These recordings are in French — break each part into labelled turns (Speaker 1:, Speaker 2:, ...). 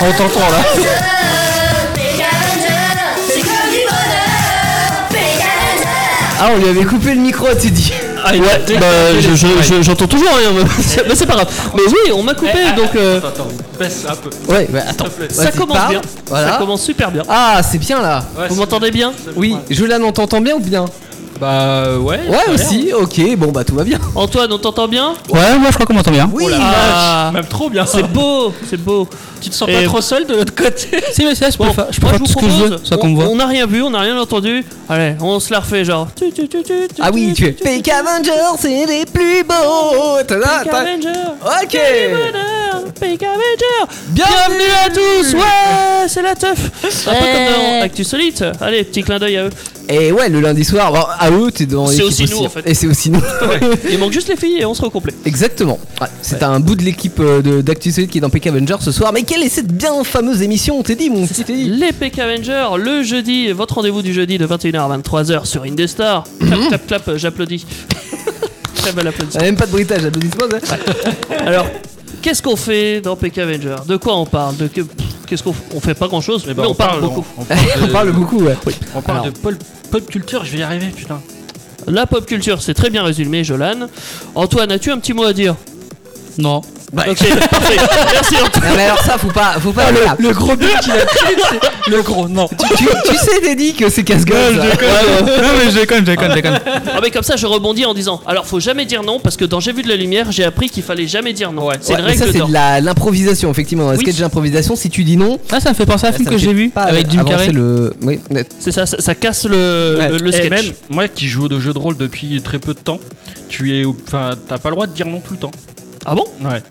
Speaker 1: on t'entend là.
Speaker 2: Ah, on lui avait coupé le micro, tu dis.
Speaker 1: Ouais, bah, je- je- je- j'entends toujours rien, mais c'est- mais c'est pas grave. Mais oui, on m'a coupé, donc euh,
Speaker 3: Eh, ah, Attends, attends, baisse un peu. s'il
Speaker 2: Ouais, bah attends.
Speaker 3: te plaît.
Speaker 2: Ouais,
Speaker 1: ça
Speaker 2: tu
Speaker 1: commence
Speaker 2: parles,
Speaker 1: bien.
Speaker 2: voilà.
Speaker 1: Ça commence super bien.
Speaker 2: Ah, c'est bien là.
Speaker 3: Ouais,
Speaker 1: Vous
Speaker 3: c'est-
Speaker 1: m'entendez bien
Speaker 2: Oui, Jolan, on t'entend bien ou bien
Speaker 3: Bah ouais.
Speaker 2: Ouais, aussi, ok, bon bah tout va bien.
Speaker 1: Antoine, on t'entend bien
Speaker 4: Ouais, moi je crois qu'on m'entend bien.
Speaker 2: Oui, bah,
Speaker 1: Ah,
Speaker 3: Même trop bien.
Speaker 1: C'est beau, c'est beau.
Speaker 3: Tu te sens
Speaker 1: Et-
Speaker 3: pas trop seul de l'autre côté
Speaker 4: Si, mais ça, je peux,
Speaker 1: Bon,
Speaker 4: faire- je peux
Speaker 1: moi,
Speaker 4: faire
Speaker 1: je vous
Speaker 4: tout ce que je veux,
Speaker 1: propose,
Speaker 4: ça qu'on me voit.
Speaker 1: on on n'a rien vu, on n'a rien entendu. Allez, on se la refait genre. Tu, tu, tu, tu, tu,
Speaker 2: Ah oui, tu es.
Speaker 1: tu,
Speaker 2: Fake Avengers, c'est les plus beaux. Tada,
Speaker 1: Pink
Speaker 2: ta-
Speaker 1: Avenger.
Speaker 2: Ok.
Speaker 1: Quel bonheur, Pink Avenger.
Speaker 2: Bienvenue
Speaker 1: Bienvenue Eh. à tous, ouais, c'est la teuf. Un peu
Speaker 2: Ouais.
Speaker 1: comme dans Actu Solite. Allez, petit clin d'œil à eux.
Speaker 2: Et ouais, le lundi soir, bah, à eux, t'es dans.
Speaker 1: C'est
Speaker 2: l'équipe
Speaker 1: aussi nous, en fait.
Speaker 2: Et c'est aussi nous.
Speaker 1: Il manque juste les filles et on sera au complet.
Speaker 2: Exactement. Ouais, c'est un bout de l'équipe euh, de- d'Actu Solide qui est dans Peck Avenger ce soir. Mais quelle est cette bien fameuse émission, Teddy, mon petit Teddy
Speaker 1: Les Peck Avengers, le jeudi, votre rendez-vous du jeudi de 21h à 23h sur Indestar.
Speaker 2: Mhm.
Speaker 1: Clap, clap, clap, euh, j'applaudis. Très bel applaudissement.
Speaker 2: Ah, Même pas de bruitage, applaudissements. hein.
Speaker 1: Alors, qu'est-ce qu'on fait dans Peck Avenger De quoi on parle De que- pff, Qu'est-ce qu'on on fait pas grand-chose,
Speaker 2: Eh
Speaker 1: mais,
Speaker 2: ben,
Speaker 3: Bah,
Speaker 1: on, parle, beaucoup.
Speaker 3: On, on parle
Speaker 2: On parle beaucoup, ouais.
Speaker 3: on parle
Speaker 1: Alors.
Speaker 3: de pop, pop culture, je vais y arriver, putain.
Speaker 1: La pop culture, c'est très bien résumé, Jolan. Antoine, as-tu un petit mot à dire
Speaker 4: Non.
Speaker 1: Ok, parfait. Merci Antoine. Ah,
Speaker 2: Non, mais alors ça, faut pas. Faut pas voilà.
Speaker 4: Le gros but qu'il a pris, c'est- le gros, non.
Speaker 2: tu, tu- tu sais, Teddy, que c'est casse-gueule.
Speaker 4: Non,
Speaker 2: ça.
Speaker 4: je déconne. Non, mais je déconne, je déconne, je déconne.
Speaker 1: Ah mais comme ça je rebondis en disant alors faut jamais dire non parce que dans J'ai vu de la lumière j'ai appris qu'il fallait jamais dire non. C'est
Speaker 2: Ouais,
Speaker 1: une
Speaker 2: mais ça,
Speaker 1: règle
Speaker 2: c'est
Speaker 1: d'or.
Speaker 2: de la- l'improvisation, effectivement. Dans les
Speaker 1: Oui.
Speaker 2: sketchs d'improvisation, si tu dis non,
Speaker 4: Ah, ça me fait penser à un film
Speaker 2: ça
Speaker 4: que
Speaker 2: fait
Speaker 4: j'ai vu
Speaker 2: pas
Speaker 4: avec Jim
Speaker 2: avancer
Speaker 4: Carrey.
Speaker 2: le. Oui, net.
Speaker 1: C'est ça, ça, ça casse le,
Speaker 2: Ouais. Eh,
Speaker 1: le, le sketch.
Speaker 3: Et Eh, même moi qui joue aux jeux de rôle depuis très peu de temps, tu es, au- enfin, t'as pas le droit de dire non tout le temps.
Speaker 1: Ah bon
Speaker 3: Ouais.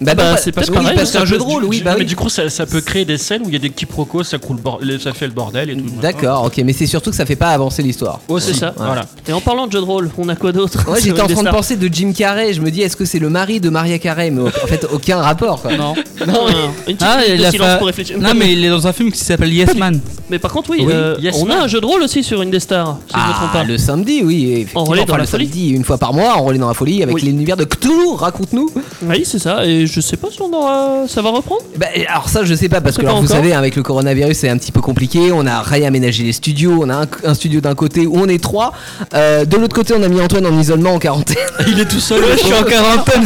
Speaker 2: Bah,
Speaker 1: bah,
Speaker 2: non,
Speaker 1: c'est pas
Speaker 2: oui,
Speaker 1: pareil,
Speaker 2: parce que c'est un
Speaker 3: Ça
Speaker 2: jeu
Speaker 3: peut-
Speaker 2: de rôle,
Speaker 3: du-
Speaker 2: oui,
Speaker 3: du-
Speaker 2: bah
Speaker 3: mais
Speaker 2: oui.
Speaker 3: du coup, ça, ça peut créer des scènes où il y a des petits procos, ça coule, le bordel- ça fait le bordel et tout.
Speaker 2: D'accord, ok, mais c'est surtout que ça fait pas avancer l'histoire.
Speaker 3: Aussi,
Speaker 1: C'est ça.
Speaker 3: Voilà.
Speaker 1: Ah. Et en parlant de jeu de rôle, on a quoi d'autre
Speaker 2: Ouais,
Speaker 1: sur
Speaker 2: j'étais en train de
Speaker 1: Indestar
Speaker 2: penser de Jim Carrey, je me dis est-ce que c'est le mari de Maria Carrey Mais en fait, aucun rapport quoi.
Speaker 4: Non.
Speaker 1: Non, non, une petite
Speaker 4: Ah,
Speaker 1: minute
Speaker 4: il
Speaker 1: de
Speaker 4: a
Speaker 1: silence
Speaker 4: fait-
Speaker 1: pour réfléchir.
Speaker 4: Non, mais il est dans un film qui s'appelle Yes Man.
Speaker 1: Mais par contre oui,
Speaker 3: Oui,
Speaker 1: euh,
Speaker 3: yes,
Speaker 1: on a
Speaker 3: ma'am.
Speaker 1: un jeu de rôle aussi sur Indestar, si je me trompe
Speaker 2: Ah,
Speaker 1: pas.
Speaker 2: le samedi, oui, effectivement.
Speaker 1: En relais dans
Speaker 2: enfin,
Speaker 1: la
Speaker 2: le
Speaker 1: folie.
Speaker 2: samedi, une fois par mois, en relais dans la folie avec
Speaker 1: Oui.
Speaker 2: l'univers de Cthulhu, raconte-nous.
Speaker 1: Oui c'est ça. Et je sais pas si on aura, ça va reprendre.
Speaker 2: Bah, alors ça, je sais pas, parce
Speaker 1: sait
Speaker 2: que
Speaker 1: pas
Speaker 2: alors, vous
Speaker 1: encore.
Speaker 2: savez, hein, avec le coronavirus, c'est un petit peu compliqué. On a réaménagé les studios. On a un, un studio d'un côté où on est trois. Euh, de l'autre côté, on a mis Antoine en isolement en quarantaine.
Speaker 4: Il est tout seul, je suis en quarantaine.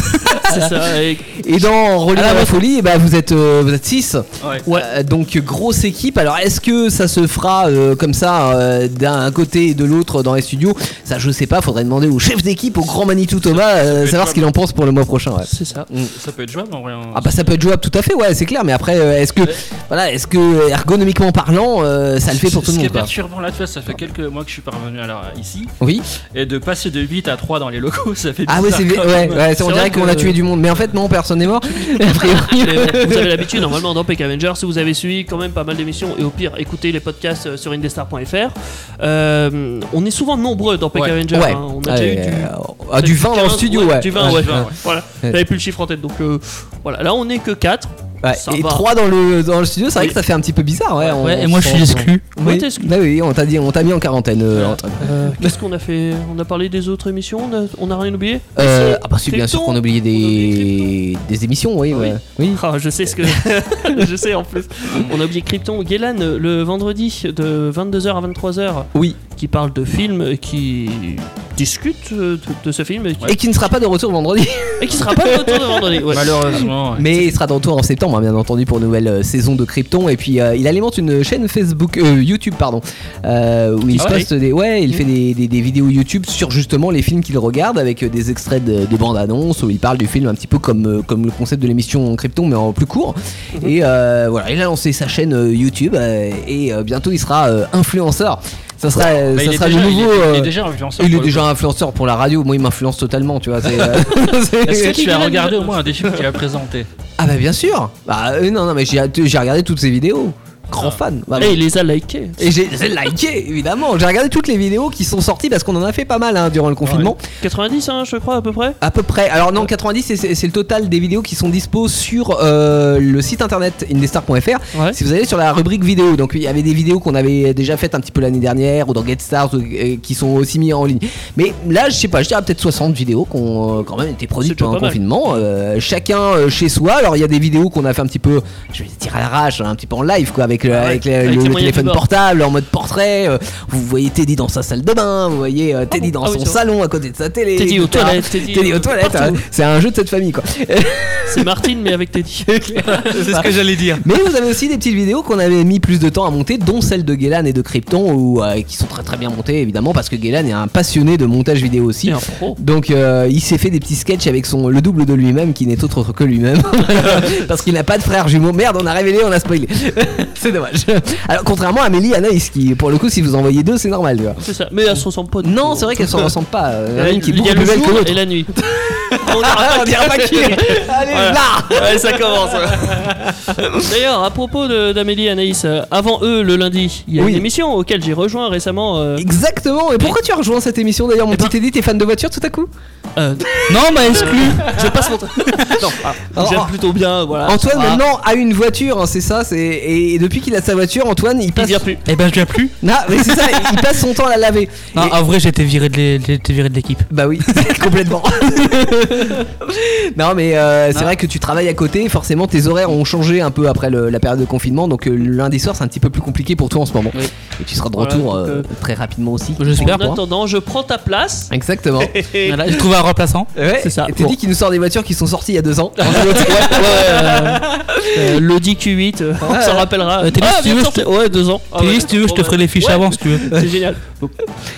Speaker 1: C'est ça. et-
Speaker 2: Et dans Relais
Speaker 4: Ah,
Speaker 2: dans la
Speaker 4: ouais.
Speaker 2: folie, eh ben, vous êtes euh, vous êtes 6.
Speaker 3: Ouais.
Speaker 2: Euh, donc grosse équipe. Alors est-ce que ça se fera euh, comme ça euh, d'un côté et de l'autre dans les studios Ça je sais pas, faudrait demander au chef d'équipe, au grand Manitou Thomas, euh,
Speaker 3: peut être
Speaker 2: savoir ce qu'il en pense pour le mois prochain. ouais.
Speaker 1: C'est ça.
Speaker 3: Ça peut être jouable en vrai. hein.
Speaker 2: Ah bah ça peut être jouable tout à fait, ouais, c'est clair. Mais après, euh, est-ce que voilà, est-ce que ergonomiquement parlant, euh, ça le fait pour tout le
Speaker 3: Ce- Ce qui
Speaker 2: monde
Speaker 3: est
Speaker 2: quoi.
Speaker 3: perturbant là, tu vois, ça fait quelques mois que je suis parvenu à la- euh, ici.
Speaker 2: Oui.
Speaker 3: Et de passer de 8 à 3 dans les locaux, ça fait
Speaker 2: Ah ouais,
Speaker 3: bizarre
Speaker 2: c'est
Speaker 3: quand
Speaker 2: ouais,
Speaker 3: même.
Speaker 2: ouais, on
Speaker 1: C'est
Speaker 2: dirait
Speaker 1: vrai
Speaker 2: qu'on
Speaker 1: que-
Speaker 2: a tué du monde. Mais en fait non, personne n'est mort. A priori.
Speaker 1: Mais vous avez l'habitude normalement dans Peck Avengers si vous avez suivi quand même pas mal d'émissions et au pire écoutez les podcasts euh, sur indestar.fr Euh, on est souvent nombreux dans Peck
Speaker 3: Ouais.
Speaker 1: Avengers
Speaker 2: Ouais.
Speaker 1: hein. on a
Speaker 2: Ouais,
Speaker 1: déjà eu du
Speaker 2: euh, ah, du vin dans le
Speaker 1: 15,
Speaker 2: studio, ouais. Ah,
Speaker 1: du vin,
Speaker 2: Ouais,
Speaker 1: ouais.
Speaker 3: du vin, ouais.
Speaker 1: Voilà.
Speaker 2: Ouais.
Speaker 1: J'avais plus le chiffre en tête, donc euh, voilà. Là, on est que 4.
Speaker 2: Ouais,
Speaker 1: Ça
Speaker 2: et
Speaker 1: va.
Speaker 2: 3 dans le, dans le studio, c'est vrai
Speaker 1: Oui.
Speaker 2: que ça fait un petit peu bizarre. Ouais, on-
Speaker 4: Ouais, et moi je suis exclu.
Speaker 2: Oui.
Speaker 1: Ouais, t'es exclu.
Speaker 2: Bah oui, on t'a dit, on t'a mis en quarantaine. euh, Antoine.
Speaker 1: Qu'est-ce qu'on a fait On a parlé des autres émissions On a, on a rien oublié
Speaker 2: Euh,
Speaker 1: Si,
Speaker 2: ah bah c'est bien
Speaker 1: Krypton.
Speaker 2: sûr qu'on a oublié
Speaker 1: On a oublié
Speaker 2: des, des émissions, oui. ouais. oui.
Speaker 1: Ah, je sais ce que. je sais en plus. On a oublié Krypton. Guélan, le vendredi de 22h à 23h,
Speaker 2: Oui.
Speaker 1: qui parle de films, qui discute euh, de, de ce film et qui,
Speaker 2: Et qui ne sera pas de retour vendredi,
Speaker 1: et qui sera pas de retour de vendredi. Ouais.
Speaker 3: Malheureusement. ouais.
Speaker 2: mais il sera de retour en septembre, hein, bien entendu, pour une nouvelle euh, saison de Krypton. Et puis euh, il alimente une chaîne Facebook, euh, YouTube, pardon, euh, où il
Speaker 1: Ah ouais.
Speaker 2: poste des, ouais, il fait
Speaker 3: Mmh.
Speaker 2: des, des- des vidéos YouTube sur justement les films qu'il regarde avec euh, des extraits de, de bandes annonces où il parle du film un petit peu comme, euh, comme le concept de l'émission Krypton, mais en plus court.
Speaker 3: Mmh.
Speaker 2: Et euh, voilà, il a lancé sa chaîne euh, YouTube euh, et euh, bientôt il sera euh, influenceur. Ça sera, euh,
Speaker 3: Bah,
Speaker 2: ça
Speaker 3: il est
Speaker 2: sera
Speaker 3: déjà-
Speaker 2: le
Speaker 3: il
Speaker 2: nouveau.
Speaker 3: est- Il est,
Speaker 2: euh,
Speaker 3: déjà influenceur.
Speaker 2: Il est
Speaker 3: pour le
Speaker 2: déjà influenceur pour la radio, moi il m'influence totalement, tu vois. c'est, euh,
Speaker 3: coup. Est-ce que
Speaker 2: c'est-
Speaker 3: tu as regardé au moins un des films qu'il a présenté
Speaker 2: ah bah bien sûr Bah euh, non, non, mais j'ai j'ai regardé toutes ses vidéos. grand fan. vraiment.
Speaker 1: Et il les a likés.
Speaker 2: Et j'ai j'ai liké, évidemment. J'ai regardé toutes les vidéos qui sont sorties parce qu'on en a fait pas mal hein, durant le confinement.
Speaker 1: 90, hein, je crois, à peu près.
Speaker 2: À peu près. Alors non, 90, c'est- c'est c'est le total des vidéos qui sont dispo sur euh, le site internet indestar.fr.
Speaker 1: Ouais.
Speaker 2: Si vous allez sur la rubrique vidéo, donc il y avait des vidéos qu'on avait déjà faites un petit peu l'année dernière ou dans Get Stars ou, euh, qui sont aussi mises en ligne. Mais là, je sais pas, je dirais peut-être 60 vidéos qui ont euh, quand même été
Speaker 1: C'est
Speaker 2: produites
Speaker 1: déjà
Speaker 2: pendant le
Speaker 1: pas mal.
Speaker 2: confinement. euh, chacun euh, chez soi. Alors il y a des vidéos qu'on a fait un petit peu, je vais dire à l'arrache, hein, un petit peu en live quoi, avec le, avec le-
Speaker 1: Ah Avec
Speaker 2: le-
Speaker 1: les
Speaker 2: le
Speaker 1: moyens du
Speaker 2: téléphone
Speaker 1: bord.
Speaker 2: portable en mode portrait. euh, vous voyez Teddy dans sa salle de bain, vous voyez euh, Teddy
Speaker 1: bon
Speaker 2: dans
Speaker 1: Ah oui,
Speaker 2: son
Speaker 1: c'est vrai.
Speaker 2: salon à côté de sa télé.
Speaker 1: Teddy aux
Speaker 2: etc.
Speaker 1: toilettes, Teddy,
Speaker 2: Teddy
Speaker 1: euh,
Speaker 2: aux toilettes.
Speaker 1: partout.
Speaker 2: hein. C'est un jeu de cette famille quoi.
Speaker 1: C'est Martine, mais avec Teddy.
Speaker 4: C'est ce que j'allais dire.
Speaker 2: Mais vous avez aussi des petites vidéos qu'on avait mis plus de temps à monter, dont celle de Guélan et de Krypton, où, euh, qui sont très très bien montées évidemment, parce que Guélan est un passionné de montage vidéo aussi.
Speaker 1: Et un pro.
Speaker 2: Donc euh, il s'est fait des petits sketchs avec son le double de lui-même qui n'est autre que lui-même parce qu'il n'a pas de frère jumeau. Merde, on a révélé, on a spoilé. c'est dommage. Alors contrairement à Amélie et Anaïs qui pour le coup si vous en voyez deux, c'est normal, tu vois.
Speaker 1: C'est ça. Mais elles se ressemblent pas. du
Speaker 2: Non,
Speaker 1: tout.
Speaker 2: c'est vrai qu'elles s'en ressemblent pas. euh, Il y en a une qui est
Speaker 1: Il y a
Speaker 2: beaucoup
Speaker 1: le
Speaker 2: plus belle que
Speaker 1: jour
Speaker 2: l'autre.
Speaker 1: et la nuit. On
Speaker 2: Ah, on dira pas qui. Allez,
Speaker 1: Voilà.
Speaker 2: là
Speaker 1: Ouais, ça commence. hein. D'ailleurs, à propos de- d'Amélie et Anaïs, euh, avant eux, le lundi, il y a
Speaker 2: Oui.
Speaker 1: une émission auquel j'ai rejoint récemment. euh,
Speaker 2: Exactement. Et pourquoi tu as rejoint cette émission d'ailleurs,
Speaker 1: Eh
Speaker 2: mon petit
Speaker 1: ben
Speaker 2: Teddy T'es fan de voiture tout à coup
Speaker 1: euh,
Speaker 4: Non, bah exclu.
Speaker 1: je passe mon temps. Non, ah,
Speaker 2: Oh,
Speaker 1: j'aime
Speaker 2: oh.
Speaker 1: plutôt bien. Voilà.
Speaker 2: Antoine
Speaker 1: Ah,
Speaker 2: maintenant a une voiture, hein, c'est ça. C'est et, et depuis qu'il a sa voiture, Antoine il
Speaker 1: il
Speaker 2: passe.
Speaker 1: vient plus.
Speaker 4: Eh ben, je viens plus.
Speaker 2: Ah, mais c'est ça, il passe son temps à la laver.
Speaker 4: Non,
Speaker 1: Ah.
Speaker 2: Et-
Speaker 4: en vrai, j'étais viré de l'é- j'étais viré de l'équipe.
Speaker 2: Bah oui, complètement. non, mais euh, c'est
Speaker 1: Ah.
Speaker 2: vrai que tu travailles à côté. Forcément, tes horaires ont changé un peu après le- la période de confinement. Donc, euh, le lundi soir, c'est un petit peu plus compliqué pour toi en ce moment.
Speaker 1: Oui.
Speaker 2: Et tu seras de
Speaker 1: Voilà,
Speaker 2: retour
Speaker 1: donc,
Speaker 2: euh,
Speaker 1: euh,
Speaker 2: très rapidement aussi.
Speaker 4: J'espère,
Speaker 1: En
Speaker 4: quoi.
Speaker 1: attendant, je prends ta place.
Speaker 2: Exactement.
Speaker 4: Voilà, j'ai trouvé un remplaçant.
Speaker 2: Ouais,
Speaker 1: C'est ça.
Speaker 2: Et t'es
Speaker 1: Bon.
Speaker 2: dit qu'il nous sort des voitures qui sont sorties il y a deux ans.
Speaker 1: Euh, L'Audi Q8, euh, on
Speaker 2: Ouais.
Speaker 1: s'en rappellera. Ah,
Speaker 4: Euh, Teddy, si tu
Speaker 1: bien
Speaker 4: veux,
Speaker 1: sûr,
Speaker 4: je te-
Speaker 1: c'est- ouais, deux ans. Ah
Speaker 4: T'es
Speaker 1: ouais.
Speaker 4: dit, si tu veux, je te
Speaker 1: Bon,
Speaker 4: ferai
Speaker 1: bah,
Speaker 4: les fiches
Speaker 1: ouais,
Speaker 4: avant si tu veux.
Speaker 1: C'est génial. Donc,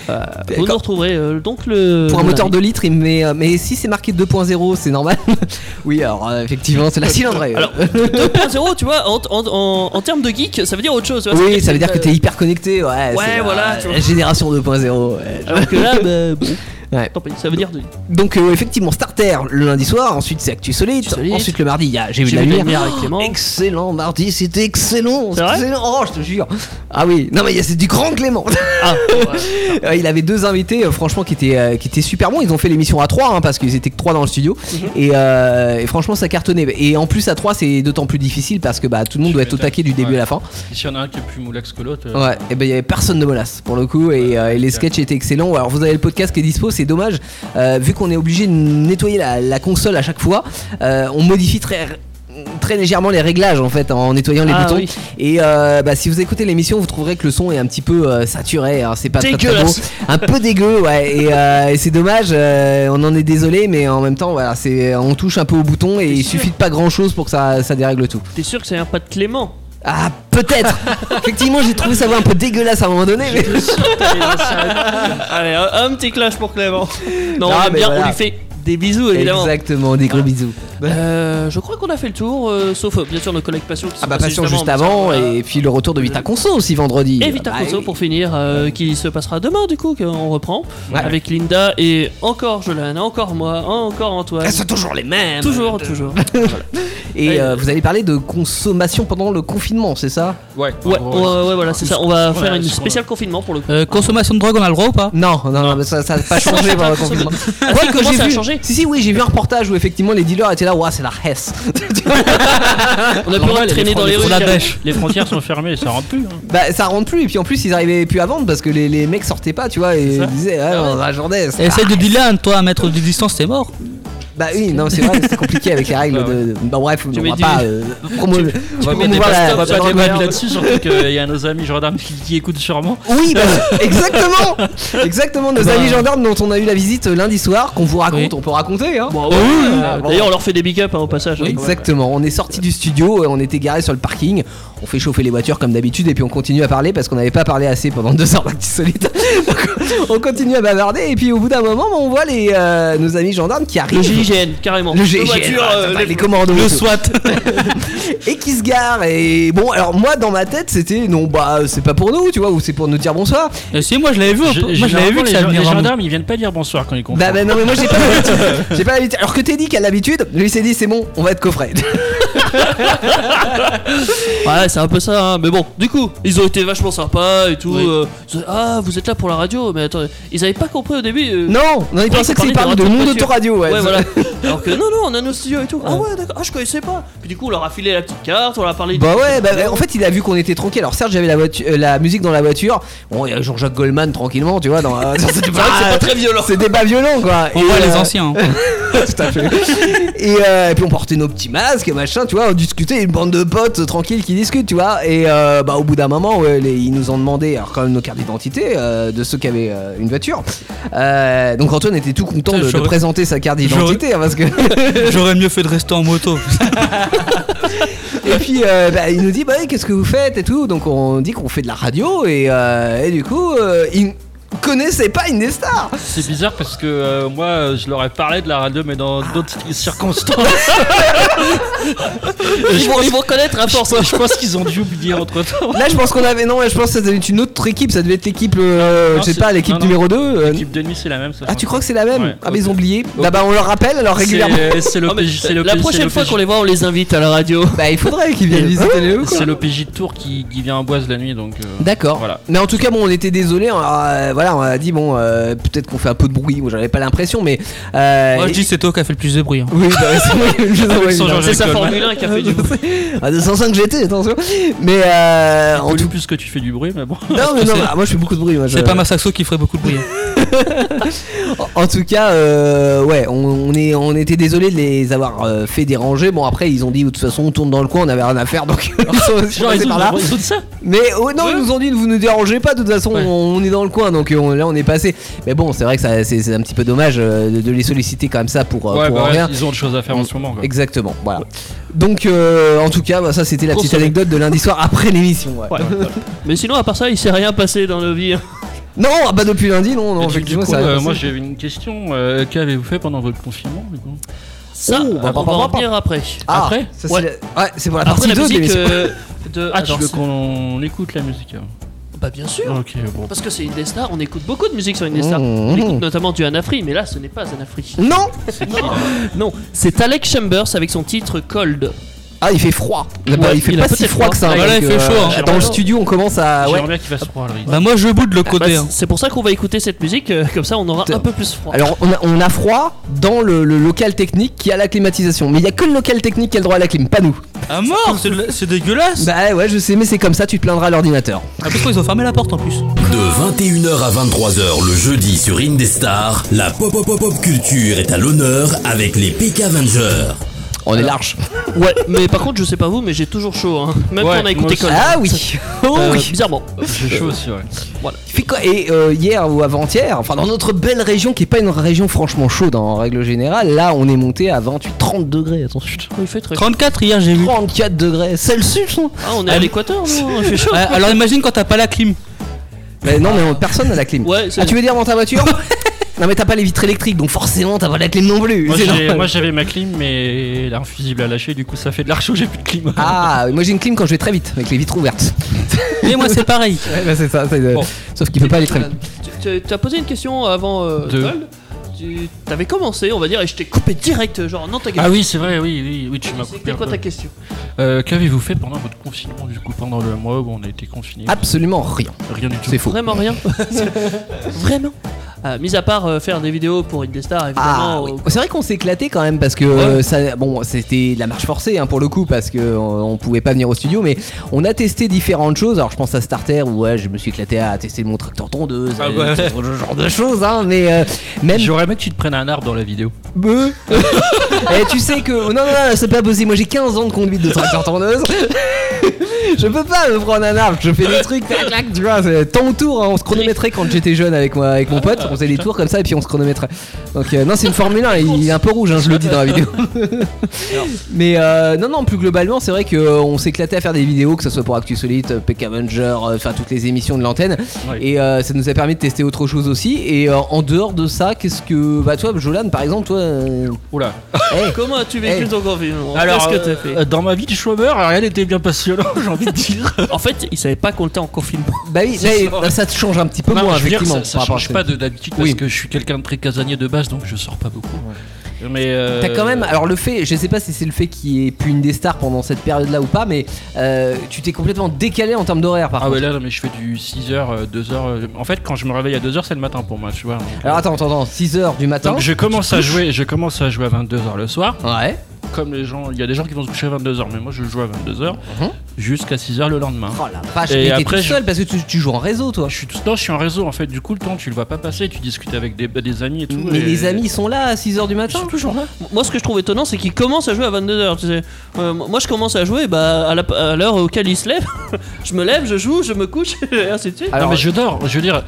Speaker 1: euh, vous nous retrouverez euh, donc le.
Speaker 2: Pour un
Speaker 1: le
Speaker 2: moteur
Speaker 1: lundi.
Speaker 2: 2 litres, il met, euh, mais si c'est marqué 2.0, c'est normal. oui, alors euh, effectivement, c'est la cylindrée.
Speaker 1: Alors, 2.0, tu vois, en, en, en, en termes de geek, ça veut dire autre chose. tu vois,
Speaker 2: oui, ça veut dire que t'es hyper connecté. Ouais, c'est la-
Speaker 1: voilà, tu
Speaker 2: La,
Speaker 1: vois.
Speaker 2: génération 2.0. ouais.
Speaker 1: Alors que là, bah, bon,
Speaker 2: Ouais.
Speaker 1: tant pis, ça veut dire de.
Speaker 2: Donc euh, effectivement starter le lundi soir, ensuite c'est Actu Solide,
Speaker 1: Actu Solide.
Speaker 2: ensuite le mardi il y a J'ai vu
Speaker 1: J'ai
Speaker 2: la
Speaker 1: vu la
Speaker 2: lumière.
Speaker 1: lumière avec
Speaker 2: Oh,
Speaker 1: Clément.
Speaker 2: excellent mardi, c'était excellent,
Speaker 1: C'est vrai
Speaker 2: excellent. Oh je te jure. Ah oui, non mais il y a- c'est du grand Clément.
Speaker 1: Ah,
Speaker 2: Euh, il avait deux invités euh, franchement qui étaient euh, qui étaient super bons. Ils ont fait l'émission à trois hein, parce qu'ils étaient que trois dans le studio
Speaker 1: Mhm.
Speaker 2: et, euh, et franchement ça cartonnait. Et en plus à trois c'est d'autant plus difficile parce que bah tout le monde
Speaker 3: Tu
Speaker 2: doit être au
Speaker 3: m'étonnes.
Speaker 2: taquet du début
Speaker 3: Ouais.
Speaker 2: à la fin.
Speaker 3: S'il y en a un qui est plus moulax que l'autre. euh,
Speaker 2: Ouais, et ben il y avait personne de molasse pour le coup et, euh, et les sketchs étaient excellents. Alors vous avez le podcast qui est dispo, c'est dommage euh, vu qu'on est obligé de nettoyer la, la console à chaque fois, euh, on modifie très très légèrement les réglages en fait en nettoyant les
Speaker 1: Ah
Speaker 2: boutons
Speaker 1: oui.
Speaker 2: et euh, bah, si vous écoutez l'émission vous trouverez que le son est un petit peu euh, saturé hein, c'est pas très, très beau
Speaker 1: Dégueulasse.
Speaker 2: un peu dégueu ouais et, euh, et c'est dommage euh, on en est désolé mais en même temps voilà c'est on touche un peu au bouton et
Speaker 1: T'es
Speaker 2: il
Speaker 1: sûr
Speaker 2: suffit de pas grand chose pour que ça, ça dérègle tout
Speaker 1: T'es sûr que c'est un pas de Clément
Speaker 2: ah peut-être effectivement j'ai trouvé ça un peu dégueulasse à un moment donné mais
Speaker 1: T'es sûr que t'as les anciens- Allez, un, un petit clash pour Clément. Non,
Speaker 2: Non,
Speaker 1: on, aime
Speaker 2: mais
Speaker 1: bien,
Speaker 2: voilà.
Speaker 1: on lui fait des bisous évidemment.
Speaker 2: Exactement, des gros bisous.
Speaker 1: Euh, je crois qu'on a fait le tour, euh, sauf euh, bien sûr nos collègues Passion qui sont
Speaker 2: Ah bah
Speaker 1: passés
Speaker 2: passion juste avant
Speaker 1: parce que,
Speaker 2: et puis le retour de Vita Conso aussi vendredi.
Speaker 1: euh, Et Vita
Speaker 2: Bah,
Speaker 1: Conso
Speaker 2: oui.
Speaker 1: pour finir, euh, qui se passera demain du coup, qu'on reprend
Speaker 2: Ouais.
Speaker 1: avec Linda et encore Jolan, encore moi, encore Antoine.
Speaker 2: Elles sont toujours les mêmes. Ah,
Speaker 1: Toujours, toujours.
Speaker 2: Et euh,
Speaker 1: Ouais.
Speaker 2: vous allez parler de consommation pendant le confinement, c'est ça
Speaker 3: Ouais, en
Speaker 1: Ouais, ouais,
Speaker 3: gros,
Speaker 1: ouais, voilà, c'est ça. On va
Speaker 3: Ouais,
Speaker 1: faire une
Speaker 3: sur, euh,
Speaker 1: spéciale confinement pour le coup.
Speaker 4: Euh, Consommation de drogue, on a le droit ou pas
Speaker 2: Non, non, non, mais ça ça n'a pas changé pendant le confinement. Ouais,
Speaker 1: Comment ça a
Speaker 2: vu.
Speaker 1: changé
Speaker 2: Si si oui, j'ai vu un reportage où effectivement les dealers étaient là, ouah, c'est la Hesse.
Speaker 1: On a pu
Speaker 3: Normal,
Speaker 1: traîner
Speaker 3: les
Speaker 1: dans les
Speaker 3: Français
Speaker 1: rues.
Speaker 4: font
Speaker 1: il
Speaker 4: la
Speaker 1: y a-
Speaker 4: dèche.
Speaker 3: Les frontières sont fermées, ça rentre plus. hein.
Speaker 2: bah ça rentre plus et puis en plus ils arrivaient plus à vendre parce que les, les mecs sortaient pas, tu vois, et
Speaker 3: ça.
Speaker 2: ils disaient ah, on a la journée. c'est-
Speaker 4: Essaye de dealer, toi, à mettre de distance, t'es mort.
Speaker 2: Bah oui, non, c'est vrai, c'est compliqué avec les règles
Speaker 3: Bah
Speaker 2: de. Bah bref, on
Speaker 1: mets
Speaker 2: va
Speaker 1: du-
Speaker 2: pas euh, promo-
Speaker 3: On va pas
Speaker 2: promouvoir
Speaker 3: dépasser-
Speaker 2: la-
Speaker 3: on
Speaker 1: la
Speaker 3: va pas
Speaker 1: merde.
Speaker 3: débattre là-dessus, surtout qu'il y a nos amis gendarmes qui, qui écoutent sûrement.
Speaker 2: Oui, bah, exactement Exactement, nos
Speaker 4: Bah.
Speaker 2: amis gendarmes dont on a eu la visite euh, lundi soir, qu'on vous raconte,
Speaker 4: Oui.
Speaker 2: on peut raconter, hein
Speaker 1: Bon, ouais, euh,
Speaker 2: bon.
Speaker 1: D'ailleurs, on leur fait des big up hein, au passage. hein.
Speaker 2: Exactement, on est sorti du studio, euh, on était garé sur le parking, on fait chauffer les voitures comme d'habitude et puis on continue à parler parce qu'on n'avait pas parlé assez pendant deux heures d'actu solide. Donc, on continue à bavarder et puis au bout d'un moment on voit les euh, nos amis gendarmes qui
Speaker 1: Le
Speaker 2: arrivent.
Speaker 1: GIGN, carrément.
Speaker 2: Le
Speaker 1: Deux
Speaker 2: GIGN,
Speaker 1: voitures,
Speaker 2: ah,
Speaker 1: euh,
Speaker 2: attends,
Speaker 1: les-
Speaker 2: les commandos.
Speaker 4: Le SWAT.
Speaker 2: et qui se gare. Et bon, alors moi dans ma tête, c'était non, bah c'est pas pour nous, tu vois, ou c'est pour nous dire bonsoir.
Speaker 4: Euh, si, moi je l'avais vu, au- moi je l'avais vu que ça venait
Speaker 3: Les
Speaker 4: vraiment.
Speaker 3: gendarmes, ils viennent pas dire bonsoir quand ils
Speaker 2: Bah,
Speaker 3: comprennent.
Speaker 2: bah, non, mais moi j'ai pas l'habitude. J'ai pas l'habitude. Alors que Teddy qui a l'habitude, lui s'est dit c'est bon, on va être coffret.
Speaker 1: Ouais, c'est un peu ça, hein. mais bon, du coup, ils ont été vachement sympas et tout.
Speaker 3: Oui.
Speaker 1: euh, ils ont dit, ah, vous êtes là pour la radio, mais attendez, ils avaient pas compris au début. euh,
Speaker 2: non, non, il pensait que c'est parle
Speaker 1: parlait de
Speaker 2: de monde
Speaker 1: radio.
Speaker 2: autoradio.
Speaker 1: Ouais,
Speaker 2: Ouais,
Speaker 1: voilà. Alors que non, non, on a nos studios et tout. Ah ouais, d'accord, ah, je connaissais pas. Puis du coup, on leur a filé la petite carte, on leur a parlé.
Speaker 2: Bah ouais, bah, bah, en fait il a vu qu'on était tranquille. Alors certes j'avais la, voiture- euh, la musique dans la voiture. Bon, il y a Jean-Jacques Goldman tranquillement, tu vois. Dans, euh, dans-
Speaker 1: C'est vrai que c'est pas très violent.
Speaker 2: C'était pas violent quoi.
Speaker 4: On
Speaker 2: Et,
Speaker 4: voit les
Speaker 2: euh,
Speaker 4: anciens. hein.
Speaker 2: Tout à fait. et, euh, et puis on portait nos petits masques, machin, tu vois, on discutait, une bande de potes euh, tranquilles qui discutent, tu vois. Et euh, bah, au bout d'un moment, ouais, les- ils nous ont demandé, alors quand même, nos cartes d'identité euh, de ceux qui avaient euh, une voiture. Euh, donc Antoine était tout content
Speaker 4: Putain,
Speaker 2: de, de
Speaker 4: j'aurais-
Speaker 2: présenter sa carte d'identité hein, parce que.
Speaker 4: J'aurais mieux fait de rester en moto.
Speaker 2: Et puis euh, bah, il nous dit bah oui, qu'est-ce que vous faites et tout. Donc on dit qu'on fait de la radio et, euh, et du coup euh, ils connaissaient pas Indestar.
Speaker 3: C'est bizarre parce que euh, moi, euh, je leur ai parlé de la radio, mais dans
Speaker 2: Ah.
Speaker 3: d'autres circonstances.
Speaker 1: Ils vont, ils vont connaître à force. hein.
Speaker 3: Je pense qu'ils ont dû oublier entre temps.
Speaker 2: Là je pense qu'on avait non, ouais, je pense que ça devait être une autre équipe, ça devait être l'équipe, euh,
Speaker 3: Non, non,
Speaker 2: je sais
Speaker 3: c'est-
Speaker 2: pas, l'équipe
Speaker 3: non, non.
Speaker 2: numéro 2
Speaker 3: L'équipe de nuit, c'est la même. ça.
Speaker 2: Euh, Ah, tu crois que c'est la même
Speaker 3: Ouais,
Speaker 2: Ah, mais ils
Speaker 3: ok.
Speaker 2: ont oublié. Bah, bah, on leur rappelle alors régulièrement. Ah,
Speaker 3: C'est- C'est le
Speaker 1: Non, mais
Speaker 3: PJ, c'est le
Speaker 1: la
Speaker 3: PJ, c'est
Speaker 1: prochaine
Speaker 3: le
Speaker 1: fois
Speaker 3: PJ.
Speaker 1: qu'on les voit, on les invite à la radio.
Speaker 2: Bah, il faudrait qu'ils viennent visiter les locaux.
Speaker 3: C'est le PJ de Tours qui, qui vient à Boise la nuit, donc. euh,
Speaker 2: D'accord.
Speaker 3: Voilà.
Speaker 2: Mais en tout cas, bon, on était désolé. voilà, on a dit bon, euh, peut-être qu'on fait un peu de bruit. Moi, j'avais pas l'impression, mais. euh,
Speaker 4: Moi je
Speaker 2: et-
Speaker 4: dis c'est toi qui a fait le plus de bruit. hein.
Speaker 2: Oui, bah, c'est moi qui ai le jeu, ouais,
Speaker 3: son
Speaker 2: évidemment.
Speaker 3: Jean-Jacques
Speaker 1: C'est sa
Speaker 3: Goldman.
Speaker 1: Formule 1 qui a fait du bruit.
Speaker 2: Ah, 205 GT, attention. Mais euh, en
Speaker 3: pollue
Speaker 2: tout
Speaker 3: plus que tu fais du bruit, mais bon.
Speaker 2: non, mais non, bah, moi je fais beaucoup de bruit. moi, je-
Speaker 4: C'est pas ma saxo qui ferait beaucoup de bruit. hein.
Speaker 2: En- En tout cas, euh, ouais, on, on est, on était désolé de les avoir euh, fait déranger. Bon, après, ils ont dit de toute façon, on tourne dans le coin, on avait rien à faire, donc ils sont ils sont
Speaker 3: Genre,
Speaker 2: passés
Speaker 3: ils
Speaker 2: par là.
Speaker 3: ont ils ont de ça.
Speaker 2: Mais oh, non, ils nous ont dit ne vous ne dérangez pas, de toute façon
Speaker 3: Ouais.
Speaker 2: on, on est dans le coin, donc euh, on- là on est passé. Mais bon, c'est vrai que ça- c'est c'est un petit peu dommage euh, de, de les solliciter comme ça pour, euh,
Speaker 3: Ouais,
Speaker 2: pour
Speaker 3: bah,
Speaker 2: rien.
Speaker 3: ouais, ils ont de choses à faire en ce moment. quoi.
Speaker 2: Exactement, voilà. Donc euh, en tout cas, bah, ça c'était la petite
Speaker 1: Consommé.
Speaker 2: anecdote de lundi soir après l'émission. ouais.
Speaker 1: Ouais. Mais sinon, à part ça, il s'est rien passé dans nos vies. hein.
Speaker 2: Non, ah bah depuis lundi, non, non,
Speaker 3: Et du- du
Speaker 2: effectivement,
Speaker 3: coup,
Speaker 2: ça-
Speaker 3: euh, moi j'avais une question. euh, Qu'avez-vous fait pendant votre confinement du coup
Speaker 1: Ça,
Speaker 2: Oh, bah, bah,
Speaker 1: on va
Speaker 2: bah,
Speaker 1: en
Speaker 2: bah.
Speaker 1: venir après.
Speaker 2: Ah,
Speaker 3: après
Speaker 2: ça, c'est
Speaker 1: Ouais.
Speaker 2: la- ouais, c'est pour la
Speaker 1: Après
Speaker 2: partie
Speaker 1: la
Speaker 2: 2 de
Speaker 1: musique
Speaker 2: l'émission.
Speaker 1: euh, de.
Speaker 3: Ah, tu
Speaker 1: Attends,
Speaker 3: veux
Speaker 1: c'est-
Speaker 3: qu'on écoute la musique avant
Speaker 1: Bah, bien sûr.
Speaker 3: Ok, bon.
Speaker 1: Parce que c'est Indestar, on écoute beaucoup de musique sur Indestar.
Speaker 2: Mmh,
Speaker 1: On
Speaker 2: mmh.
Speaker 1: écoute notamment du Anafri, mais là ce n'est pas Anafri.
Speaker 2: Non
Speaker 1: Non, c'est Alec Chambers avec son titre Cold.
Speaker 2: Ah, il fait froid. Là, bah,
Speaker 1: Ouais,
Speaker 2: il fait
Speaker 1: il a
Speaker 2: pas si
Speaker 1: peut-être
Speaker 2: froid que ça.
Speaker 1: froid.
Speaker 4: Voilà,
Speaker 2: donc,
Speaker 4: il fait
Speaker 2: euh,
Speaker 4: chaud, hein.
Speaker 2: Dans le studio, on commence à. Ah ouais.
Speaker 3: J'aimerais bien qu'il fasse froid Laurie.
Speaker 4: Bah moi je boude le
Speaker 1: Bah,
Speaker 4: côté. hein.
Speaker 1: c'est pour ça qu'on va écouter cette musique, euh, comme ça on aura un peu plus froid.
Speaker 2: Alors on a, on a froid dans le, le local technique qui a la climatisation. Mais il y a que le local technique qui a le droit à la clim, pas nous.
Speaker 4: Ah mort, c'est de- c'est dégueulasse.
Speaker 2: Bah ouais je sais mais c'est comme ça tu te plaindras à l'ordinateur.
Speaker 4: Ah, parce qu'ils ont fermé la porte en plus.
Speaker 5: De 21h à 23h le jeudi sur Indestar, la pop pop pop pop culture est à l'honneur avec les PK Avengers.
Speaker 2: On est large.
Speaker 1: ouais, mais par contre je sais pas vous, mais j'ai toujours chaud, hein. même
Speaker 3: Ouais,
Speaker 1: quand on a
Speaker 3: moi
Speaker 1: écouté
Speaker 3: aussi.
Speaker 1: Cold.
Speaker 2: Ah oui. Oh
Speaker 1: Euh,
Speaker 2: oui.
Speaker 1: Bizarrement.
Speaker 3: J'ai chaud aussi, ouais.
Speaker 2: Fais quoi Et euh, hier ou avant-hier, enfin dans notre belle région qui est pas une région franchement chaude hein, en règle générale, là on est monté à 28, 30 degrés. Attention.
Speaker 1: Oh, Il fait très
Speaker 4: 34 hier j'ai vu.
Speaker 2: 34 degrés Celsius. hein.
Speaker 1: Ah, on est à l'équateur, nous, il fait chaud.
Speaker 4: Ouais, Euh, alors imagine quand t'as pas la clim.
Speaker 2: Mais non mais on- personne n'a la clim.
Speaker 1: Ouais, c'est-
Speaker 2: ah tu veux dire dans ta voiture Non mais t'as pas les vitres électriques donc forcément t'as pas la clim non plus.
Speaker 3: Moi,
Speaker 2: C'est
Speaker 3: j'ai-
Speaker 2: normal.
Speaker 3: Moi j'avais ma clim, mais là, un fusible à lâcher, du coup ça fait de l'archaud, j'ai plus de clim.
Speaker 2: Ah, moi j'ai une clim quand je vais très vite, avec les vitres ouvertes.
Speaker 4: Mais moi c'est pareil.
Speaker 2: Ouais, bah c'est ça, c'est de-
Speaker 3: Bon.
Speaker 2: sauf qu'il peut pas aller très vite.
Speaker 1: Tu tu as posé une question avant euh,
Speaker 3: De-
Speaker 1: Cold. Tu t'avais commencé, on va dire, et je t'ai coupé direct, genre non ta
Speaker 3: Ah oui, c'est vrai, oui, oui, oui, tu m'as coupé.
Speaker 1: C'était
Speaker 3: un
Speaker 1: quoi
Speaker 3: peu.
Speaker 1: ta question
Speaker 3: Euh, Qu'avez-vous fait pendant votre confinement, du coup, pendant le mois où on a été confinés
Speaker 2: Absolument rien,
Speaker 3: Rien du tout.
Speaker 2: Ah. c'est faux.
Speaker 1: Vraiment rien. Vraiment. Ah, mis à part euh, faire des vidéos pour Indestar,
Speaker 2: Ah,
Speaker 1: évidemment.
Speaker 2: oui.
Speaker 1: euh,
Speaker 2: C'est vrai qu'on s'est éclaté quand même parce que euh, ça, bon, c'était de la marche forcée hein, pour le coup parce que euh, on pouvait pas venir au studio, mais on a testé différentes choses. Alors je pense à Starter où ouais, je me suis éclaté à tester mon tracteur tondeuse,
Speaker 3: Ah
Speaker 2: euh,
Speaker 3: ouais.
Speaker 2: ce genre de choses, hein, mais euh, même
Speaker 3: J'aurais aimé que tu te prennes un arbre dans la vidéo.
Speaker 2: Beuh. Eh, Et tu sais que. Non, non, non, c'est pas possible. Moi j'ai 15 ans de conduite de tracteur tendeuse. je peux pas me prendre un arbre, je fais des trucs, tac, tac, tu vois, c'est temps au tour, hein, on se chronométrait quand j'étais jeune avec, moi, avec mon pote, on faisait des tours comme ça et puis on se chronométrait. Donc euh, non, c'est une Formule 1, il est un peu rouge, hein, je le dis dans la vidéo. Mais euh, non, non, plus globalement, c'est vrai qu'on s'éclatait à faire des vidéos, que ce soit pour Actu Solite, Peck Avenger, euh, enfin toutes les émissions de l'antenne.
Speaker 3: Ouais.
Speaker 2: Et euh, ça nous a permis de tester autre chose aussi. Et euh, en dehors de ça, qu'est-ce que. Bah, toi, Jolan, par exemple, toi. euh,
Speaker 3: Oula.
Speaker 2: hey,
Speaker 1: Comment as-tu vécu
Speaker 2: Eh.
Speaker 1: ton confinement
Speaker 3: Alors,
Speaker 1: Qu'est-ce que t'as fait
Speaker 3: euh, dans ma vie de chômeur, rien n'était bien passionnant, j'ai envie de dire.
Speaker 1: En fait, il savait pas qu'on était en confinement.
Speaker 2: bah oui, là, bah, ça te change un petit peu
Speaker 3: Non,
Speaker 2: moins,
Speaker 3: je veux dire,
Speaker 2: effectivement.
Speaker 3: ça, ça
Speaker 2: par rapport
Speaker 3: change
Speaker 2: à
Speaker 3: pas de d'habitude
Speaker 2: Oui.
Speaker 3: parce que je suis quelqu'un de très casanier de base, donc je sors pas beaucoup. Mais euh,
Speaker 2: T'as quand même, alors le fait, je sais pas si c'est le fait qu'il ait pu une des stars pendant cette période-là ou pas, mais euh, tu t'es complètement décalé en termes d'horaire par
Speaker 3: Ah
Speaker 2: contre.
Speaker 3: ouais là non, mais je fais du euh, 6h, 2h. En fait quand je me réveille à 2h c'est le matin pour moi, tu vois. Donc, euh,
Speaker 2: Alors attends, attends, 6h du matin.
Speaker 3: donc, je commence à jouer, je commence à jouer à 22h le soir.
Speaker 2: Ouais.
Speaker 3: Comme les gens, il y a des gens qui vont se coucher à 22h, mais moi je joue à 22h
Speaker 2: Mhm.
Speaker 3: jusqu'à 6h le lendemain.
Speaker 2: Oh la vache,
Speaker 3: Et
Speaker 2: mais t'es
Speaker 3: après,
Speaker 2: tout
Speaker 3: je-
Speaker 2: seul parce que tu, tu joues en réseau toi.
Speaker 3: Je suis tout non, je suis en réseau en fait. Du coup le temps tu le vois pas passer, tu discutes avec des, bah, des amis et tout.
Speaker 2: Mais
Speaker 3: et-
Speaker 2: les amis ils sont là à 6h du
Speaker 1: Ils
Speaker 2: matin
Speaker 1: sont toujours Moi, ce que je trouve étonnant, c'est qu'il commence à jouer à 22h. Tu sais. Euh, moi, je commence à jouer bah, à la- à l'heure auquel il se lève. je me lève, je joue, je me couche, et ainsi de suite.
Speaker 3: Non
Speaker 2: Alors,
Speaker 3: mais je dors, je veux dire,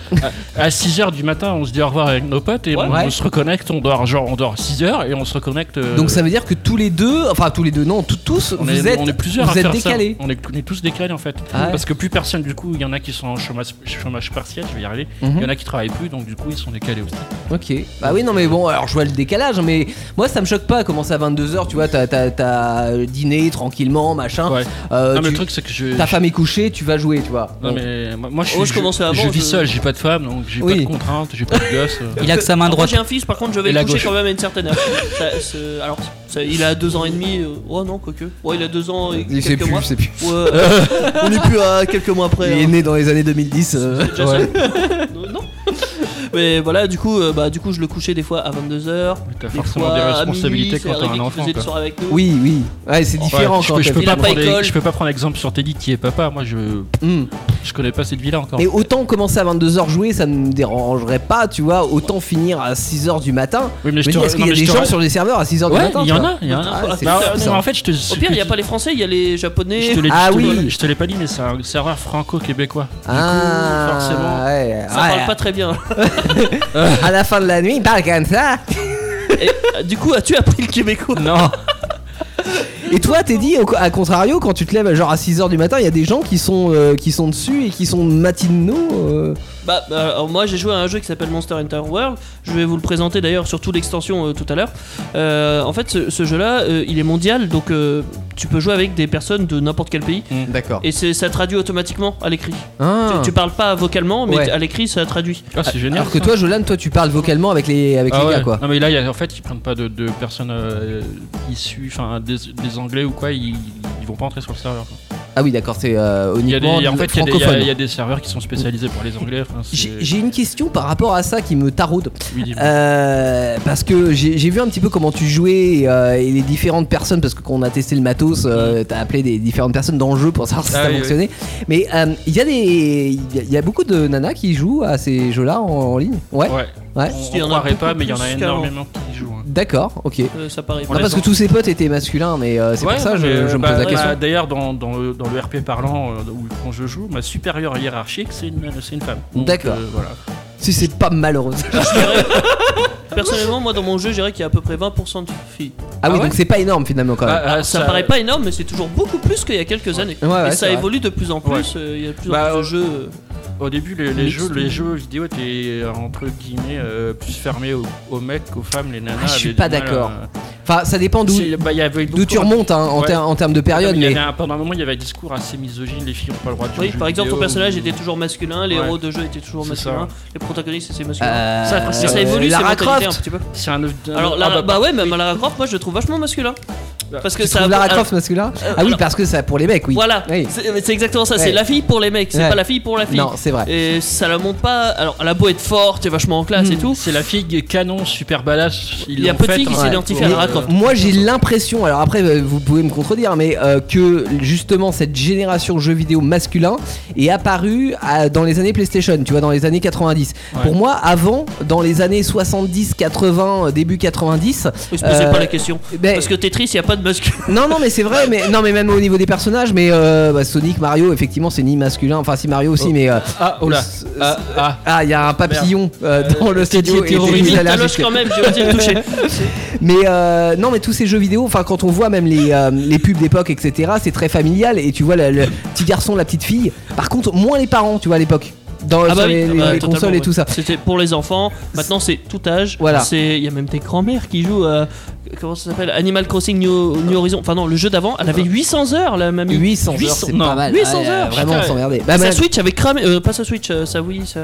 Speaker 3: à, 6h du matin on se dit au revoir avec nos potes et on,
Speaker 2: Ouais.
Speaker 3: on se reconnecte, on dort genre on dort 6h et on se reconnecte. euh,
Speaker 2: donc ça veut dire que tous les deux, enfin tous les deux, non, tout- tous,
Speaker 3: On
Speaker 2: vous
Speaker 3: est,
Speaker 2: êtes,
Speaker 3: on est plusieurs
Speaker 2: vous
Speaker 3: à
Speaker 2: êtes
Speaker 3: faire
Speaker 2: décalés.
Speaker 3: ça. On est, on est tous décalés en fait.
Speaker 2: Ah ouais.
Speaker 3: Parce que plus personne, du coup, il y en a qui sont en chômage, chômage partiel, je vais y arriver. Il
Speaker 2: Mhm.
Speaker 3: y en a qui travaillent plus, donc du coup, ils sont décalés aussi.
Speaker 2: Ok. Bah oui, non, mais bon, alors je vois le décalage, mais moi ça me choque pas. Commencer à 22h, tu vois, t'as- t'as t'as dîné tranquillement, machin.
Speaker 3: Ouais.
Speaker 2: Euh,
Speaker 3: non, mais
Speaker 2: tu-
Speaker 3: le truc, c'est que je.
Speaker 2: Ta
Speaker 3: je-
Speaker 2: femme est couchée, tu vas jouer, tu vois.
Speaker 3: non,
Speaker 2: Bon.
Speaker 3: mais moi, moi, je, suis-
Speaker 1: Oh, je commençais avant,
Speaker 3: je vis
Speaker 1: je-
Speaker 3: seul, j'ai pas de femme, donc j'ai
Speaker 2: Oui.
Speaker 3: pas de contraintes, j'ai pas de gosse. euh.
Speaker 4: Il a que sa main
Speaker 1: Alors, moi,
Speaker 4: droite.
Speaker 1: j'ai un fils, par contre, je vais
Speaker 3: Et
Speaker 1: le
Speaker 3: la
Speaker 1: coucher
Speaker 3: gauche.
Speaker 1: quand même à une certaine heure. Ça- ce- alors, ça- il a 2 ans et demi. euh, oh non, quoique. Ouais, il a 2 ans et
Speaker 2: Il sait
Speaker 1: quelques
Speaker 2: plus,
Speaker 1: mois.
Speaker 2: je sais plus.
Speaker 1: Ouais, euh, on est plus à quelques mois après.
Speaker 2: Il est
Speaker 1: hein.
Speaker 2: né dans les années 2010. euh,
Speaker 1: C'est déjà ça. Non, non. Mais voilà, du coup, euh, bah, du coup, je le couchais des fois à 22h.
Speaker 3: T'as forcément des responsabilités quand t'as un enfant.
Speaker 1: faisait
Speaker 3: quoi.
Speaker 1: le soir avec nous.
Speaker 2: Oui, oui. Ouais, c'est
Speaker 3: Ouais,
Speaker 2: différent
Speaker 3: je,
Speaker 2: quand
Speaker 3: peux, je
Speaker 2: t'as-
Speaker 3: peux
Speaker 1: Il a
Speaker 3: pas
Speaker 1: pas
Speaker 3: prendre
Speaker 1: école.
Speaker 3: les- je peux pas prendre exemple sur Teddy qui est papa. Moi, je,
Speaker 2: Hmm.
Speaker 3: je connais pas cette vie-là encore.
Speaker 2: Mais autant commencer à 22h jouer, ça ne me dérangerait pas, tu vois. Autant finir à 6h du matin.
Speaker 3: Oui, mais
Speaker 2: Je me dis, Est-ce
Speaker 3: non,
Speaker 2: qu'il y a
Speaker 3: mais je
Speaker 2: des
Speaker 3: te
Speaker 2: gens
Speaker 3: ra-
Speaker 2: sur les serveurs à 6h du
Speaker 3: Ouais,
Speaker 2: matin
Speaker 3: il y
Speaker 2: tu
Speaker 3: en
Speaker 2: vois.
Speaker 3: a, il y en a.
Speaker 2: Ah, c'est
Speaker 3: Bah,
Speaker 2: fou,
Speaker 3: non,
Speaker 2: ça.
Speaker 3: En fait, je te.
Speaker 1: Au pire, il n'y a pas les Français, il y a les Japonais.
Speaker 3: Je te l'ai
Speaker 2: Ah
Speaker 3: je te
Speaker 2: oui.
Speaker 3: l'ai- je te l'ai pas dit, mais c'est un serveur franco-québécois. Du coup,
Speaker 2: Ah,
Speaker 3: forcément.
Speaker 2: ouais,
Speaker 1: Ça
Speaker 2: ouais.
Speaker 1: parle pas très bien.
Speaker 2: À la fin de la nuit, il parle comme ça.
Speaker 1: Et, euh, du coup, as-tu appris le québécois
Speaker 3: Non,
Speaker 2: Et toi, t'es dit, au co- à contrario, quand tu te lèves genre à 6h du matin, il y a des gens qui sont, euh, qui sont dessus et qui sont matinaux. euh.
Speaker 1: Bah, bah, alors moi j'ai joué à un jeu qui s'appelle Monster Hunter World. Je vais vous le présenter d'ailleurs surtout l'extension euh, tout à l'heure. Euh, en fait, ce, ce jeu-là, euh, il est mondial, donc euh, tu peux jouer avec des personnes de n'importe quel pays.
Speaker 2: D'accord.
Speaker 1: Et c'est- ça traduit automatiquement à l'écrit.
Speaker 2: Ah.
Speaker 1: Tu, tu parles pas vocalement, mais
Speaker 2: Ouais.
Speaker 1: t- à l'écrit ça traduit.
Speaker 3: Ah, c'est génial.
Speaker 2: Alors que toi, Jolan, toi, tu parles vocalement avec les, avec
Speaker 3: Ah
Speaker 2: les
Speaker 3: ouais.
Speaker 2: gars, quoi.
Speaker 3: Non mais là, il y a- en fait, ils prennent pas de, de personnes euh, issues, enfin des, des Anglais ou quoi, ils, ils vont pas entrer sur le serveur. quoi.
Speaker 2: Ah oui, d'accord, c'est euh,
Speaker 3: Il y a des,
Speaker 2: uniquement
Speaker 3: en fait, il y a des- il y, a-
Speaker 2: francophone.
Speaker 3: il y a des serveurs qui sont spécialisés pour les Anglais. enfin, c'est-
Speaker 2: J'ai j'ai une question par rapport à ça qui me taraude.
Speaker 3: oui, dis-moi.
Speaker 2: Euh, parce que j'ai j'ai vu un petit peu comment tu jouais et, euh, et les différentes personnes, parce que quand on a testé le matos, euh, t'as appelé des différentes personnes dans le jeu pour savoir si
Speaker 3: Mm. Ah
Speaker 2: ça
Speaker 3: oui, oui.
Speaker 2: fonctionnait. Mais euh, il y a des, il y a- il y a beaucoup de nanas qui jouent à ces jeux-là en, en ligne. Ouais.
Speaker 3: ouais.
Speaker 2: Ouais.
Speaker 3: On,
Speaker 1: Il y en
Speaker 3: on
Speaker 1: a
Speaker 3: croirait pas,
Speaker 1: beaucoup
Speaker 3: mais il y en a
Speaker 1: plus qu'avant.
Speaker 3: énormément qui jouent. hein.
Speaker 2: D'accord, ok.
Speaker 1: Euh, ça paraît.
Speaker 3: On
Speaker 2: Non,
Speaker 1: pas.
Speaker 3: les
Speaker 2: parce que
Speaker 3: sent.
Speaker 2: tous ces potes étaient masculins, mais euh, c'est
Speaker 3: Ouais,
Speaker 2: pour ça
Speaker 3: non,
Speaker 2: que je,
Speaker 3: mais,
Speaker 2: je me
Speaker 3: bah,
Speaker 2: pose la
Speaker 3: bah,
Speaker 2: question.
Speaker 3: D'ailleurs, dans, dans le, dans le RP parlant, euh, où, quand je joue, ma supérieure hiérarchique, c'est une, c'est une femme. Donc,
Speaker 2: D'accord.
Speaker 3: euh, voilà.
Speaker 2: Si c'est pas malheureux. Ah
Speaker 1: Personnellement, moi dans mon jeu, je dirais qu'il y a à peu près 20% de filles.
Speaker 2: Ah oui,
Speaker 3: ouais
Speaker 2: donc c'est pas énorme finalement quand même.
Speaker 3: Ah, ah,
Speaker 1: Ça, paraît pas énorme, mais c'est toujours beaucoup plus qu'il y a quelques années.
Speaker 2: Ouais, ouais,
Speaker 1: Et
Speaker 2: c'est
Speaker 1: ça
Speaker 2: vrai.
Speaker 1: évolue de plus en
Speaker 3: Ouais.
Speaker 1: plus. euh, Il y a de plus en
Speaker 3: Bah,
Speaker 1: plus de
Speaker 3: euh,
Speaker 1: jeux. euh,
Speaker 3: Au début, les, les
Speaker 1: Mixte.
Speaker 3: jeux, les jeux vidéo étaient euh, entre guillemets euh, plus fermés aux, aux mecs qu'aux femmes, les nanas.
Speaker 2: Ah, je suis
Speaker 3: avaient
Speaker 2: pas
Speaker 3: du mal
Speaker 2: d'accord.
Speaker 3: à-
Speaker 2: Enfin, ça dépend d'où
Speaker 3: C'est- bah, il y avait
Speaker 2: d'où tu
Speaker 3: beaucoup-
Speaker 2: remontes hein, en,
Speaker 3: Ouais.
Speaker 2: ter- en termes de période,
Speaker 3: Il y
Speaker 2: mais.
Speaker 3: avait un- pendant un moment, il y avait un discours assez misogyne, les filles ont pas le droit de jouer.
Speaker 1: Oui,
Speaker 3: aux jeux
Speaker 1: par exemple, ton
Speaker 3: vidéo,
Speaker 1: personnage
Speaker 3: ou-
Speaker 1: était toujours masculin, les
Speaker 3: Ouais.
Speaker 1: héros de jeu étaient toujours
Speaker 3: C'est
Speaker 1: masculins,
Speaker 3: ça.
Speaker 1: les protagonistes étaient masculins.
Speaker 2: Euh,
Speaker 3: Ça,
Speaker 1: Ça,
Speaker 3: euh,
Speaker 1: ça évolue,
Speaker 2: Lara
Speaker 1: ces mentalités
Speaker 2: Croft.
Speaker 1: un petit peu.
Speaker 3: C'est un. autre-
Speaker 1: Alors,
Speaker 3: ah,
Speaker 1: Lara- bah, ouais, même à Lara Croft, moi je le trouve vachement masculin.
Speaker 3: Bah,
Speaker 1: Parce que
Speaker 2: Tu
Speaker 1: ça.
Speaker 2: trouves Lara
Speaker 1: alors,
Speaker 2: Croft masculin
Speaker 1: euh,
Speaker 2: Ah oui,
Speaker 1: alors-
Speaker 2: parce que ça pour les mecs, oui.
Speaker 1: Voilà,
Speaker 2: Oui.
Speaker 1: c'est c'est exactement ça,
Speaker 2: Ouais.
Speaker 1: c'est la fille pour les mecs, c'est
Speaker 2: Ouais.
Speaker 1: pas la fille pour la fille.
Speaker 2: Non, c'est vrai.
Speaker 1: Et ça la monte pas. Alors, elle a beau être forte et vachement en classe
Speaker 2: Hmm.
Speaker 1: et tout.
Speaker 3: bah, C'est la fille canon, super badass.
Speaker 1: Il y a peu de filles
Speaker 3: hein.
Speaker 1: qui s'identifient à Lara
Speaker 3: Lara
Speaker 1: Croft.
Speaker 2: Moi j'ai l'impression, alors après euh, vous pouvez me contredire, mais euh, que justement cette génération jeux vidéo masculin est apparue à- dans les années PlayStation, tu vois, dans les années 90.
Speaker 3: Ouais.
Speaker 2: Pour moi, avant, dans les années 70, 80, euh, début 90,
Speaker 1: Ils se posaient
Speaker 2: Euh,
Speaker 1: pas la question.
Speaker 2: ben,
Speaker 1: Parce que Tetris, il y a pas de masculin.
Speaker 2: Non, non, mais c'est vrai, mais non, mais même au niveau des personnages, mais euh, bah, Sonic, Mario, effectivement, c'est ni masculin, enfin si Mario aussi, mais euh,
Speaker 3: Ah, oh là.
Speaker 2: c'est-
Speaker 3: Ah, ah.
Speaker 2: ah, il y a un papillon euh, dans le studio. et
Speaker 1: Limite,
Speaker 2: t'es
Speaker 1: la
Speaker 2: allergique.
Speaker 1: loge quand même, j'ai osé le toucher.
Speaker 2: Mais euh, non, mais tous ces jeux vidéo, enfin quand on voit même les, euh, les pubs d'époque, etc., c'est très familial et tu vois la- le, petit garçon, la petite fille. Par contre, moins les parents, tu vois à l'époque, dans
Speaker 1: Ah
Speaker 2: sur
Speaker 1: bah oui,
Speaker 2: les,
Speaker 1: ah
Speaker 2: les-
Speaker 1: bah,
Speaker 2: les
Speaker 1: totalement,
Speaker 2: consoles et
Speaker 1: ouais.
Speaker 2: tout ça.
Speaker 1: C'était pour les enfants. Maintenant, c'est tout âge.
Speaker 2: Voilà.
Speaker 1: C'est- Il y a même tes grands-mères qui jouent à. Comment ça s'appelle Animal Crossing New, New Horizon. Enfin, non, le jeu d'avant, elle avait 800 heures, la mamie.
Speaker 2: 800 heures, c'est
Speaker 3: non,
Speaker 2: pas mal. Ah,
Speaker 1: 800
Speaker 2: Ouais,
Speaker 1: heures,
Speaker 2: vraiment, on
Speaker 3: putain.
Speaker 2: s'emmerdait. Bah,
Speaker 1: Sa
Speaker 2: bah,
Speaker 1: Switch avait cramé. euh, pas sa Switch, euh, sa Wii. sa-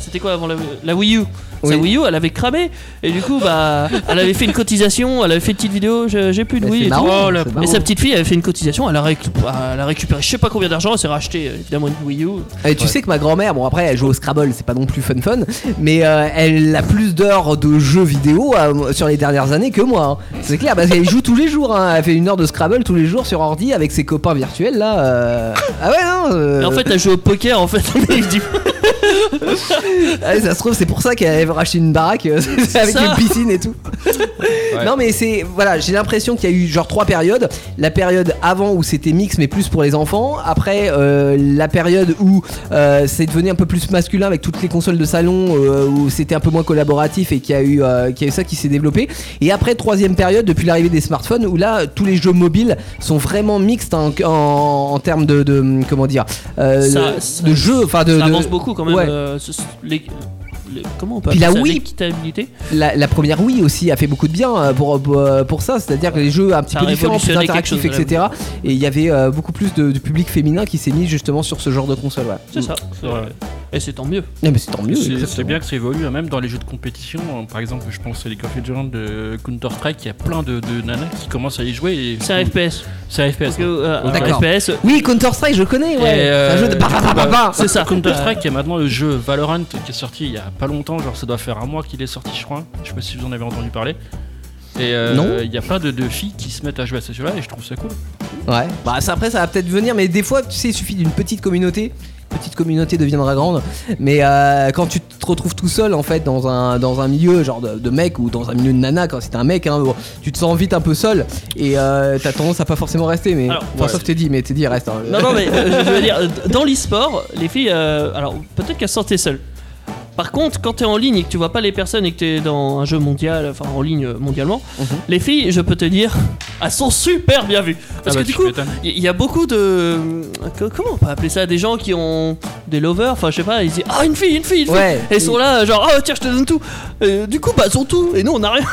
Speaker 1: C'était quoi avant la, la Wii U
Speaker 2: Oui.
Speaker 1: Sa Wii U, elle avait cramé. Et du coup, bah, elle avait fait une cotisation, elle avait fait une petite vidéo. je- J'ai plus de
Speaker 2: Mais
Speaker 1: Wii.
Speaker 2: c'est
Speaker 1: et tout.
Speaker 2: marrant,
Speaker 1: la-
Speaker 2: c'est marrant.
Speaker 1: et sa petite fille avait fait une cotisation, elle a, récu- elle a récupéré je sais pas combien d'argent, elle s'est racheté euh, évidemment une Wii U.
Speaker 2: Et tu sais que ma grand-mère, bon après elle joue au Scrabble, c'est pas non plus fun fun, mais euh, elle a plus d'heures de jeux vidéo euh, sur les dernières années que moi. hein. C'est clair, parce qu'elle joue tous les jours, hein. elle fait une heure de Scrabble tous les jours sur ordi avec ses copains virtuels là. euh. Ah ouais non euh,
Speaker 1: Et en fait, elle joue au poker en fait. mais je dis-
Speaker 2: ah ouais, ça se trouve c'est pour ça qu'elle veut racheter une baraque euh, avec
Speaker 1: ça.
Speaker 2: une piscine et tout.
Speaker 3: Ouais.
Speaker 2: Non mais c'est voilà, j'ai l'impression qu'il y a eu genre trois périodes. La période avant où c'était mix mais plus pour les enfants. Après euh, la période où euh, c'est devenu un peu plus masculin avec toutes les consoles de salon euh, où c'était un peu moins collaboratif et qu'il y a eu euh, qu'il y a eu ça qui s'est développé. Et après troisième période depuis l'arrivée des smartphones où là tous les jeux mobiles sont vraiment mixtes en, en, en termes de, de- comment dire euh,
Speaker 1: Ça-
Speaker 2: de,
Speaker 1: ça-
Speaker 2: de jeux enfin de,
Speaker 1: ça avance
Speaker 2: de-
Speaker 1: beaucoup quand même.
Speaker 2: ouais.
Speaker 1: euh, ce- ce- les- les- comment on peut
Speaker 2: Puis la
Speaker 1: appeler ça
Speaker 2: Wii.
Speaker 1: L'équitabilité.
Speaker 2: La, la première Wii aussi a fait beaucoup de bien euh, pour, pour, euh, pour ça, c'est-à-dire que les jeux un petit
Speaker 1: Ça a
Speaker 2: peu différents, plus
Speaker 1: révolutionné quelque
Speaker 2: interactifs,
Speaker 1: chose,
Speaker 2: etc. Et il y avait euh, beaucoup plus de, de public féminin qui s'est mis justement sur ce genre de console. Ouais.
Speaker 1: C'est ça.
Speaker 3: vrai.
Speaker 1: Et c'est tant mieux.
Speaker 2: Non, mais c'est tant mieux.
Speaker 3: C'est- C'est
Speaker 2: exactement.
Speaker 3: bien que ça évolue, hein, même dans les jeux de compétition. hein. Par exemple, je pense à les of Legends de Counter-Strike, il y a plein de, de nanas qui commencent à y jouer. et-
Speaker 1: C'est un FPS.
Speaker 3: C'est un FPS.
Speaker 1: Parce que euh, un
Speaker 2: D'accord.
Speaker 1: FPS.
Speaker 2: Oui, Counter-Strike, je connais, ouais.
Speaker 3: Et, euh,
Speaker 2: C'est un jeu de. bah, bah, bah, bah, bah.
Speaker 1: C'est ça.
Speaker 3: Counter-Strike, il y a maintenant le jeu Valorant qui est sorti il y a pas longtemps, genre ça doit faire un mois qu'il est sorti, je crois. Je sais pas si vous en avez entendu parler. Et euh,
Speaker 2: Non.
Speaker 3: il y a plein de, de filles qui se mettent à jouer à ce jeu-là et je trouve ça cool.
Speaker 2: Ouais. Bah, ça, après, ça va peut-être venir, mais des fois, tu sais, il suffit d'une petite communauté. Petite communauté deviendra grande, mais euh, quand tu te retrouves tout seul en fait dans un, dans un milieu genre de, de mec ou dans un milieu de nana, quand c'est un mec, hein, bon, tu te sens vite un peu seul et euh, t'as tendance à pas forcément rester. Mais
Speaker 1: Alors,
Speaker 2: enfin, sauf Teddy, mais Teddy reste. hein.
Speaker 1: Non, non, mais euh, je veux dire, euh, dans l'e-sport, les filles, euh, alors peut-être qu'elles se sortaient seules. Par contre, quand t'es en ligne et que tu vois pas les personnes et que t'es dans un jeu mondial, enfin en ligne euh, mondialement,
Speaker 2: Mhm.
Speaker 1: les filles, je peux te dire, elles sont super bien vues. Parce
Speaker 3: Ah bah,
Speaker 1: que du
Speaker 3: tu
Speaker 1: coup,
Speaker 3: m'étonnes.
Speaker 1: Il y- y a beaucoup de. euh, Comment on peut appeler ça Des gens qui ont des lovers, enfin je sais pas, ils disent Ah, une fille, une fille, une fille
Speaker 2: Ouais.
Speaker 1: Et ils sont là, genre Ah, tiens, je te donne tout Euh, Du coup, bah, ils ont tout Et nous, on a rien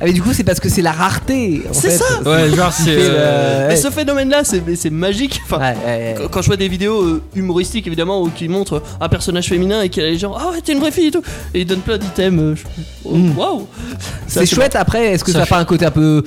Speaker 2: Ah mais du coup c'est parce que c'est la rareté. en
Speaker 1: C'est
Speaker 2: fait.
Speaker 1: ça.
Speaker 3: Ouais, genre c'est.
Speaker 2: C'est euh,
Speaker 4: euh,
Speaker 1: Et
Speaker 2: le- ouais.
Speaker 1: ce phénomène-là, c'est mais c'est magique Enfin,
Speaker 2: Ouais, ouais, ouais.
Speaker 1: quand- Quand je vois des vidéos euh, humoristiques, évidemment, où qui montrent un personnage féminin et qu'il y a les gens Ah, ouais, t'es une vraie fille et tout Et ils donnent plein d'items euh, je- oh,
Speaker 2: Mm.
Speaker 1: Waouh
Speaker 2: C'est chouette après. Est-ce que ça,
Speaker 3: Ça
Speaker 2: a pas un côté un peu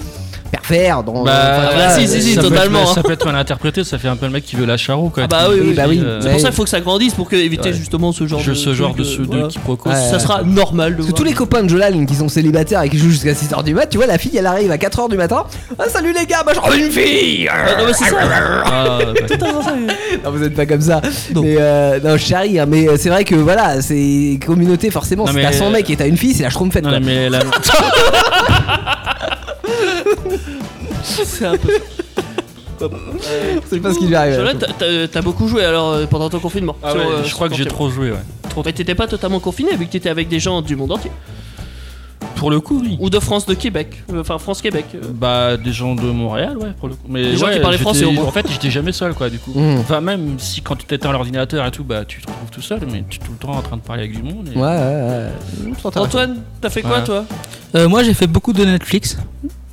Speaker 2: pervers dans
Speaker 3: Bah,
Speaker 2: enfin,
Speaker 1: ah,
Speaker 2: voilà,
Speaker 1: si, si, si,
Speaker 2: euh,
Speaker 3: ça peut être-
Speaker 1: totalement, hein.
Speaker 3: ça peut être mal interprété, ça fait un peu le mec qui veut la charo quoi.
Speaker 1: Ah bah oui, oui,
Speaker 2: bah oui.
Speaker 1: C'est
Speaker 3: Euh,
Speaker 1: pour ça qu'il faut que ça grandisse pour que, éviter
Speaker 3: Ouais.
Speaker 1: justement ce genre
Speaker 3: je
Speaker 1: de.
Speaker 3: ce genre
Speaker 1: truc,
Speaker 3: de,
Speaker 1: euh,
Speaker 3: ce- de
Speaker 1: voilà.
Speaker 3: quiproquo.
Speaker 2: Ouais.
Speaker 1: Ça sera normal de
Speaker 2: Parce que
Speaker 1: voir
Speaker 2: tous les copains de Jolal qui sont célibataires et qui jouent jusqu'à 6h du mat, tu vois, la fille elle arrive à 4h du matin. Ah, salut les gars, bah j'en veux une fille
Speaker 1: Ah, non, mais c'est ça
Speaker 3: Ah, bah,
Speaker 2: Non, vous êtes pas comme ça. Mais euh, non, je charrie, hein, mais euh, c'est vrai que voilà, c'est communauté forcément.
Speaker 3: Non,
Speaker 2: Si
Speaker 3: mais-
Speaker 2: t'as
Speaker 4: euh,
Speaker 2: 100 mecs et t'as une fille, c'est la schtroumpfette
Speaker 3: non
Speaker 2: quoi.
Speaker 3: mais la-
Speaker 1: C'est un peu
Speaker 2: Je sais pas ce qui lui arrive.
Speaker 1: Jolene, t'as- t'as- t'as beaucoup joué alors euh, pendant ton confinement.
Speaker 3: Ah
Speaker 1: Sur,
Speaker 3: ouais,
Speaker 1: euh,
Speaker 3: je crois que
Speaker 1: sur
Speaker 3: j'ai
Speaker 1: ton-
Speaker 3: trop joué ouais.
Speaker 1: Mais t'étais pas totalement confiné vu que t'étais avec des gens du monde entier.
Speaker 3: Pour le coup oui.
Speaker 1: Ou de France, de Québec. Euh, Enfin, France-Québec. euh.
Speaker 3: Bah des gens de Montréal ouais pour le coup. Mais
Speaker 1: Des gens
Speaker 3: ouais,
Speaker 1: qui parlaient
Speaker 3: j'étais-
Speaker 1: français, au moins.
Speaker 3: En fait j'étais jamais seul quoi du coup.
Speaker 2: Mmh.
Speaker 3: Enfin même si quand tu t'éteins l'ordinateur et tout bah tu te retrouves tout seul mais tu es tout le temps en train de parler avec du monde. et-
Speaker 2: Ouais, ouais, ouais.
Speaker 4: Mm,
Speaker 2: C'est intéressant.
Speaker 1: Antoine, t'as fait quoi
Speaker 3: Ouais.
Speaker 1: toi
Speaker 4: Euh, moi, j'ai fait beaucoup de Netflix.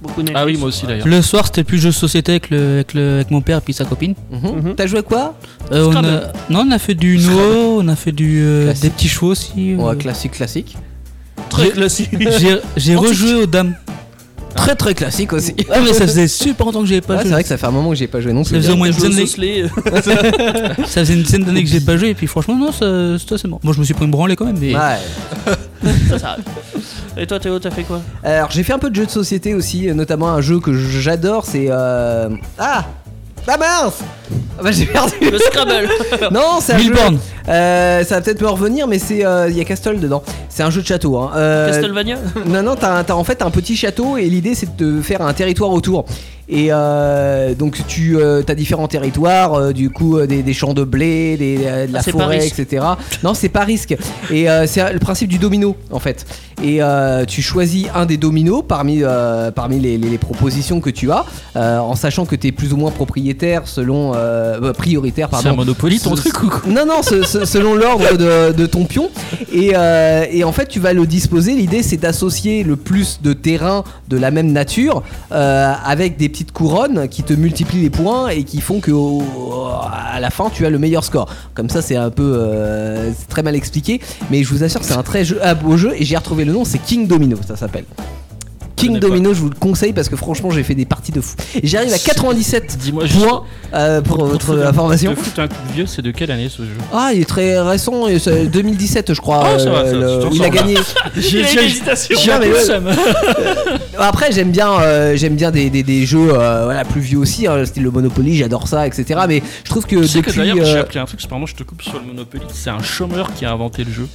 Speaker 1: Beaucoup de
Speaker 3: Ah oui
Speaker 1: Netflix.
Speaker 3: moi aussi d'ailleurs.
Speaker 4: Le soir, c'était plus jeux de société avec, le, avec, le- avec mon père et puis sa copine.
Speaker 2: Mhm.
Speaker 1: Mhm.
Speaker 2: T'as joué à quoi
Speaker 4: Euh, on
Speaker 1: Scrabble.
Speaker 4: a... Non, on a fait du Uno, on a fait du, euh,
Speaker 2: Classique.
Speaker 4: des petits chevaux aussi. euh.
Speaker 2: Ouais, classique, classique.
Speaker 1: Très classique.
Speaker 4: J'ai- J'ai rejoué aux dames.
Speaker 2: Très très classique aussi.
Speaker 4: Ah, mais ça faisait super longtemps que j'avais pas
Speaker 2: Ouais, c'est
Speaker 4: joué.
Speaker 2: vrai que ça fait un moment que j'ai pas joué non
Speaker 4: Ça
Speaker 2: plus.
Speaker 4: faisait au moins une
Speaker 1: Jouer au
Speaker 4: dizaine d'années-
Speaker 1: Saucelet, euh,
Speaker 4: ça faisait une dizaine d'années que j'ai pas joué. Et puis, franchement, non, ça- ça, c'est bon. Moi, je me suis pris une branlée quand même. Mais...
Speaker 2: Ouais.
Speaker 1: ça, ça arrive. Et toi Théo, t'as fait quoi
Speaker 2: Alors j'ai fait un peu de jeux de société aussi, euh, notamment un jeu que j'adore, c'est euh... ah ah mince Ah bah j'ai perdu.
Speaker 1: Le Scrabble Euh,
Speaker 2: Non, c'est un jeu.
Speaker 4: Milborn.
Speaker 2: Euh, ça va peut-être me revenir, mais c'est euh, il y a Castle dedans. C'est un jeu de château. Hein. Euh,
Speaker 1: Castlevania
Speaker 2: Non, non, t'as, t'as en fait un petit château et l'idée c'est de te faire un territoire autour. Et euh, donc tu as différents territoires, euh, du coup euh, des, des champs de blé, des, euh, de la
Speaker 1: Ah, c'est pas
Speaker 2: forêt,
Speaker 1: risque.
Speaker 2: etc. Non, c'est pas risque. Et euh, c'est euh, le principe du domino en fait. Et euh, tu choisis un des dominos parmi, euh, parmi les, les- les propositions que tu as, euh, en sachant que tu es plus ou moins propriétaire selon euh, euh, prioritaire
Speaker 3: C'est un
Speaker 2: pardon
Speaker 3: Monopoly ton
Speaker 2: Ce-
Speaker 3: truc ou quoi
Speaker 2: non, non, ce- ce- selon l'ordre de, de ton pion. Et, euh, et en fait, tu vas le disposer. L'idée, c'est d'associer le plus de terrain de la même nature euh, avec des petites couronnes qui te multiplient les points et qui font que au- à la fin, tu as le meilleur score. Comme ça, c'est un peu euh, c'est très mal expliqué. Mais je vous assure, c'est un très jeu, un beau jeu. Et j'ai retrouvé le nom, c'est King Domino, ça s'appelle. King
Speaker 3: connais pas.
Speaker 2: Domino, je vous le conseille parce que franchement, j'ai fait des parties de fou. Et J'arrive à 97
Speaker 3: Dis-moi juste-
Speaker 2: points euh, pour,
Speaker 3: te
Speaker 2: votre
Speaker 3: foutre un-
Speaker 2: information.
Speaker 3: Te foutre un coup de vieux, c'est de quelle année ce jeu
Speaker 2: Ah, il est très récent, et c'est 2017 je crois. euh,
Speaker 3: Ah, ça va, ça va,
Speaker 2: le-
Speaker 3: tu t'en
Speaker 2: il a
Speaker 3: sors, là.
Speaker 2: gagné.
Speaker 1: Il
Speaker 3: J'ai
Speaker 1: a une hésitation.
Speaker 3: j'ai un
Speaker 2: Non, mais
Speaker 3: peu le
Speaker 2: ouais.
Speaker 3: seum.
Speaker 2: Après j'aime bien, euh, j'aime bien des, des- des jeux euh, voilà, plus vieux aussi, hein, style le Monopoly, j'adore ça, etc. Mais je trouve que
Speaker 3: Tu sais que
Speaker 2: depuis...
Speaker 3: d'ailleurs, j'ai
Speaker 2: euh,
Speaker 3: appris un truc, c'est vraiment, je te coupe sur le Monopoly. C'est un chômeur qui a inventé le jeu.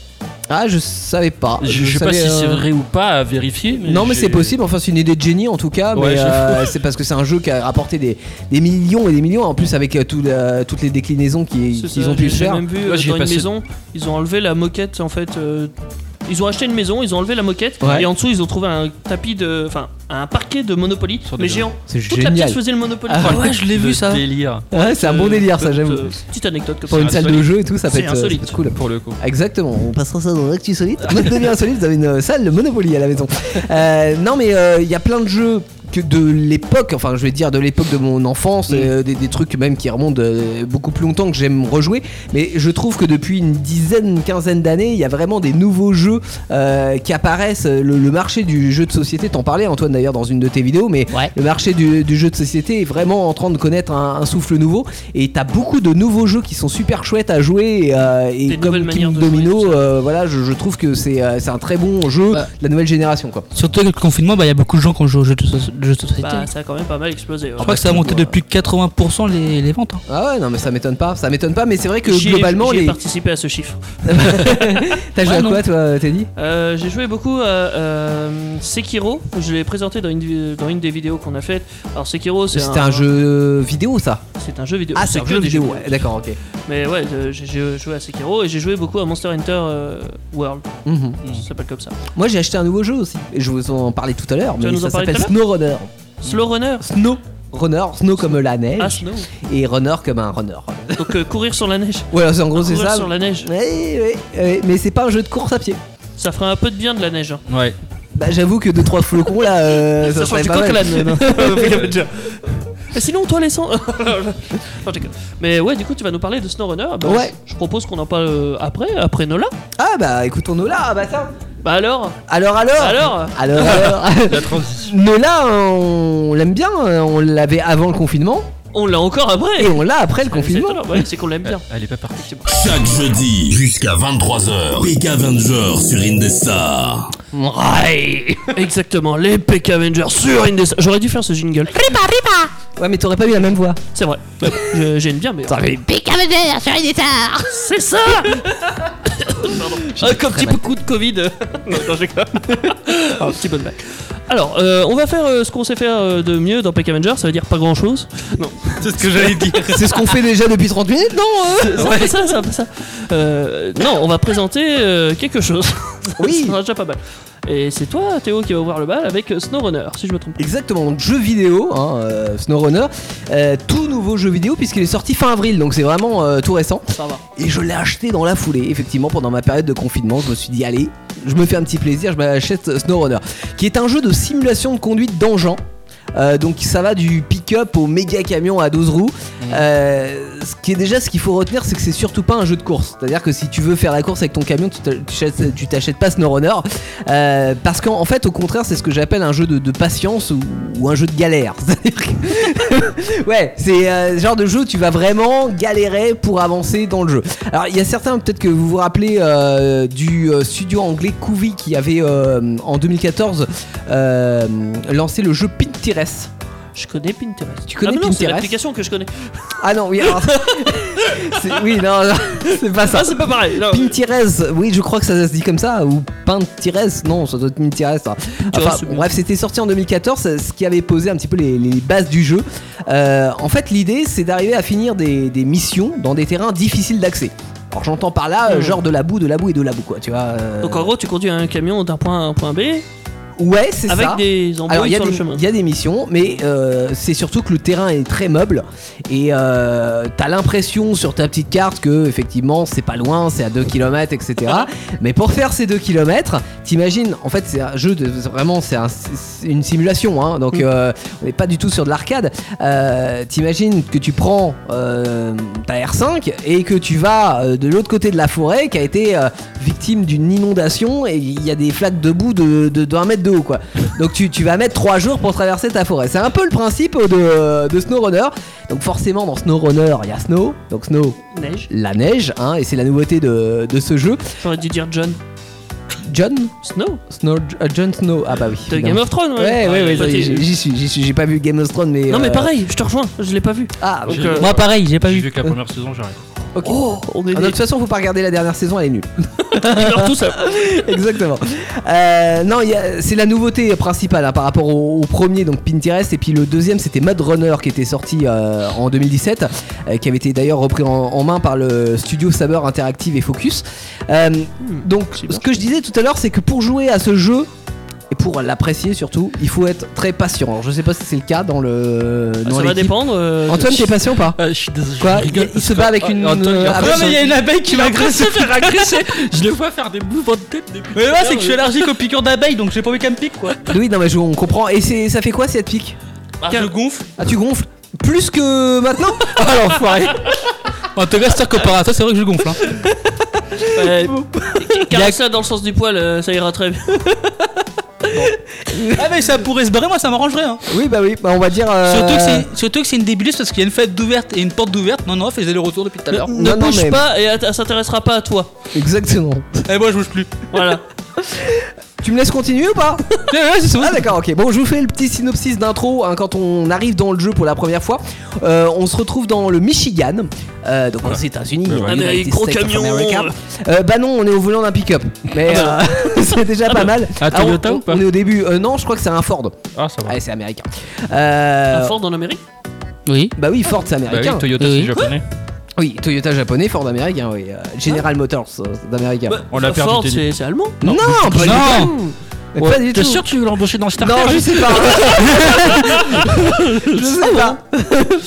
Speaker 2: Ah, je savais pas.
Speaker 3: je, je sais pas
Speaker 2: savais,
Speaker 3: si
Speaker 2: euh,
Speaker 3: c'est vrai ou pas à vérifier. Mais
Speaker 2: Non mais c'est
Speaker 3: j'ai-
Speaker 2: possible, enfin c'est une idée de génie en tout cas,
Speaker 3: Ouais,
Speaker 2: mais
Speaker 3: je-
Speaker 2: euh, c'est parce que c'est un jeu qui a rapporté des, des millions et des millions, en plus avec euh, tout la- toutes les déclinaisons qui-
Speaker 1: C'est
Speaker 2: qu'ils
Speaker 1: ça,
Speaker 2: ont pu
Speaker 1: j'ai- j'ai
Speaker 2: faire.
Speaker 1: même vu euh,
Speaker 3: Moi, j'y ai
Speaker 1: dans une
Speaker 3: passé-
Speaker 1: maison, ils ont enlevé la moquette en fait. euh, ils ont acheté une maison, ils ont enlevé la moquette
Speaker 2: Ouais.
Speaker 1: et en dessous ils ont trouvé un tapis de, enfin un parquet de Monopoly,
Speaker 3: Sur des
Speaker 1: mais
Speaker 3: gens.
Speaker 1: géant.
Speaker 2: C'est
Speaker 1: Toute la
Speaker 2: génial.
Speaker 1: pièce faisait le Monopoly.
Speaker 2: Ah
Speaker 1: Voilà.
Speaker 4: ouais, je l'ai
Speaker 3: de
Speaker 4: vu ça.
Speaker 3: Délire
Speaker 2: Ouais, c'est un bon
Speaker 1: Euh,
Speaker 2: délire ça
Speaker 1: petite,
Speaker 2: j'avoue.
Speaker 1: euh, Petite anecdote comme
Speaker 2: Pour
Speaker 1: ça.
Speaker 2: une salle de
Speaker 3: insolite.
Speaker 2: jeu et tout, ça peut
Speaker 1: C'est
Speaker 2: être, euh, ça peut être
Speaker 1: insolite.
Speaker 2: cool.
Speaker 3: pour le coup.
Speaker 2: Exactement, on passera ça dans l'actu solide. Votre devient insolite, vous avez une euh, salle de Monopoly à la maison. Euh, non, mais euh, il y a plein de jeux que de l'époque, enfin je vais dire de l'époque de mon
Speaker 1: Mm.
Speaker 2: enfance, euh, des, des trucs même qui remontent euh, beaucoup plus longtemps que j'aime rejouer, mais je trouve que depuis une dizaine, une quinzaine d'années, il y a vraiment des nouveaux jeux euh, qui apparaissent. Le, le marché du jeu de société, t'en parlais Antoine d'ailleurs dans une de tes vidéos, mais
Speaker 4: Ouais.
Speaker 2: le marché du, du jeu de société est vraiment en train de connaître un, un souffle nouveau et t'as beaucoup de nouveaux jeux qui sont super chouettes à jouer et, euh, et
Speaker 1: Des
Speaker 2: comme
Speaker 1: nouvelles
Speaker 2: King
Speaker 1: manières de
Speaker 2: Domino,
Speaker 1: jouer, tout ça.
Speaker 2: euh, voilà, je, je trouve que c'est euh, c'est un très bon jeu
Speaker 4: Bah.
Speaker 2: de la nouvelle génération quoi.
Speaker 4: Surtout avec le confinement, bah, il y a beaucoup de gens qui ont joué aux jeux de, so- de jeux de société.
Speaker 1: Bah, ça a quand même pas mal explosé. hein. ouais.
Speaker 4: je crois que ça a monté de plus de 80% les, les ventes. hein.
Speaker 2: Ah ouais, non mais ça m'étonne pas, ça m'étonne pas, mais c'est vrai que
Speaker 1: J'y ai-
Speaker 2: globalement
Speaker 1: j'y ai
Speaker 2: les.
Speaker 1: participé à ce chiffre.
Speaker 2: T'as joué
Speaker 4: Ouais,
Speaker 2: à
Speaker 4: non.
Speaker 2: quoi toi, Teddy
Speaker 1: Euh, j'ai joué beaucoup à euh, Sekiro. Je l'ai présenté dans une, dans une des vidéos qu'on a faites. Alors Sekiro, c'est
Speaker 2: C'était un, jeu vidéo ça.
Speaker 1: C'est un jeu vidéo.
Speaker 2: Ah, c'est
Speaker 1: un
Speaker 2: un jeu
Speaker 1: des
Speaker 2: vidéo,
Speaker 1: jeux
Speaker 2: ouais, d'accord, ok.
Speaker 1: Mais ouais, euh, j'ai- j'ai joué à Sekiro et j'ai joué beaucoup à Monster Hunter euh, World.
Speaker 2: Mhm.
Speaker 1: Ça s'appelle comme ça.
Speaker 2: Moi j'ai acheté un nouveau jeu aussi, et je vous en parlais tout à l'heure,
Speaker 1: Tu vas
Speaker 2: mais
Speaker 1: nous en
Speaker 2: ça
Speaker 1: parler
Speaker 2: s'appelle
Speaker 1: tout à
Speaker 2: SnowRunner.
Speaker 1: Slow Runner.
Speaker 2: Snow Runner, Snow comme la
Speaker 1: Ah,
Speaker 2: neige
Speaker 1: snow.
Speaker 2: et Runner comme un runner.
Speaker 1: Donc euh, courir sur la neige.
Speaker 2: Voilà, c'est en gros c'est
Speaker 1: Courir
Speaker 2: ça.
Speaker 1: sur la neige.
Speaker 2: Ouais, ouais, ouais, mais c'est pas un jeu de course à pied.
Speaker 1: Ça ferait un peu de bien de la neige. hein.
Speaker 3: Ouais.
Speaker 2: Bah j'avoue que 2-3 flocons là, euh, ça,
Speaker 1: Ça change
Speaker 2: serait
Speaker 1: du
Speaker 2: pas
Speaker 1: coq à hein.
Speaker 2: mal.
Speaker 1: l'âne.
Speaker 3: Euh,
Speaker 1: Et Eh, sinon, toi, les cent- Non, je déconne. Mais ouais, du coup, tu vas nous parler de SnowRunner. Bah,
Speaker 2: Ouais.
Speaker 1: Je propose qu'on en parle euh, après, après Nola.
Speaker 2: Ah bah écoutons Nola, ah bah ça.
Speaker 1: Bah alors
Speaker 2: Alors alors
Speaker 1: Alors
Speaker 2: Alors alors
Speaker 3: La transition.
Speaker 2: Nola, on l'aime bien, hein. on l'avait avant le confinement
Speaker 1: On l'a encore après
Speaker 2: et on l'a après le
Speaker 1: C'est
Speaker 2: confinement.
Speaker 1: étonnant, ouais, c'est qu'on l'aime bien.
Speaker 3: Elle est pas partie.
Speaker 5: Chaque jeudi jusqu'à 23h, PK22h sur Indestar.
Speaker 1: Ouais. Exactement, les PK Avengers sur Indes. J'aurais dû faire ce jingle.
Speaker 2: Ouais mais t'aurais pas eu la même voix.
Speaker 1: C'est vrai. Je- J'aime bien, mais.
Speaker 6: Pique à venir sur une guitare
Speaker 1: C'est ça Un petit peu coup de Covid. non, non, je déconne. Un petit peu de blague. Alors, euh, on va faire euh, ce qu'on sait faire euh, de mieux dans PK Avenger, ça veut dire pas grand chose.
Speaker 3: C'est ce que j'allais dire.
Speaker 2: C'est ce qu'on fait déjà depuis 30 minutes, non euh
Speaker 1: C'est un peu ça, c'est un peu ça. Euh, non, on va présenter euh, quelque chose. Ça
Speaker 2: Oui.
Speaker 1: sera déjà pas mal. Et c'est toi, Théo, qui va ouvrir le bal avec euh, SnowRunner, si je me trompe pas.
Speaker 2: Exactement, donc jeu vidéo, hein, euh, SnowRunner, euh, tout nouveau jeu vidéo puisqu'il est sorti fin avril, donc c'est vraiment euh, tout récent.
Speaker 1: Ça va.
Speaker 2: Et je l'ai acheté dans la foulée, effectivement, pendant ma période de confinement. Je me suis dit, allez, je me fais un petit plaisir, je m'achète SnowRunner, qui est un jeu de simulation de conduite d'engins. Euh, donc ça va du pick-up au méga camion à 12 roues. Euh, ce qui est déjà ce qu'il faut retenir, c'est que c'est surtout pas un jeu de course. C'est-à-dire que si tu veux faire la course avec ton camion, tu t'a- tu chètes- tu t'achètes pas SnowRunner. Euh, parce qu'en en fait, au contraire, c'est ce que j'appelle un jeu de, de patience ou, ou un jeu de galère. C'est-à-dire que Ouais, c'est euh, le genre de jeu où tu vas vraiment galérer pour avancer dans le jeu. Alors il y a certains peut-être que vous vous rappelez euh, du euh, studio anglais Couvy qui avait euh, en 2014 euh, lancé le jeu Pinterest.
Speaker 1: Je connais Pinterest.
Speaker 2: Tu connais
Speaker 1: ah, mais non, C'est
Speaker 2: Pinterest
Speaker 1: l'application que je connais.
Speaker 2: Ah non, oui, alors. c'est- oui, non, non, c'est pas ça.
Speaker 1: Ah, c'est pas pareil. non.
Speaker 2: Pinterest, oui, je crois que ça, se dit comme ça, ou Pinterest, non, ça doit être Pinterest. hein. Enfin,
Speaker 1: c'est bien.
Speaker 2: bref, c'était sorti en 2014, ça- ce qui avait posé un petit peu les, les bases du jeu. Euh, en fait, l'idée, c'est d'arriver à finir des, des missions dans des terrains difficiles d'accès. Alors, j'entends par là, euh,
Speaker 1: Mhm.
Speaker 2: genre de la boue, de la boue et de la boue, quoi, tu vois. euh,
Speaker 1: Donc en gros, tu conduis un camion d'un point A à un point B
Speaker 2: ouais, c'est ça.
Speaker 1: avec des
Speaker 2: Alors il
Speaker 1: embrouilles
Speaker 2: y, a
Speaker 1: sur le
Speaker 2: des-
Speaker 1: chemin.
Speaker 2: il y a des missions, mais euh, c'est surtout que le terrain est très meuble et euh, t'as l'impression sur ta petite carte que effectivement c'est pas loin, c'est à 2 km, etc. mais pour faire ces 2 km, t'imagines, en fait c'est un jeu de vraiment c'est un- c'est une simulation, hein,
Speaker 1: Mm.
Speaker 2: donc euh, on n'est pas du tout sur de l'arcade. Euh, t'imagines que tu prends euh, ta R5 et que tu vas euh, de l'autre côté de la forêt qui a été euh, victime d'une inondation et il y a des flaques de boue de, de, de 1 mètre de haut quoi. Donc tu, tu vas mettre 3 jours pour traverser ta forêt. C'est un peu le principe de, de SnowRunner. Donc forcément dans SnowRunner il y a Snow, donc Snow
Speaker 1: Neige.
Speaker 2: la neige, hein, et c'est la nouveauté de, de ce jeu.
Speaker 1: J'aurais dû dire John
Speaker 2: John
Speaker 1: Snow
Speaker 2: Snow, euh, John Snow, ah bah oui.
Speaker 1: de
Speaker 2: évidemment.
Speaker 1: Game of Thrones.
Speaker 2: Ouais, ouais, ouais,
Speaker 1: Bah, t'es-
Speaker 2: j'y j'y suis, j'y suis, j'ai pas vu Game of Thrones, mais.
Speaker 1: Non mais
Speaker 2: euh,
Speaker 1: pareil, je te rejoins, je l'ai pas vu.
Speaker 2: Ah,
Speaker 3: J'ai-
Speaker 1: euh,
Speaker 4: Moi, pareil, j'ai pas
Speaker 3: J'ai
Speaker 4: vu.
Speaker 3: vu que la première saison, j'arrête.
Speaker 2: ok.
Speaker 1: Oh, On est
Speaker 2: Ah non, de toute façon, faut pas regarder la dernière saison, elle est nulle.
Speaker 1: tout ça.
Speaker 2: Exactement. Euh, non, il y a- c'est la nouveauté principale hein, par rapport au, au premier, donc Pinterest, et puis le deuxième, c'était Mud Runner qui était sorti euh, en 2017, euh, qui avait été d'ailleurs repris en, en main par le studio Saber Interactive et Focus. Euh, donc,
Speaker 1: Hmm, c'est
Speaker 2: ce que je disais tout à l'heure, c'est que pour jouer à ce jeu. Et pour l'apprécier surtout, il faut être très patient. Alors, je sais pas si c'est le cas dans le. dans
Speaker 1: Bah, Ça va
Speaker 2: l'équipe.
Speaker 1: dépendre. euh,
Speaker 2: Antoine,
Speaker 1: de-
Speaker 2: t'es patient ou pas
Speaker 3: Ah, je suis désolé.
Speaker 2: Quoi
Speaker 3: je rigole
Speaker 2: Il- il
Speaker 3: parce
Speaker 2: se
Speaker 3: que-
Speaker 2: bat avec
Speaker 3: Ah,
Speaker 2: une-
Speaker 3: Antoine, il est en
Speaker 2: Ah,
Speaker 3: train
Speaker 2: bah,
Speaker 3: de
Speaker 2: non, mais il y a
Speaker 3: se-
Speaker 4: une abeille qui
Speaker 3: il est en train de se faire agresser. Je le vois faire des mouvements de tête depuis.
Speaker 4: Mais
Speaker 3: tout
Speaker 2: Ah,
Speaker 4: moi,
Speaker 3: à
Speaker 4: c'est que je suis
Speaker 1: euh,
Speaker 3: l'heure,
Speaker 4: allergique aux piqûres d'abeilles, donc j'ai pas envie qu'elle me pique, quoi.
Speaker 2: Oui, non, mais je, on comprend. Et c'est, ça fait quoi si elle te pique
Speaker 3: Bah, Je gonfle.
Speaker 2: Ah, tu gonfles Plus que maintenant Ah, l'enfoiré
Speaker 4: En tout cas, c'est comparé à toi, c'est vrai que je gonfle. Hein.
Speaker 1: euh, caresse ça dans le sens du poil, euh, ça ira très bien.
Speaker 4: Ah, mais ça pourrait se barrer, moi, ça m'arrangerait. Hein.
Speaker 2: Oui, bah oui, bah on va dire. euh,
Speaker 4: Surtout que c'est- Surtout que c'est une débileuse parce qu'il y a une fenêtre d'ouverte et une porte d'ouverte. Non, non, fais les retours depuis tout à l'heure.
Speaker 1: Ne
Speaker 2: non,
Speaker 1: bouge
Speaker 2: mais-
Speaker 1: pas et elle t- elle s'intéressera pas à toi.
Speaker 2: Exactement.
Speaker 4: Et moi, je bouge plus.
Speaker 1: Voilà.
Speaker 2: Tu me laisses continuer ou pas
Speaker 4: Ouais, ouais, c'est
Speaker 2: Ah, d'accord, ok. Bon, je vous fais le petit synopsis d'intro hein, quand on arrive dans le jeu pour la première fois. Euh, on se retrouve dans le Michigan, euh, donc aux États-Unis.
Speaker 3: Ouais,
Speaker 2: hein,
Speaker 1: Amérique,
Speaker 2: United
Speaker 1: gros
Speaker 2: States of
Speaker 1: camion.
Speaker 2: America. Euh, bah non, on est au volant d'un pick-up. Mais
Speaker 4: Ah, bah.
Speaker 2: euh, c'est déjà pas mal.
Speaker 3: Un
Speaker 2: Ah, on-
Speaker 3: Toyota ou pas
Speaker 2: On est au début. Euh, non, je crois que c'est un Ford.
Speaker 3: Ah, ça va.
Speaker 2: Ouais, c'est américain. Euh,
Speaker 1: Fort dans l'Amérique.
Speaker 4: Oui.
Speaker 2: Bah oui, Ford, c'est
Speaker 3: Bah
Speaker 2: américain.
Speaker 3: oui, Toyota,
Speaker 4: Oui.
Speaker 3: c'est japonais.
Speaker 2: Oui, Toyota japonais, Ford américain, oui. euh, General
Speaker 4: Hein
Speaker 2: Motors euh, d'américain.
Speaker 4: Bah,
Speaker 3: On l'a perdu,
Speaker 1: Ford,
Speaker 3: t'es dit.
Speaker 1: c'est c'est allemand.
Speaker 2: non, pas du tout.
Speaker 4: Non,
Speaker 2: Mais Pas du tout.
Speaker 4: que tu veux l'embaucher dans Star
Speaker 2: non, je sais pas. je sais
Speaker 4: Ah
Speaker 2: pas.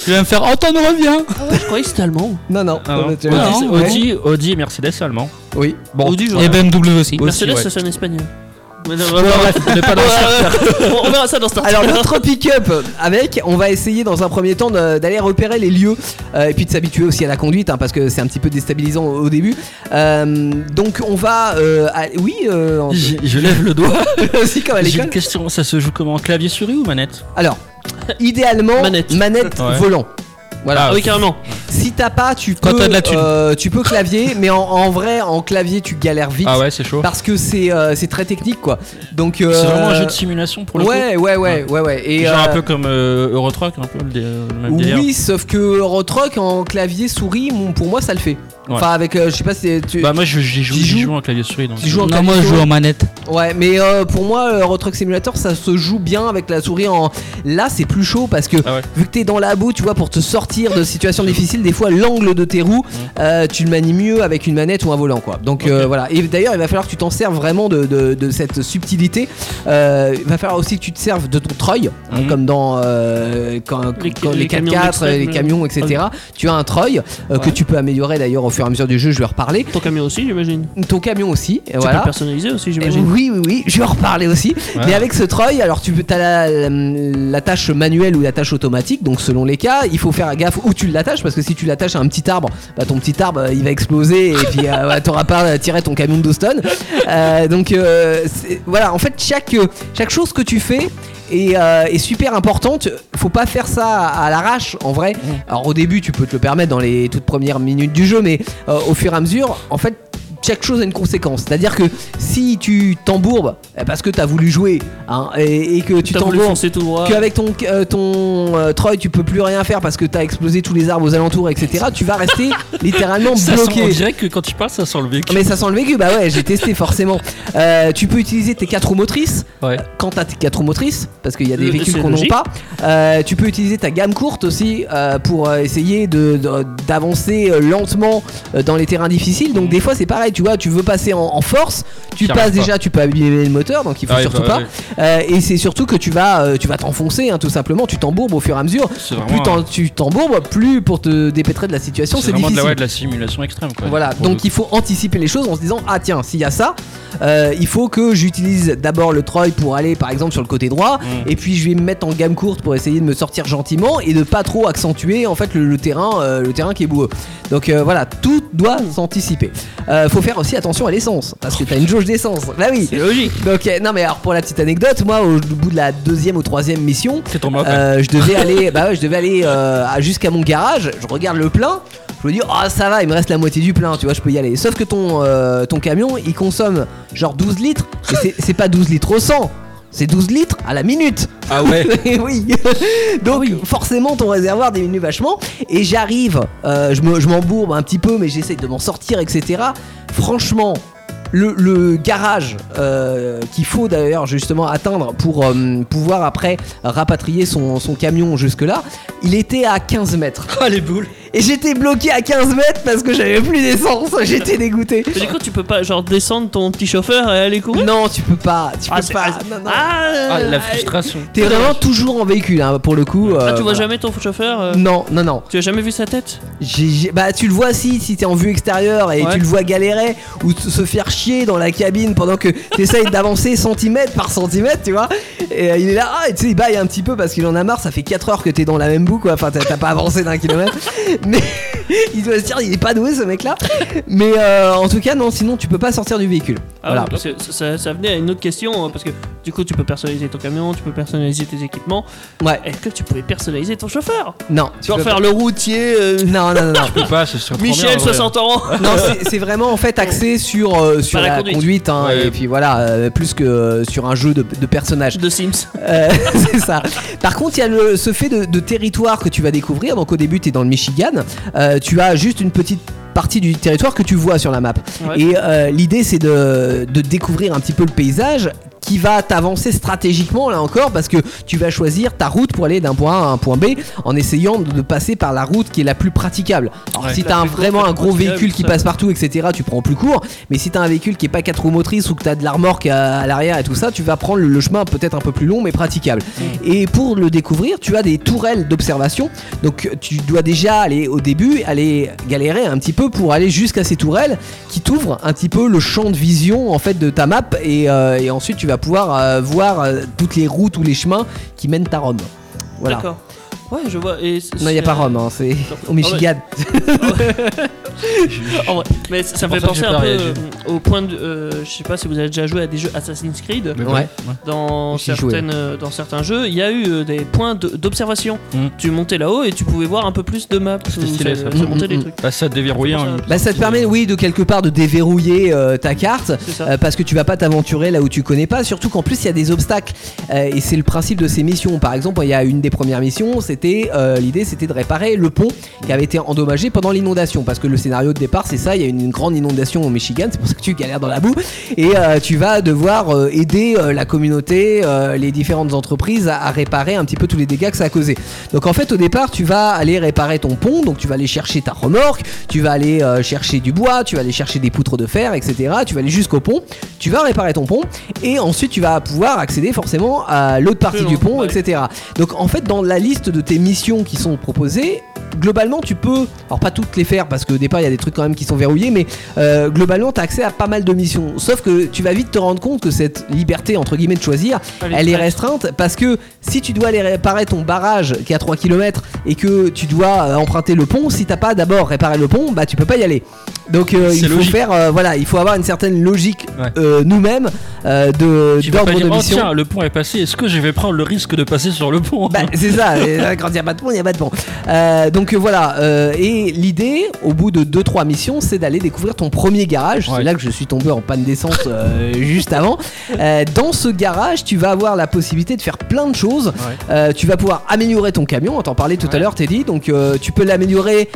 Speaker 4: Tu vas me faire entendre, on revient.
Speaker 1: Je croyais que c'était allemand.
Speaker 2: Non, non.
Speaker 3: Ah, non.
Speaker 2: Audi,
Speaker 4: Ah,
Speaker 3: Audi,
Speaker 4: non,
Speaker 2: ouais.
Speaker 3: Audi, Audi et Mercedes, c'est allemand.
Speaker 2: Oui.
Speaker 3: Bon,
Speaker 1: Audi,
Speaker 4: Et
Speaker 1: j'aurais-
Speaker 4: BMW aussi.
Speaker 1: Mercedes,
Speaker 3: ouais.
Speaker 1: ça sonne espagnol. Mais non,
Speaker 3: Ouais,
Speaker 1: vraiment,
Speaker 3: bref, on est pas dans ça.
Speaker 1: on, on verra ça dans Star Trek.
Speaker 2: Alors notre pick-up avec, on va essayer dans un premier temps de- d'aller repérer les lieux euh, et puis de s'habituer aussi à la conduite hein, parce que c'est un petit peu déstabilisant au, au début. Euh, donc on va, euh, à- oui, euh, en-
Speaker 3: Je je lève le doigt.
Speaker 2: aussi comme à
Speaker 3: J'ai
Speaker 2: l'école.
Speaker 3: une question, ça se joue comment Clavier souris ou manette
Speaker 2: Alors idéalement
Speaker 1: Manette.
Speaker 3: Ouais.
Speaker 2: volant. Voilà.
Speaker 1: Ah oui, carrément.
Speaker 2: Si t'as pas, tu peux,
Speaker 4: Quand t'as de la thune.
Speaker 2: euh, tu peux clavier, mais en, en vrai, en clavier, tu galères vite.
Speaker 3: Ah ouais, c'est chaud.
Speaker 2: Parce que c'est euh, c'est très technique, quoi. Donc. euh,
Speaker 3: C'est vraiment un jeu de simulation pour le coup.
Speaker 2: ouais, ouais, ouais, ouais, ouais. Et,
Speaker 3: Genre un
Speaker 2: euh,
Speaker 3: peu comme euh, Eurotruck, un peu le, dé- le même délire.
Speaker 2: Oui, sauf que Eurotruck en clavier souris, mon- pour moi, ça le fait. Enfin, avec, euh, je sais pas si tu.
Speaker 3: Bah moi je- j'y joue,
Speaker 2: T'y
Speaker 3: j'y
Speaker 2: joues
Speaker 3: joue en clavier souris. Donc, euh,
Speaker 2: Tu joues en
Speaker 4: Non, moi, je joue en manette.
Speaker 2: Ouais, mais euh, pour moi, euh, Eurotruck Simulator, ça se joue bien avec la souris en. Là, c'est plus chaud parce que
Speaker 3: Ah ouais.
Speaker 2: vu que t'es dans la boue, tu vois, pour te sortir de situations difficiles, des fois l'angle de tes roues, euh, tu le manies mieux avec une manette ou un volant, quoi. Donc euh, voilà. Et d'ailleurs, il va falloir que tu t'en serves vraiment de, de- de cette subtilité. Euh, il va falloir aussi que tu te serves de ton treuil, hein,
Speaker 3: Mhm.
Speaker 2: comme dans euh, quand,
Speaker 1: Les-
Speaker 2: quand les,
Speaker 1: les camions
Speaker 2: 4x4,
Speaker 1: d'extrême,
Speaker 2: les
Speaker 1: euh,
Speaker 2: camions, etc. Tu as un treuil euh, que
Speaker 1: Ouais.
Speaker 2: tu peux améliorer d'ailleurs au fur et à mesure du jeu. Je vais reparler.
Speaker 1: Ton camion aussi, j'imagine.
Speaker 2: Ton camion aussi. et
Speaker 1: Tu peux
Speaker 2: voilà.
Speaker 1: le personnaliser aussi,
Speaker 2: Eh
Speaker 1: j'imagine.
Speaker 2: Oui, oui, oui, je vais en reparler aussi.
Speaker 3: Ouais.
Speaker 2: Mais avec ce treuil, alors tu as la, la- la tâche manuelle ou la tâche automatique, donc selon les cas, il faut faire gaffe où tu l'attaches parce que si tu l'attaches à un petit arbre, bah, ton petit arbre euh, il va exploser et puis euh, ouais, t'auras pas euh, tiré ton camion de Houston. Euh, donc euh, c'est- voilà, en fait, chaque, euh, chaque chose que tu fais. est, euh, est super importante, faut pas faire ça à à l'arrache en vrai. Alors au début tu peux te le permettre dans les toutes premières minutes du jeu, mais euh, au fur et à mesure, en fait chaque chose a une conséquence. C'est-à-dire que si tu t'embourbes euh, parce que t'as voulu jouer hein, et, et que tu
Speaker 1: T'as voulu
Speaker 2: t'embourbes
Speaker 1: foncer tout droit.
Speaker 2: qu'avec ton, euh, ton euh, Troy tu peux plus rien faire parce que t'as explosé tous les arbres aux alentours, etc., tu vas rester littéralement
Speaker 3: Ça sent- on
Speaker 2: bloqué.
Speaker 3: dirait que quand il parle, ça sent le vécu.
Speaker 2: Mais ça sent le vécu, bah ouais, j'ai testé forcément. Euh, tu peux utiliser tes quatre roues motrices.
Speaker 3: Ouais.
Speaker 2: Quand t'as tes quatre roues motrices, parce qu'il y a des
Speaker 1: Euh,
Speaker 2: véhicules
Speaker 1: c'est
Speaker 2: qu'on n'a
Speaker 1: logique.
Speaker 2: pas, euh, tu peux utiliser ta gamme courte aussi euh, pour euh, essayer de- de- d'avancer euh, lentement euh, dans les terrains difficiles. Donc des fois c'est pareil, tu vois, tu veux passer en, en force, tu
Speaker 3: T'y
Speaker 2: passes
Speaker 3: arrives Mm. pas.
Speaker 2: déjà, tu peux abîmer le moteur, donc il faut
Speaker 3: Ouais,
Speaker 2: surtout
Speaker 3: bah,
Speaker 2: pas.
Speaker 3: ouais.
Speaker 2: Euh, et c'est surtout que tu vas, euh, tu vas t'enfoncer, hein, tout simplement, tu t'embourbes au fur et à mesure.
Speaker 3: C'est vraiment,
Speaker 2: Plus t'en- tu t'embourbes, plus pour te dépêtrer de la situation, c'est
Speaker 3: vraiment de
Speaker 2: difficile.
Speaker 3: la, ouais, de la simulation extrême. Quoi,
Speaker 2: Voilà,
Speaker 3: Pour
Speaker 2: donc
Speaker 3: le-
Speaker 2: il faut anticiper les choses en se disant ah tiens s'il y a ça, euh, il faut que j'utilise d'abord le Troy pour aller par exemple sur le côté droit,
Speaker 3: Mm.
Speaker 2: et puis je vais me mettre en gamme courte pour essayer de me sortir gentiment et de pas trop accentuer en fait le, le terrain, euh, le terrain qui est boueux. Donc euh, voilà, tout doit s'anticiper. Euh, faut faire aussi attention à l'essence parce que t'as une jauge d'essence. Là oui.
Speaker 1: C'est logique.
Speaker 2: Donc euh, non mais alors pour la petite anecdote, moi au bout de la deuxième ou troisième mission,
Speaker 3: T'es tombé après.
Speaker 2: euh, je devais aller, bah ouais, je devais aller euh, à- jusqu'à mon garage. Je regarde le plein. Je me dis, ah ça va, il me reste la moitié du plein, tu vois, je peux y aller. Sauf que ton, euh, ton camion, il consomme genre 12 litres. Et c'est- c'est pas 12 litres au 100, c'est 12 litres à la minute.
Speaker 3: Ah ouais.
Speaker 2: Eh oui. Donc
Speaker 1: Ah
Speaker 2: forcément ton réservoir diminue vachement et j'arrive, euh, je me- je m'embourbe un petit peu mais j'essaye de m'en sortir etc. Franchement le, le garage euh, qu'il faut d'ailleurs justement atteindre pour euh, pouvoir après rapatrier son, son camion jusque là, il était à 15 mètres.
Speaker 3: Ah les boules.
Speaker 2: Et j'étais bloqué à 15 mètres parce que j'avais plus d'essence, j'étais dégoûté.
Speaker 1: Mais du coup, tu peux pas genre descendre ton petit chauffeur et aller courir
Speaker 2: Non tu peux pas, tu
Speaker 1: Ah,
Speaker 2: peux
Speaker 1: c'est-
Speaker 2: pas.
Speaker 1: ah,
Speaker 2: non, non.
Speaker 1: Ah, euh,
Speaker 3: Ah la frustration.
Speaker 2: T'es vraiment toujours en véhicule hein, pour le coup.
Speaker 1: Ah,
Speaker 2: euh,
Speaker 1: tu vois
Speaker 2: voilà.
Speaker 1: jamais ton chauffeur euh,
Speaker 2: Non, non, non.
Speaker 1: Tu as jamais vu sa tête
Speaker 2: J'ai- j'ai- Bah tu le vois si si t'es en vue extérieure et
Speaker 1: Ouais.
Speaker 2: tu le vois galérer ou t- se faire chier dans la cabine pendant que t'essayes d'avancer centimètre par centimètre tu vois et euh, il est là ah, et tu sais il baille un petit peu parce qu'il en a marre ça fait 4 heures que t'es dans la même boue quoi enfin t'as t'as pas avancé d'un kilomètre mais il doit se dire il est pas doué ce mec là mais euh, en tout cas non sinon tu peux pas sortir du véhicule
Speaker 1: Ah,
Speaker 2: voilà
Speaker 1: oui, parce que ça, ça venait à une autre question, hein, parce que du coup, tu peux personnaliser ton camion, tu peux personnaliser tes équipements.
Speaker 2: ouais
Speaker 1: Est-ce que tu pouvais personnaliser ton chauffeur
Speaker 2: non
Speaker 1: Tu vas
Speaker 2: peux
Speaker 1: faire
Speaker 2: pas.
Speaker 1: le routier euh,
Speaker 2: non non non, non.
Speaker 3: Je peux pas, ce serait trop bien, en
Speaker 1: Michel,
Speaker 3: vrai.
Speaker 1: 60 ans
Speaker 2: Non, c'est- c'est vraiment en fait axé sur, euh, sur
Speaker 1: Bah,
Speaker 2: la,
Speaker 1: la
Speaker 2: conduite,
Speaker 1: conduite.
Speaker 2: hein,
Speaker 3: Ouais.
Speaker 2: et puis voilà, euh, plus que euh, sur un jeu de, de personnages.
Speaker 1: de Sims.
Speaker 2: Euh, c'est ça. Par contre, il y a le- ce fait de, de territoire que tu vas découvrir. Donc au début, tu es dans le Michigan. Euh, tu as juste une petite partie du territoire que tu vois sur la map.
Speaker 1: Ouais.
Speaker 2: Et euh, l'idée, c'est de, de découvrir un petit peu le paysage qui va t'avancer stratégiquement là encore parce que tu vas choisir ta route pour aller d'un point A à un point B en essayant de, de passer par la route qui est la plus praticable. Alors
Speaker 3: Ouais.
Speaker 2: si
Speaker 1: La
Speaker 2: t'as un-
Speaker 1: plus courte,
Speaker 2: vraiment
Speaker 1: la
Speaker 2: un
Speaker 1: plus
Speaker 2: gros
Speaker 1: praticable,
Speaker 2: véhicule qui
Speaker 1: ça.
Speaker 2: passe partout etc tu prends plus court mais si t'as un véhicule qui est pas quatre roues motrices ou que t'as de la remorque à, à l'arrière et tout ça, tu vas prendre le, le chemin peut-être un peu plus long mais praticable. Et pour le découvrir, tu as des tourelles d'observation. Donc tu dois déjà aller au début, aller galérer un petit peu pour aller jusqu'à ces tourelles qui t'ouvrent un petit peu le champ de vision en fait de ta map et, euh, et ensuite tu vas pouvoir euh, voir euh, toutes les routes ou les chemins qui mènent à Rome. Voilà.
Speaker 1: D'accord. Ouais, je vois. Et c-
Speaker 2: Non, il n'y a
Speaker 1: c'est-
Speaker 2: pas Rome, hein, c'est au
Speaker 1: Ah
Speaker 2: Michigan. hein.
Speaker 1: En vrai. Mais ça ça me
Speaker 3: C'est
Speaker 1: fait
Speaker 3: pour ça
Speaker 1: penser
Speaker 3: que
Speaker 1: un peu
Speaker 3: j'ai
Speaker 1: euh, au point de. euh, je sais pas si vous avez déjà joué à des jeux Assassin's Creed.
Speaker 3: Mais
Speaker 2: Ouais.
Speaker 1: Dans,
Speaker 2: J'y jouais.
Speaker 1: certaines, euh, dans certains jeux, il y a eu euh, des points de- d'observation.
Speaker 3: Mm.
Speaker 1: Tu montais là-haut et tu pouvais voir un peu plus de maps.
Speaker 3: C'était
Speaker 1: ou
Speaker 3: stylé, ça.
Speaker 1: ça montait
Speaker 2: Mm,
Speaker 1: des
Speaker 2: mm,
Speaker 1: trucs.
Speaker 3: Bah ça te déverrouille hein,
Speaker 2: Bah ça te permet oui de quelque part de déverrouiller euh, ta carte
Speaker 1: C'est ça.
Speaker 2: euh, parce que tu vas pas t'aventurer là où tu connais pas surtout qu'en plus il y a des obstacles euh, et c'est le principe de ces missions par exemple il y a une des premières missions c'était euh, l'idée c'était de réparer le pont qui avait été endommagé pendant l'inondation parce que le scénario de départ c'est ça il y a une, une grande inondation au Michigan c'est pour ça que tu galères dans la boue et euh, tu vas devoir euh, aider euh, la communauté euh, les différentes entreprises à, à réparer un petit peu tous les dégâts que ça a causé donc en fait au départ tu vas aller réparer ton pont, donc tu vas aller chercher ta remorque, tu vas aller euh, chercher du bois, tu vas aller chercher des poutres de fer, etc. Tu vas aller jusqu'au pont, tu vas réparer ton pont et ensuite tu vas pouvoir accéder forcément à l'autre partie
Speaker 1: Plus
Speaker 2: du
Speaker 1: loin,
Speaker 2: pont,
Speaker 1: ouais.
Speaker 2: etc. Donc en fait dans la liste de tes missions qui sont proposées, globalement tu peux, alors pas toutes les faire parce qu'au départ il y a des trucs quand même qui sont verrouillés, mais euh, globalement tu as accès à pas mal de missions. Sauf que tu vas vite te rendre compte que cette liberté entre guillemets de choisir,
Speaker 1: Elle est
Speaker 2: elle est
Speaker 1: très-
Speaker 2: restreinte parce que si tu dois aller réparer ton barrage qui est à 3 km et que tu dois euh, emprunter le pont, si t'as pas d'abord réparé le pont, bah tu peux pas y aller. Donc euh, il
Speaker 3: C'est
Speaker 2: faut
Speaker 3: logique.
Speaker 2: faire euh, voilà, il faut avoir une certaine logique
Speaker 3: Ouais.
Speaker 2: euh, nous-mêmes euh, de
Speaker 3: Tu vas pas
Speaker 2: d'ordre
Speaker 3: dire,
Speaker 2: de
Speaker 3: oh,
Speaker 2: mission.
Speaker 3: tiens, le pont est passé, est-ce que je vais prendre le risque de passer sur le pont hein
Speaker 2: Bah, c'est ça, et, euh, quand il n'y a pas de pont, il n'y a pas de pont. Euh, Donc euh, voilà, euh, et l'idée, au bout de 2-3 missions, c'est d'aller découvrir ton premier garage. C'est
Speaker 3: Ouais.
Speaker 2: là que je suis tombé en panne d'essence euh, juste avant. Euh, dans ce garage, tu vas avoir la possibilité de faire plein de choses. Euh, tu vas pouvoir améliorer ton camion, on t'en parlait tout à
Speaker 3: Ouais.
Speaker 2: l'heure Teddy, donc euh, tu peux l'améliorer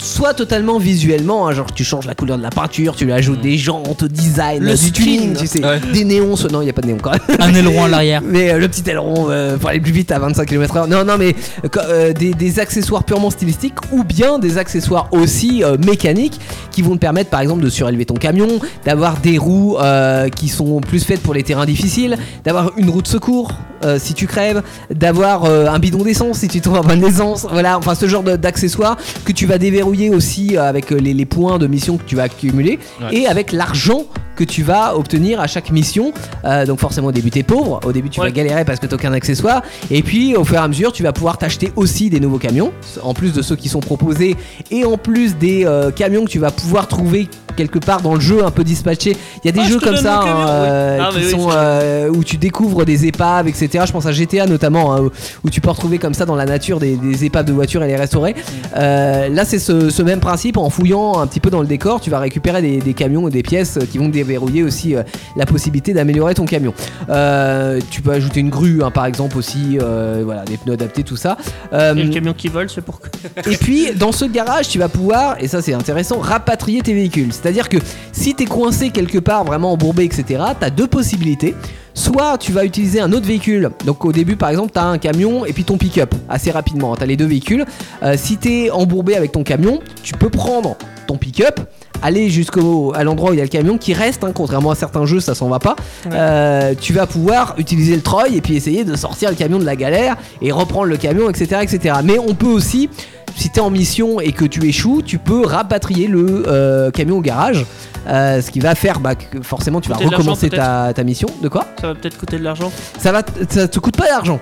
Speaker 2: soit totalement visuellement, hein, genre tu changes la couleur de la peinture, tu lui ajoutes des jantes, design,
Speaker 1: Le
Speaker 2: du tuning,
Speaker 1: screen.
Speaker 2: tu sais,
Speaker 3: Mm. Ouais.
Speaker 2: des néons, ce- non il n'y a pas de néon quand même.
Speaker 4: Un aileron à l'arrière.
Speaker 2: Mais euh, le petit aileron euh, pour aller plus vite à 25 km/h. Non, non, mais euh, quand- euh, des, des accessoires purement stylistiques ou bien des accessoires aussi euh, mécaniques qui vont te permettre, par exemple, de surélever ton camion, d'avoir des roues euh, qui sont plus faites pour les terrains difficiles, d'avoir une roue de secours euh, si tu crèves, d'avoir euh, un bidon d'essence si tu tombes en panne d'essence. Voilà, enfin ce genre de- d'accessoires que tu vas déverrouiller aussi euh, avec euh, les, les points de mission que tu vas accumuler
Speaker 3: Ouais.
Speaker 2: et avec l'argent que tu vas obtenir à chaque mission. Euh, donc forcément au début t'es pauvre, au début tu vas
Speaker 1: Ouais.
Speaker 2: galérer parce que t'as aucun accessoire, et puis au fur et à mesure tu vas pouvoir t'acheter aussi des nouveaux camions, en plus de ceux qui sont proposés, et en plus des euh, camions que tu vas pouvoir trouver quelque part dans le jeu un peu dispatché. Il y a des
Speaker 1: Ah, je
Speaker 2: jeux
Speaker 1: te
Speaker 2: comme
Speaker 1: donne
Speaker 2: ça
Speaker 1: mon camion,
Speaker 2: hein, euh,
Speaker 1: oui. Ah,
Speaker 2: qui
Speaker 1: mais oui,
Speaker 2: sont
Speaker 1: c'est-
Speaker 2: euh, où tu découvres des épaves, etc. Je pense à GTA notamment, hein, où, où tu peux retrouver comme ça dans la nature des, des épaves de voitures et les restaurer. Euh, là, c'est ce, ce même principe. En fouillant un petit peu dans le décor, tu vas récupérer des, des camions et des pièces euh, qui vont déverrouiller aussi euh, la possibilité d'améliorer ton camion. Euh, tu peux ajouter une grue, hein, par exemple, aussi, euh, voilà, des pneus adaptés, tout ça. Euh,
Speaker 1: Et le camion qui vole, c'est pour que.
Speaker 2: et puis, dans ce garage, tu vas pouvoir, et ça c'est intéressant, rapatrier tes véhicules. C'est-à-dire que si t'es coincé quelque part, vraiment embourbé, etc., t'as deux possibilités. Soit tu vas utiliser un autre véhicule. Donc au début, par exemple, t'as un camion et puis ton pick-up assez rapidement. T'as les deux véhicules. Euh, si t'es embourbé avec ton camion, tu peux prendre ton pick-up. Aller jusqu'au à l'endroit où il y a le camion qui reste, hein, contrairement à certains jeux, ça s'en va pas. Euh, tu vas pouvoir utiliser le treuil et puis essayer de sortir le camion de la galère et reprendre le camion, etc., etc. Mais on peut aussi si t'es en mission et que tu échoues, tu peux rapatrier le euh, camion au garage. Euh, ce qui va faire bah, que forcément tu vas
Speaker 1: Coûter de l'argent,
Speaker 2: recommencer ta, ta mission. De quoi
Speaker 1: Ça va peut-être coûter de l'argent.
Speaker 2: ça, va t- ça te coûte pas d'argent.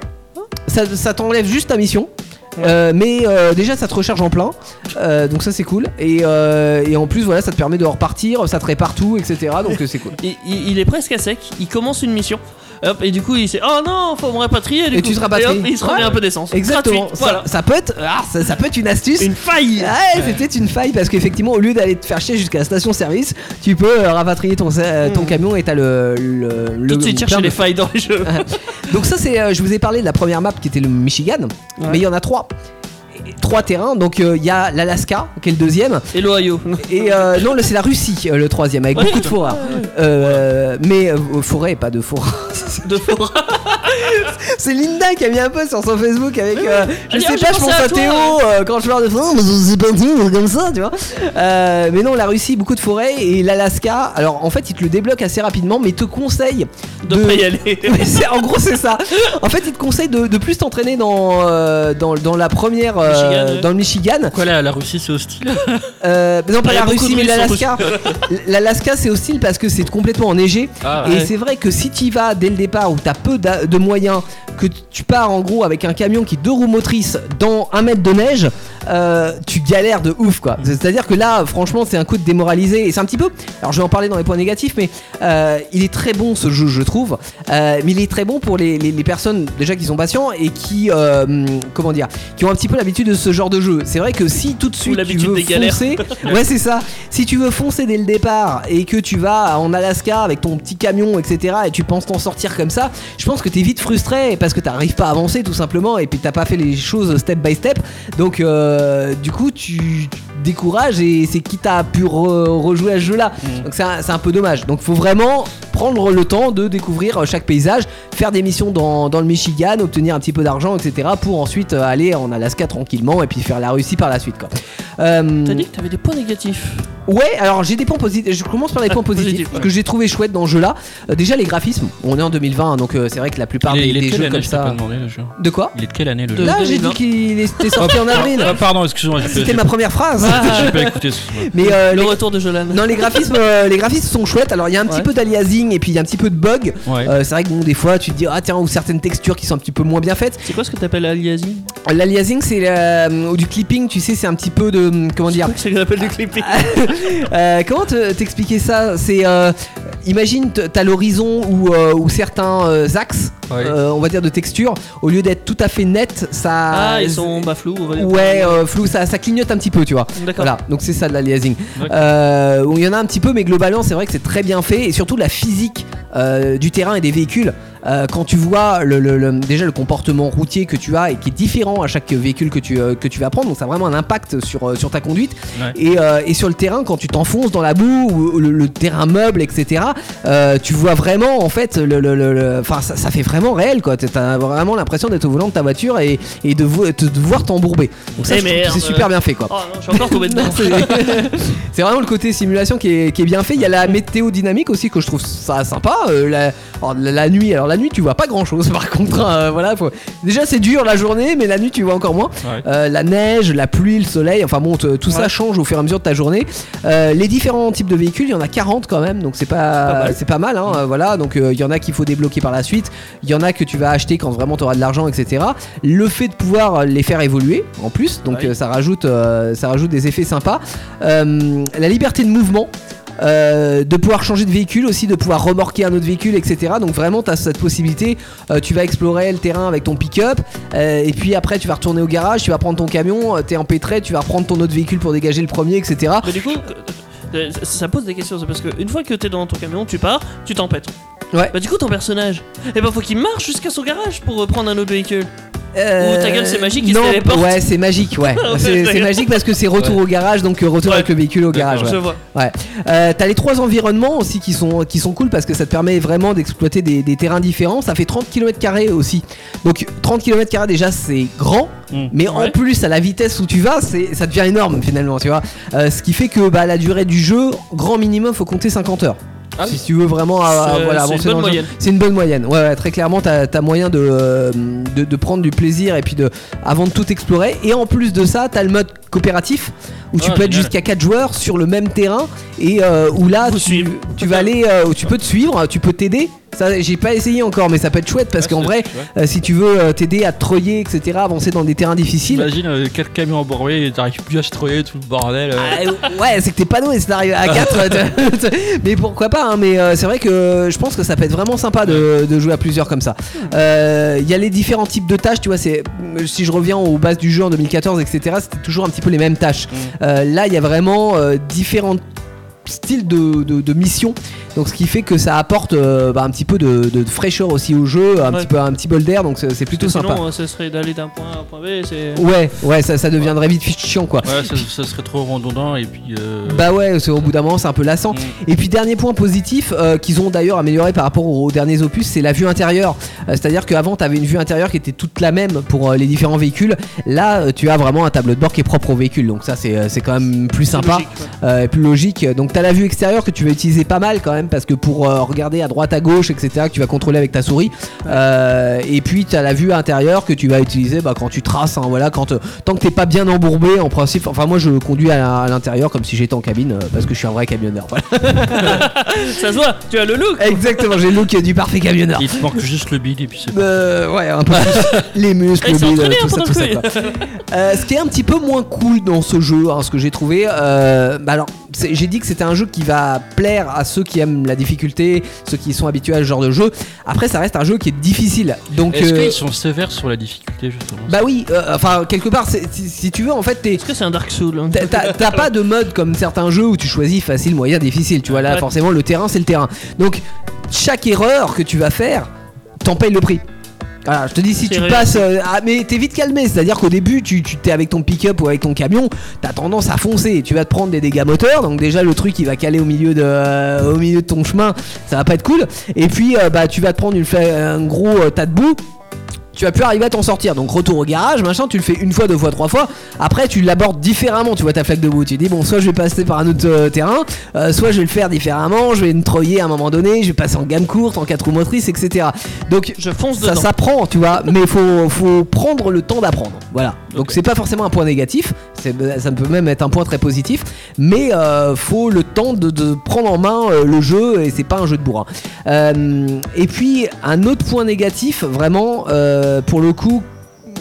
Speaker 2: Ça, ça t'enlève juste ta mission. Euh, mais euh, déjà ça te recharge en plein Euh, donc ça c'est cool et, euh, et en plus voilà ça te permet de repartir ça te répare tout etc donc euh, c'est cool
Speaker 1: Il, il- il est presque à sec, il commence une mission. Hop, et du coup, il sait Oh non, faut me rapatrier. Du
Speaker 2: Et
Speaker 1: coup,
Speaker 2: tu te rapatries.
Speaker 1: hop, il se remet
Speaker 2: Ouais.
Speaker 1: un peu d'essence.
Speaker 2: exactement
Speaker 1: Gratuite,
Speaker 2: ça, Ah,
Speaker 1: voilà.
Speaker 2: ça peut être ah, ça, ça peut être une astuce
Speaker 1: Une faille
Speaker 2: Ouais, c'est peut-être une faille parce qu'effectivement, au lieu d'aller te faire chier jusqu'à la station-service, tu peux euh, rapatrier ton, euh, ton
Speaker 1: Hmm.
Speaker 2: camion et t'as le. le, le-
Speaker 1: Tout de suite,
Speaker 2: plein
Speaker 1: chercher
Speaker 2: de-
Speaker 1: les failles dans les jeux.
Speaker 2: Donc, ça, c'est. euh, je vous ai parlé de la première map qui était le Michigan, mais il y en a trois. Et- Trois terrains, donc euh, il y a l'Alaska qui est le deuxième,
Speaker 1: Et l'Ohio.
Speaker 2: et euh, non, le- c'est la Russie euh, le troisième, avec
Speaker 1: Ouais.
Speaker 2: beaucoup de forêts. Euh, mais euh, forêt, pas de forêt.
Speaker 1: De Fora.
Speaker 2: C'est Linda qui a mis un post sur son Facebook avec. euh, je
Speaker 1: Elle dit,
Speaker 2: sais
Speaker 1: Ah,
Speaker 2: pas, je pense
Speaker 1: j'ai pensé
Speaker 2: à,
Speaker 1: à toi, hein.
Speaker 2: Théo euh, quand je parle de. Non, mais c'est pas tout, comme ça, tu vois. Euh, mais non, la Russie, beaucoup de forêts et l'Alaska. Alors en fait, ils te le débloquent assez rapidement, mais te conseillent
Speaker 1: De pas y aller.
Speaker 2: mais c'est- en gros, c'est ça. En fait, ils te conseillent de, de plus t'entraîner dans, euh, dans, dans la première. euh,
Speaker 1: Michigan, ouais.
Speaker 2: dans le Michigan.
Speaker 3: Quoi, la, la Russie, c'est hostile
Speaker 2: Euh, non, pas
Speaker 1: Il y
Speaker 2: la
Speaker 1: a beaucoup de
Speaker 2: Russie, mais
Speaker 1: Russes en
Speaker 2: l'Alaska. L'Alaska, c'est hostile parce que c'est complètement enneigé.
Speaker 3: Ah,
Speaker 2: Et c'est vrai que si tu vas dès le départ où t'as peu d'a- de moyens, que t- tu pars en gros avec un camion qui est deux roues motrices dans un mètre de neige, euh, tu galères de ouf quoi.
Speaker 1: Mm.
Speaker 2: C'est-à-dire que là, franchement, c'est un coup de démoralisé et c'est un petit peu. Alors je vais en parler dans les points négatifs, mais euh, il est très bon ce jeu, je trouve. Euh, mais il est très bon pour les, les- les personnes déjà qui sont patients et qui, euh, hum, comment dire, qui ont un petit peu l'habitude de ce genre de jeu. C'est vrai que si tout de suite tu
Speaker 1: l'habitude
Speaker 2: veux
Speaker 1: des galères.
Speaker 2: foncer, ouais c'est ça. Si tu veux foncer dès le départ et que tu vas en Alaska avec ton petit camion, etc. et tu penses t'en sortir comme ça, je pense que t'es vite frustré parce que t'arrives pas à avancer tout simplement et puis t'as pas fait les choses step by step. Donc euh, du coup tu tu décourages et c'est qui t'a pu re- rejouer à ce jeu là.
Speaker 1: Mm.
Speaker 2: Donc c'est un, c'est un peu dommage. Donc faut vraiment prendre le temps de découvrir euh, chaque paysage, faire des missions dans, dans le Michigan, obtenir un petit peu d'argent, etc. pour ensuite euh, aller en Alaska tranquillement et puis faire la Russie par la suite quoi. Euh,
Speaker 1: T'as dit que t'avais des points négatifs.
Speaker 2: Ouais, alors j'ai des points positifs. Je commence par les
Speaker 1: Ah,
Speaker 2: points positifs
Speaker 1: positif, ouais.
Speaker 2: que j'ai trouvé chouette dans ce jeu-là. Euh, déjà les graphismes. On est en 2020, donc euh, c'est vrai que la plupart
Speaker 3: il est,
Speaker 2: des,
Speaker 3: il est
Speaker 2: des
Speaker 3: de quelle
Speaker 2: jeux
Speaker 3: année
Speaker 2: comme
Speaker 3: Je t'ai pas
Speaker 2: ça.
Speaker 3: demandé le jeu.
Speaker 2: De quoi
Speaker 3: Il est de quelle année le
Speaker 1: De-
Speaker 3: jeu
Speaker 2: Là, j'ai dit
Speaker 1: 2020.
Speaker 2: qu'il était sorti en avril.
Speaker 3: Ah, Pardon, excuse-moi, j'ai
Speaker 2: C'était
Speaker 3: j'ai-
Speaker 2: ma Ah. première phrase.
Speaker 3: j'ai pas écouté ce
Speaker 2: Mais euh,
Speaker 1: Le
Speaker 2: les-
Speaker 1: retour de Jolan.
Speaker 2: non, les graphismes, euh, les graphismes sont chouettes. Alors il y a un petit
Speaker 1: Ouais.
Speaker 2: peu d'aliasing et puis il y a un petit peu de bugs.
Speaker 3: Ouais.
Speaker 2: Euh, c'est vrai que bon, des fois tu te dis ah tiens ou certaines textures qui sont un petit peu moins bien faites.
Speaker 1: C'est quoi ce que t'appelles aliasing
Speaker 2: L'aliasing c'est euh, ou du clipping, tu sais, c'est un petit peu de hum, comment dire Ah,
Speaker 1: C'est ce que t'appelles du clipping.
Speaker 2: Euh, comment te- t'expliquer ça C'est euh, imagine, t- t'as l'horizon ou, euh, ou certains euh, axes,
Speaker 3: Ouais.
Speaker 2: euh, on va dire de texture, au lieu d'être tout à fait net, ça.
Speaker 1: Ah, ils sont bah, flous, on va dire.
Speaker 2: Ouais, euh, flou, ça, ça clignote un petit peu, tu vois.
Speaker 1: D'accord.
Speaker 2: Voilà, donc c'est ça de l'aliasing.
Speaker 3: D'accord.
Speaker 2: Euh, où il y en a un petit peu, mais globalement, c'est vrai que c'est très bien fait. Et surtout, la physique euh, du terrain et des véhicules. euh, quand tu vois le, le- le- déjà le comportement routier que tu as et qui est différent à chaque véhicule que tu, euh, que tu vas prendre, donc ça a vraiment un impact sur, euh, sur ta conduite.
Speaker 3: Ouais.
Speaker 2: Et, euh, et sur le terrain, quand tu t'enfonces dans la boue ou le, le terrain meuble, etc., euh, tu vois vraiment, en fait, le, le- le- le- enfin, ça, ça fait vraiment réel, quoi. T'as vraiment l'impression d'être au volant de ta voiture et, et de, vo- te- de voir t'embourber. Donc ça,
Speaker 1: Eh
Speaker 2: je trouve que
Speaker 1: merde.
Speaker 2: c'est super bien fait, quoi.
Speaker 1: Oh non, je suis encore tombé dedans.
Speaker 2: Non, c'est- c'est vraiment le côté simulation qui est, qui est bien fait. Il y a la météo dynamique aussi que je trouve ça sympa. Euh, la, alors, la- la nuit, alors la nuit tu vois pas grand chose par contre. hein, euh, voilà, faut- déjà c'est dur la journée, mais la nuit tu vois encore moins.
Speaker 3: Ouais.
Speaker 2: Euh, la neige, la pluie, le soleil, enfin bon, t- tout ça
Speaker 1: Ouais.
Speaker 2: change au fur et à mesure de ta journée. Euh, les différents types de véhicules, il y en a 40 quand même, donc c'est
Speaker 1: Pas
Speaker 2: pas,
Speaker 1: mal.
Speaker 2: c'est pas mal. hein, euh, voilà, donc euh, il y en a qu'il faut débloquer par la suite, il y en a que tu vas acheter quand vraiment tu auras de l'argent, etc. Le fait de pouvoir les faire évoluer en plus, donc
Speaker 1: Ouais.
Speaker 2: euh, ça, rajoute, euh, ça rajoute des effets sympas. Euh, la liberté de mouvement. euh, de pouvoir changer de véhicule aussi, de pouvoir remorquer un autre véhicule, etc. Donc vraiment, tu as cette possibilité. Euh, tu vas explorer le terrain avec ton pick-up, euh, et puis après, tu vas retourner au garage, tu vas prendre ton camion, euh, t'es empêtré, tu vas reprendre ton autre véhicule pour dégager le premier, etc.
Speaker 1: Mais du coup, euh, ça- ça pose des questions. C'est parce qu'une fois que t'es dans ton camion, tu pars, tu t'empêtes.
Speaker 2: Ouais.
Speaker 1: Bah, du coup, ton personnage, eh ben, faut qu'il marche jusqu'à son garage pour euh, prendre un autre véhicule.
Speaker 2: Euh,
Speaker 1: Ou ta gueule, c'est magique, il se
Speaker 2: non,
Speaker 1: téléporte.
Speaker 2: Ouais, c'est magique, ouais.
Speaker 1: Ouais,
Speaker 2: c'est
Speaker 1: ta
Speaker 2: c'est
Speaker 1: gueule.
Speaker 2: magique parce que c'est retour au garage, donc euh, retour
Speaker 1: Ouais.
Speaker 2: avec le véhicule au garage. ouais.
Speaker 1: Je vois.
Speaker 2: Euh, T'as les trois environnements aussi qui sont, qui sont cool parce que ça te permet vraiment d'exploiter des, des terrains différents. Ça fait 30 km aussi. Donc 30 km déjà c'est grand,
Speaker 3: Mm.
Speaker 2: mais
Speaker 1: Mmh. Ouais.
Speaker 2: en plus à la vitesse où tu vas, c'est- ça devient énorme finalement, tu vois. Euh, ce qui fait que bah, la durée du jeu, grand minimum, faut compter 50 heures.
Speaker 3: Ah
Speaker 2: si tu veux vraiment euh,
Speaker 1: C'est-
Speaker 2: voilà,
Speaker 1: c'est une
Speaker 2: avancer
Speaker 1: bonne
Speaker 2: dans le jeu.
Speaker 1: moyenne.
Speaker 2: C'est une bonne moyenne. Ouais, ouais, très clairement, t'as as moyen de, euh, de, de prendre du plaisir et puis de avant de tout explorer. Et en plus de ça, t'as le mode coopératif où tu
Speaker 3: Ah,
Speaker 2: peux être
Speaker 3: génial.
Speaker 2: jusqu'à 4 joueurs sur le même terrain et euh, où là
Speaker 1: Vous
Speaker 2: tu,
Speaker 1: suivez.
Speaker 2: tu vas aller euh, où tu peux te suivre, tu peux t'aider. Ça, j'ai pas essayé encore, mais ça peut être chouette parce
Speaker 3: Ouais,
Speaker 2: qu'en
Speaker 3: Ah, c'est-
Speaker 2: vrai,
Speaker 3: ouais.
Speaker 2: euh, si tu veux euh, t'aider à te treuiller, etc., avancer dans des terrains difficiles.
Speaker 3: Imagine euh, quatre camions embourbés et t'arrives plus à se troyer tout le bordel. euh.
Speaker 2: Ah, euh, ouais, c'est que t'es pas doué, c'est arrivé à 4. mais pourquoi pas, hein, mais euh, c'est vrai que euh, je pense que ça peut être vraiment sympa de, de jouer à plusieurs comme ça. Euh, Il y a les différents types de tâches, tu vois, c'est euh, si je reviens aux bases du jeu en 2014, etc., c'était toujours un petit peu les mêmes tâches. Euh, là, il y a vraiment euh, différents styles de, de, de missions. donc ce qui fait que ça apporte euh, bah, un petit peu de, de fraîcheur aussi au jeu un
Speaker 1: Ouais.
Speaker 2: petit peu un petit bol d'air donc c'est c'est plutôt
Speaker 1: Sinon,
Speaker 2: sympa
Speaker 1: euh, ce serait d'aller d'un point A à un point B. C'est.
Speaker 2: ouais ouais ça, ça deviendrait vite chiant quoi
Speaker 3: Ouais, ça, ça serait trop redondant et puis. euh,
Speaker 2: Ah. Bah ouais, c'est- au bout d'un moment c'est un peu lassant.
Speaker 3: Mm.
Speaker 2: Et puis dernier point positif euh, qu'ils ont d'ailleurs amélioré par rapport aux, aux derniers opus, c'est la vue intérieure. Euh, C'est-à-dire qu'avant t'avais une vue intérieure qui était toute la même pour euh, les différents véhicules. Là euh, tu as vraiment un tableau de bord qui est propre au véhicule, donc ça c'est euh, c'est quand même plus sympa.
Speaker 1: logique, ouais.
Speaker 2: euh, et plus logique donc t'as la vue extérieure que tu vas utiliser pas mal quand même parce que pour euh, regarder à droite à gauche etc que tu vas contrôler avec ta souris Euh, et puis t'as la vue intérieure que tu vas utiliser bah, quand tu traces hein, voilà quand euh, tant que t'es pas bien embourbé en principe enfin moi je conduis à, la- à l'intérieur comme si j'étais en cabine euh, parce que je suis un vrai camionneur voilà.
Speaker 1: Ça se voit, tu as le
Speaker 2: Eh.
Speaker 1: look.
Speaker 2: exactement j'ai le look du parfait camionneur
Speaker 3: Il te manque juste le bide et puis c'est bon.
Speaker 2: Euh, ouais, un peu plus. les muscles,
Speaker 1: Ah,
Speaker 2: le
Speaker 1: il s'est
Speaker 2: bide,
Speaker 1: entraîné,
Speaker 2: tout
Speaker 1: hein,
Speaker 2: ça,
Speaker 1: pendant
Speaker 2: tout ça.
Speaker 1: le
Speaker 2: quoi. Euh, ce qui est un petit peu moins cool dans ce jeu, hein, ce que j'ai trouvé, euh, bah alors, c'est- j'ai dit que c'était un jeu qui va plaire à ceux qui aiment la difficulté, ceux qui sont habitués à ce genre de jeu. Après, ça reste un jeu qui est difficile. Donc,
Speaker 3: Est-ce
Speaker 2: euh,
Speaker 3: qu'ils sont sévères sur la difficulté justement
Speaker 2: bah oui, euh, enfin, quelque part, c'est- si, si tu veux, en fait, t'es.
Speaker 1: Est-ce que c'est un Dark Soul hein
Speaker 2: T'as- T'as t'as pas de mode comme certains jeux où tu choisis facile, moyen, difficile. Tu vois, là,
Speaker 1: Ouais.
Speaker 2: forcément, le terrain, c'est le terrain. Donc, chaque erreur que tu vas faire, t'en payes le prix. Voilà, je te dis, si
Speaker 1: C'est
Speaker 2: tu
Speaker 1: vrai.
Speaker 2: passes. euh, ah, mais t'es vite calmé, c'est-à-dire qu'au début, tu tu- t'es avec ton pick-up ou avec ton camion, t'as tendance à foncer. Tu vas te prendre des dégâts moteurs, donc déjà, le truc, il va caler au milieu de, euh, au milieu de ton chemin, ça va pas être cool. Et puis, euh, bah, tu vas te prendre une, fa- un gros euh, tas de boue tu vas plus arriver à t'en sortir. Donc retour au garage, machin, tu le fais une fois, deux fois, trois fois. Après, tu l'abordes différemment, tu vois ta flaque de boue. Tu dis, bon, soit je vais passer par un autre euh, terrain, euh, soit je vais le faire différemment, je vais me troyer à un moment donné, je vais passer en gamme courte, en quatre roues motrices, etc. Donc
Speaker 1: Je fonce
Speaker 2: ça
Speaker 1: dedans.
Speaker 2: s'apprend, tu vois, mais faut, faut prendre le temps d'apprendre. Voilà. Donc c'est pas forcément un point négatif, c'est- ça peut même être un point très positif, mais euh, faut le temps de, de prendre en main euh, le jeu et c'est pas un jeu de bourrin. Euh, et puis un autre point négatif, vraiment, euh, pour le coup,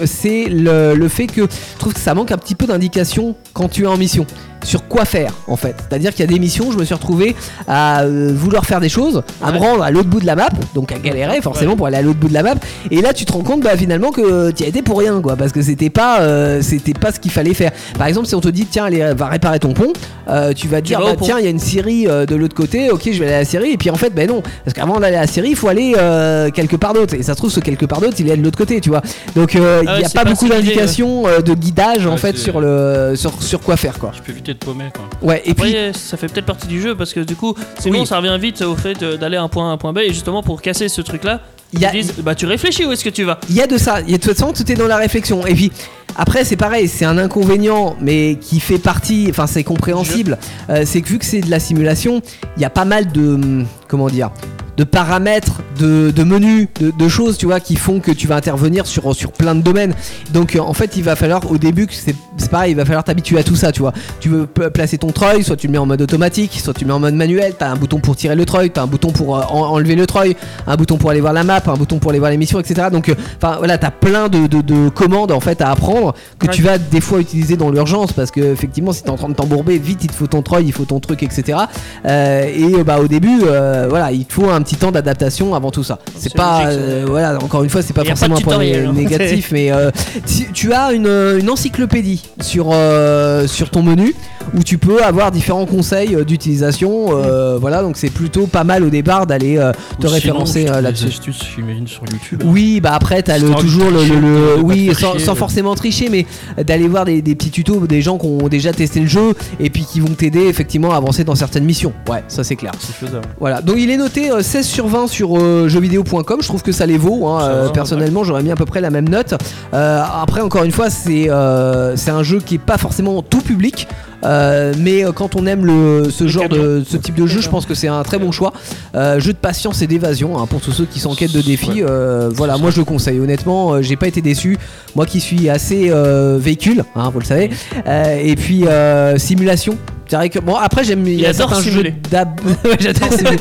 Speaker 2: c'est le, le fait que je trouve que ça manque un petit peu d'indication quand tu es en mission. sur quoi faire en fait. C'est-à-dire qu'il y a des missions, je me suis retrouvé à euh, vouloir faire des choses, à me
Speaker 1: Ouais.
Speaker 2: rendre à l'autre bout de la map, donc à galérer forcément pour aller à l'autre bout de la map. Et là, tu te rends compte bah, finalement que tu as été pour rien quoi, parce que c'était pas, euh, c'était pas ce qu'il fallait faire. Par exemple, si on te dit tiens, allez, va réparer ton pont, euh, tu vas te dire
Speaker 1: vas au
Speaker 2: bah,
Speaker 1: pont.
Speaker 2: tiens, il y a une série euh, de l'autre côté, ok, je vais aller à la série. Et puis en fait, ben non, parce qu'avant d'aller à la série, il faut aller euh, quelque part d'autre. Et ça se trouve, ce quelque part d'autre, il est de l'autre côté, tu vois. Donc euh, il
Speaker 1: Ah ouais,
Speaker 2: n'y a
Speaker 1: c'est
Speaker 2: pas,
Speaker 1: pas
Speaker 2: beaucoup
Speaker 1: si l'idée,
Speaker 2: d'indications euh, de guidage en
Speaker 3: Ouais,
Speaker 2: fait
Speaker 3: c'est-
Speaker 2: sur le sur, sur quoi faire quoi.
Speaker 3: Je peux éviter de paumer quoi.
Speaker 2: Ouais, et puis
Speaker 1: Après, ça fait peut-être partie du jeu parce que du coup, sinon
Speaker 2: Oui.
Speaker 1: ça revient vite au fait euh, d'aller à un point A à un point B et justement pour casser ce truc là,
Speaker 2: Il y
Speaker 1: ils
Speaker 2: a-
Speaker 1: disent bah tu réfléchis où est-ce que tu vas.
Speaker 2: il y a de ça. Il y a de toute façon, tout est dans la réflexion. Et puis après, c'est pareil, c'est un inconvénient, mais qui fait partie. Enfin, c'est compréhensible. Euh, c'est que vu que c'est de la simulation, il y a pas mal de hum, comment dire de paramètres, de, de menus, de, de choses, tu vois, qui font que tu vas intervenir sur, sur plein de domaines. Donc, euh, en fait, il va falloir, au début, que c'est c'est pareil, il va falloir t'habituer à tout ça, tu vois. Tu veux pla- placer ton treuil, soit tu le mets en mode automatique, soit tu le mets en mode manuel, t'as un bouton pour tirer le treuil, t'as un bouton pour euh, en- enlever le treuil, un bouton pour aller voir la map, un bouton pour aller voir l'émission, etc. Donc, euh, enfin, voilà, t'as plein de, de- de commandes, en fait, à apprendre, que
Speaker 1: Ouais.
Speaker 2: tu vas des fois utiliser dans l'urgence, parce que, effectivement, si t'es en train de t'embourber, vite, il te faut ton treuil, il faut ton truc, etc. Euh, et euh, bah au début, euh, voilà, il te faut un petit temps d'adaptation avant tout ça. C'est
Speaker 1: C'est
Speaker 2: pas,
Speaker 1: logique, ça.
Speaker 2: euh, voilà, encore une fois, c'est pas
Speaker 1: Y a pas de
Speaker 2: forcément un point
Speaker 1: tutoriel, hein.
Speaker 2: né- négatif, mais euh, tu, tu as une, euh, une encyclopédie sur euh, sur ton menu où tu peux avoir différents conseils euh, d'utilisation. euh, Voilà, donc c'est plutôt pas mal au départ d'aller euh, te
Speaker 3: Ou
Speaker 2: référencer
Speaker 3: sinon,
Speaker 2: euh,
Speaker 3: tu
Speaker 2: là-dessus.
Speaker 3: Des astuces, j'imagine, sur YouTube.
Speaker 2: Oui, bah après t'as le
Speaker 3: Histoire de
Speaker 2: toujours le,
Speaker 3: tricher,
Speaker 2: le- le-
Speaker 3: de pas
Speaker 2: oui
Speaker 3: tricher,
Speaker 2: sans, sans
Speaker 3: euh.
Speaker 2: forcément tricher, mais d'aller voir des, des petits tutos des gens qui ont déjà testé le jeu et puis qui vont t'aider effectivement à avancer dans certaines missions. Ouais, ça c'est clair.
Speaker 3: C'est faisable.
Speaker 2: Voilà, donc il est noté euh, 16 sur 20 sur euh, jeuxvideo.com, je trouve que ça les vaut, hein.
Speaker 3: Ça
Speaker 2: Euh,
Speaker 3: va,
Speaker 2: personnellement j'aurais mis à peu près la même note. Euh, après encore une fois c'est euh, c'est un jeu qui est pas forcément tout public, euh, mais euh, quand on aime le, ce genre de ce type de jeu je pense que c'est un très bon choix. Euh, jeu de patience et d'évasion hein, pour tous ceux qui sont en quête de défis, euh, voilà moi je le conseille honnêtement, euh, j'ai pas été déçu, moi qui suis assez euh, véhicule, hein, vous le savez,
Speaker 3: Mm.
Speaker 2: Euh, et puis euh, simulation. C'est vrai que bon après j'aime il y a
Speaker 1: adore
Speaker 2: certains jeux
Speaker 1: simuler.
Speaker 2: d'ab- Ouais, j'adore simuler.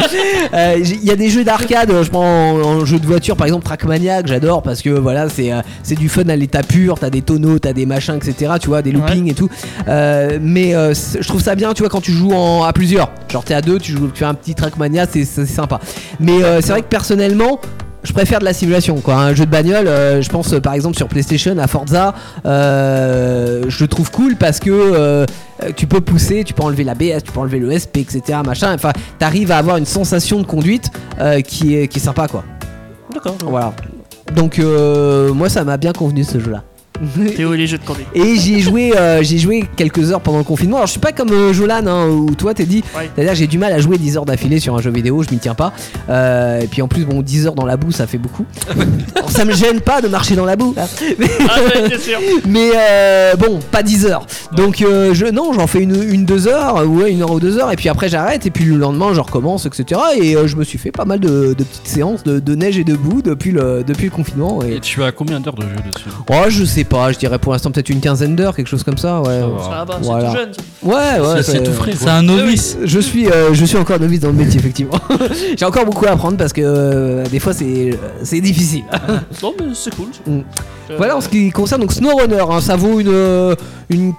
Speaker 2: Euh, j'ai- Il y a des jeux d'arcade, euh, je prends en, en jeu de voiture par exemple Trackmania que j'adore parce que voilà c'est euh, c'est du fun à l'état pur, t'as des tonneaux, t'as des machins etc. Tu vois des loopings et tout. Euh, mais euh, c'est- je trouve ça bien tu vois quand tu joues en, à plusieurs, genre t'es à deux, tu joues, tu fais un petit Trackmania, c'est c'est sympa. Mais euh, c'est vrai que personnellement je préfère de la simulation quoi. Un jeu de bagnole, euh, je pense euh, par exemple sur PlayStation à Forza, euh, je le trouve cool parce que euh, euh, tu peux pousser, tu peux enlever la BS, tu peux enlever le SP, etc. Machin. Enfin, t'arrives à avoir une sensation de conduite euh, qui est qui est sympa quoi.
Speaker 1: D'accord.
Speaker 2: Voilà. Donc euh, moi ça m'a bien convenu ce jeu là.
Speaker 1: Théo et les jeux de conduite.
Speaker 2: Et j'y ai joué, euh, j'ai joué quelques heures pendant le confinement. Alors je suis pas comme euh, Jolan hein, où toi t'es dit,
Speaker 1: Ouais.
Speaker 2: c'est-à-dire j'ai du mal à jouer 10 heures d'affilée sur un jeu vidéo, je m'y tiens pas. Euh, et puis en plus bon 10 heures dans la boue ça fait beaucoup. Alors, ça me gêne pas de marcher dans la boue. là.
Speaker 1: Ah ouais, bien sûr.
Speaker 2: Mais euh, bon, pas 10 heures. Donc euh, je, non, j'en fais une, une deux heures, euh, ouais, une heure ou deux heures, et puis après j'arrête, et puis le lendemain je recommence, etc. Et euh, je me suis fait pas mal de, de petites séances de, de neige et de boue depuis le, depuis le confinement.
Speaker 3: Et
Speaker 2: Et...
Speaker 3: tu as combien d'heures de jeu dessus
Speaker 2: Oh, je sais pas, je dirais pour l'instant peut-être une quinzaine d'heures, quelque chose comme ça. Ouais,
Speaker 3: Ça
Speaker 2: ouais,
Speaker 3: va.
Speaker 1: Ah bah,
Speaker 2: Oh. Voilà.
Speaker 1: c'est tout jeune. ça.
Speaker 2: ouais.
Speaker 3: C'est tout frais.
Speaker 4: C'est un novice.
Speaker 2: Je suis, euh, je suis encore novice dans le métier, effectivement. J'ai encore beaucoup à apprendre parce que euh, des fois c'est c'est difficile.
Speaker 1: Euh. Non mais c'est cool.
Speaker 2: Mm.
Speaker 1: Euh,
Speaker 2: Voilà en ce qui concerne donc SnowRunner, hein, ça vaut une, euh, une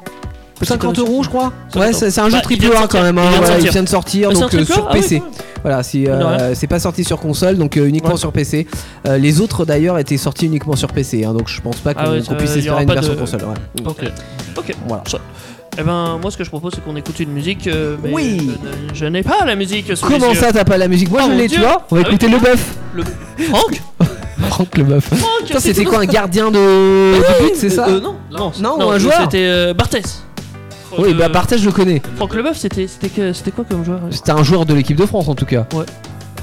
Speaker 2: 50 euros je crois.
Speaker 1: 50
Speaker 2: Ouais, c'est c'est un jeu
Speaker 1: Bah, il
Speaker 2: triple
Speaker 1: vient de
Speaker 2: A quand
Speaker 1: sortir.
Speaker 2: même, hein,
Speaker 1: Il vient de
Speaker 2: voilà, il
Speaker 1: sortir.
Speaker 2: vient de sortir
Speaker 1: Ah, c'est un
Speaker 2: donc euh,
Speaker 1: triple A
Speaker 2: sur
Speaker 1: Ah ouais,
Speaker 2: PC.
Speaker 1: quand même.
Speaker 2: Voilà, si euh,
Speaker 1: Mine de rien.
Speaker 2: c'est pas sorti sur console donc euh, uniquement
Speaker 1: Ouais.
Speaker 2: sur PC. Euh, les autres d'ailleurs étaient sortis uniquement sur PC, hein, donc je pense pas qu'on
Speaker 1: Ah ouais,
Speaker 2: qu'on
Speaker 1: ça-
Speaker 2: puisse
Speaker 1: il y aura
Speaker 2: espérer une
Speaker 1: pas
Speaker 2: version
Speaker 1: de- Oh.
Speaker 2: console. ouais.
Speaker 3: Ok.
Speaker 2: Voilà.
Speaker 1: Eh ben moi ce que je propose c'est qu'on écoute une musique. euh, mais
Speaker 2: Oui.
Speaker 1: je ne- Je n'ai pas la musique. sous les
Speaker 2: Comment
Speaker 1: yeux.
Speaker 2: ça t'as pas la musique Moi
Speaker 1: Ah,
Speaker 2: je
Speaker 1: mon
Speaker 2: l'ai,
Speaker 1: Dieu.
Speaker 2: tu vois. On va
Speaker 1: Ah oui.
Speaker 2: écouter le bœuf.
Speaker 1: Le Franck.
Speaker 2: Franck le bœuf.
Speaker 1: Franck.
Speaker 2: Putain,
Speaker 1: c'est
Speaker 2: C'était
Speaker 1: tout.
Speaker 2: quoi un gardien de, du but, c'est ça
Speaker 1: Euh, euh, Non. Non.
Speaker 2: Non, un joueur
Speaker 1: C'était euh, Barthès.
Speaker 2: Oui,
Speaker 1: Euh,
Speaker 2: bah Barthès je le connais.
Speaker 1: Franck Leboeuf, c'était c'était que- c'était quoi comme joueur
Speaker 2: C'était un joueur de l'équipe de France en tout cas.
Speaker 1: Ouais.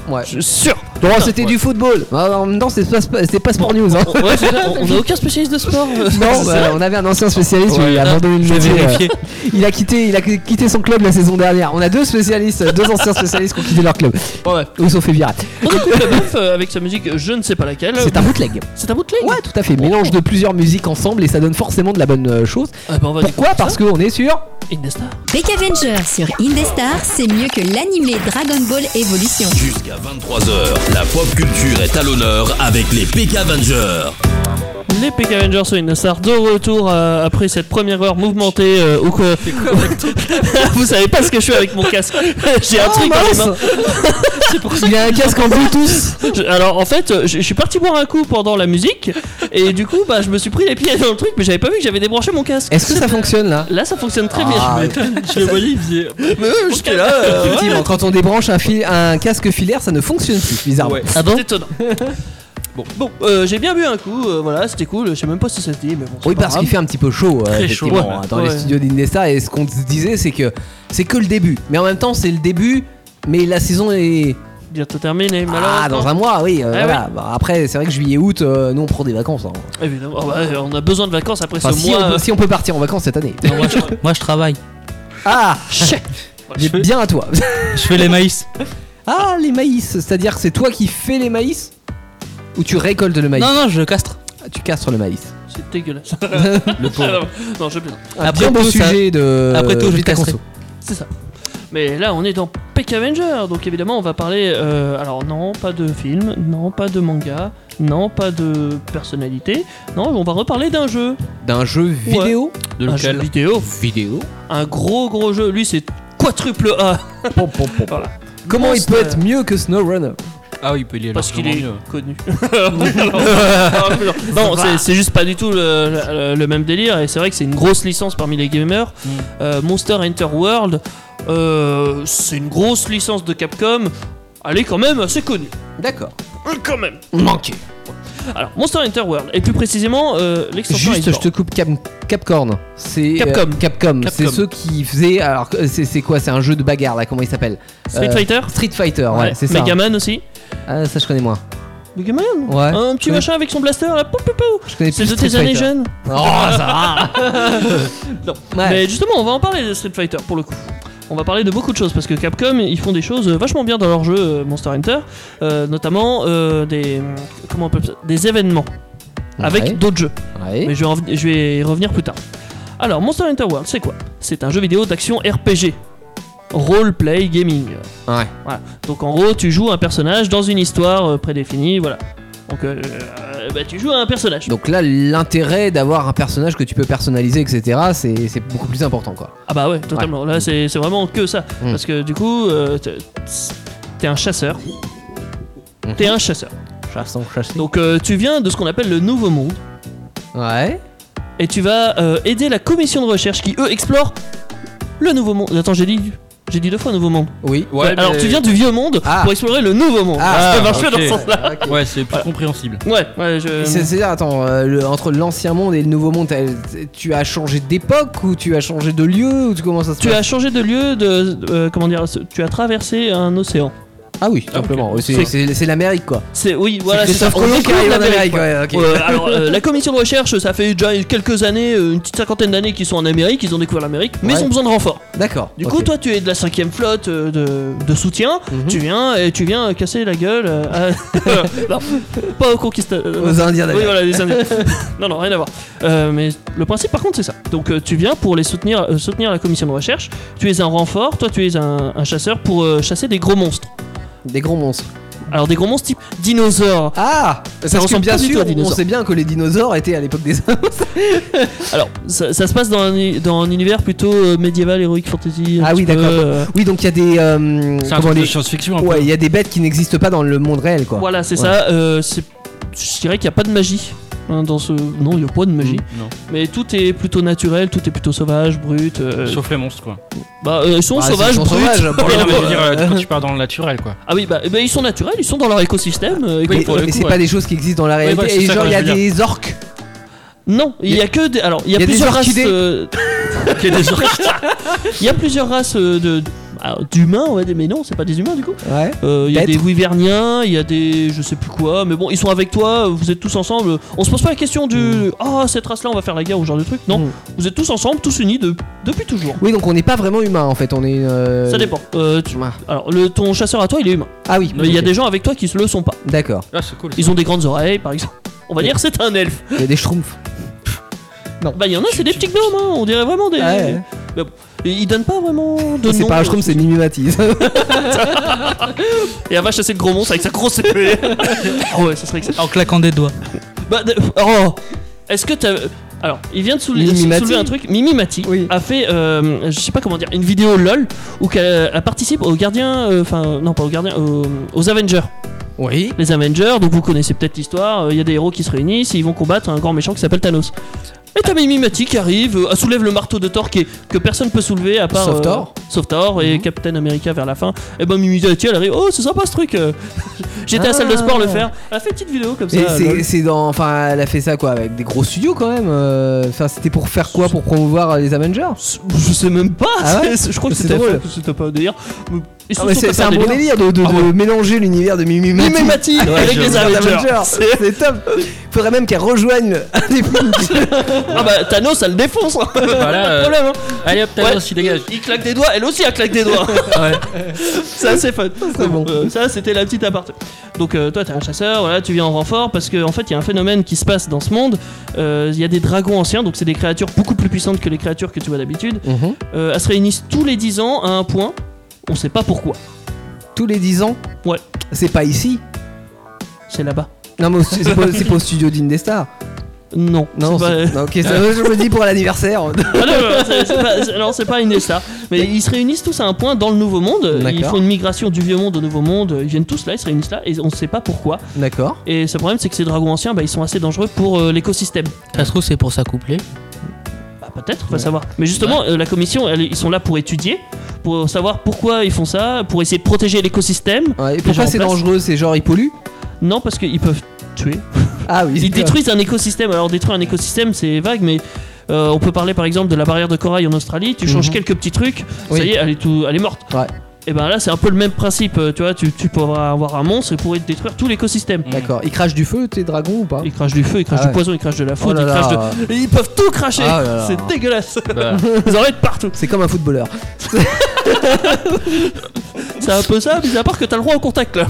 Speaker 2: Ouais.
Speaker 1: Je suis sûr.
Speaker 2: Bon, c'était du football. Ah, En même temps, c'est pas, c'est pas sport news. Hein.
Speaker 1: Ouais, c'est ça. On n'a aucun spécialiste de sport. euh.
Speaker 2: Non, bah, on avait un ancien spécialiste, mais il a
Speaker 4: Ah,
Speaker 2: abandonné le
Speaker 4: J'ai
Speaker 2: métier, euh,
Speaker 4: vérifié.
Speaker 2: Il a quitté, il a quitté son club la saison dernière. On a deux spécialistes, euh, deux anciens spécialistes qui ont quitté leur club.
Speaker 1: Ouais.
Speaker 2: Ou ils se sont fait virer.
Speaker 1: On écoute Leboeuf euh, avec sa musique, euh, je ne sais pas laquelle.
Speaker 2: C'est un bootleg.
Speaker 1: C'est un bootleg
Speaker 2: Ouais, tout à fait. Mélange de plusieurs musiques ensemble et ça donne forcément de la bonne euh, chose.
Speaker 1: Ah bah on va
Speaker 2: Pourquoi Parce qu'on est sur.
Speaker 1: découvrir Indestar.
Speaker 7: Peck Avenger sur Indestar, c'est mieux que l'animé Dragon Ball Evolution.
Speaker 5: Jusqu'à 23h, la pop culture est à l'honneur avec les PK Avengers.
Speaker 1: Les Peak Avengers sont une star de retour euh, après cette première heure mouvementée euh, où que- Vous savez pas ce que je fais avec mon casque. J'ai un truc dans les mains.
Speaker 2: Oh, Il a un casque en Bluetooth.
Speaker 1: Je- alors en fait, euh, je, je suis parti boire un coup pendant la musique et du coup, bah, je me suis pris les pieds dans le truc, mais j'avais pas vu que j'avais débranché mon casque.
Speaker 2: Est-ce que ça fonctionne là
Speaker 1: Là, ça fonctionne très
Speaker 2: Ah,
Speaker 1: bien.
Speaker 3: Je le voyais, il faisait.
Speaker 1: Mais jusque là.
Speaker 2: Effectivement, quand on débranche un, fil- un casque filaire, ça ne fonctionne plus, bizarrement.
Speaker 3: Ouais.
Speaker 1: Ah bon C'est étonnant. Bon, bon euh, j'ai bien bu un coup, euh, voilà, c'était cool, je sais même pas si ça se dit, mais bon. c'est
Speaker 2: Oui,
Speaker 1: pas
Speaker 2: parce
Speaker 1: grave.
Speaker 2: qu'il fait un petit peu chaud, euh,
Speaker 3: Très
Speaker 2: effectivement,
Speaker 3: chaud, ouais.
Speaker 2: hein, dans les
Speaker 1: Ouais.
Speaker 2: studios d'Indestar. Et ce qu'on se disait, c'est que c'est que le début. Mais en même temps, c'est le début, mais la saison est.
Speaker 1: Bientôt terminé,
Speaker 2: Ah,
Speaker 1: malheureusement.
Speaker 2: dans un mois, oui. euh,
Speaker 1: Bah, Ah,
Speaker 2: voilà. Bah, après, c'est vrai que juillet-août, nous on prend des vacances. hein.
Speaker 1: Évidemment, ah bah, on a besoin de vacances après
Speaker 2: Enfin,
Speaker 1: ce
Speaker 2: si,
Speaker 1: mois.
Speaker 2: on
Speaker 1: euh,
Speaker 2: peut, si on peut partir en vacances cette année.
Speaker 4: Non, moi, je, moi, je travaille.
Speaker 2: Ah,
Speaker 3: Je fais-
Speaker 2: bien à toi.
Speaker 4: Je fais les maïs.
Speaker 2: Ah, les maïs, c'est-à-dire que c'est toi qui fais les maïs ou tu récoltes le maïs
Speaker 4: Non, non, je castre.
Speaker 2: Ah, Tu castres le maïs.
Speaker 1: C'est dégueulasse.
Speaker 2: le
Speaker 1: non, je plaisante.
Speaker 2: Un
Speaker 4: Après
Speaker 2: bien beau
Speaker 4: tout, ça-
Speaker 2: sujet de.
Speaker 4: Après tout, je
Speaker 2: Vita
Speaker 4: le casserai.
Speaker 2: Conso.
Speaker 1: C'est ça. Mais là, on est dans Peck Avenger, donc évidemment, on va parler. euh, alors, non, pas de film, non, pas de manga, non, pas de personnalité. Non, on va reparler d'un jeu.
Speaker 2: D'un jeu vidéo.
Speaker 4: Ah,
Speaker 3: De
Speaker 1: un jeu
Speaker 3: lequel
Speaker 1: vidéo.
Speaker 2: Vidéo.
Speaker 1: Un gros, gros jeu. Lui, c'est quadruple A.
Speaker 2: Pom, pom, pom.
Speaker 1: Voilà.
Speaker 2: Comment il peut
Speaker 1: Monster.
Speaker 2: être mieux que SnowRunner
Speaker 3: Ah oui, il peut y aller
Speaker 1: Parce qu'il
Speaker 3: largement
Speaker 1: est
Speaker 3: mieux.
Speaker 1: connu. non, c'est- c'est juste pas du tout le, le- le même délire. Et c'est vrai que c'est une grosse licence parmi les gamers.
Speaker 3: Mm.
Speaker 1: Euh, Monster Hunter World, euh, c'est une grosse licence de Capcom. Elle est quand même assez connue.
Speaker 2: D'accord.
Speaker 1: Euh, Quand même.
Speaker 2: Manqué.
Speaker 1: Alors, Monster Hunter World, et plus précisément euh, l'extension
Speaker 2: Juste, je
Speaker 1: Iceborne.
Speaker 2: te coupe Cap- Capcorn. C'est euh,
Speaker 1: Capcom.
Speaker 2: Capcom. C'est
Speaker 1: Capcom.
Speaker 2: ceux qui faisaient. Alors, que- c'est c'est quoi C'est un jeu de bagarre là Comment il s'appelle
Speaker 1: Street
Speaker 2: euh,
Speaker 1: Fighter
Speaker 2: Street Fighter. Ouais, c'est ça.
Speaker 1: Megaman aussi.
Speaker 2: Ah, ça je connais moins.
Speaker 1: Megaman
Speaker 2: Ouais.
Speaker 1: Un petit
Speaker 2: je connais-
Speaker 1: machin avec son blaster là. pou, pou, pou.
Speaker 2: Je connais
Speaker 1: Hein? C'est
Speaker 2: plus
Speaker 1: de
Speaker 2: Street
Speaker 1: tes années
Speaker 2: Fighter.
Speaker 1: jeunes.
Speaker 2: Oh, ça
Speaker 1: Non.
Speaker 2: va. Ouais.
Speaker 1: Mais justement, on va en parler de Street Fighter pour le coup. On va parler de beaucoup de choses parce que Capcom, ils font des choses euh, vachement bien dans leur jeu euh, Monster Hunter, euh, notamment euh, des comment on peut appeler ça des événements avec
Speaker 2: Ouais.
Speaker 1: d'autres jeux.
Speaker 2: Ouais.
Speaker 1: Mais je vais, en- je vais y revenir plus tard. Alors Monster Hunter World, c'est quoi C'est un jeu vidéo d'action RPG, role play gaming.
Speaker 2: Ouais.
Speaker 1: Voilà. Donc en gros, tu joues un personnage dans une histoire euh, prédéfinie, voilà. Donc euh, euh, bah, tu joues à un personnage.
Speaker 2: Donc là, l'intérêt d'avoir un personnage que tu peux personnaliser, etc., c'est c'est beaucoup plus important, quoi.
Speaker 1: Ah bah ouais, totalement. Là, c'est c'est vraiment que ça.
Speaker 2: Mm.
Speaker 1: Parce que du coup, euh, t'es- t'es un chasseur.
Speaker 2: Mhm.
Speaker 1: T'es un chasseur.
Speaker 2: Chassons, chassons.
Speaker 1: Donc euh, tu viens de ce qu'on appelle le Nouveau Monde
Speaker 2: Ouais.
Speaker 1: et tu vas euh, aider la commission de recherche qui eux explorent le Nouveau Monde. Attends, j'ai dit j'ai dit deux fois Nouveau Monde.
Speaker 2: Oui.
Speaker 3: Ouais,
Speaker 1: Alors
Speaker 3: mais-
Speaker 1: tu viens du Vieux Monde
Speaker 2: Ah.
Speaker 1: pour explorer le Nouveau Monde.
Speaker 2: Ah,
Speaker 1: ça marche pas
Speaker 3: ok.
Speaker 1: dans ce sens-là.
Speaker 3: Ouais, c'est plus compréhensible.
Speaker 1: Ouais, ouais, je.
Speaker 2: C'est- C'est-à-dire, attends, euh, le- entre l'ancien monde et le nouveau monde, t'as- tu as changé d'époque ou tu as changé de lieu ou tu- comment ça se
Speaker 1: Tu
Speaker 2: passe
Speaker 1: as changé de lieu, de euh, comment dire, tu as traversé un océan.
Speaker 2: Ah oui, simplement. Oui, c'est-
Speaker 1: C'est-
Speaker 2: C'est c'est l'Amérique, quoi.
Speaker 1: C'est oui, voilà.
Speaker 2: C'est
Speaker 1: c'est ça.
Speaker 2: Christophe
Speaker 1: On
Speaker 2: Colomb qui
Speaker 1: découvre
Speaker 2: arrive en
Speaker 1: l'Amérique,
Speaker 2: Amérique.
Speaker 1: ouais.
Speaker 2: Ouais, ok.
Speaker 1: Euh, alors, euh, la commission de recherche, ça fait déjà quelques années, euh, une petite cinquantaine d'années qu'ils sont en Amérique, ils ont découvert l'Amérique, mais
Speaker 2: Ouais.
Speaker 1: ils ont besoin de renfort.
Speaker 2: D'accord.
Speaker 1: Du
Speaker 2: ok.
Speaker 1: coup, toi, tu es de la cinquième flotte euh, de, de soutien,
Speaker 2: Mhm.
Speaker 1: tu viens et tu viens casser la gueule euh, à- non, pas aux conquistadors.
Speaker 2: aux Indiens d'Amérique.
Speaker 1: Oui, voilà, les Indiens. non, non, rien à voir. Euh, mais le principe, par contre, c'est ça. Donc, euh, tu viens pour les soutenir, euh, soutenir la commission de recherche. Tu es un renfort. Toi, tu es un, un chasseur pour euh, chasser des gros monstres.
Speaker 2: Des gros monstres.
Speaker 1: Alors, des gros monstres type dinosaures,
Speaker 2: Ah Parce que
Speaker 1: ressemble
Speaker 2: bien
Speaker 1: pas du tout
Speaker 2: sûr,
Speaker 1: à
Speaker 2: on
Speaker 1: dinosaure.
Speaker 2: sait bien que les dinosaures étaient à l'époque des Indiens.
Speaker 1: Alors, ça, ça se passe dans un, dans un univers plutôt euh, médiéval, héroïque, fantasy. un
Speaker 2: Ah
Speaker 1: petit
Speaker 2: oui,
Speaker 1: peu,
Speaker 2: d'accord.
Speaker 1: euh,
Speaker 2: Oui, donc il y a des. euh,
Speaker 3: C'est un
Speaker 2: comment
Speaker 3: truc de
Speaker 2: les-
Speaker 3: science-fiction un peu.
Speaker 2: Ouais, il y a des bêtes qui n'existent pas dans le monde réel, quoi.
Speaker 1: voilà, c'est
Speaker 2: Ouais.
Speaker 1: ça. euh, c'est- je dirais qu'il n'y a pas de magie. hein, dans ce... Non, il n'y a pas de magie.
Speaker 2: Mm.
Speaker 3: Non.
Speaker 1: Mais tout est plutôt naturel, tout est plutôt sauvage, brut. euh,
Speaker 3: Sauf les monstres, quoi.
Speaker 1: Bah, euh, ils sont
Speaker 2: Ah, c'est-
Speaker 1: sauvages,
Speaker 2: ils sont
Speaker 1: bruts.
Speaker 2: sauvages, pour
Speaker 3: Ouais, non, mais je veux
Speaker 2: euh,
Speaker 3: dire, euh, quand tu pars dans le naturel, quoi.
Speaker 1: Ah oui, bah, eh ben, ils sont naturels, ils sont dans leur écosystème. euh, et
Speaker 2: Mais,
Speaker 1: que pour le
Speaker 2: mais
Speaker 1: coup,
Speaker 2: c'est
Speaker 1: ouais.
Speaker 2: pas des choses qui existent dans la réalité.
Speaker 3: voilà, c'est
Speaker 2: Et
Speaker 3: ça
Speaker 2: genre,
Speaker 3: que
Speaker 2: il y a
Speaker 3: je veux
Speaker 2: des orques.
Speaker 1: Non, il y a que des. Alors, il y a,
Speaker 2: il y a des
Speaker 1: plusieurs races.
Speaker 2: orchidées.
Speaker 1: euh,
Speaker 3: Ok, désolé.
Speaker 1: Il y a plusieurs races euh, de. alors, D'humains, ouais, des- mais non, c'est pas des humains du coup.
Speaker 2: Ouais.
Speaker 1: Euh, Il y a
Speaker 2: Peut-être.
Speaker 1: des Wyverniens, il y a des je sais plus quoi, mais bon, ils sont avec toi, vous êtes tous ensemble. On se pose pas la question du ah cette race-là, on va faire la guerre ou ce genre de truc. Non,
Speaker 2: Mm.
Speaker 1: vous êtes tous ensemble, tous unis de- depuis toujours.
Speaker 2: Oui, donc on n'est pas vraiment humain en fait. On est. euh,
Speaker 1: Ça dépend. Euh, tu-
Speaker 2: Ouais.
Speaker 1: Alors, le, ton chasseur à toi, il est humain.
Speaker 2: Ah oui.
Speaker 1: Mais il y a
Speaker 2: ok.
Speaker 1: des gens avec toi qui se le sont pas.
Speaker 2: D'accord.
Speaker 3: Ah, c'est cool.
Speaker 1: Ils ont des grandes oreilles, par exemple. On va dire c'est un elfe.
Speaker 2: Il y a des schtroumpfs.
Speaker 1: Bah, il y en a, c'est des petits gnomes, hein. on dirait vraiment des.
Speaker 2: Ah Ouais. Ah,
Speaker 1: Mais bon, ils donnent pas vraiment de
Speaker 2: C'est
Speaker 1: nom.
Speaker 2: pas un schtroumpf, c'est Mimi Matisse.
Speaker 1: Et elle va chasser le gros monstre avec sa grosse épée. Ah ouais, ça serait excellent.
Speaker 4: En claquant des doigts.
Speaker 1: Bah, d- oh Est-ce que t'as. Alors, il vient de soule-
Speaker 2: Mimi
Speaker 1: soulever,
Speaker 2: Mati.
Speaker 1: un truc. Mimi Mati
Speaker 2: Oui.
Speaker 1: a fait, euh, je sais pas comment dire, une vidéo LOL où elle, participe aux gardiens. euh, Enfin, non, pas aux gardiens, aux, aux Avengers.
Speaker 2: Oui.
Speaker 1: Les Avengers, donc vous connaissez peut-être l'histoire, euh, il y a des héros qui se réunissent et ils vont combattre un grand méchant qui s'appelle Thanos. Et t'as Mimi Mati qui arrive, euh, elle soulève le marteau de Thor qui est- que personne peut soulever à part.
Speaker 2: Sauf
Speaker 1: euh,
Speaker 2: Thor. Mhm.
Speaker 1: Sauf Thor et Captain America vers la fin. Et ben Mimi Mati elle arrive, oh c'est sympa ce truc euh. J'étais à la salle de sport le faire. Elle a fait une petite vidéo comme ça.
Speaker 2: Ah. Et
Speaker 1: lol.
Speaker 2: c'est- c'est dans. Enfin, elle a fait ça quoi Avec des gros studios quand même euh, Enfin, c'était pour faire quoi Pour promouvoir euh, les Avengers
Speaker 1: Je sais même pas.
Speaker 2: Ah ouais
Speaker 1: c'est- je crois que
Speaker 2: C'était
Speaker 1: c'était
Speaker 2: drôle.
Speaker 1: C'était pas un délire. Mais- ils se
Speaker 2: Ah, mais
Speaker 1: sont
Speaker 2: C'est
Speaker 1: tapés
Speaker 2: c'est un bon délire de, de-
Speaker 1: Ah
Speaker 2: de
Speaker 1: ouais.
Speaker 2: mélanger l'univers de Mimi
Speaker 1: Mimi
Speaker 2: Mati
Speaker 1: Mati avec
Speaker 3: je-
Speaker 1: les Avengers. C'est-
Speaker 2: C'est top Faudrait même qu'elle rejoigne le- un des films
Speaker 1: Ah bah Thanos, ça le défonce. hein.
Speaker 3: Voilà,
Speaker 1: Pas de
Speaker 3: euh,
Speaker 1: problème. hein.
Speaker 3: Allez hop,
Speaker 1: Ouais.
Speaker 3: t'as aussi dégage.
Speaker 1: Il claque des doigts, elle aussi, elle claque des doigts. C'est assez fun.
Speaker 2: c'est bon.
Speaker 1: Euh, ça, c'était la petite aparté. Donc, euh, toi, t'es un chasseur, voilà, tu viens en renfort parce qu'en en fait, il y a un phénomène qui se passe dans ce monde. Euh, Il y a des dragons anciens, donc c'est des créatures beaucoup plus puissantes que les créatures que tu vois d'habitude. Euh, elles se réunissent tous les 10 ans à un point. On sait pas pourquoi.
Speaker 2: Tous les 10 ans
Speaker 1: Ouais.
Speaker 2: C'est pas ici
Speaker 1: C'est là-bas.
Speaker 2: Non, mais c'est c'est pas, c'est pas au studio d'Indestar
Speaker 1: Non.
Speaker 2: Non,
Speaker 1: c'est pas- euh,
Speaker 2: c'est- non, ok, ça, je me dis pour l'anniversaire
Speaker 1: Ah non, non, c'est- c'est pas- c'est- non, c'est pas une star. Mais ils se réunissent tous à un point dans le Nouveau Monde. Ils
Speaker 2: D'accord.
Speaker 1: font une migration du Vieux Monde au Nouveau Monde. Ils viennent tous là, ils se réunissent là et on ne sait pas pourquoi.
Speaker 2: D'accord.
Speaker 1: Et ce problème, c'est que ces dragons anciens, bah, ils sont assez dangereux pour euh, l'écosystème.
Speaker 4: Ça se trouve, c'est pour s'accoupler.
Speaker 1: Bah, peut-être, faut savoir. Mais justement, euh, la commission, elle- ils sont là pour étudier, pour savoir pourquoi ils font ça, pour essayer de protéger l'écosystème.
Speaker 2: Ouais, et
Speaker 1: gens
Speaker 2: pourquoi
Speaker 1: en
Speaker 2: c'est
Speaker 1: place.
Speaker 2: dangereux C'est genre ils polluent
Speaker 1: Non, parce qu'ils peuvent tuer.
Speaker 2: Ah oui.
Speaker 1: Ils
Speaker 2: d'accord.
Speaker 1: détruisent un écosystème. Alors détruire un écosystème, c'est vague, mais euh, on peut parler par exemple de la barrière de corail en Australie. Tu changes
Speaker 2: Mhm.
Speaker 1: quelques petits trucs, ça
Speaker 2: Oui.
Speaker 1: y est, elle est, tout- elle est morte.
Speaker 2: Ouais.
Speaker 1: Et ben là, c'est un peu le même principe. euh, Tu vois, tu, tu peux avoir un monstre et pourrait détruire tout l'écosystème.
Speaker 2: D'accord. Ils crachent du feu, tes dragons ou pas
Speaker 1: Ils crachent du feu, ils crachent
Speaker 2: Ah
Speaker 1: du
Speaker 2: ouais.
Speaker 1: poison, ils crachent de la
Speaker 2: Oh
Speaker 1: foudre,
Speaker 2: là
Speaker 1: ils crachent de...
Speaker 2: là.
Speaker 1: Et Ils peuvent tout cracher.
Speaker 2: Ah là là.
Speaker 1: c'est dégueulasse.
Speaker 3: Bah,
Speaker 1: Ils en mettent partout.
Speaker 2: C'est comme un footballeur.
Speaker 1: C'est un peu ça, mis à part que t'as le droit au contact là.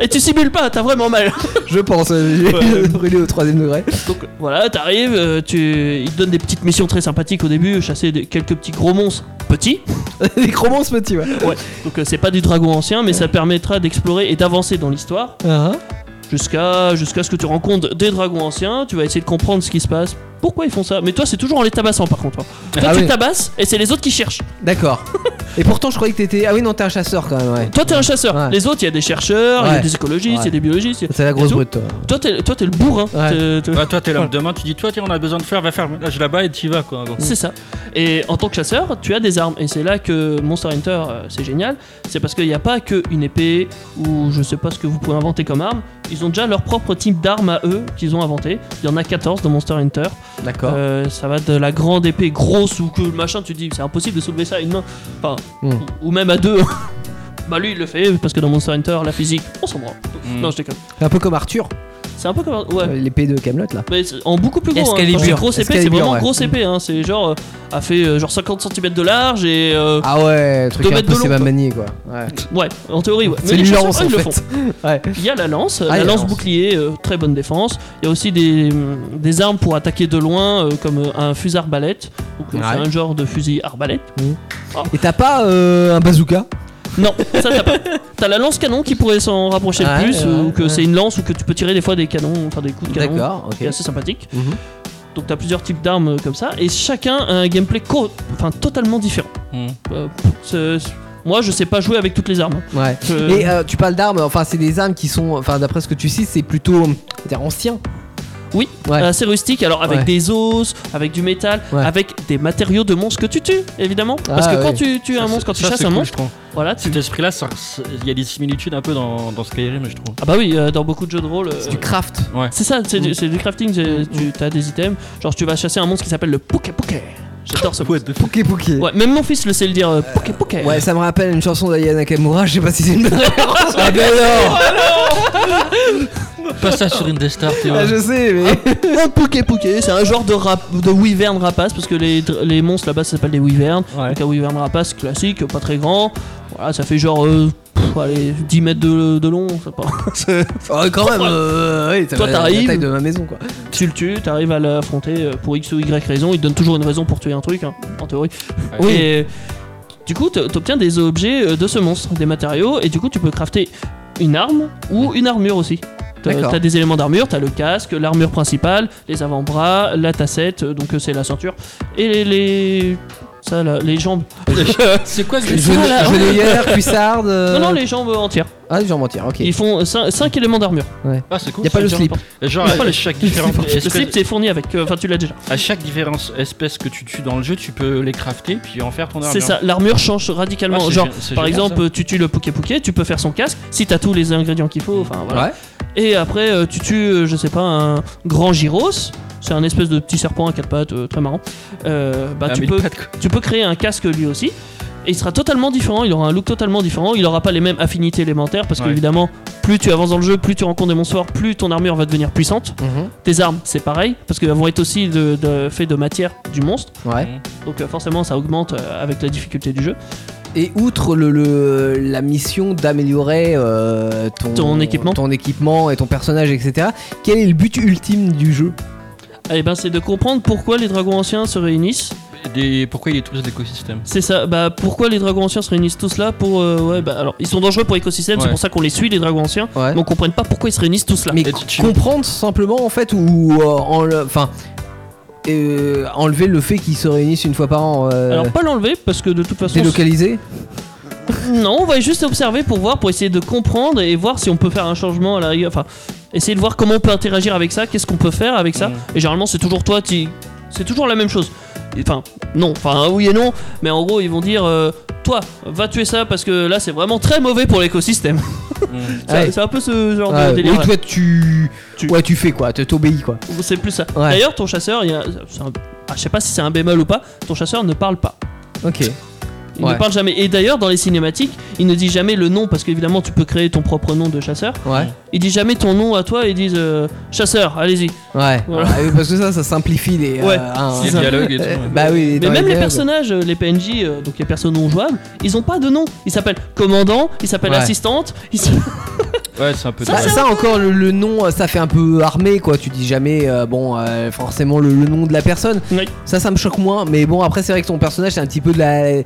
Speaker 1: Et tu simules pas, t'as vraiment mal.
Speaker 2: Je pense. euh, J'ai brûlé au troisième degré.
Speaker 1: Donc voilà, t'arrives, euh, tu... ils te donnent des petites missions très sympathiques au début, chasser des- quelques petits gros monstres petits.
Speaker 2: Les chromances petits, ouais.
Speaker 1: Donc euh, c'est pas du dragon ancien, mais ça permettra d'explorer et d'avancer dans l'histoire jusqu'à jusqu'à ce que tu rencontres des dragons anciens. Tu vas essayer de comprendre ce qui se passe. Pourquoi ils font ça Mais toi, c'est toujours en les tabassant par contre. hein. Toi,
Speaker 2: Ah
Speaker 1: tu
Speaker 2: oui.
Speaker 1: tabasses et c'est les autres qui cherchent.
Speaker 2: D'accord. Et pourtant, je croyais que t'étais. Ah oui, non, t'es un chasseur quand même, ouais.
Speaker 1: Toi, t'es un chasseur.
Speaker 2: Ouais.
Speaker 1: Les autres, il y a des chercheurs, il y a
Speaker 2: Ouais.
Speaker 1: des écologistes, il y a
Speaker 2: Ouais.
Speaker 1: des biologistes. il y a-
Speaker 2: C'est la grosse
Speaker 1: Et tout.
Speaker 2: brute, toi.
Speaker 1: Toi, t'es toi, t'es le bourrin.
Speaker 2: Ouais.
Speaker 1: T'es- t'es-
Speaker 3: bah, toi t'es là, demain tu dis toi tiens on a besoin de faire, va faire là, je là-bas et t'y vas quoi. Donc,
Speaker 1: C'est ça. Et en tant que chasseur, tu as des armes. Et c'est là que Monster Hunter, euh, c'est génial. C'est parce qu'il n'y a pas qu'une épée ou je sais pas ce que vous pouvez inventer comme arme. Ils ont déjà leur propre type d'armes à eux qu'ils ont inventé. Il y en a 14 dans Monster Hunter.
Speaker 2: D'accord.
Speaker 1: Euh, ça va de la grande épée grosse ou que le machin, tu te dis c'est impossible de soulever ça à une main. Enfin,
Speaker 2: Hmm.
Speaker 1: ou ou même à deux. bah lui, il le fait parce que dans Monster Hunter, la physique, on s'en branle.
Speaker 3: hmm.
Speaker 1: Non, je déconne.
Speaker 2: Un peu comme Arthur,
Speaker 1: C'est un peu comme. Ouais.
Speaker 2: euh, l'épée de Camelot là.
Speaker 1: Mais c'est- en beaucoup plus gros. Hein.
Speaker 4: Excalibur.
Speaker 1: Quand je dis grosse épée, c'est
Speaker 2: Excalibur,
Speaker 1: vraiment
Speaker 2: ouais.
Speaker 1: grosse épée. Hein. C'est genre, euh, a fait euh, genre 50 cm de large et. euh,
Speaker 2: Ah ouais, truc
Speaker 1: Deux mètres de
Speaker 2: impossible
Speaker 1: long,
Speaker 2: à
Speaker 1: quoi.
Speaker 2: manier quoi. Ouais.
Speaker 1: Ouais, en théorie, ouais.
Speaker 2: Ah. C'est
Speaker 1: les
Speaker 2: une
Speaker 1: chasseurs,
Speaker 2: lance
Speaker 1: eux,
Speaker 2: en
Speaker 1: ils le
Speaker 2: fait.
Speaker 1: font.
Speaker 2: Ouais.
Speaker 1: Il y a la lance,
Speaker 2: il y
Speaker 1: la
Speaker 2: a la
Speaker 1: lance
Speaker 2: lance.
Speaker 1: bouclier, euh, très bonne défense. Il y a aussi des, hum, des armes pour attaquer de loin, euh, comme euh, un fusil arbalète. Donc, euh,
Speaker 2: Ouais.
Speaker 1: C'est un genre de fusil arbalète.
Speaker 2: Et t'as pas euh, un bazooka
Speaker 1: Non, ça t'as pas. T'as la lance canon qui pourrait s'en rapprocher le
Speaker 2: Ouais,
Speaker 1: plus,
Speaker 2: ouais,
Speaker 1: ou que
Speaker 2: ouais.
Speaker 1: c'est une lance, ou que tu peux tirer des fois des canons, enfin des coups de canon.
Speaker 2: D'accord, ok.
Speaker 1: C'est assez sympathique.
Speaker 2: Mhm.
Speaker 1: Donc t'as plusieurs types d'armes euh, comme ça, et chacun a un gameplay co- enfin, totalement différent.
Speaker 3: Mhm.
Speaker 1: Euh, pff, c'est- c'est- moi je sais pas jouer avec toutes les armes.
Speaker 2: Ouais.
Speaker 1: Euh,
Speaker 2: Et euh, tu parles d'armes, enfin c'est des armes qui sont, enfin d'après ce que tu sais, c'est plutôt euh, c'est-à-dire ancien.
Speaker 1: Oui,
Speaker 2: Ouais.
Speaker 1: assez rustique, alors avec
Speaker 2: Ouais.
Speaker 1: des os, avec du métal,
Speaker 2: Ouais.
Speaker 1: avec des matériaux de monstres que tu tues, évidemment. Parce
Speaker 2: Ah,
Speaker 1: que quand
Speaker 2: oui.
Speaker 1: tu tues un
Speaker 3: Ça,
Speaker 1: monstre, quand tu
Speaker 3: ça,
Speaker 1: chasses
Speaker 3: c'est
Speaker 1: un
Speaker 3: cool,
Speaker 1: monstre,
Speaker 3: je trouve.
Speaker 1: voilà, tu...
Speaker 3: Cet esprit là, il y a des similitudes un peu dans, dans Skyrim je trouve.
Speaker 1: Ah bah oui, euh, dans beaucoup de jeux de rôle... euh,
Speaker 2: C'est du Mm-hmm. craft.
Speaker 1: C'est ça, c'est du, c'est du crafting, c'est- tu as des items. Genre tu vas chasser un monstre qui s'appelle le Poké Poké. J'adore ce monstre.
Speaker 2: Poké poké.
Speaker 1: Ouais, même mon fils le sait le dire, euh, Poké Poké.
Speaker 2: Ouais, ça me rappelle une chanson d'Aya Nakamura, je sais pas si c'est une bonne référence. ah ben non
Speaker 3: Pas ça sur Indestar, Théo.
Speaker 2: Ah, Je sais, mais.
Speaker 1: Un Poké Poké, Oh, c'est un genre de, rap, de wyvern rapace, parce que les, dr- les monstres là-bas ça s'appelle des wyverns.
Speaker 3: Ouais.
Speaker 1: Donc un wyvern rapace classique, pas très grand. Voilà, ça fait genre euh, pff, allez, 10 mètres de, de long, ça pas.
Speaker 2: Oh, quand même, euh, ouais, ça
Speaker 1: Ah, Toi,
Speaker 2: va, la
Speaker 1: t'arrives.
Speaker 2: taille de ma maison quoi.
Speaker 1: tu le tues, t'arrives à l'affronter euh, pour X ou Y raison, il te donne toujours une raison pour tuer un truc, hein, en théorie.
Speaker 3: Ouais.
Speaker 1: Et, euh, du coup, t- t'obtiens des objets euh, de ce monstre, des matériaux, et du coup, tu peux crafter une arme ou une armure aussi. T'as
Speaker 2: D'accord.
Speaker 1: t'as des éléments d'armure, t'as le casque, l'armure principale, les avant-bras, la tassette, euh, donc euh, c'est la ceinture, et les. les- Ça, là, les jambes.
Speaker 3: C'est quoi ce
Speaker 1: Ah, là, ouais.
Speaker 2: Genouillère, cuissarde. euh,
Speaker 1: Non, non, les jambes entières.
Speaker 2: Ah, j'en mentir, ok.
Speaker 1: Ils font 5, éléments d'armure.
Speaker 3: Ah, c'est cool.
Speaker 2: Y a pas
Speaker 3: ça.
Speaker 2: le slip.
Speaker 3: Et Genre,
Speaker 1: Y a pas
Speaker 3: à
Speaker 1: le-
Speaker 3: chaque différente
Speaker 1: Le
Speaker 3: espèce-
Speaker 1: slip, c'est fourni avec. euh, Enfin, tu l'as déjà.
Speaker 3: à chaque différence espèce que tu tues dans le jeu, tu peux les crafter puis en faire ton armure.
Speaker 1: C'est ça, l'armure change radicalement.
Speaker 3: Ah, c'est
Speaker 1: Genre,
Speaker 3: gé- c'est
Speaker 1: par
Speaker 3: génial,
Speaker 1: exemple, tu tues le Pouké Pouké, tu peux faire son casque si t'as tous les ingrédients qu'il faut. Enfin, voilà.
Speaker 2: Ouais.
Speaker 1: Et après, euh, tu tues, euh, je sais pas, un grand gyros. C'est un espèce de petit serpent à quatre pattes, euh, très marrant. Euh, bah,
Speaker 3: Ah,
Speaker 1: tu,
Speaker 3: mais
Speaker 1: peux,
Speaker 3: pas de quoi.
Speaker 1: tu peux créer un casque lui aussi. Et il sera totalement différent, il aura un look totalement différent, il aura pas les mêmes affinités élémentaires parce
Speaker 3: Ouais.
Speaker 1: qu'évidemment, plus tu avances dans le jeu, plus tu rencontres des monstres, plus ton armure va devenir puissante.
Speaker 2: Mhm.
Speaker 1: Tes armes, c'est pareil, parce qu'elles vont être aussi de, de, faites de matière du monstre,
Speaker 2: Ouais.
Speaker 1: donc euh, forcément ça augmente euh, avec la difficulté du jeu.
Speaker 2: Et outre le, le- la mission d'améliorer euh, ton,
Speaker 1: Ton équipement.
Speaker 2: ton équipement et ton personnage, etc., quel est le but ultime du jeu
Speaker 1: Eh ben, c'est de comprendre pourquoi les dragons anciens se réunissent.
Speaker 3: Des- Pourquoi il est tout l'écosystème
Speaker 1: C'est ça. Bah, pourquoi les dragons anciens se réunissent tous là pour euh, ouais bah alors ils sont dangereux pour l'écosystème. C'est
Speaker 3: Ouais.
Speaker 1: pour ça qu'on les suit les dragons anciens.
Speaker 2: Ouais.
Speaker 1: Mais on comprenne pas pourquoi ils se réunissent tous là.
Speaker 2: Mais
Speaker 3: Et
Speaker 2: co-
Speaker 3: tu-
Speaker 2: comprendre simplement en fait ou euh, en le- enfin euh, enlever le fait qu'ils se réunissent une fois par an, euh,
Speaker 1: alors pas l'enlever parce que de toute façon
Speaker 2: délocaliser.
Speaker 1: non on va juste observer pour voir pour essayer de comprendre et voir si on peut faire un changement à la rigueur. enfin essayer de voir comment on peut interagir avec ça qu'est-ce qu'on peut faire avec ça
Speaker 3: Mm.
Speaker 1: et généralement c'est toujours toi qui c'est toujours la même chose enfin non enfin ah oui et non mais en gros ils vont dire euh, toi va tuer ça parce que là c'est vraiment très mauvais pour l'écosystème
Speaker 3: Mm.
Speaker 1: Ça-
Speaker 2: Ouais.
Speaker 1: C'est un peu ce genre
Speaker 2: Ouais,
Speaker 1: de délire.
Speaker 2: oui, toi tu...
Speaker 1: Tu-
Speaker 2: ouais tu fais quoi, tu t'obéis quoi.
Speaker 1: C'est plus ça.
Speaker 2: Ouais.
Speaker 1: D'ailleurs, ton chasseur, il y a- c'est un- ah, je sais pas si c'est un bémol ou pas, ton chasseur ne parle pas.
Speaker 2: Ok.
Speaker 1: Il
Speaker 2: Ouais.
Speaker 1: ne parle jamais. Et d'ailleurs, dans les cinématiques, il ne dit jamais le nom parce qu'évidemment, tu peux créer ton propre nom de chasseur.
Speaker 2: Ouais.
Speaker 1: Il dit jamais ton nom à toi, ils disent euh, chasseur, allez-y.
Speaker 2: Ouais.
Speaker 1: Voilà.
Speaker 2: Ouais, parce que ça, ça simplifie les.
Speaker 1: Ouais.
Speaker 2: un-
Speaker 3: Les
Speaker 1: ça.
Speaker 3: dialogues et tout.
Speaker 2: Euh,
Speaker 3: ouais.
Speaker 2: bah oui.
Speaker 1: Mais
Speaker 2: dans
Speaker 1: même les
Speaker 2: dialogues.
Speaker 1: personnages, euh, les PNJ, euh, donc les personnes non jouables, ils ont pas de nom. Ils s'appellent commandant, ils s'appellent
Speaker 2: Ouais.
Speaker 1: assistante, ils s'appellent-
Speaker 3: Ouais, c'est un peu
Speaker 2: Ça,
Speaker 3: dommage.
Speaker 2: Bah, ça encore, le, le nom, euh, ça fait un peu armé, quoi. Tu dis jamais, euh, bon, euh, forcément le, le nom de la personne.
Speaker 1: Oui.
Speaker 2: Ça, ça me choque moins. Mais bon, après, c'est vrai que ton personnage, c'est un petit peu de la.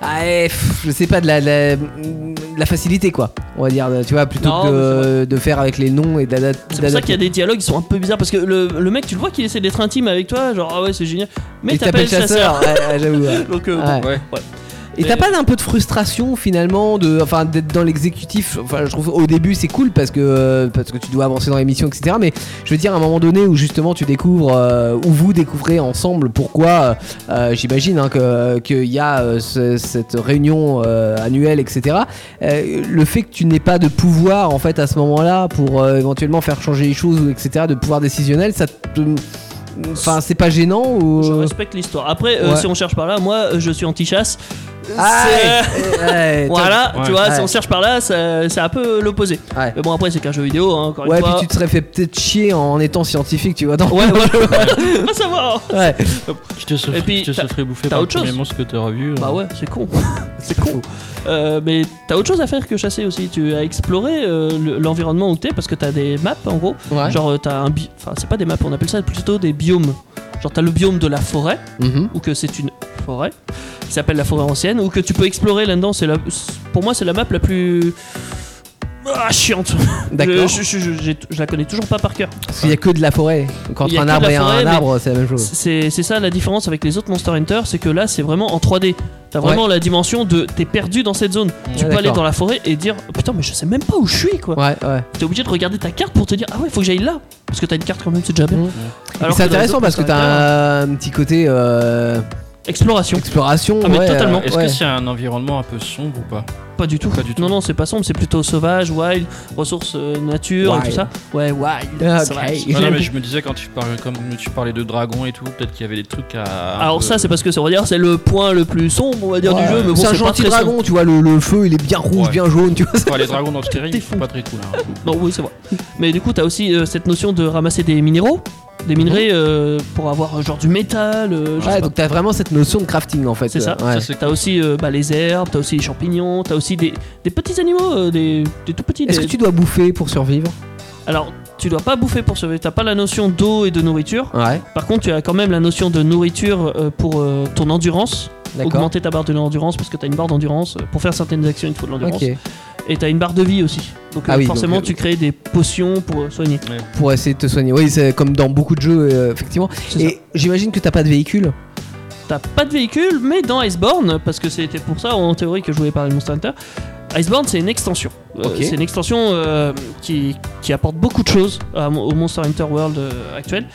Speaker 2: Ah, eh, pff, je sais pas, de la, de la- de la facilité, quoi. On va dire, de- tu vois, plutôt
Speaker 1: Non,
Speaker 2: que
Speaker 1: mais
Speaker 2: de, de faire avec les noms et d'ada-
Speaker 1: C'est pour ça qu'il y
Speaker 2: d'adapter.
Speaker 1: a des dialogues qui sont un peu bizarres parce que le, le mec, tu le vois qu'il essaie d'être intime avec toi, genre ah ouais, c'est génial. Mais
Speaker 2: Et t'appelles
Speaker 1: t'appelles chasseur.
Speaker 2: chasseur, ouais, ouais, j'avoue. ouais.
Speaker 1: Donc, euh,
Speaker 2: Ouais.
Speaker 3: Ouais.
Speaker 2: Et t'as pas un peu de frustration finalement de, enfin, d'être dans l'exécutif Enfin, je trouve au début c'est cool parce que euh, parce que tu dois avancer dans l'émission, etc. Mais je veux dire à un moment donné où justement tu découvres euh, où vous découvrez ensemble pourquoi euh, euh, j'imagine hein, que qu'il y a euh, ce- cette réunion euh, annuelle, etc. Euh, le fait que tu n'aies pas de pouvoir en fait à ce moment-là pour euh, éventuellement faire changer les choses ou etc. De pouvoir décisionnel, ça te Enfin, c'est pas gênant ou...
Speaker 1: Je respecte l'histoire. Après, euh,
Speaker 2: Ouais.
Speaker 1: si on cherche par là, moi, euh, je suis anti-chasse.
Speaker 2: Ah,
Speaker 1: C'est- euh,
Speaker 2: ouais, ouais, toi-
Speaker 1: voilà,
Speaker 3: ouais.
Speaker 1: tu vois, si
Speaker 2: Ouais.
Speaker 1: on cherche par là, ça- c'est un peu l'opposé.
Speaker 2: Ouais.
Speaker 1: Mais bon, après, c'est qu'un jeu vidéo, hein, encore
Speaker 2: Ouais,
Speaker 1: une
Speaker 2: puis
Speaker 1: fois.
Speaker 2: tu te serais fait peut-être chier en étant scientifique, tu vois. Dans...
Speaker 1: Ouais, ouais, Pas savoir.
Speaker 2: Ouais.
Speaker 3: Je te
Speaker 1: Et puis,
Speaker 3: serais- je te
Speaker 1: t'as-
Speaker 3: serais bouffé
Speaker 1: t'as
Speaker 3: par le
Speaker 1: autre chose
Speaker 3: premier monstre que t'auras vu. euh.
Speaker 1: Bah ouais, c'est con. c'est con. Euh, mais t'as autre chose à faire que chasser aussi. Tu as exploré euh, le- l'environnement où t'es parce que t'as des maps en gros.
Speaker 2: Ouais.
Speaker 1: Genre, euh, t'as un. bi- Enfin, c'est pas des maps, on appelle ça plutôt des biomes. Genre, t'as le biome de la forêt.
Speaker 2: Mhm.
Speaker 1: ou que c'est une forêt, qui s'appelle la forêt ancienne, ou que tu peux explorer là-dedans. C'est la, c'est- pour moi, c'est la map la plus ah, chiante.
Speaker 2: D'accord.
Speaker 1: Je, je- je- j'ai- je la connais toujours pas par cœur.
Speaker 2: Parce qu'il y a que de la forêt. Donc
Speaker 1: Il y
Speaker 2: entre
Speaker 1: a
Speaker 2: un
Speaker 1: que
Speaker 2: arbre
Speaker 1: de la
Speaker 2: et
Speaker 1: forêt,
Speaker 2: un
Speaker 1: mais-
Speaker 2: arbre, c'est la même chose.
Speaker 1: C'est, c'est ça la différence avec les autres Monster Hunter, c'est que là, c'est vraiment en 3D. T'as vraiment la dimension de t'es perdu dans cette zone. Tu peux
Speaker 2: d'accord.
Speaker 1: aller dans la forêt et dire oh, putain mais je sais même pas où je suis quoi.
Speaker 2: Ouais, ouais.
Speaker 1: T'es obligé de regarder ta carte pour te dire ah ouais faut que j'aille là parce que t'as une carte quand même c'est déjà bien.
Speaker 2: Mhm.
Speaker 1: Alors
Speaker 2: c'est
Speaker 1: que dans les
Speaker 2: intéressant
Speaker 1: autres
Speaker 2: parce que
Speaker 1: Monster Hunter,
Speaker 2: t'as un petit côté euh,
Speaker 1: exploration
Speaker 2: exploration.
Speaker 1: Ah, mais
Speaker 2: ouais,
Speaker 1: totalement.
Speaker 2: euh,
Speaker 3: Est-ce
Speaker 2: ouais.
Speaker 3: que c'est un environnement un peu sombre ou pas
Speaker 1: Pas du tout.
Speaker 3: Pas du tout.
Speaker 1: Non, non, c'est pas sombre, c'est plutôt sauvage, wild, ressources euh, nature et
Speaker 2: Wild.
Speaker 1: tout ça. Ouais, wild.
Speaker 2: Ah, ok.
Speaker 1: sauvage.
Speaker 3: Non, non, mais je me disais quand tu parlais, comme tu parlais de dragons et tout, peut-être qu'il y avait des trucs à.
Speaker 1: Alors, ça, c'est parce que ça, on va dire, c'est le point le plus sombre, on va dire,
Speaker 2: Ouais.
Speaker 1: du jeu, mais bon,
Speaker 2: c'est un
Speaker 1: c'est pas
Speaker 2: gentil
Speaker 1: très sombre.
Speaker 2: dragon, tu vois. Le, le feu, il est bien rouge,
Speaker 3: Ouais.
Speaker 2: bien jaune, tu vois.
Speaker 3: Enfin, les dragons dans Skyrim,
Speaker 1: T'es
Speaker 3: ils sont
Speaker 1: fou.
Speaker 3: pas très cool. hein.
Speaker 1: Non, oui, c'est vrai. Mais du coup, t'as aussi euh, cette notion de ramasser des minéraux, des minerais euh, pour avoir euh, genre du métal. euh, je sais
Speaker 2: Mhm. Ouais,
Speaker 1: pas.
Speaker 2: donc t'as vraiment cette notion de crafting en fait.
Speaker 1: C'est ça.
Speaker 2: Ouais.
Speaker 3: Ça, c'est
Speaker 1: T'as aussi euh, bah, les herbes, t'as aussi les champignons, t'as aussi des, des petits animaux, euh, des, des tout petits.
Speaker 2: Est-ce
Speaker 1: des-
Speaker 2: que tu dois bouffer pour survivre
Speaker 1: Alors, tu dois pas bouffer pour survivre, t'as pas la notion d'eau et de nourriture.
Speaker 2: Ouais,
Speaker 1: Par contre, tu as quand même la notion de nourriture euh, pour euh, ton endurance.
Speaker 2: d'accord.
Speaker 1: augmenter ta barre de l'endurance parce que tu as une barre d'endurance. euh, Pour faire certaines actions, il te faut de l'endurance.
Speaker 2: Ok.
Speaker 1: Et et t'as une barre de vie aussi. Donc
Speaker 2: Ah
Speaker 1: euh,
Speaker 2: oui,
Speaker 1: forcément,
Speaker 2: donc, euh,
Speaker 1: tu crées des potions pour euh, soigner.
Speaker 2: pour essayer de te soigner. Oui, c'est comme dans beaucoup de jeux, euh, effectivement.
Speaker 1: C'est ça.
Speaker 2: Et j'imagine que t'as pas de véhicule.
Speaker 1: T'as pas de véhicule, mais dans Iceborne, parce que c'était pour ça en théorie que je voulais parler de Monster Hunter, Iceborne c'est une extension. Euh,
Speaker 2: Ok.
Speaker 1: c'est une extension euh, qui, qui apporte beaucoup de choses à mon- au Monster Hunter World euh, actuel.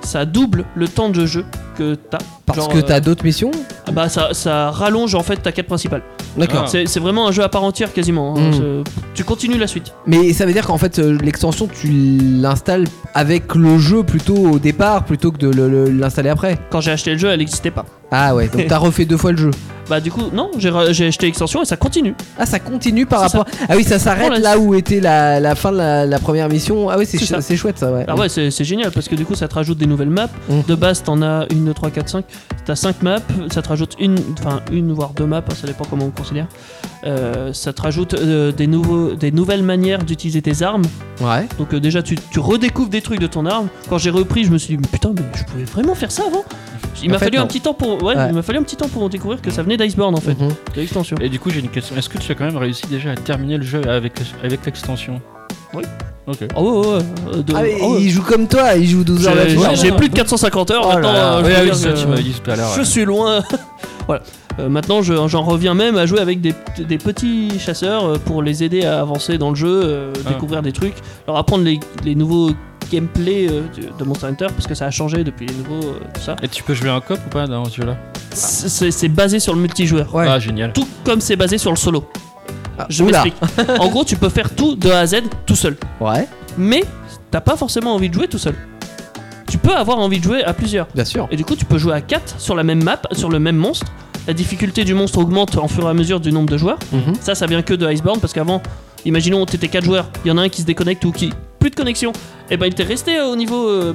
Speaker 1: Ça double le temps de jeu que t'as.
Speaker 2: Parce
Speaker 1: Genre,
Speaker 2: que
Speaker 1: euh,
Speaker 2: t'as d'autres missions
Speaker 1: bah, ça, ça rallonge en fait ta quête principale.
Speaker 2: D'accord.
Speaker 3: Ah.
Speaker 1: C'est c'est vraiment un jeu à part entière quasiment. hein.
Speaker 2: Mm.
Speaker 1: C'est- Tu continues la suite.
Speaker 2: Ah. Mais ça veut dire qu'en fait, euh, l'extension, tu l'installes avec le jeu plutôt au départ, plutôt que de le- le- l'installer après.
Speaker 1: Quand j'ai acheté le jeu, elle n'existait pas.
Speaker 2: Ah ouais, donc t'as refait deux fois le jeu.
Speaker 1: Bah du coup, non, j'ai ra- j'ai acheté l'extension et ça continue.
Speaker 2: Ah, ça continue par
Speaker 1: C'est
Speaker 2: rapport. Ah oui, ça s'arrête
Speaker 1: Oh là,
Speaker 2: là où était la, la fin de la, la première mission. Ah oui, c'est
Speaker 1: C'est
Speaker 2: ch-
Speaker 1: ça.
Speaker 2: c'est chouette ça, ouais.
Speaker 1: Ah ouais, c'est c'est génial parce que du coup, ça te rajoute des nouvelles maps.
Speaker 2: Mm.
Speaker 1: De base, t'en as une, deux, trois, quatre, cinq. T'as cinq maps. Ça te rajoute une, enfin une voire deux maps. hein, Ça dépend comment on considère. Euh, ça te rajoute euh, des nouveaux, des nouvelles manières d'utiliser tes armes.
Speaker 2: Ouais.
Speaker 1: Donc euh, déjà, tu, tu redécouvres des trucs de ton arme. Quand j'ai repris, je me suis dit mais putain, mais je pouvais vraiment faire ça avant. Il
Speaker 2: En
Speaker 1: m'a
Speaker 2: fait,
Speaker 1: fallu
Speaker 2: non.
Speaker 1: un petit temps pour, ouais,
Speaker 2: Ouais.
Speaker 1: il m'a fallu un petit temps pour découvrir que ça venait d'Iceborne en fait,
Speaker 2: Mhm.
Speaker 1: de l'extension.
Speaker 3: Et du coup, j'ai une question. Est-ce que tu as quand même réussi déjà à terminer le jeu avec, avec l'extension
Speaker 1: Oui.
Speaker 3: Ok.
Speaker 1: Ah ouais, ouais, ouais, euh, de-
Speaker 2: Ah, mais
Speaker 1: oh,
Speaker 2: il joue comme toi, il joue 12 heures la
Speaker 1: j'ai-
Speaker 2: journée.
Speaker 1: J'ai plus de 450 heures.
Speaker 2: Oh là
Speaker 1: maintenant,
Speaker 2: là.
Speaker 1: euh, je
Speaker 3: Oui,
Speaker 1: peux
Speaker 3: ah oui,
Speaker 1: dire
Speaker 3: ça,
Speaker 1: que-
Speaker 3: tu m'avais dit tout à l'heure.
Speaker 1: Je
Speaker 3: ouais.
Speaker 1: suis loin. voilà. Euh, maintenant, je- j'en reviens même à jouer avec des, des petits chasseurs euh, pour les aider à avancer dans le jeu, euh,
Speaker 3: Ah.
Speaker 1: découvrir des trucs, leur apprendre les, les nouveaux gameplay euh, de- de Monster Hunter parce que ça a changé depuis les nouveaux euh, tout ça.
Speaker 3: Et tu peux jouer en cop ou pas dans ce jeu-là
Speaker 1: C'est c'est basé sur le multijoueur.
Speaker 2: Ouais.
Speaker 3: Ah, génial.
Speaker 1: Tout comme c'est basé sur le solo.
Speaker 2: Ah,
Speaker 1: Je
Speaker 2: oula.
Speaker 1: m'explique. en gros, tu peux faire tout de A à Z tout seul.
Speaker 2: Ouais,
Speaker 1: Mais t'as pas forcément envie de jouer tout seul. Tu peux avoir envie de jouer à plusieurs.
Speaker 2: bien sûr.
Speaker 1: Et du coup, tu peux jouer à 4 sur la même map, sur le même monstre. La difficulté du monstre augmente en fur et à mesure du nombre de joueurs.
Speaker 2: Mhm.
Speaker 1: Ça, ça vient que de Iceborne parce qu'avant, imaginons, t'étais 4 joueurs, il y en a un qui se déconnecte ou qui. Plus de connexion. Et ben, il était resté au niveau. euh,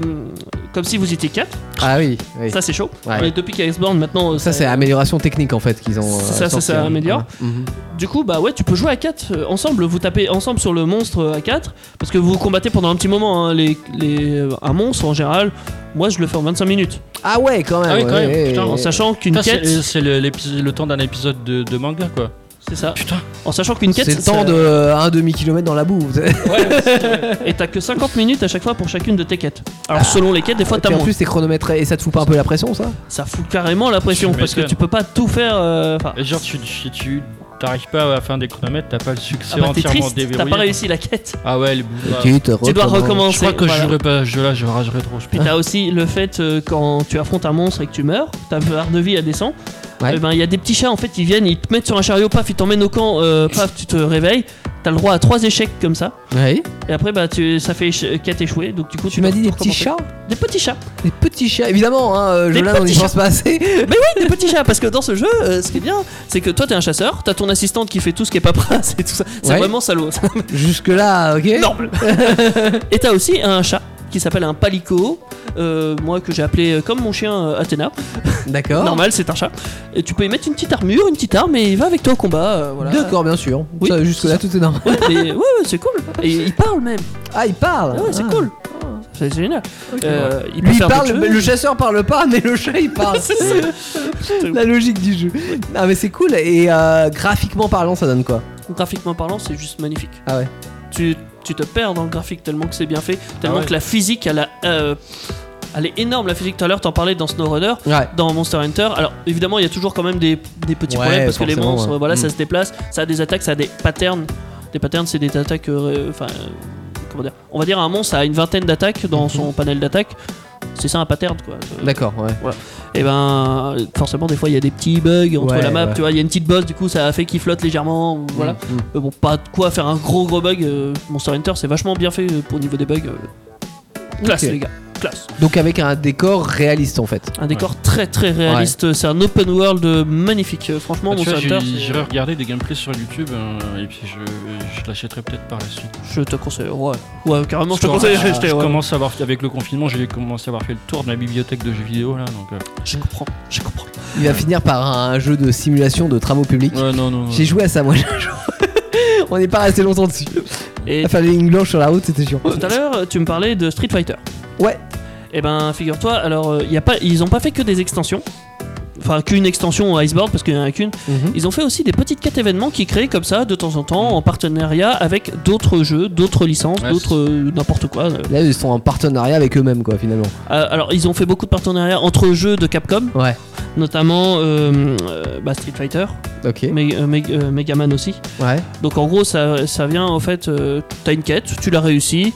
Speaker 1: comme si vous étiez 4.
Speaker 2: Ah oui, oui.
Speaker 1: Ça, c'est chaud.
Speaker 2: Ouais.
Speaker 1: Mais depuis qu'Iceborne, maintenant. euh,
Speaker 2: Ça, c'est amélioration technique en fait qu'ils ont. euh,
Speaker 1: Ça, ça,
Speaker 2: sorti,
Speaker 1: ça
Speaker 2: hein.
Speaker 1: améliore.
Speaker 2: Mhm.
Speaker 1: Du coup, bah ouais, tu peux jouer à 4 ensemble. Vous tapez ensemble sur le monstre euh, à 4 parce que vous combattez pendant un petit moment hein, les, les, euh, un monstre en général. Moi, je le fais en 25 minutes.
Speaker 2: Ah ouais, quand même.
Speaker 3: Ah oui, quand
Speaker 2: ouais,
Speaker 3: même,
Speaker 2: ouais,
Speaker 3: putain,
Speaker 1: En
Speaker 2: ouais.
Speaker 1: sachant qu'une
Speaker 3: Putain,
Speaker 1: quête.
Speaker 3: c'est- C'est le, l'épis- le temps d'un épisode de, de manga, quoi.
Speaker 1: C'est ça.
Speaker 3: Putain.
Speaker 1: En sachant qu'une quête.
Speaker 2: C'est le temps
Speaker 1: ça-
Speaker 2: de euh, un demi-kilomètre dans la boue.
Speaker 1: Et t'as que 50 minutes à chaque fois pour chacune de tes quêtes. Alors selon les quêtes, des fois
Speaker 2: Et
Speaker 1: t'as
Speaker 2: puis, Ah, en
Speaker 1: moins.
Speaker 2: plus, c'est chronométré et ça te fout pas un peu la pression, ça
Speaker 1: Ça fout carrément la pression
Speaker 3: Tu
Speaker 1: parce que
Speaker 3: m'étonnes.
Speaker 1: tu peux pas tout faire. euh, Enfin,
Speaker 3: Et genre, tu, tu, tu- t'arrives pas à faire des chronomètres, t'as pas le succès
Speaker 1: ah bah, t'es
Speaker 3: entièrement
Speaker 1: triste, t'as
Speaker 3: déverrouillé.
Speaker 1: pas réussi la quête.
Speaker 3: Ah ouais, les boulevards.
Speaker 1: Tu dois
Speaker 3: Je
Speaker 1: recommencer.
Speaker 3: crois que je
Speaker 1: voilà.
Speaker 3: jouerai pas à ce jeu-là, je ragerai trop. Je
Speaker 1: Puis t'as aussi le fait euh, quand tu affrontes un monstre et que tu meurs, ta barre de vie elle descend.
Speaker 2: Ouais.
Speaker 1: Et ben il y a des petits chats en fait, ils viennent, ils te mettent sur un chariot, paf, ils t'emmènent au camp, euh, paf, tu te réveilles. T'as le droit à trois échecs comme ça.
Speaker 2: Oui.
Speaker 1: Et après bah tu, ça fait éche- quête échouée, donc du coup
Speaker 2: Tu m'as
Speaker 1: dois
Speaker 2: dit des
Speaker 1: tout
Speaker 2: petits
Speaker 1: recommencer.
Speaker 2: chats
Speaker 1: Des petits chats.
Speaker 2: Des petits chats, évidemment, hein, euh,
Speaker 1: Des
Speaker 2: Jolin, on n'y
Speaker 1: petits
Speaker 2: pense pas assez.
Speaker 1: des petits chats parce que dans ce jeu euh, ce qui est bien c'est que toi t'es un chasseur t'as ton assistante qui fait tout ce qui est paperasse et tout ça c'est
Speaker 2: Ouais.
Speaker 1: vraiment salaud c'est
Speaker 2: Jusque-là, ok
Speaker 1: énorme et t'as aussi un chat qui s'appelle un palico euh, moi que j'ai appelé euh, comme mon chien euh, Athéna
Speaker 2: D'accord.
Speaker 1: normal c'est un chat et tu peux y mettre une petite armure une petite arme et il va avec toi au combat euh, voilà
Speaker 2: D'accord, bien sûr.
Speaker 1: Oui,
Speaker 2: Ça, Jusque-là,
Speaker 1: c'est
Speaker 2: tout est normal.
Speaker 1: ouais, mais- ouais, ouais, c'est cool et il parle même
Speaker 2: Ah, il parle
Speaker 1: ouais c'est
Speaker 2: Ah.
Speaker 1: cool c'est génial Euh, il peut
Speaker 2: Lui, il
Speaker 1: faire d'autres
Speaker 2: parle,
Speaker 1: choses.
Speaker 2: mais le chasseur parle pas, mais le chat, il parle.
Speaker 1: C'est ça.
Speaker 2: La logique du jeu. Ah, mais c'est cool. Et euh, graphiquement parlant, ça donne quoi
Speaker 1: graphiquement parlant c'est juste magnifique
Speaker 2: Ah ouais.
Speaker 1: tu, tu te perds dans le graphique tellement que c'est bien fait, tellement
Speaker 3: Ah ouais.
Speaker 1: que la physique, elle, a, euh, elle est énorme. La physique, tout à l'heure, t'en parlais dans SnowRunner,
Speaker 2: Ouais.
Speaker 1: dans Monster Hunter. Alors, évidemment, il y a toujours quand même des, des petits
Speaker 2: Ouais,
Speaker 1: problèmes parce que les
Speaker 2: forcément,
Speaker 1: monstres,
Speaker 2: ouais.
Speaker 1: voilà,
Speaker 2: Mm.
Speaker 1: ça se déplace, ça a des attaques, ça a des patterns. Des patterns, c'est des attaques. euh, Enfin, euh, comment dire On va dire un monstre a une vingtaine d'attaques dans
Speaker 2: Mm-hmm.
Speaker 1: son panel d'attaques. C'est ça un pattern, quoi. Euh,
Speaker 2: D'accord, ouais.
Speaker 1: et ben, euh, forcément, des fois, il y a des petits bugs entre
Speaker 2: Ouais,
Speaker 1: la map.
Speaker 2: ouais.
Speaker 1: Tu vois, il y a une petite boss, du coup, ça a fait qu'il flotte légèrement. ou Voilà.
Speaker 2: Mm.
Speaker 1: Euh, bon, pas de quoi faire un gros gros bug. euh, Monster Hunter, c'est vachement bien fait euh, pour au niveau des bugs. euh. Classe,
Speaker 2: Ok.
Speaker 1: les gars. Classe.
Speaker 2: Donc, avec un décor réaliste, en fait.
Speaker 1: Un décor très très réaliste. C'est un open world euh, magnifique. Euh, Franchement,
Speaker 3: Ah, tu vois,
Speaker 1: Monster Hunter,
Speaker 3: j'ai-
Speaker 1: c'est-
Speaker 3: J'irai regarder des gameplays sur YouTube euh, et puis je, je l'achèterai peut-être par la suite.
Speaker 1: je te conseille. Ouais, ouais carrément, je te
Speaker 3: Parce que,
Speaker 1: conseille.
Speaker 3: euh,
Speaker 1: d'acheter,
Speaker 3: je
Speaker 1: ouais.
Speaker 3: commence à avoir, avec le confinement, j'ai commencé à avoir fait le tour de ma bibliothèque de jeux vidéo là. Donc, euh,
Speaker 1: Je comprends. Je comprends.
Speaker 2: Il va finir par un jeu de simulation de tramway public.
Speaker 3: ouais, non, non.
Speaker 2: J'ai joué à ça, moi, un jour. On n'est pas resté longtemps dessus.
Speaker 1: Et
Speaker 2: Il fallait une blanche sur la route, c'était chiant.
Speaker 1: tout à l'heure, tu me parlais de Street Fighter. Eh
Speaker 2: Ouais.
Speaker 1: Et ben, figure-toi, alors, euh, y a pas, ils ont pas fait que des extensions. enfin qu'une extension Iceboard parce qu'il n'y en a qu'une. Ils ont fait aussi des petites quêtes événements qui créent comme ça de temps en temps en partenariat avec d'autres jeux, d'autres licences,
Speaker 3: Ouais,
Speaker 1: d'autres euh, n'importe quoi. euh.
Speaker 2: Là, ils sont en partenariat avec eux-mêmes, quoi, finalement.
Speaker 1: Euh, alors ils ont fait beaucoup de partenariats entre jeux de Capcom,
Speaker 2: Ouais.
Speaker 1: notamment euh, euh, bah, Street Fighter,
Speaker 2: Ok.
Speaker 1: mais, euh, Meg- euh, Mega Man aussi.
Speaker 2: Ouais.
Speaker 1: Donc en gros, ça, ça vient en fait, euh, t'as une quête, tu l'as réussi,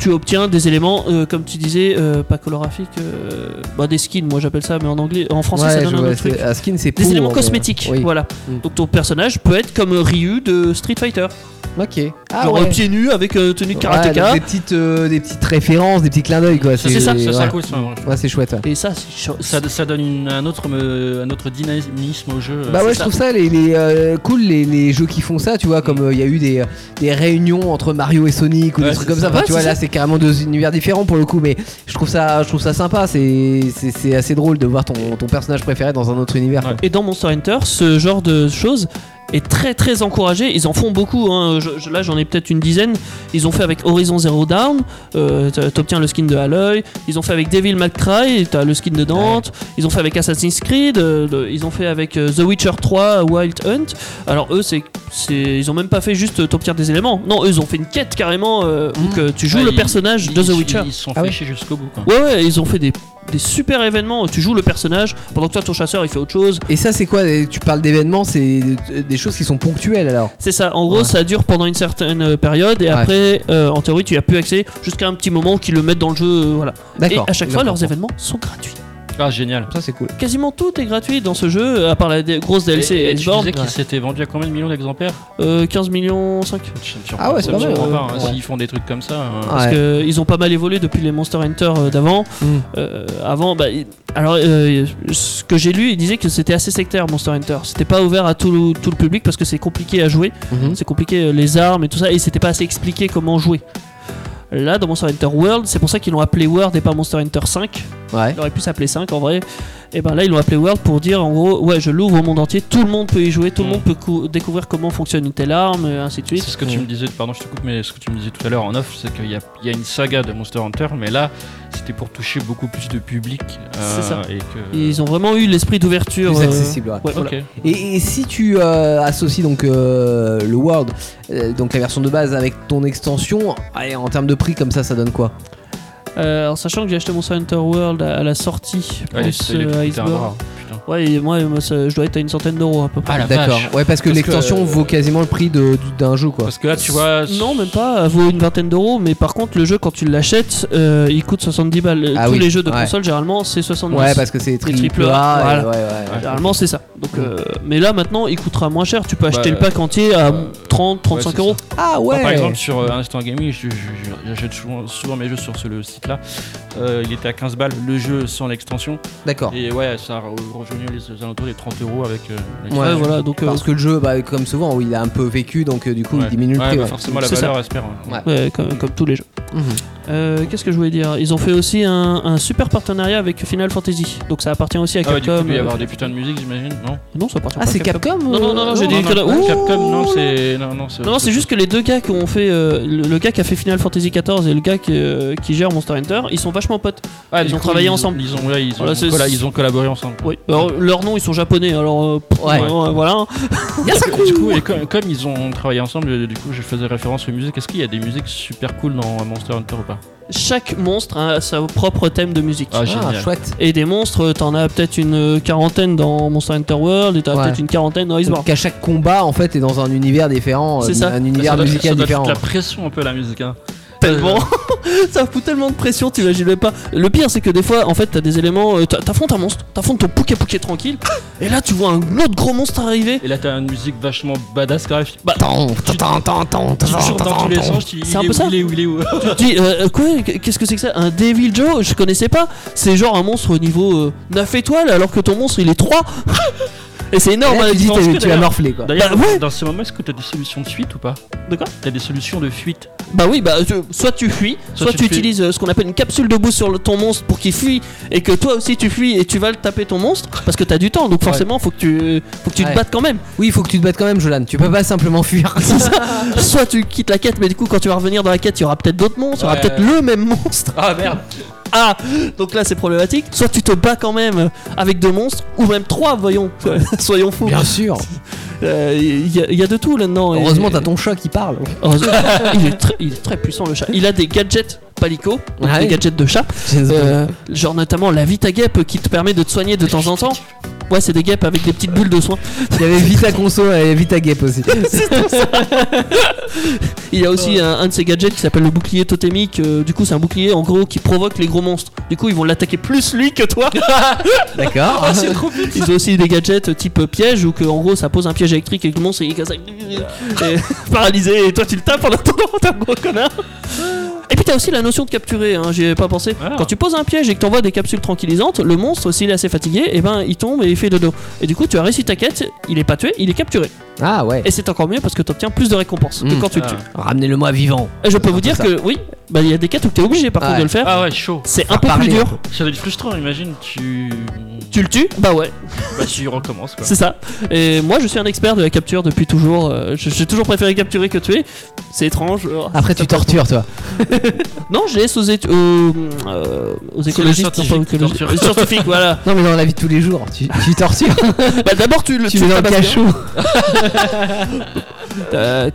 Speaker 1: tu obtiens des éléments, euh, comme tu disais, euh, pas coloraphiques, euh, bah, des skins, moi j'appelle ça, mais en anglais, en français ça
Speaker 2: ouais,
Speaker 1: donne
Speaker 2: je
Speaker 1: un
Speaker 2: vois,
Speaker 1: autre truc.
Speaker 2: c'est- un skin, c'est
Speaker 1: Des
Speaker 2: pour,
Speaker 1: éléments
Speaker 2: euh,
Speaker 1: cosmétiques,
Speaker 2: oui.
Speaker 1: voilà.
Speaker 2: Mm.
Speaker 1: Donc ton personnage peut être comme euh, Ryu de Street Fighter,
Speaker 2: Ok. Ah,
Speaker 1: genre
Speaker 2: ouais.
Speaker 1: euh, pieds nus avec euh, tenue de
Speaker 2: Ouais,
Speaker 1: karatéka.
Speaker 2: donc des, petites, euh, des petites références, des petits clins d'œil, quoi.
Speaker 3: C'est ça, c'est ça,
Speaker 2: ouais.
Speaker 3: cool, ça, ouais.
Speaker 2: Ouais, c'est chouette. ouais.
Speaker 1: Et ça, c'est cho-
Speaker 3: Ça, ça donne une- un, autre, me- un autre dynamisme au jeu.
Speaker 2: Bah ouais,
Speaker 3: euh, c'est
Speaker 2: je
Speaker 3: ça.
Speaker 2: trouve ça les, les, euh, cool les, les jeux qui font ça, tu vois, comme euh, il y a eu des, des réunions entre Mario et Sonic ou
Speaker 3: Ouais,
Speaker 2: des trucs
Speaker 3: c'est
Speaker 2: comme ça.
Speaker 3: ça.
Speaker 2: Enfin,
Speaker 1: Ouais,
Speaker 2: tu vois,
Speaker 1: c'est
Speaker 2: là c'est carrément deux univers différents pour le coup, mais je trouve ça, je trouve ça sympa. C'est, c'est, c'est assez drôle de voir ton, ton personnage préféré dans un autre univers.
Speaker 3: Ouais.
Speaker 1: Et dans Monster Hunter, ce genre de choses est très très encouragé. Ils en font beaucoup. hein. Je- je- là, j'en ai peut-être une dizaine. Ils ont fait avec Horizon Zero Dawn. euh, t'as- T'obtiens le skin de Aloy. Ils ont fait avec Devil May Cry. T'as le skin de Dante. Ils ont fait avec Assassin's Creed. euh, le- ils ont fait avec euh, The Witcher 3, Wild Hunt. Alors eux, c'est, c'est- ils ont même pas fait juste euh, t'obtenir des éléments. Non, eux, ils ont fait une quête carrément euh, où que tu joues
Speaker 3: Mm. Ouais,
Speaker 1: le
Speaker 3: Ah, ils-
Speaker 1: personnage de
Speaker 3: ils-
Speaker 1: The Witcher.
Speaker 3: Ils se sont
Speaker 2: Ah ouais.
Speaker 3: fichés jusqu'au bout. Quoi.
Speaker 1: Ouais, ouais, ils ont fait des, des super événements. Tu joues le personnage pendant que toi, ton chasseur, il fait autre chose.
Speaker 2: Et ça, c'est quoi Tu parles d'événements, c'est euh, des choses qui sont ponctuelles alors.
Speaker 1: C'est ça, en gros
Speaker 2: Ouais.
Speaker 1: ça dure pendant une certaine euh, période et
Speaker 2: Ouais.
Speaker 1: après euh, en théorie tu as plus accès jusqu'à un petit moment qu'ils le mettent dans le jeu, euh, voilà. Et
Speaker 2: D'accord.
Speaker 1: à chaque fois
Speaker 2: D'accord.
Speaker 1: leurs événements sont gratuits.
Speaker 3: Ah, génial.
Speaker 2: Ça, c'est cool.
Speaker 1: Quasiment tout est gratuit dans ce jeu, à part la dé- grosse
Speaker 3: Et,
Speaker 1: DLC
Speaker 3: et
Speaker 1: et,
Speaker 3: tu
Speaker 1: Edgeborn.
Speaker 3: disais qu'il s'était vendu à combien de millions d'exemplaires
Speaker 1: Euh, 15 millions 5.
Speaker 3: Je me surprends-
Speaker 2: Ah ouais, c'est
Speaker 3: ça me
Speaker 2: pas mal,
Speaker 3: surprend
Speaker 2: ouais.
Speaker 3: hein,
Speaker 2: Ouais.
Speaker 3: S'ils font des trucs comme ça. euh,
Speaker 1: Parce qu'ils ont pas mal évolué depuis les Monster Hunter euh, d'avant.
Speaker 2: Mm.
Speaker 1: Euh, avant, bah, il- alors euh, ce que j'ai lu, il disait que c'était assez sectaire Monster Hunter. C'était pas ouvert à tout, tout le public parce que c'est compliqué à jouer.
Speaker 2: Mhm.
Speaker 1: C'est compliqué euh, les armes et tout ça, et c'était pas assez expliqué comment jouer. Là, dans Monster Hunter World, c'est pour ça qu'ils l'ont appelé World et pas Monster Hunter 5.
Speaker 2: Ouais.
Speaker 1: Il aurait pu s'appeler 5 en vrai. Et ben là, ils l'ont appelé World pour dire en gros, ouais, je l'ouvre au monde entier, tout le monde peut y jouer, tout le
Speaker 3: Mm.
Speaker 1: monde peut cou- découvrir comment fonctionne une telle arme, et ainsi de
Speaker 3: C'est
Speaker 1: suite.
Speaker 3: ce que tu me disais, pardon, je te coupe, mais ce que tu me disais tout à l'heure en off, c'est qu'il y a, il y a une saga de Monster Hunter, mais là, c'était pour toucher beaucoup plus de public. euh,
Speaker 1: C'est ça.
Speaker 3: Et que...
Speaker 1: Ils ont vraiment eu l'esprit d'ouverture.
Speaker 2: Plus
Speaker 1: euh,
Speaker 2: accessible. ouais.
Speaker 1: ouais,
Speaker 3: Ok.
Speaker 1: voilà.
Speaker 2: Et, et si tu euh, associes donc euh, le World, euh, donc la version de base avec ton extension, allez, en termes de prix comme ça, ça donne quoi
Speaker 1: Euh, en sachant que j'ai acheté mon Hunter World à, à la sortie,
Speaker 3: Ouais,
Speaker 1: plus
Speaker 3: c'est- il
Speaker 1: euh,
Speaker 3: était un
Speaker 1: Iceborne.
Speaker 3: bras, putain.
Speaker 1: Ouais, et moi, moi, ça- je dois être à une centaine d'euros à peu près.
Speaker 3: Ah la
Speaker 2: D'accord.
Speaker 3: vache.
Speaker 2: Ouais, parce que
Speaker 3: Parce que,
Speaker 2: l'extension
Speaker 3: euh,
Speaker 2: vaut quasiment le prix de- d'un jeu, quoi.
Speaker 3: Parce que là, tu vois.
Speaker 1: Non, même pas, elle vaut une vingtaine d'euros, mais par contre, le jeu, quand tu l'achètes, euh, il coûte 70 balles. Euh,
Speaker 2: Ah
Speaker 1: Tous
Speaker 2: oui,
Speaker 1: les jeux de
Speaker 2: ouais.
Speaker 1: console, généralement, c'est 70.
Speaker 2: Ouais, bah, parce que c'est
Speaker 1: Des
Speaker 2: triple,
Speaker 1: triple
Speaker 2: A.
Speaker 1: A,
Speaker 2: et
Speaker 1: voilà.
Speaker 2: ouais, ouais, ouais.
Speaker 1: Généralement, c'est ça. Donc, euh, mais là, maintenant, il coûtera moins cher. Tu peux acheter
Speaker 3: Bah,
Speaker 1: le pack entier à
Speaker 3: euh,
Speaker 1: 30, 35
Speaker 3: ouais, c'est
Speaker 1: euros.
Speaker 2: Ah ouais.
Speaker 3: Enfin, par exemple, sur euh, Instant Gaming, je- je- je- j'achète souvent, souvent mes jeux sur ce le site-là. Euh, il était à 15 balles le jeu sans l'extension.
Speaker 2: D'accord.
Speaker 3: Et ouais, ça re- rejoignait les, les alentours des 30 euros avec. euh,
Speaker 2: Ouais,
Speaker 3: l'extension.
Speaker 1: Ouais, voilà. Donc, euh,
Speaker 2: Parce que le jeu, bah, comme souvent, il a un peu vécu, donc euh, du coup,
Speaker 3: Ouais.
Speaker 2: il diminue le
Speaker 3: Ouais,
Speaker 2: prix.
Speaker 3: bah,
Speaker 2: ouais.
Speaker 3: Forcément, la
Speaker 1: C'est ça.
Speaker 3: valeur, espère. hein.
Speaker 2: Ouais.
Speaker 1: ouais, comme, comme tous les jeux.
Speaker 2: Mhm.
Speaker 1: Euh, Qu'est-ce que je voulais dire Ils ont fait aussi un, un super partenariat avec Final Fantasy. Donc, ça appartient aussi à
Speaker 3: Ah ouais, du coup,
Speaker 1: Capcom.
Speaker 3: il doit y avoir des putains de musique, j'imagine, non
Speaker 1: Non, ça appartient
Speaker 2: Ah,
Speaker 1: pas à
Speaker 2: c'est Capcom
Speaker 1: Non, non, non, non, j'ai dit que là- Ouh
Speaker 3: Capcom, non, c'est. Non, non,
Speaker 1: Non, non, c'est juste que les deux gars qui ont fait. euh, le, le gars qui a fait Final Fantasy XIV et le gars qui, euh, qui gère Monster Hunter, ils sont vachement potes.
Speaker 3: Ah,
Speaker 1: Ils
Speaker 3: du
Speaker 1: ont travaillé
Speaker 3: ils-
Speaker 1: ensemble.
Speaker 3: Ils ont, ouais, ils, ont
Speaker 1: Voilà, c'est-
Speaker 3: colla- ils ont collaboré ensemble.
Speaker 1: Oui. Alors, leurs noms, ils sont japonais, alors. euh, pff,
Speaker 2: Ouais.
Speaker 1: euh, voilà.
Speaker 3: Du coup, et comme, comme ils ont travaillé ensemble, euh, du coup, je faisais référence aux musiques. Est-ce qu'il y a des musiques super cool dans Monster Hunter ou pas
Speaker 1: Chaque monstre a sa propre thème de musique.
Speaker 3: Ah,
Speaker 2: Ah,
Speaker 3: génial.
Speaker 2: chouette.
Speaker 1: Et des monstres, t'en as peut-être une euh, quarantaine dans Monster Hunter World et t'as
Speaker 2: Ouais.
Speaker 1: peut-être une quarantaine dans Iceborne.
Speaker 2: Donc à chaque combat, en fait, est dans un univers différent,
Speaker 1: C'est
Speaker 2: euh,
Speaker 1: ça.
Speaker 2: un
Speaker 3: Ça
Speaker 2: univers
Speaker 3: doit-
Speaker 2: musical
Speaker 3: ça doit
Speaker 2: différent.
Speaker 3: foutre la pression un peu la musique. Hein.
Speaker 1: Tellement. ça fout tellement de pression, t'imagines même pas. Le pire, c'est que des fois, en fait, t'as des éléments. euh, t'a- T'affrontes un monstre, t'affrontes ton pouquet pouquet tranquille, et là, tu vois un autre gros monstre arriver.
Speaker 3: Et là, t'as une musique vachement badass quand même.
Speaker 1: Bah,
Speaker 2: Tant, tant, tant, tant,
Speaker 3: Tu
Speaker 2: tant,
Speaker 3: chantes dans
Speaker 2: tant,
Speaker 3: tous les
Speaker 2: tant.
Speaker 3: sens, tu dis,
Speaker 1: C'est
Speaker 3: il
Speaker 1: un
Speaker 3: est
Speaker 1: peu
Speaker 3: où,
Speaker 1: ça
Speaker 3: il est où, il est où
Speaker 1: Tu dis, euh, quoi Qu'est-ce que c'est que ça Un Devil Joe Je connaissais pas. C'est genre un monstre au niveau euh, 9 étoiles, alors que ton monstre, il est 3. et c'est énorme,
Speaker 2: Là,
Speaker 1: hein,
Speaker 2: tu dis,
Speaker 1: dis-
Speaker 2: t'as-
Speaker 3: que
Speaker 2: tu l'as
Speaker 3: d'ailleurs-
Speaker 2: morflé, quoi.
Speaker 3: D'ailleurs,
Speaker 1: Bah ouais.
Speaker 3: dans ce moment, est-ce que t'as des solutions de fuite ou pas
Speaker 1: De quoi
Speaker 3: T'as des solutions de fuite
Speaker 1: Bah oui, bah tu- soit tu fuis, soit,
Speaker 3: Soit
Speaker 1: tu,
Speaker 3: tu fuis.
Speaker 1: utilises euh, ce qu'on appelle une capsule de boost sur le- ton monstre pour qu'il fuit et que toi aussi tu fuis et tu vas le taper ton monstre parce que t'as du temps donc forcément faut que tu faut que tu
Speaker 2: Ouais.
Speaker 1: te battes quand même.
Speaker 2: Oui, il faut que tu te battes quand même, Jolan. Tu peux pas simplement fuir.
Speaker 1: soit tu quittes la quête mais du coup quand tu vas revenir dans la quête il y aura peut-être d'autres monstres, il y aura
Speaker 3: Ouais.
Speaker 1: peut-être le même monstre.
Speaker 3: Ah merde
Speaker 1: ah Donc là, c'est problématique. Soit tu te bats quand même euh, avec deux monstres, ou même trois, voyons. Soyons fous. Euh,
Speaker 2: Bien sûr.
Speaker 1: Il y, a- y a de tout là-dedans. Et-
Speaker 2: Heureusement, t'as ton chat qui parle.
Speaker 1: Heureusement. il, est très, il est très puissant le chat. Il a des gadgets palico, donc
Speaker 3: Ah
Speaker 2: Ouais.
Speaker 1: des gadgets de chat.
Speaker 2: Euh,
Speaker 1: Euh, genre notamment la Vita Guêpe qui te permet de te soigner de temps en temps. Ouais, c'est des guêpes avec des petites bulles de soins.
Speaker 2: Il y avait Vita Conso et Vita Gap aussi.
Speaker 1: Il y a aussi un, un de ces gadgets qui s'appelle le bouclier totémique. Euh, du coup, c'est un bouclier en gros qui provoque les gros monstres. Du coup, ils vont l'attaquer plus lui que toi.
Speaker 2: D'accord.
Speaker 3: Ah.
Speaker 1: Ils ont aussi des gadgets euh, type piège ou que en gros ça pose un piège électrique et que le monstre il est comme ça, et paralysé et toi tu le tapes en attendant t'es un gros connard. Et puis t'as aussi la notion de capturer, hein, j'y avais pas pensé.
Speaker 3: Ah.
Speaker 1: Quand tu poses un piège et que t'envoies des capsules tranquillisantes, le monstre s'il est assez fatigué, et ben il tombe et il fait dodo. Et du coup tu as réussi ta quête, il est pas tué, il est capturé.
Speaker 2: Ah ouais.
Speaker 1: Et c'est encore mieux parce que t'obtiens plus de récompenses que
Speaker 2: Mm.
Speaker 1: quand tu le
Speaker 3: Ah.
Speaker 1: tues.
Speaker 2: Ramenez-le-moi vivant.
Speaker 1: Et Euh, je peux vous
Speaker 2: peu
Speaker 1: dire
Speaker 2: ça.
Speaker 1: que oui, bah, il y a des quêtes où t'es obligé par
Speaker 2: Ouais.
Speaker 1: contre de le faire.
Speaker 3: Ah ouais, chaud.
Speaker 1: C'est un peu
Speaker 2: Parler
Speaker 1: plus
Speaker 2: un
Speaker 1: dur.
Speaker 2: peu.
Speaker 3: Ça doit être frustrant, imagine. Tu.
Speaker 1: Tu le tues Bah ouais.
Speaker 3: Bah, tu recommences quoi.
Speaker 1: C'est ça. Et moi, je suis un expert de la capture depuis toujours. Euh, je- J'ai toujours préféré capturer que tuer. C'est étrange. Oh.
Speaker 2: Après, tu tortures, toi.
Speaker 1: Non, je laisse aux, étu- aux, euh, aux écologistes.
Speaker 3: scientifique
Speaker 1: non, pas aux
Speaker 3: qui
Speaker 1: écologistes.
Speaker 3: torture.
Speaker 1: Les scientifiques, voilà.
Speaker 2: Non, mais dans la vie de tous les jours, tu, tu tortures.
Speaker 1: Bah, D'abord, tu le
Speaker 2: tu
Speaker 1: le
Speaker 2: mets dans le
Speaker 1: tabasses bien.
Speaker 2: cachot.
Speaker 1: Euh,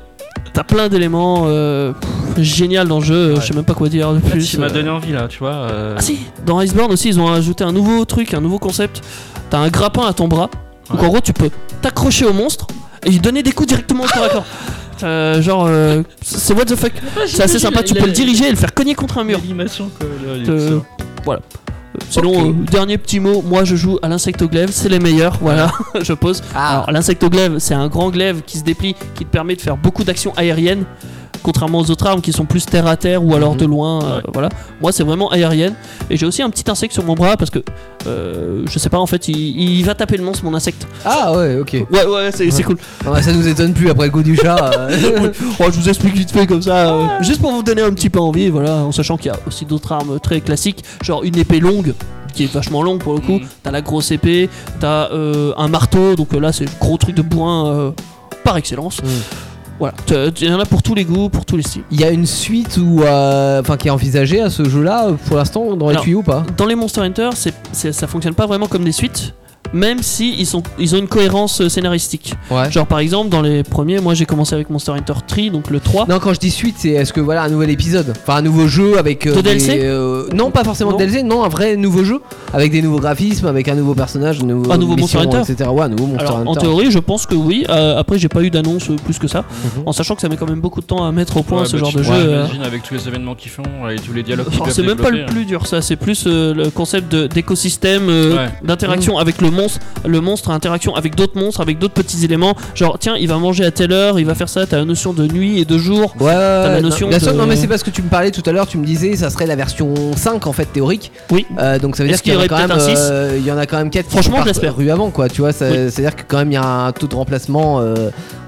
Speaker 1: T'as plein d'éléments euh, pff, génial dans le jeu. euh, Je sais même pas quoi dire de
Speaker 3: Là,
Speaker 1: plus.
Speaker 3: tu m'as
Speaker 1: Euh,
Speaker 3: donné envie là, tu vois. euh,
Speaker 1: Ah si, dans Iceborne aussi, ils ont ajouté un nouveau truc, un nouveau concept. T'as un grappin à ton bras. Donc
Speaker 3: Ouais.
Speaker 1: en gros, tu peux t'accrocher au monstre et lui donner des coups directement au corps à corps. Euh, genre, euh, c'est what the fuck. C'est assez sympa, tu peux le diriger et le faire cogner contre un mur.
Speaker 3: L'animation quoi. là, il est
Speaker 1: Euh,
Speaker 3: excellent.
Speaker 1: Sinon, euh, dernier petit mot, moi je joue à l'insectoglaive, c'est les meilleurs, voilà, je pose.
Speaker 2: Ah,
Speaker 1: Alors l'insectoglaive, c'est un grand glaive qui se déplie, qui te permet de faire beaucoup d'actions aériennes, contrairement aux autres armes qui sont plus terre à terre ou alors de loin, euh,
Speaker 3: Ouais.
Speaker 1: voilà. Moi c'est vraiment aérienne. Et j'ai aussi un petit insecte sur mon bras parce que, euh, je sais pas, en fait, il, il va taper le monstre, mon insecte.
Speaker 2: ah ouais, ok.
Speaker 1: Ouais, ouais, c'est c'est cool.
Speaker 2: Ah bah, ça nous étonne plus après le coup du chat. euh.
Speaker 1: Oh, je vous explique vite fait comme ça, euh, juste pour vous donner un petit peu envie, voilà, en sachant qu'il y a aussi d'autres armes très classiques, genre une épée longue qui est vachement longue pour le coup.
Speaker 3: Mhm.
Speaker 1: T'as la grosse épée, t'as euh, un marteau, donc euh, là c'est le gros truc de bourrin euh, par excellence.
Speaker 2: Mhm.
Speaker 1: Voilà, T'as- il y en a pour tous les goûts, pour tous les styles.
Speaker 2: Il y a une suite ou euh, enfin qui est envisagée à ce jeu-là euh, pour l'instant dans les
Speaker 1: Alors,
Speaker 2: tuyaux ou pas
Speaker 1: Dans les Monster Hunter, c'est, c'est- ça fonctionne pas vraiment comme des suites, même si ils, sont, ils ont une cohérence euh, scénaristique.
Speaker 2: Ouais.
Speaker 1: Genre par exemple, dans les premiers, moi j'ai commencé avec Monster Hunter 3, donc le 3.
Speaker 2: Non, quand je dis suite, c'est est-ce que voilà un nouvel épisode, enfin un nouveau jeu avec euh,
Speaker 1: De DLC?
Speaker 2: des, euh, non pas forcément
Speaker 1: Non.
Speaker 2: de DLC, non un vrai nouveau jeu avec des nouveaux graphismes, avec un nouveau personnage, un nouveau,
Speaker 1: Un nouveau Monster Hunter.
Speaker 2: etc. Ouais, un nouveau Monster
Speaker 1: Alors, en
Speaker 2: Hunter.
Speaker 1: théorie, je pense que oui. Euh, après, j'ai pas eu d'annonce euh, plus que ça.
Speaker 2: Mhm.
Speaker 1: En sachant que ça met quand même beaucoup de temps à mettre au point
Speaker 3: Ouais,
Speaker 1: ce
Speaker 3: bah,
Speaker 1: genre
Speaker 3: tu-
Speaker 1: de
Speaker 3: ouais,
Speaker 1: jeu. euh,
Speaker 3: J'imagine avec tous les événements qu'ils font et tous les dialogues qu'ils
Speaker 1: alors,
Speaker 3: doivent
Speaker 1: c'est même pas le
Speaker 3: développer, hein.
Speaker 1: plus dur, ça. C'est plus euh, le concept de- d'écosystème, euh,
Speaker 3: Ouais.
Speaker 1: d'interaction avec le monstre. Le monstre, interaction avec d'autres monstres, avec d'autres petits éléments. Genre, tiens, il va manger à telle heure, il va faire ça. T'as la notion de nuit et de jour.
Speaker 2: Ouais, ouais, ouais,
Speaker 1: la
Speaker 2: non.
Speaker 1: notion
Speaker 2: la seule-
Speaker 1: de-
Speaker 2: non mais c'est parce que tu me parlais tout à l'heure, tu me disais ça serait la version 5 en fait théorique.
Speaker 1: Oui.
Speaker 2: Euh, donc ça veut dire
Speaker 1: Est-ce
Speaker 2: qu'il y, en
Speaker 1: qu'il y
Speaker 2: a
Speaker 1: aurait
Speaker 2: quand même
Speaker 1: peut-être un six
Speaker 2: euh, il y en a quand même 4
Speaker 1: Franchement, je l'espère.
Speaker 2: rue avant quoi, tu vois, ça-
Speaker 1: Oui.
Speaker 2: c'est-à-dire que quand même il y a un taux de remplacement euh,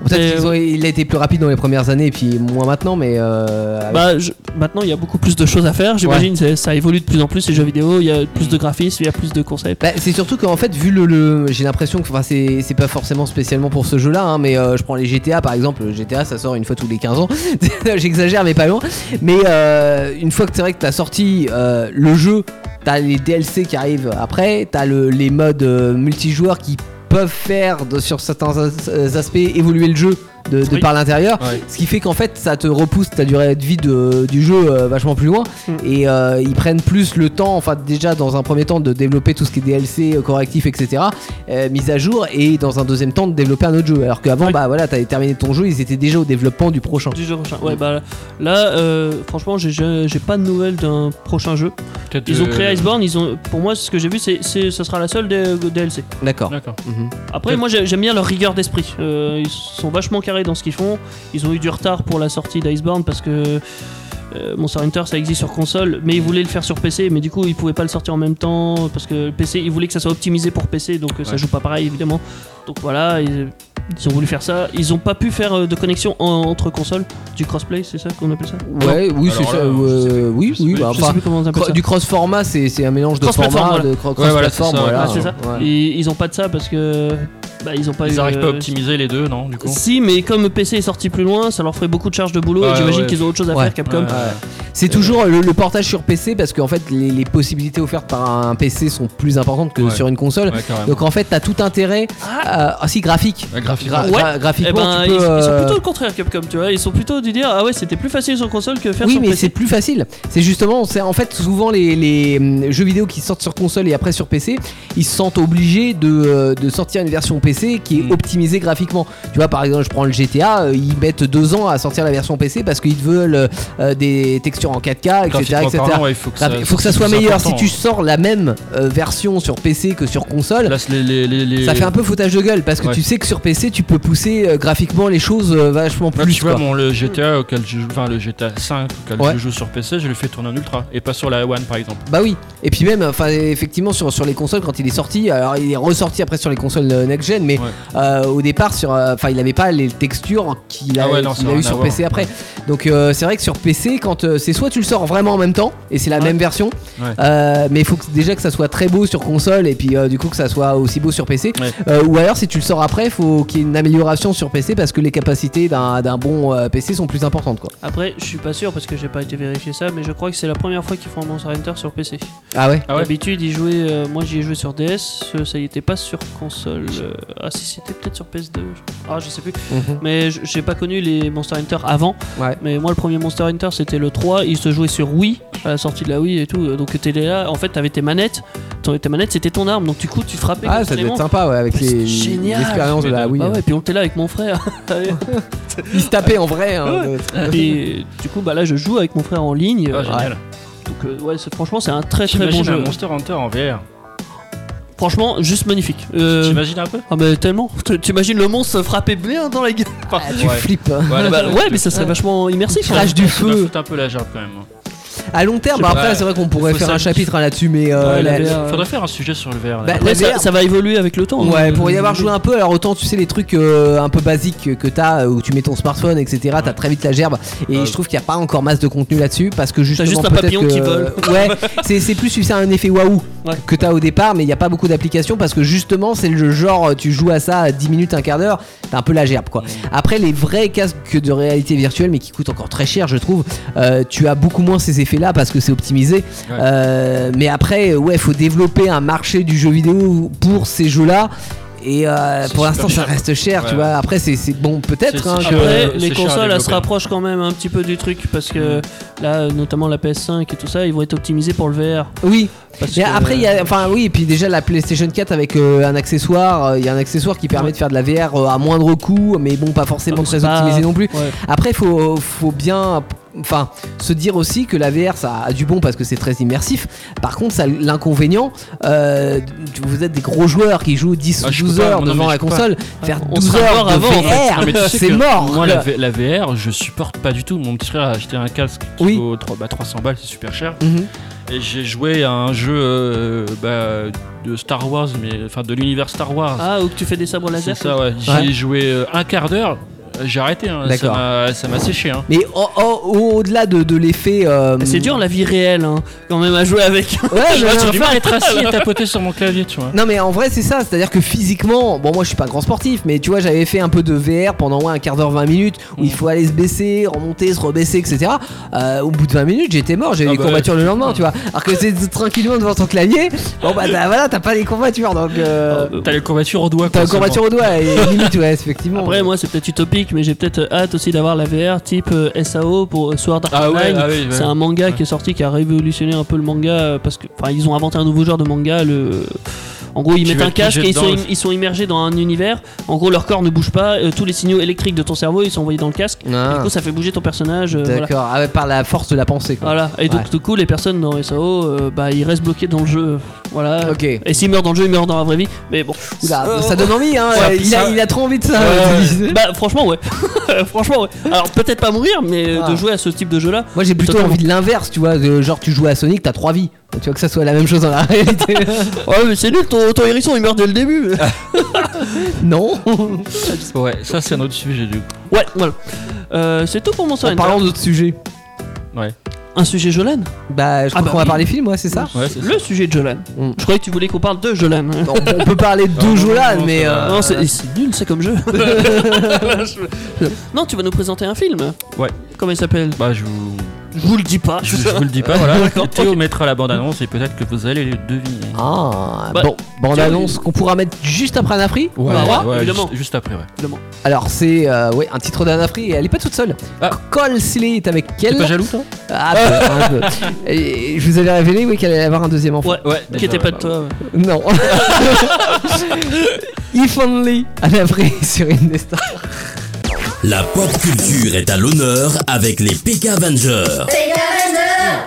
Speaker 2: peut-être
Speaker 1: Mais
Speaker 2: qu'ils ont- il a été plus rapide dans les premières années et puis moins maintenant mais euh, avec-
Speaker 1: Bah, je- maintenant, il y a beaucoup plus de choses à faire. J'imagine c'est- ça évolue de plus en plus les jeux vidéo. Il y a plus de graphismes, il y a plus de concepts.
Speaker 2: Bah, c'est surtout qu'en fait, vu le, le- j'ai l'impression que enfin, c'est c'est pas forcément spécialement pour ce jeu-là, hein, mais euh, je prends les GTA par exemple. le GTA, ça sort une fois tous les 15 ans. J'exagère, mais pas loin. Mais euh, une fois que c'est vrai que t'as sorti euh, le jeu, t'as les DLC qui arrivent après, t'as le, les modes euh, multijoueurs qui peuvent faire de- sur certains as- euh, aspects évoluer le jeu de, de
Speaker 1: Oui.
Speaker 2: par l'intérieur.
Speaker 3: Ouais.
Speaker 2: Ce qui fait qu'en fait, ça te repousse ta durée de vie de- du jeu euh, vachement plus loin.
Speaker 1: Mm.
Speaker 2: Et euh, ils prennent plus le temps, enfin, déjà dans un premier temps, de développer tout ce qui est DLC, euh, correctif, etc., euh, mise à jour, et dans un deuxième temps, de développer un autre jeu. Alors qu'avant,
Speaker 1: Oui.
Speaker 2: bah voilà, t'avais terminé ton jeu, ils étaient déjà au développement du prochain.
Speaker 1: Du jeu prochain. Ouais, bah là, euh, franchement, j'ai- j'ai j'ai pas de nouvelles d'un prochain jeu.
Speaker 3: peut-être,
Speaker 1: Ils ont
Speaker 3: euh,
Speaker 1: créé Iceborne, ils ont, pour moi, ce que j'ai vu, c'est, c'est- ça sera la seule des- euh, DLC.
Speaker 2: D'accord.
Speaker 3: D'accord.
Speaker 2: Mhm.
Speaker 1: Après,
Speaker 3: Peut-être.
Speaker 1: moi, j'ai- j'aime bien leur rigueur d'esprit. Euh, ils sont vachement carrés dans ce qu'ils font. Ils ont eu du retard pour la sortie d'Iceborne parce que euh, Monster Hunter, ça existe sur console, mais ils voulaient le faire sur PC, mais du coup, ils pouvaient pas le sortir en même temps parce que le PC, ils voulaient que ça soit optimisé pour PC, donc euh, ça
Speaker 3: Ouais.
Speaker 1: joue pas pareil, évidemment. Donc voilà, ils, ils ont voulu faire ça. Ils ont pas pu faire euh, de connexion en- entre consoles, du crossplay, c'est ça qu'on appelle ça
Speaker 2: Ouais, oui,
Speaker 3: Alors
Speaker 2: c'est ça.
Speaker 3: là,
Speaker 2: euh, oui,
Speaker 3: je sais
Speaker 2: oui,
Speaker 3: plus,
Speaker 2: bah,
Speaker 3: je
Speaker 1: Je sais
Speaker 2: enfin,
Speaker 1: plus comment on appelle
Speaker 2: cro-
Speaker 1: ça.
Speaker 2: du cross-format, c'est c'est un mélange de
Speaker 1: Cross-platform,
Speaker 2: format,
Speaker 1: voilà.
Speaker 2: de cro-
Speaker 3: Ouais, voilà, c'est
Speaker 2: cross-platform,
Speaker 3: ça,
Speaker 2: voilà.
Speaker 1: ouais, Ah, c'est ça.
Speaker 2: Ah, Ouais.
Speaker 1: Ils, ils ont pas de ça parce que bah, ils ont pas eu,
Speaker 3: Ils arrivent pas à
Speaker 1: euh,
Speaker 3: optimiser les deux, non, du coup
Speaker 1: Si, mais comme PC est sorti plus loin, ça leur ferait beaucoup de charges de boulot
Speaker 3: Ouais,
Speaker 1: et j'imagine
Speaker 3: ouais.
Speaker 1: qu'ils ont autre chose à
Speaker 2: Ouais.
Speaker 1: faire, Capcom.
Speaker 3: Ouais.
Speaker 2: C'est toujours le, le portage sur PC parce qu'en fait les, les possibilités offertes par un PC sont plus importantes que
Speaker 3: Ouais.
Speaker 2: sur une console.
Speaker 3: Ouais, carrément.
Speaker 2: Donc en fait t'as tout intérêt à... Ah si graphique.
Speaker 3: Ouais, graphiquement.
Speaker 2: Gra-
Speaker 1: Ouais.
Speaker 2: gra-
Speaker 1: Eh
Speaker 2: graphiquement
Speaker 1: ben,
Speaker 2: tu peux,
Speaker 1: ils, ils sont
Speaker 2: euh,
Speaker 1: plutôt le contraire, Capcom, tu vois. Ils sont plutôt du dire Ah ouais, c'était plus facile sur console que faire
Speaker 2: Oui,
Speaker 1: sur
Speaker 2: mais c'est
Speaker 1: PC.
Speaker 2: plus facile. C'est justement, c'est en fait souvent les, les, hum, jeux vidéo qui sortent sur console et après sur PC, ils se sentent obligés de, euh, de sortir une version PC qui est
Speaker 3: Mm.
Speaker 2: optimisée graphiquement. Tu vois, par exemple, je prends le GTA, euh, ils mettent deux ans à sortir la version PC parce qu'ils veulent euh, euh, des textures en 4K, etc.
Speaker 3: Graphiquement
Speaker 2: etc.
Speaker 3: parlant, ouais, il faut que ça,
Speaker 2: Graphi- faut que ça soit
Speaker 3: c'est
Speaker 2: meilleur. Si
Speaker 3: important,
Speaker 2: tu
Speaker 3: hein.
Speaker 2: sors la même euh, version sur PC que sur console,
Speaker 3: Là, c'est hein. les, les, les, les-
Speaker 2: ça fait un peu foutage de gueule parce que
Speaker 3: Ouais.
Speaker 2: tu sais que sur PC, tu peux pousser euh, graphiquement les choses euh, vachement
Speaker 3: Là,
Speaker 2: plus.
Speaker 3: tu vois,
Speaker 2: quoi.
Speaker 3: bon, le GTA auquel je joue, enfin le GTA 5 auquel
Speaker 2: Ouais.
Speaker 3: je joue sur PC, je le fais tourner en ultra et pas sur la One par exemple.
Speaker 2: Bah oui, et puis même, enfin effectivement sur, sur les consoles quand il est sorti, alors il est ressorti après sur les consoles euh, next gen, mais
Speaker 3: Ouais.
Speaker 2: euh, au départ sur, euh, enfin il n'avait pas les textures qu'il a,
Speaker 3: Ah ouais, non,
Speaker 2: qu'il
Speaker 3: ça
Speaker 2: a
Speaker 3: a
Speaker 2: eu
Speaker 3: rien à
Speaker 2: sur
Speaker 3: voir.
Speaker 2: PC après. Donc euh, c'est vrai que sur PC, quand euh, c'est soit tu le sors vraiment en même temps et c'est la
Speaker 3: Ouais.
Speaker 2: même version,
Speaker 3: Ouais.
Speaker 2: euh, mais il faut que- déjà que ça soit très beau sur console et puis euh, du coup que ça soit aussi beau sur PC,
Speaker 3: Ouais.
Speaker 2: Euh, ou alors si tu le sors après, faut qu'il y ait une amélioration sur PC parce que les capacités d'un d'un bon euh, PC sont plus importantes quoi.
Speaker 1: Après, je suis pas sûr parce que j'ai pas été vérifier ça, mais je crois que c'est la première fois qu'ils font un Monster Hunter sur PC.
Speaker 2: Ah ouais.
Speaker 3: Ah ouais
Speaker 1: D'habitude, ils jouaient, euh, moi j'y ai joué sur DS, euh, ça y était pas sur console. euh, ah si, c'était peut-être sur PS2. je- Ah, je sais plus.
Speaker 2: Mhm.
Speaker 1: Mais j- j'ai pas connu les Monster Hunter avant.
Speaker 2: Ouais.
Speaker 1: Mais moi, le premier Monster Hunter, c'était le 3. Il se jouait sur Wii, à la sortie de la Wii et tout. euh, Donc t'es là, en fait, t'avais tes manettes. Ton- Tes manettes, c'était ton arme. Donc du coup, tu frappais.
Speaker 2: Ah ça devait être
Speaker 1: constamment.
Speaker 2: sympa ouais, avec
Speaker 1: C'est
Speaker 2: les-
Speaker 1: génial.
Speaker 2: l'expérience de la Wii.
Speaker 1: Bah ouais, puis on était là avec mon frère. Allez.
Speaker 2: Il se tapait en vrai. hein,
Speaker 1: Ah Ouais.
Speaker 2: de-
Speaker 1: et du coup, bah là, je joue avec mon frère en ligne.
Speaker 3: Ah,
Speaker 1: euh,
Speaker 3: génial.
Speaker 1: donc euh, ouais, c'est- franchement, c'est un très très bon
Speaker 3: T'imagines un
Speaker 1: jeu.
Speaker 3: Monster Hunter en VR
Speaker 1: Franchement, juste magnifique. Euh,
Speaker 3: T'imagines un peu
Speaker 1: Ah mais tellement Tu- T'imagines le monstre se frapper bien dans la gueule
Speaker 2: Tu
Speaker 3: Ah Ouais.
Speaker 2: flippes. hein.
Speaker 3: Ah, Ouais, là,
Speaker 1: Bah,
Speaker 3: ça-
Speaker 1: Ouais mais ça serait vachement immersif
Speaker 2: Tu craches du
Speaker 3: Ça doit
Speaker 2: feu.
Speaker 3: foutre un peu la gerbe quand même.
Speaker 2: À long terme,
Speaker 3: Je
Speaker 2: bah
Speaker 3: sais
Speaker 2: après,
Speaker 3: pas,
Speaker 2: c'est vrai qu'on pourrait
Speaker 3: faut
Speaker 2: faire un
Speaker 3: ça-
Speaker 2: chapitre hein, là-dessus, mais. euh,
Speaker 1: Ouais,
Speaker 2: la-
Speaker 1: la-
Speaker 2: la-
Speaker 3: Faudrait faire un sujet sur le VR.
Speaker 2: Bah,
Speaker 3: Là.
Speaker 1: Après
Speaker 2: la
Speaker 1: ça,
Speaker 2: VR.
Speaker 1: ça va évoluer avec le temps
Speaker 2: Ouais,
Speaker 1: hein.
Speaker 2: pour y avoir joué un peu, alors autant tu sais les trucs euh, un peu basiques que t'as, euh, où tu mets ton smartphone, etc., t'as très vite la gerbe, et
Speaker 3: Euh.
Speaker 2: je trouve qu'il n'y a pas encore masse de contenu là-dessus, parce que justement.
Speaker 1: juste un
Speaker 2: peut-être
Speaker 1: papillon
Speaker 2: que-
Speaker 1: qui vole.
Speaker 2: Ouais, c'est c'est plus ça un effet waouh
Speaker 1: Ouais.
Speaker 2: que t'as au départ, mais il n'y a pas beaucoup d'applications, parce que justement, c'est le genre, tu joues à ça à 10 minutes, un quart d'heure, t'as un peu la gerbe, quoi. Après, les vrais casques de réalité virtuelle, mais qui coûtent encore très cher, je trouve, euh, tu as beaucoup moins ces effets-là, parce que c'est optimisé.
Speaker 3: Ouais.
Speaker 2: Euh, mais après, ouais, faut développer un marché du jeu vidéo pour ces jeux-là. Et euh,
Speaker 3: C'est
Speaker 2: pour
Speaker 3: super
Speaker 2: l'instant, ça
Speaker 3: cher, quoi.
Speaker 2: reste cher, tu
Speaker 3: Ouais.
Speaker 2: vois. Après, c'est c'est bon, peut-être.
Speaker 3: C'est-
Speaker 2: hein,
Speaker 3: c'est
Speaker 2: que-
Speaker 3: cher.
Speaker 1: Après,
Speaker 3: Euh,
Speaker 1: les
Speaker 3: c'est cher à
Speaker 1: consoles, elles se
Speaker 3: développer.
Speaker 1: rapprochent quand même un petit peu du truc parce que là, notamment la PS5 et tout ça, ils vont être optimisés pour le VR.
Speaker 2: Oui.
Speaker 1: Parce
Speaker 2: Mais
Speaker 1: que-
Speaker 2: après, il y a, enfin oui, et puis déjà la PlayStation 4 avec euh, un accessoire, euh, il y a un accessoire qui permet de faire de la VR euh, à moindre coût, mais bon, pas forcément
Speaker 1: Ouais,
Speaker 2: très
Speaker 1: c'est pas-
Speaker 2: optimisé non plus.
Speaker 1: Ouais.
Speaker 2: Après, faut, faut bien. Enfin, se dire aussi que la VR ça a du bon parce que c'est très immersif. Par contre, ça l'inconvénient, euh, vous êtes des gros joueurs qui jouent 10 ou
Speaker 3: Ah, je peux
Speaker 2: 12
Speaker 3: pas,
Speaker 2: heures
Speaker 3: non, mais
Speaker 2: devant
Speaker 3: je
Speaker 2: la
Speaker 3: peux pas.
Speaker 2: console, faire
Speaker 1: on
Speaker 2: 12
Speaker 1: sera
Speaker 2: heures
Speaker 1: mort
Speaker 2: de
Speaker 1: avant, en fait.
Speaker 2: VR,
Speaker 3: Non, mais tu sais
Speaker 2: c'est
Speaker 3: que
Speaker 2: mort.
Speaker 3: Moi,
Speaker 2: quoi.
Speaker 3: la, V- la VR, je supporte pas du tout. Mon petit frère a acheté un casque qui
Speaker 2: Oui.
Speaker 3: vaut trois- bah, 300 balles, c'est super cher.
Speaker 2: Mhm.
Speaker 3: Et j'ai joué à un jeu euh, bah, de Star Wars, mais enfin de l'univers Star Wars.
Speaker 1: Ah, ou que tu fais des sabres
Speaker 3: c'est
Speaker 1: laser
Speaker 3: ça, ouais. J'y
Speaker 2: Ouais.
Speaker 3: ai joué euh, un quart d'heure, euh, j'ai arrêté. hein. Ça
Speaker 2: D'accord.
Speaker 3: m'a- Ça m'a séché. Hein.
Speaker 2: Mais au- au- au-delà de, de l'effet. euh,
Speaker 1: C'est dur la vie réelle hein, quand même à jouer avec.
Speaker 2: Ouais, mais-
Speaker 3: J'ai du mal à être assis et tapoter sur mon clavier, tu vois.
Speaker 2: Non mais en vrai c'est ça, c'est-à-dire que physiquement, bon moi je suis pas grand sportif, mais tu vois j'avais fait un peu de VR pendant ouais, un quart d'heure, 20 minutes, où
Speaker 1: Mm.
Speaker 2: il faut aller se baisser, remonter, se rebaisser, etc. Euh, au bout de 20 minutes j'étais mort, j'avais
Speaker 3: Ah
Speaker 2: des
Speaker 3: bah
Speaker 2: combattures le lendemain, tu vois. Alors que c'est tranquillement devant ton clavier, bon bah t'as- voilà t'as pas les combattures, donc
Speaker 1: Ah,
Speaker 2: euh,
Speaker 1: bah,
Speaker 3: T'as les courbatures au doigt.
Speaker 2: t'as
Speaker 3: quoi,
Speaker 2: une combatture au doigt, et limite ouais effectivement.
Speaker 1: Après, moi, c'est peut-être utopique, mais j'ai peut-être hâte aussi d'avoir la VR type euh, SAO pour euh, Sword Art
Speaker 3: Ah ouais,
Speaker 1: Online.
Speaker 3: ah oui, ouais.
Speaker 1: C'est un manga
Speaker 3: Ouais.
Speaker 1: qui est sorti qui a révolutionné un peu le manga euh, parce que, enfin, ils ont inventé un nouveau genre de manga. Le... En gros, ils
Speaker 3: Tu
Speaker 1: mettent
Speaker 3: vas
Speaker 1: un
Speaker 3: te
Speaker 1: casque
Speaker 3: piéger
Speaker 1: et ils sont,
Speaker 3: dedans
Speaker 1: im- ils sont immergés dans un univers. En gros, leur corps ne bouge pas. euh, tous les signaux électriques de ton cerveau, ils sont envoyés dans le casque.
Speaker 2: Ah,
Speaker 1: Du coup, ça fait bouger ton personnage. euh, voilà.
Speaker 2: D'accord, Ah ouais, par la force de la pensée quoi.
Speaker 1: Voilà. Et donc,
Speaker 2: Ouais.
Speaker 1: du coup, les personnes dans SAO, euh, bah, ils restent bloqués dans le jeu. Voilà.
Speaker 2: Ok.
Speaker 1: Et s'ils meurent dans le jeu, ils meurent dans la vraie vie. Mais bon.
Speaker 2: Oula,
Speaker 3: Oh.
Speaker 2: ça donne envie hein,
Speaker 3: ça-
Speaker 2: il, a,
Speaker 3: ça-
Speaker 2: il a trop envie de ça.
Speaker 1: Euh, bah franchement ouais franchement ouais alors peut-être pas mourir mais
Speaker 2: Ah.
Speaker 1: de jouer à ce type de jeu là
Speaker 2: Moi j'ai plutôt
Speaker 1: Totalement.
Speaker 2: envie de l'inverse, tu vois, de, genre tu joues à Sonic, t'as trois vies. Tu vois que ça soit la même chose dans la réalité.
Speaker 1: ouais mais c'est nul ton, ton hérisson il meurt dès le début
Speaker 2: non
Speaker 3: Ouais, ça c'est un autre sujet du coup.
Speaker 1: ouais voilà Euh, c'est tout pour mon
Speaker 2: En
Speaker 1: soin
Speaker 2: parlant d'autres sujets.
Speaker 1: un sujet Jolan
Speaker 2: Bah je crois
Speaker 1: Ah bah
Speaker 2: qu'on va
Speaker 1: oui.
Speaker 2: parler film, ouais, c'est ça
Speaker 3: Ouais, c'est
Speaker 1: le sujet de Jolan
Speaker 2: Mm. Euh.
Speaker 1: je croyais que tu voulais qu'on parle de Jolan
Speaker 2: Non, On peut parler de deux
Speaker 3: non,
Speaker 2: jours là,
Speaker 3: non,
Speaker 2: mais...
Speaker 3: ça va.
Speaker 2: euh,
Speaker 1: non c'est c'est nul c'est comme jeu non tu vas nous présenter un film
Speaker 3: Ouais.
Speaker 1: comment il s'appelle
Speaker 3: Bah, je vous.
Speaker 1: Je vous le dis pas.
Speaker 3: Je, je vous le dis pas, voilà.
Speaker 1: D'accord.
Speaker 3: Théo mettra la bande-annonce et peut-être que vous allez le deviner.
Speaker 2: Ah,
Speaker 1: Bah,
Speaker 2: bon, bande annonce qu'on pourra mettre juste après Anafri
Speaker 3: Ouais,
Speaker 1: Bah,
Speaker 3: ouais,
Speaker 1: ouais, évidemment.
Speaker 3: Juste, juste après, ouais.
Speaker 2: Alors, c'est euh, ouais, un titre d'Anafri et elle est pas toute seule.
Speaker 3: Ah.
Speaker 2: Cole Seeley est avec
Speaker 3: T'es
Speaker 2: elle.
Speaker 3: pas jaloux, toi
Speaker 2: Ah, un peu, un peu. Et je vous avais révélé oui, qu'elle allait avoir un deuxième enfant.
Speaker 1: Ouais,
Speaker 3: Ouais,
Speaker 1: qui
Speaker 3: déjà,
Speaker 1: était pas
Speaker 3: bah,
Speaker 1: de toi. ouais.
Speaker 2: Non. If only Anafri sur Indestar.
Speaker 5: La pop culture est à l'honneur avec les PK Avengers.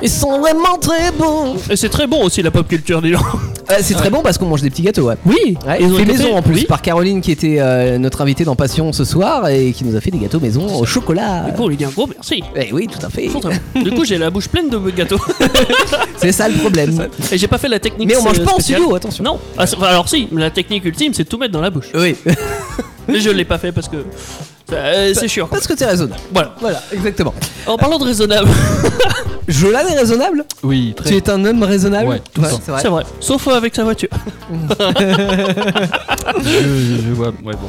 Speaker 2: Ils sont vraiment très bons.
Speaker 1: Et c'est très bon aussi la pop culture des gens.
Speaker 2: Euh, c'est très bon parce qu'on mange des petits gâteaux, ouais.
Speaker 1: Oui,
Speaker 2: Ouais,
Speaker 1: ils ont
Speaker 2: fait
Speaker 1: été
Speaker 2: maison
Speaker 1: faits,
Speaker 2: en plus
Speaker 1: oui.
Speaker 2: par Caroline qui était euh, notre invitée dans Passion ce soir et qui nous a fait des gâteaux maison au chocolat.
Speaker 1: Du coup, on lui dit un gros merci.
Speaker 2: Eh oui, tout à fait.
Speaker 1: Ils sont très bons. Du coup, j'ai la bouche pleine de gâteaux.
Speaker 2: C'est ça le problème.
Speaker 1: Et j'ai pas fait la technique.
Speaker 2: Mais on mange
Speaker 1: euh,
Speaker 2: pas en
Speaker 1: spéciale.
Speaker 2: studio, attention.
Speaker 1: Non, Ah, c'est- enfin, alors si, la technique ultime c'est tout mettre dans la bouche.
Speaker 2: Oui,
Speaker 1: Mais je l'ai pas fait parce que. euh, c'est chiant.
Speaker 2: parce que t'es raisonnable.
Speaker 1: Voilà.
Speaker 2: Voilà, exactement.
Speaker 1: En parlant de raisonnable,
Speaker 2: Jolan est raisonnable
Speaker 3: Oui, très
Speaker 2: Tu es un homme raisonnable
Speaker 3: Ouais, tout le temps.
Speaker 2: c'est vrai.
Speaker 1: c'est vrai. Sauf euh, avec sa voiture.
Speaker 3: je, je vois. Ouais, bon.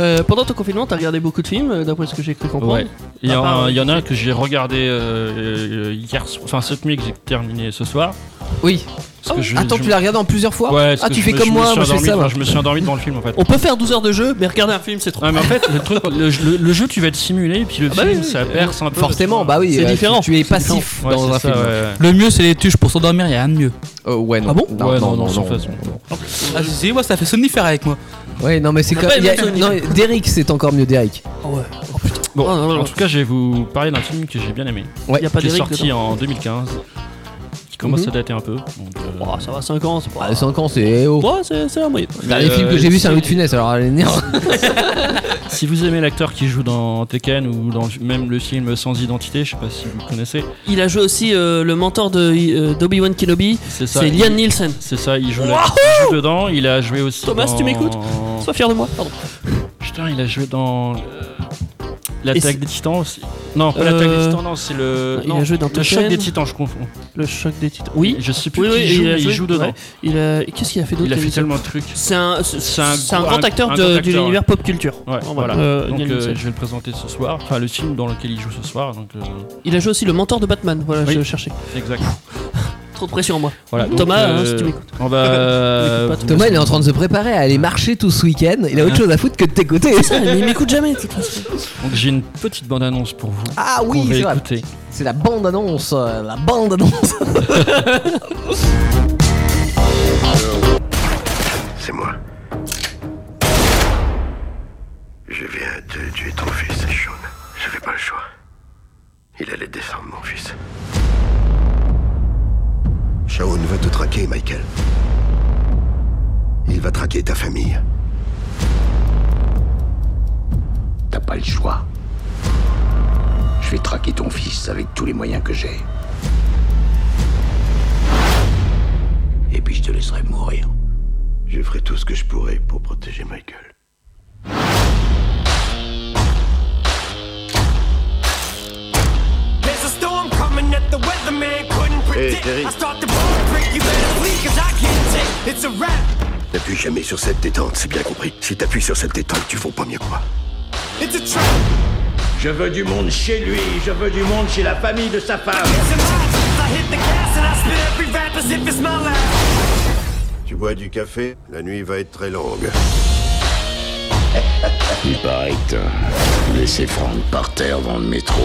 Speaker 1: Euh, pendant ton confinement, t'as regardé beaucoup de films, euh, d'après ce que j'ai cru comprendre.
Speaker 3: Ouais. Il y,
Speaker 1: Ah,
Speaker 3: en-
Speaker 2: euh,
Speaker 1: pardon.
Speaker 3: il y en a un que j'ai regardé euh, euh, hier, so- enfin cette nuit que j'ai terminé ce soir.
Speaker 2: Oui.
Speaker 3: Parce que je-
Speaker 2: Oh, Attends,
Speaker 3: je-
Speaker 2: tu l'as regardé en plusieurs fois
Speaker 3: Ouais, parce
Speaker 2: Ah,
Speaker 3: que
Speaker 2: tu
Speaker 3: je
Speaker 2: fais
Speaker 3: me-
Speaker 2: comme
Speaker 3: je me
Speaker 2: moi,
Speaker 3: suis
Speaker 2: moi je fais
Speaker 3: endormi
Speaker 2: ça.
Speaker 3: devant-
Speaker 2: moi.
Speaker 3: Je me suis endormi devant le film en fait.
Speaker 1: On peut faire 12 heures de jeu, mais regarder un film, c'est trop.
Speaker 3: Ouais, mais en fait, le, truc, le, le- le jeu, tu vas être simulé, et puis le
Speaker 1: Ah bah
Speaker 3: film,
Speaker 1: oui, oui,
Speaker 3: ça
Speaker 1: oui.
Speaker 3: perce un peu.
Speaker 2: Forcément, bah oui.
Speaker 1: C'est
Speaker 2: euh, tu-
Speaker 1: différent.
Speaker 2: Tu es
Speaker 1: C'est
Speaker 2: passif
Speaker 3: Ouais,
Speaker 2: dans
Speaker 3: c'est
Speaker 2: un
Speaker 3: ça,
Speaker 2: film.
Speaker 3: ouais, ouais.
Speaker 4: Le mieux, c'est les tuches pour s'endormir, il y a rien de mieux.
Speaker 2: Euh, ouais, non.
Speaker 4: Ah bon
Speaker 3: Ouais, non, non, sans façon.
Speaker 4: Ah, si, moi, ça fait somnifère avec moi.
Speaker 2: Ouais, non, mais c'est
Speaker 1: Ah,
Speaker 2: comme.
Speaker 1: pas
Speaker 2: il y a-
Speaker 1: les mêmes
Speaker 2: Non, Derrick, c'est encore mieux, Derrick.
Speaker 3: Bon,
Speaker 1: Ah, non, non, non.
Speaker 3: en tout cas, je vais vous parler d'un film que j'ai bien aimé.
Speaker 2: Ouais,
Speaker 1: Y a pas
Speaker 3: qui est
Speaker 1: d'Eric
Speaker 3: sorti en 2015, qui commence
Speaker 2: Mhm.
Speaker 3: à dater un peu. donc, euh,
Speaker 1: dedans. Oh, ça va, 5 ans, c'est pas.
Speaker 2: Ah, 5 ans, c'est. eh oh.
Speaker 1: Ouais, c'est c'est la moyenne.
Speaker 2: Le dernier
Speaker 3: euh,
Speaker 2: film que j'ai vu, c'est un
Speaker 3: c'est-
Speaker 2: Louis de Funès, alors elle est énerve.
Speaker 3: Si vous aimez l'acteur qui joue dans Tekken ou dans même le film Sans Identité, je sais pas si vous connaissez,
Speaker 1: Il a joué aussi euh, le mentor de euh, d'Obi-Wan Kenobi,
Speaker 3: c'est ça.
Speaker 1: c'est
Speaker 3: il-
Speaker 1: Liam Nielsen.
Speaker 3: C'est ça, il joue, là- il joue dedans. Il a joué aussi.
Speaker 1: Thomas,
Speaker 3: dans-
Speaker 1: tu m'écoutes Sois fier de moi, pardon.
Speaker 3: Putain, il a joué dans. euh,
Speaker 1: Et c'est-
Speaker 3: L'attaque des titans aussi. Non, pas l'attaque
Speaker 1: Euh,
Speaker 3: des titans, non, c'est le.
Speaker 1: il
Speaker 3: non,
Speaker 1: a joué dans
Speaker 3: Le choc
Speaker 1: Tekken.
Speaker 3: des titans, je confonds.
Speaker 1: Le choc des titres. Oui,
Speaker 3: Je sais plus
Speaker 1: oui,
Speaker 3: qui
Speaker 1: oui,
Speaker 3: joue,
Speaker 1: il, a
Speaker 3: mais il
Speaker 1: joué,
Speaker 3: joue dedans.
Speaker 1: ouais. Il a... Qu'est-ce qu'il a fait d'autre
Speaker 3: Il a fait
Speaker 1: Liam Neeson
Speaker 3: tellement de trucs.
Speaker 1: C'est un, c'est
Speaker 3: C'est
Speaker 1: un,
Speaker 3: un gros-
Speaker 1: grand
Speaker 3: un-
Speaker 1: acteur
Speaker 3: un
Speaker 1: de,
Speaker 3: grand
Speaker 1: de
Speaker 3: acteur,
Speaker 1: l'univers pop culture.
Speaker 3: Ouais,
Speaker 1: Vraiment.
Speaker 3: voilà.
Speaker 1: Euh,
Speaker 3: donc
Speaker 1: Liam
Speaker 3: euh,
Speaker 1: Neeson.
Speaker 3: je vais le présenter ce soir. Enfin, le film dans lequel il joue ce soir. Donc, euh,
Speaker 1: Il a joué aussi le mentor de Batman, voilà,
Speaker 3: Oui.
Speaker 1: je le cherchais.
Speaker 3: exact.
Speaker 1: Trop de pression en moi.
Speaker 3: Voilà, donc,
Speaker 1: Thomas,
Speaker 3: euh,
Speaker 1: hein, si tu m'écoutes.
Speaker 3: On va.
Speaker 1: M'écoute pas,
Speaker 2: Thomas, il est en train de se préparer à aller marcher tout ce week-end. Il a autre chose à foutre que de t'écouter.
Speaker 1: Putain, Ah, mais il m'écoute jamais, de toute façon.
Speaker 3: Donc j'ai une petite bande-annonce pour vous.
Speaker 2: Ah
Speaker 3: qu'on
Speaker 2: oui,
Speaker 3: va
Speaker 2: c'est vrai.
Speaker 3: écouter.
Speaker 2: C'est la bande-annonce. euh, La bande-annonce.
Speaker 8: C'est moi. Je viens de tuer ton fils, Sean. J'avais pas le choix. Il allait descendre, mon fils. Shaun va te traquer, Michael. Il va traquer ta famille.
Speaker 9: T'as pas le choix. Je vais traquer ton fils avec tous les moyens que j'ai. Et puis je te laisserai mourir.
Speaker 8: Je ferai tout ce que je pourrai pour protéger Michael.
Speaker 10: There's a storm coming that the weatherman couldn't
Speaker 1: Eh,
Speaker 10: predict.
Speaker 8: Terry.
Speaker 10: I start to break, you better flee, cause I can't take It's a wrap,
Speaker 8: N'appuie jamais sur cette détente, c'est bien compris. Si t'appuies sur cette détente, tu vaux pas mieux que moi.
Speaker 10: it's a trap,
Speaker 9: Je veux du monde chez lui, je veux du monde chez la famille de sa femme.
Speaker 10: it's a match. I hit the gas and I spit every rap as if it's my last.
Speaker 8: Tu bois du café, la nuit va être très longue.
Speaker 9: Il paraît que t'as laissé Franck par terre dans le métro.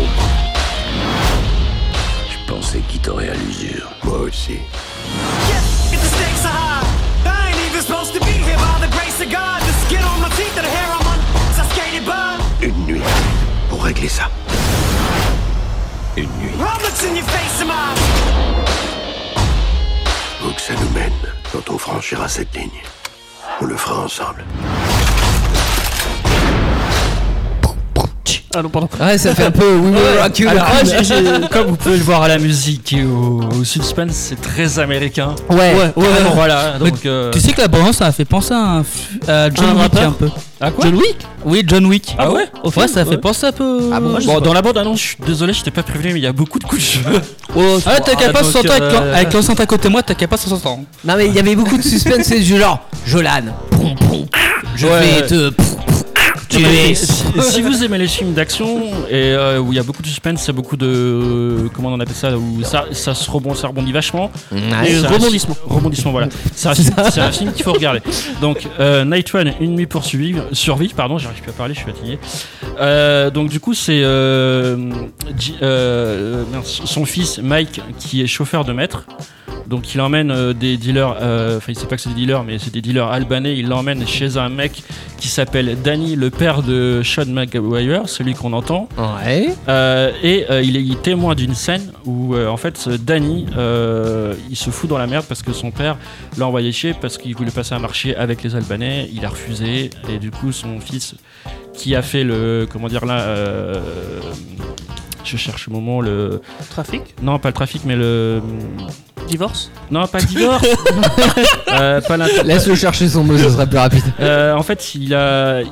Speaker 9: Je pensais qu'il t'aurait à l'usure.
Speaker 8: Moi aussi.
Speaker 10: Yeah, if the stakes are high, I ain't even supposed to be here by the grace of God. The skin on my teeth and the hair on my n- I skated by.
Speaker 8: Une nuit pour régler ça. Une nuit.
Speaker 10: How much in your face am I?
Speaker 8: Où que ça nous mène, quand on franchira cette ligne, on le fera ensemble.
Speaker 1: Ah non, pardon.
Speaker 2: Ouais, ça fait un peu We Will Rock You.
Speaker 3: Alors,
Speaker 2: là.
Speaker 3: ouais, Ah, j'ai- j'ai- comme vous pouvez le voir à la musique et au, au suspense, c'est très américain.
Speaker 2: Ouais.
Speaker 3: Vraiment, voilà.
Speaker 4: Mais
Speaker 3: Donc, euh,
Speaker 4: Tu sais que la bande ça a fait penser à, un f- à John
Speaker 1: Un
Speaker 4: Wick
Speaker 1: rappeur
Speaker 4: un peu.
Speaker 3: à quoi
Speaker 4: John Wick Oui, John Wick.
Speaker 3: Ah ouais
Speaker 4: Ouais, ça fait penser un peu.
Speaker 2: Ah bon,
Speaker 3: Bon,
Speaker 2: je sais
Speaker 3: dans
Speaker 2: pas.
Speaker 3: la bande annonce, je suis désolé, je t'ai pas prévenu, mais il y a beaucoup de coups de cheveux.
Speaker 4: Ah, t'as qu'à
Speaker 3: Ah,
Speaker 4: pas
Speaker 3: donc,
Speaker 4: 60 avec l'en-
Speaker 3: euh,
Speaker 4: avec l'enceinte à côté de moi, t'as qu'à pas 60 ans.
Speaker 2: Non, mais il y avait beaucoup de suspense. C'est du genre Jolan. pom, pom, Je
Speaker 3: Ouais,
Speaker 2: vais
Speaker 3: ouais.
Speaker 2: te. pom, pom,
Speaker 3: Et si, si vous aimez les films d'action et euh, où il y a beaucoup de suspense, il y a beaucoup de euh, comment on appelle ça où ça, ça se rebond, ça rebondit vachement.
Speaker 1: Nice.
Speaker 3: c'est un-
Speaker 1: Rebondissement.
Speaker 3: rebondissement, voilà. C'est un, film- c'est un film qu'il faut regarder. Donc euh, Night Run, une nuit pour survivre, survie, pardon, j'arrive plus à parler, je suis fatigué. Euh, donc du coup c'est euh, J- euh, mince, son fils Mike qui est chauffeur de maître. Donc il emmène euh, des dealers, euh, enfin il sait pas que c'est des dealers, mais c'est des dealers albanais, il l'emmène chez un mec qui s'appelle Danny, le père de Sean McGuire, celui qu'on entend. Euh, et euh, il est il est témoin d'une scène où euh, en fait ce Danny, euh, il se fout dans la merde parce que son père l'a envoyé chier parce qu'il voulait passer un marché avec les Albanais, il a refusé, et du coup son fils qui a fait le, comment dire là, euh, je cherche le moment, le...
Speaker 1: Trafic
Speaker 3: Non, pas le trafic, mais le...
Speaker 1: Divorce
Speaker 3: Non, pas le divorce. Euh, pas l'inter-
Speaker 2: Laisse-le chercher son mot, ce sera plus rapide.
Speaker 3: Euh, en fait, il a. il-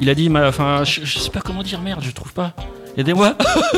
Speaker 3: Il a dit. ma- Enfin, je, je sais pas comment dire, merde, je trouve pas. Aidez-moi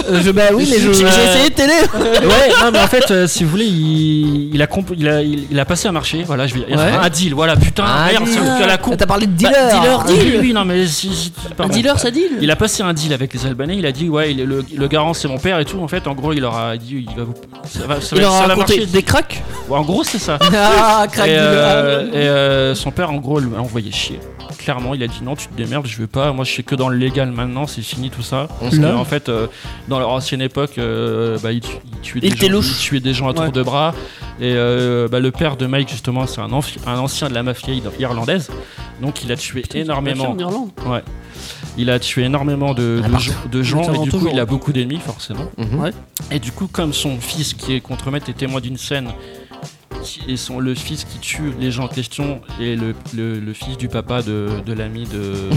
Speaker 2: Euh, je- bah oui, mais je- J'ai- j'ai essayé de t'aider.
Speaker 3: Ouais, non, mais en fait, euh, si vous voulez, il, il a, comp- il, a, il, il a passé un marché, voilà, je vais dire.
Speaker 1: Ouais.
Speaker 3: Un deal, voilà, putain,
Speaker 1: Un
Speaker 3: merde,
Speaker 1: deal.
Speaker 3: c'est la con.
Speaker 1: T'as parlé de dealer.
Speaker 3: dealer,
Speaker 1: Un
Speaker 3: deal
Speaker 1: deal.
Speaker 3: Oui, oui, non, mais si. si-
Speaker 1: Un
Speaker 3: pardon.
Speaker 1: dealer, ça deal
Speaker 3: Il a passé un deal avec les Albanais, il a dit, ouais, il est le, le garant, c'est mon père et tout. En fait, en gros, il leur a dit, il va vous. Ça va, ça
Speaker 1: Il
Speaker 3: va,
Speaker 1: leur a
Speaker 3: ça va
Speaker 1: raconté
Speaker 3: marcher.
Speaker 1: des cracks
Speaker 3: Ouais, En gros, c'est ça.
Speaker 1: Ah, crack
Speaker 3: Et,
Speaker 1: du
Speaker 3: euh,
Speaker 1: gars.
Speaker 3: et, euh, son père, en gros, l'a envoyé chier. Clairement, il a dit non, tu te démerdes, je veux pas. Moi, je suis que dans le légal maintenant, c'est fini tout ça. Parce que,
Speaker 1: Là.
Speaker 3: en fait, euh, dans leur ancienne époque, euh, bah, ils, tu- ils tuaient des
Speaker 1: Ils étaient
Speaker 3: gens,
Speaker 1: louches.
Speaker 3: ils tuaient des gens à tour
Speaker 1: Ouais.
Speaker 3: de bras. Et euh, bah, le père de Mike, justement, c'est un, enfi- un ancien de la mafia ir- irlandaise. Donc, il a tué énormément.
Speaker 1: mafia en Irlande.
Speaker 3: Ouais. Il a tué énormément de, de, gens- de gens
Speaker 1: Notamment
Speaker 3: et du coup,
Speaker 1: toujours.
Speaker 3: il a beaucoup d'ennemis, forcément.
Speaker 1: Ouais.
Speaker 3: Et du coup, comme son fils qui est contre maître est témoin d'une scène, qui- et son, le fils qui tue les gens en question, et le, le- le fils du papa de, de l'ami de.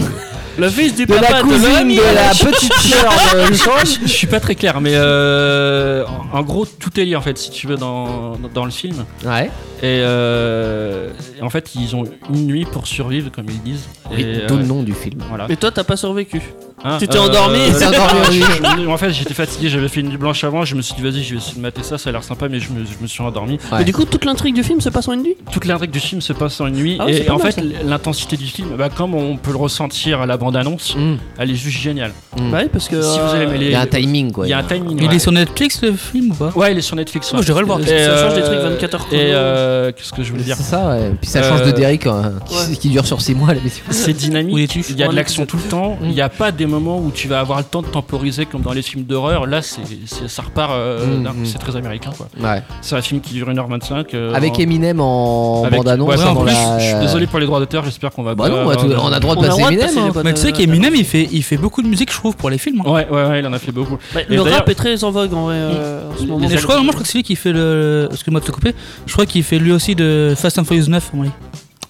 Speaker 1: Le fils du De la papa de cousine l'ami de de la la ch- petite sœur de Sean.
Speaker 3: Je suis pas très clair, mais euh, en, en gros, tout est lié en fait, si tu veux, dans, dans- dans le film.
Speaker 2: Ouais.
Speaker 3: Et euh, en fait, ils ont une nuit pour survivre, comme ils disent.
Speaker 2: Oui,
Speaker 3: et, euh,
Speaker 2: d'où le nom du film.
Speaker 3: Voilà.
Speaker 1: Mais toi, t'as pas survécu.
Speaker 3: Hein,
Speaker 1: tu t'es
Speaker 3: euh,
Speaker 1: endormi.
Speaker 3: euh, je- en fait, j'étais fatigué, j'avais fait une nuit blanche avant. Je me suis dit, vas-y, je vais essayer de mater ça, ça a l'air sympa, mais je me, je me suis endormi.
Speaker 1: Mais du coup, toute l'intrigue du film se passe en une nuit
Speaker 3: toute l'intrigue du film se passe en une nuit.
Speaker 1: Ah ouais, c'est
Speaker 3: et
Speaker 1: pas
Speaker 3: en
Speaker 1: mal,
Speaker 3: fait, l'intensité du film, bah, comme on peut le ressentir à la bande-annonce, elle est juste géniale.
Speaker 1: Ouais, parce que,
Speaker 3: Si vous
Speaker 1: euh,
Speaker 3: aimez les-
Speaker 1: Il y a un
Speaker 2: timing, quoi.
Speaker 3: Il y a un timing.
Speaker 4: Il
Speaker 3: ouais.
Speaker 4: est sur Netflix le film ou pas
Speaker 3: Ouais, il est sur Netflix.
Speaker 4: Oh, j'irai le voir.
Speaker 3: Et,
Speaker 4: parce que ça change des trucs
Speaker 3: euh,
Speaker 4: 24 heures
Speaker 3: Et
Speaker 4: chrono.
Speaker 3: euh, qu'est-ce que je voulais dire
Speaker 2: C'est ça, ouais. Puis ça change
Speaker 3: Euh,
Speaker 2: de Derrick, hein, qui,
Speaker 3: ouais.
Speaker 2: qui dure sur 6 mois, la mission.
Speaker 3: C'est dynamique, il y a
Speaker 2: Ouais,
Speaker 3: de l'action tout le temps, il n'y a pas des moments où tu vas avoir le temps de temporiser comme dans les films d'horreur. Là, c'est c'est- ça repart, euh,
Speaker 2: Mm,
Speaker 3: d'un coup,
Speaker 2: mm.
Speaker 3: c'est très américain quoi.
Speaker 2: Ouais.
Speaker 3: C'est un film qui dure 1h25. euh,
Speaker 2: Avec
Speaker 3: en-
Speaker 2: Eminem en
Speaker 3: Avec-
Speaker 2: bande-annonce.
Speaker 3: ouais, en
Speaker 2: dans
Speaker 3: plus,
Speaker 2: la-
Speaker 3: je suis désolé pour euh, les droits d'auteur, j'espère qu'on va
Speaker 2: Bah
Speaker 3: pas-
Speaker 2: non, on a tout- on a droit de On a passer droit de Eminem, passer hein. les bonnes-
Speaker 4: Mais tu sais qu'Eminem, il fait, il fait beaucoup de musique, je trouve, pour les films. hein.
Speaker 3: Ouais, ouais, ouais, il en a fait beaucoup.
Speaker 1: bah, Le rap est très en vogue en vrai
Speaker 3: Mm.
Speaker 1: euh, en ce moment.
Speaker 4: je crois, moi, je crois que c'est lui qui fait le. Excuse-moi de te couper. Je crois qu'il fait lui aussi de Fast and Furious 9, à mon avis.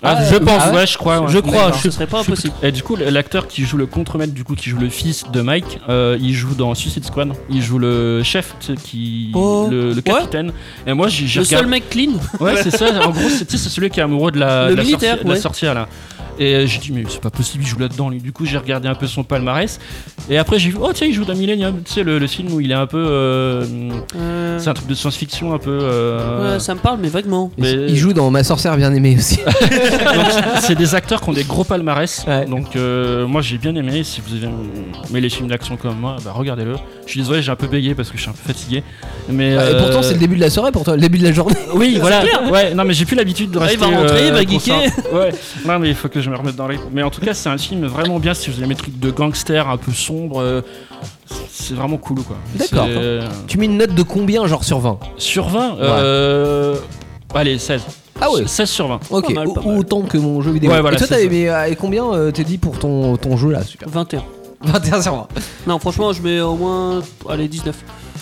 Speaker 3: Ah, je pense, ouais, je crois. ouais.
Speaker 4: Je crois, je suis- je suis-
Speaker 3: Et du coup, l'acteur qui joue le contre-maître, du coup, qui joue le fils de Mike, euh, il joue dans Suicide Squad. Il joue le chef, tu sais, qui,
Speaker 1: Oh.
Speaker 3: le, le capitaine. Et moi, j'ai j'ai
Speaker 1: Le seul
Speaker 3: regardé-
Speaker 1: mec clean.
Speaker 3: Ouais, c'est ça. En gros, c'est tu sais, c'est celui qui est amoureux de la,
Speaker 1: Le
Speaker 3: de la
Speaker 1: militaire,
Speaker 3: sorcière- de la
Speaker 1: ouais.
Speaker 3: sorcière là. Et euh, j'ai dit mais c'est pas possible, il joue là-dedans. lui. Du coup, j'ai regardé un peu son palmarès. Et après, j'ai vu oh tiens, il joue dans Millennium. Tu sais le, le film où il est un peu, euh,
Speaker 1: Euh.
Speaker 3: c'est un truc de science-fiction un peu. euh,
Speaker 1: Ouais, ça me parle, mais vaguement.
Speaker 3: mais-
Speaker 2: Il joue dans Ma sorcière bien aimée aussi.
Speaker 3: Donc, c'est des acteurs qui ont des gros palmarès. Donc euh, moi j'ai bien aimé. Si vous avez aimé les films d'action comme moi, bah, regardez-le. Je suis désolé, j'ai un peu bégayé parce que je suis un peu fatigué. Mais
Speaker 2: Ouais, Bah, et pourtant,
Speaker 3: euh,
Speaker 2: c'est le début de la soirée pour toi, le début de la journée.
Speaker 3: Oui, voilà. Ouais, non mais j'ai plus l'habitude de
Speaker 2: Ouais,
Speaker 3: rester.
Speaker 2: Bah, il va rentrer, il va
Speaker 3: concentré.
Speaker 2: geeker.
Speaker 3: Ouais. Non mais il faut que je me remette dans les. Mais en tout cas, c'est un film vraiment bien. Si vous aimez les trucs de gangsters un peu sombres, euh, c'est vraiment cool quoi.
Speaker 2: D'accord.
Speaker 3: C'est, euh,
Speaker 2: Tu mets une note de combien, genre sur 20
Speaker 3: Sur 20, euh, allez 16.
Speaker 2: Ah ouais.
Speaker 3: 16 sur 20.
Speaker 2: Ok, au- autant que mon jeu vidéo.
Speaker 3: Ouais, voilà,
Speaker 2: et toi,
Speaker 3: c'est
Speaker 2: t'avais
Speaker 3: ça.
Speaker 2: mis euh, et combien euh, t'es dit pour ton, ton jeu là super
Speaker 1: 21.
Speaker 2: 21 sur 20.
Speaker 1: Non, franchement, je mets au moins. Allez, 19.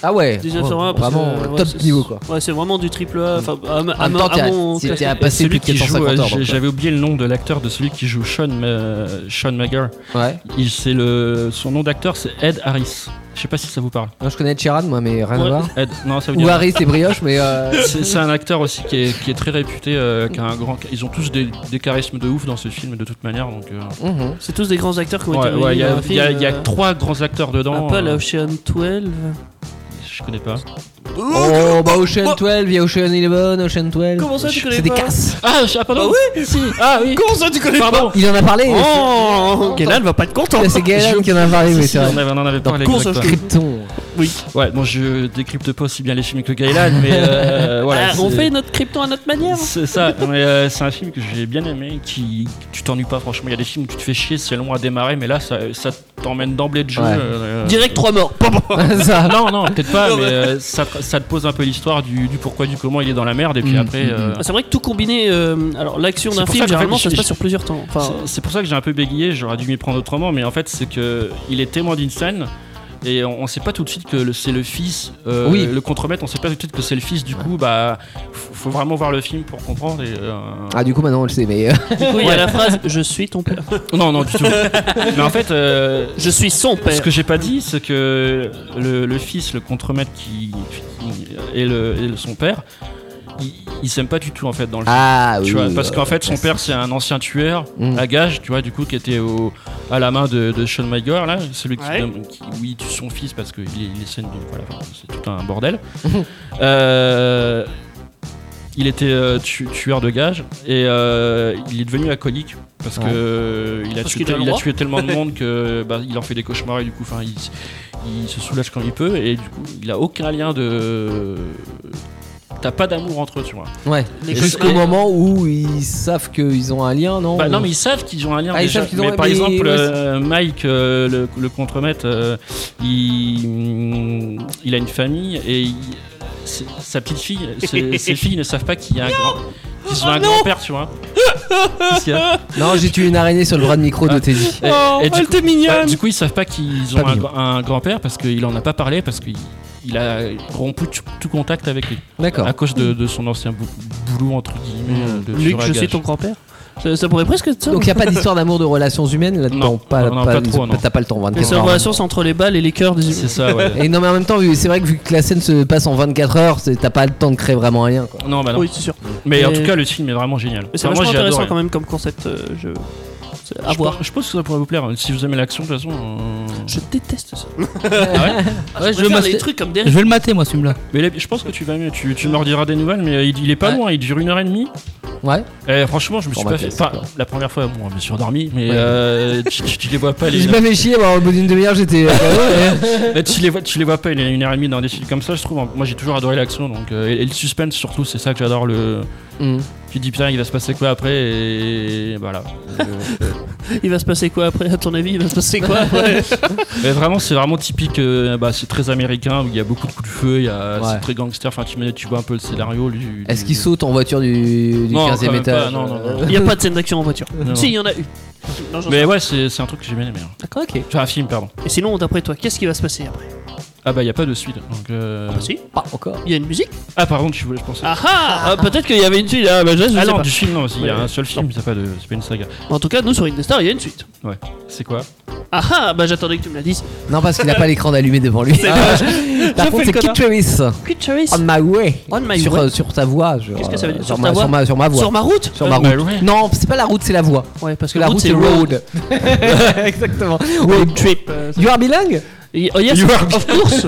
Speaker 2: Ah ouais
Speaker 1: 19
Speaker 2: ouais,
Speaker 1: sur 20. parce
Speaker 2: Vraiment
Speaker 1: que,
Speaker 2: le
Speaker 1: ouais,
Speaker 2: top
Speaker 1: c'est-
Speaker 2: niveau quoi.
Speaker 1: Ouais, c'est vraiment du triple A. Enfin, à, ma- à
Speaker 2: même
Speaker 1: ma-
Speaker 2: temps,
Speaker 1: à
Speaker 2: t'es à-
Speaker 1: mon
Speaker 2: t'es- t'es à
Speaker 1: classement.
Speaker 2: passer plus
Speaker 3: celui
Speaker 2: de
Speaker 3: qui joue,
Speaker 2: 450
Speaker 3: euh,
Speaker 2: heures,
Speaker 3: j'ai-
Speaker 2: donc,
Speaker 3: j'avais oublié le nom de l'acteur de celui qui joue Sean, euh, Sean Maguire.
Speaker 2: Ouais.
Speaker 3: Il, c'est le, son nom d'acteur, c'est Ed Harris. Je sais pas si ça vous parle.
Speaker 2: Non, je connais Chiran moi, mais rien à
Speaker 3: Ouais.
Speaker 2: voir.
Speaker 3: Ed- non, ça veut
Speaker 2: Ou
Speaker 3: dire-
Speaker 2: Harry, c'est brioche, mais. euh,
Speaker 3: C'est c'est un acteur aussi qui est, qui est très réputé, euh, qui a un grand. Ils ont tous des, des charismes de ouf dans ce film de toute manière. Donc, euh,
Speaker 2: Mhm.
Speaker 1: C'est tous des grands acteurs qui ont
Speaker 3: Ouais, euh,
Speaker 1: été
Speaker 3: ouais, il y a-
Speaker 1: réunis dans un
Speaker 3: il y a-
Speaker 1: film,
Speaker 3: il y a
Speaker 1: euh,
Speaker 3: trois grands acteurs dedans,
Speaker 1: Apple
Speaker 3: euh.
Speaker 1: Ocean 12.
Speaker 3: je je connais pas.
Speaker 2: Oh, bah Ocean 12, il y a Ocean 11, Ocean 12.
Speaker 1: Comment ça, tu connais
Speaker 2: C'est des
Speaker 1: pas
Speaker 2: casses.
Speaker 3: Ah, je- ah, pardon.
Speaker 1: Bah oui
Speaker 3: Si. Ah oui.
Speaker 1: Comment ça, tu connais
Speaker 3: Pardon.
Speaker 1: pas
Speaker 2: Il en a parlé.
Speaker 1: Oh, Gaëlan va pas être content.
Speaker 2: c'est- C'est Gaëlan qui en a parlé, mais c'est
Speaker 3: on, en
Speaker 2: vrai.
Speaker 3: avait, on en avait parlé.
Speaker 1: Course
Speaker 3: exactement.
Speaker 2: Krypton.
Speaker 3: Ouais, bon, je décrypte pas aussi bien les films que Gaëlan, mais euh, voilà.
Speaker 1: Ah, on
Speaker 3: c'est-
Speaker 1: fait notre krypton à notre manière.
Speaker 3: C'est ça, mais euh, c'est un film que j'ai bien aimé, qui tu t'ennuies pas franchement. Il y a des films où tu te fais chier, c'est long à démarrer, mais là ça, ça t'emmène d'emblée de jeu.
Speaker 2: Ouais.
Speaker 3: euh, euh,
Speaker 1: Direct 3 morts. Pam, pam.
Speaker 2: ça.
Speaker 3: non, non, peut-être pas,
Speaker 1: Non,
Speaker 3: mais
Speaker 1: mais-
Speaker 3: euh, ça, te- ça te pose un peu l'histoire du, du pourquoi, du comment il est dans la merde, et puis
Speaker 2: Mm,
Speaker 3: après.
Speaker 2: mm,
Speaker 3: euh,
Speaker 1: Ah, C'est vrai que tout combiné, euh, alors l'action
Speaker 3: C'est
Speaker 1: d'un
Speaker 3: pour
Speaker 1: film,
Speaker 3: ça qu'en fait,
Speaker 1: généralement, ça se
Speaker 3: j'ai-
Speaker 1: passe sur plusieurs temps. Enfin,
Speaker 3: c'est- c'est pour ça que j'ai un peu bégayé, j'aurais dû m'y prendre autrement, mais en fait, c'est que il est témoin d'une scène. Et on, on sait pas tout de suite que le- c'est le fils, euh,
Speaker 2: Oui.
Speaker 3: le contremaître, on sait pas tout de suite que c'est le fils. Du coup, bah, faut faut vraiment voir le film pour comprendre. Et, euh,
Speaker 2: Ah, du coup, maintenant on le sait, mais. euh,
Speaker 1: du coup, il y a la phrase Je suis ton père.
Speaker 3: Non, non, du tout. mais en fait, euh,
Speaker 1: Je suis son
Speaker 3: Ce
Speaker 1: père.
Speaker 3: que j'ai pas dit, c'est que le, le fils, le contremaître qui, qui- et, le, et le- son père, ils, ils s'aiment pas du tout en fait dans le film.
Speaker 2: Ah, oui.
Speaker 3: Tu vois,
Speaker 2: oui,
Speaker 3: parce
Speaker 2: euh,
Speaker 3: qu'en fait, son père, c'est un ancien tueur
Speaker 2: Mm.
Speaker 3: à gage, tu vois, du coup, qui était au, à la main de, de Sean Maguire, là, celui qui,
Speaker 1: Ouais.
Speaker 3: donne- qui- oui, il tue son fils parce qu'il il essaie de. Voilà, enfin, c'est tout un bordel. Euh, il était euh, tu- tueur de gage et euh, il est devenu alcoolique parce que
Speaker 2: Ouais.
Speaker 3: euh, il, a
Speaker 1: Parce
Speaker 3: tué,
Speaker 1: qu'il a le
Speaker 3: tel- il a
Speaker 1: droit.
Speaker 3: tué tellement de monde que bah, il en fait des cauchemars et du coup, enfin, il, s- il se soulage quand il peut et du coup, il a aucun lien de. T'as pas d'amour entre eux, tu vois.
Speaker 2: Ouais.
Speaker 1: Les
Speaker 2: Jusqu'au
Speaker 1: cauchemars.
Speaker 2: moment où ils savent qu'ils ont un lien, non
Speaker 3: Bah non, mais ils savent qu'ils ont un lien.
Speaker 2: Oh. Ah, ils
Speaker 3: déjà.
Speaker 2: savent qu'ils ont
Speaker 3: mais
Speaker 2: un-
Speaker 3: par
Speaker 2: mais-
Speaker 3: exemple,
Speaker 2: ouais,
Speaker 3: euh, Mike, euh, le, le contremaître, euh, il, il a une famille et il- c'est- sa petite fille, ses, ses filles ne savent pas qu'il y a un grand, qu'ils ont
Speaker 2: Ah
Speaker 3: un grand-père, tu vois. Qu'est-ce qu'il y a
Speaker 2: Non, j'ai tué une araignée sur le bras de micro
Speaker 3: Ah.
Speaker 2: de Teddy.
Speaker 3: Et- et du, coup, bah,
Speaker 1: Oh, mignonne
Speaker 3: du coup, ils savent pas qu'ils
Speaker 2: Pas
Speaker 3: ont un,
Speaker 2: mignon.
Speaker 3: gr- un grand-père parce qu'il en a pas parlé parce qu'il il a rompu tout, tout contact avec lui
Speaker 2: D'accord. Mmh.
Speaker 3: à cause de, de son ancien bou- boulot entre guillemets. euh, de
Speaker 1: Luc,
Speaker 3: tueur à
Speaker 1: je suis
Speaker 3: gages.
Speaker 1: ton grand-père. Ça, ça pourrait presque être ça.
Speaker 2: Donc il n'y a pas d'histoire d'amour de relations humaines là-dedans
Speaker 3: Non,
Speaker 2: pas,
Speaker 3: non, non, pas trop, non.
Speaker 2: T'as pas le temps,
Speaker 1: Mais
Speaker 2: 24
Speaker 1: c'est une
Speaker 2: heures.
Speaker 1: relation c'est entre les balles et les cœurs des
Speaker 3: C'est ça, ouais.
Speaker 2: Et non, mais en même temps, vu- c'est vrai que vu que la scène se passe en 24 heures, c'est- t'as pas le temps de créer vraiment un lien. Quoi.
Speaker 3: Non, bah non.
Speaker 1: Oui, c'est sûr.
Speaker 3: Mais en
Speaker 1: Et-
Speaker 3: tout cas, le film est vraiment génial.
Speaker 1: Mais c'est
Speaker 3: Enfin,
Speaker 1: vachement
Speaker 3: moi, j'ai
Speaker 1: intéressant
Speaker 3: adoré.
Speaker 1: quand même comme concept. euh, je... c'est À
Speaker 3: je
Speaker 1: voir.
Speaker 3: pense- je pense que ça pourrait vous plaire. hein. Si vous aimez l'action, de toute façon. euh,
Speaker 1: Je déteste ça. Ah,
Speaker 4: Ouais,
Speaker 1: je
Speaker 4: je, vais le
Speaker 1: préfère
Speaker 4: mater-
Speaker 1: les trucs comme
Speaker 4: je
Speaker 1: des.
Speaker 4: vais le mater, moi, ce film-là.
Speaker 3: Mais là, je pense que tu vas mieux. Tu, tu me rediras des nouvelles, mais il, il est pas
Speaker 2: Ouais.
Speaker 3: loin. Il dure une heure et demie.
Speaker 2: Ouais.
Speaker 3: Et franchement, je me suis
Speaker 2: Bon,
Speaker 3: pas
Speaker 2: bah,
Speaker 3: fait.
Speaker 2: c'est
Speaker 3: Enfin,
Speaker 2: quoi.
Speaker 3: la première fois, bon, je me suis endormi, mais
Speaker 2: Ouais.
Speaker 3: euh, tu, tu- tu les vois pas. Les,
Speaker 2: J'ai pas fait chier, bah, au bout d'une demi-heure, j'étais.
Speaker 3: Là, tu les vois, tu les vois pas. Il est une heure et demie dans des films comme ça. Je trouve. Moi, j'ai toujours adoré l'action, donc euh, et, et le suspense surtout, c'est ça que j'adore. Le,
Speaker 2: Mm.
Speaker 3: tu te dis putain, il va se passer quoi après Et voilà.
Speaker 1: Il va se passer quoi après À ton avis, il va se passer quoi après
Speaker 3: Mais vraiment, c'est vraiment typique. euh, bah, c'est très américain. où Il y a beaucoup de coups de feu. Il y a
Speaker 2: Ouais.
Speaker 3: c'est très gangster. Enfin, tu, mets- tu vois un peu le scénario. du-
Speaker 2: Est-ce
Speaker 3: du-
Speaker 2: qu'il saute en voiture du, du
Speaker 3: Non,
Speaker 2: 15
Speaker 3: quand
Speaker 2: e
Speaker 3: même
Speaker 2: étage
Speaker 3: pas, non, non, non.
Speaker 1: Il n'y a pas de scène d'action en voiture.
Speaker 3: non.
Speaker 1: Si, il y en a eu. Non, j'en
Speaker 3: Mais ouais, c'est c'est un truc que j'ai bien aimé. hein.
Speaker 2: D'accord, ok.
Speaker 3: Enfin, un film, pardon.
Speaker 1: sais. Et sinon, d'après toi, qu'est-ce qui va se passer après
Speaker 3: Ah bah, il y a pas de suite. Donc, euh,
Speaker 1: Ah, si,
Speaker 2: Pas encore.
Speaker 1: il y a une musique.
Speaker 3: Ah, pardon, tu voulais, je pensais.
Speaker 1: Ah ah, Ah, Peut-être qu'il y avait une suite. Ah, bah, je sais
Speaker 3: Ah non,
Speaker 1: pas.
Speaker 3: du film, non, il y a
Speaker 1: Ouais.
Speaker 3: un seul film, c'est pas, de- c'est pas une saga.
Speaker 1: En tout cas, nous, sur Indestar, il y a une suite.
Speaker 3: C'est quoi
Speaker 1: Ah ah, bah j'attendais que tu me la dises.
Speaker 2: Non, parce qu'il a pas l'écran d'allumé devant lui. Ah. Par contre,
Speaker 1: le
Speaker 2: c'est Kid
Speaker 1: connard.
Speaker 2: Travis.
Speaker 1: Good Travis.
Speaker 2: On my way.
Speaker 1: On my
Speaker 2: sur,
Speaker 1: way.
Speaker 2: euh, sur ta voix. genre,
Speaker 1: Qu'est-ce que ça veut
Speaker 2: euh,
Speaker 1: dire
Speaker 2: Sur
Speaker 1: Sur
Speaker 2: ma,
Speaker 1: ta
Speaker 2: sur
Speaker 1: voix
Speaker 2: ma, sur ma voix.
Speaker 1: Sur ma route
Speaker 2: Sur ma
Speaker 3: Euh,
Speaker 2: route.
Speaker 3: bah, ouais.
Speaker 2: Non, c'est pas la route, c'est la voix.
Speaker 1: Ouais,
Speaker 2: Parce
Speaker 1: parce que
Speaker 2: que la route, c'est road. Exactement.
Speaker 1: Road trip. euh,
Speaker 2: You are bilingue
Speaker 1: y- oh, yes,
Speaker 3: You are-
Speaker 1: of course.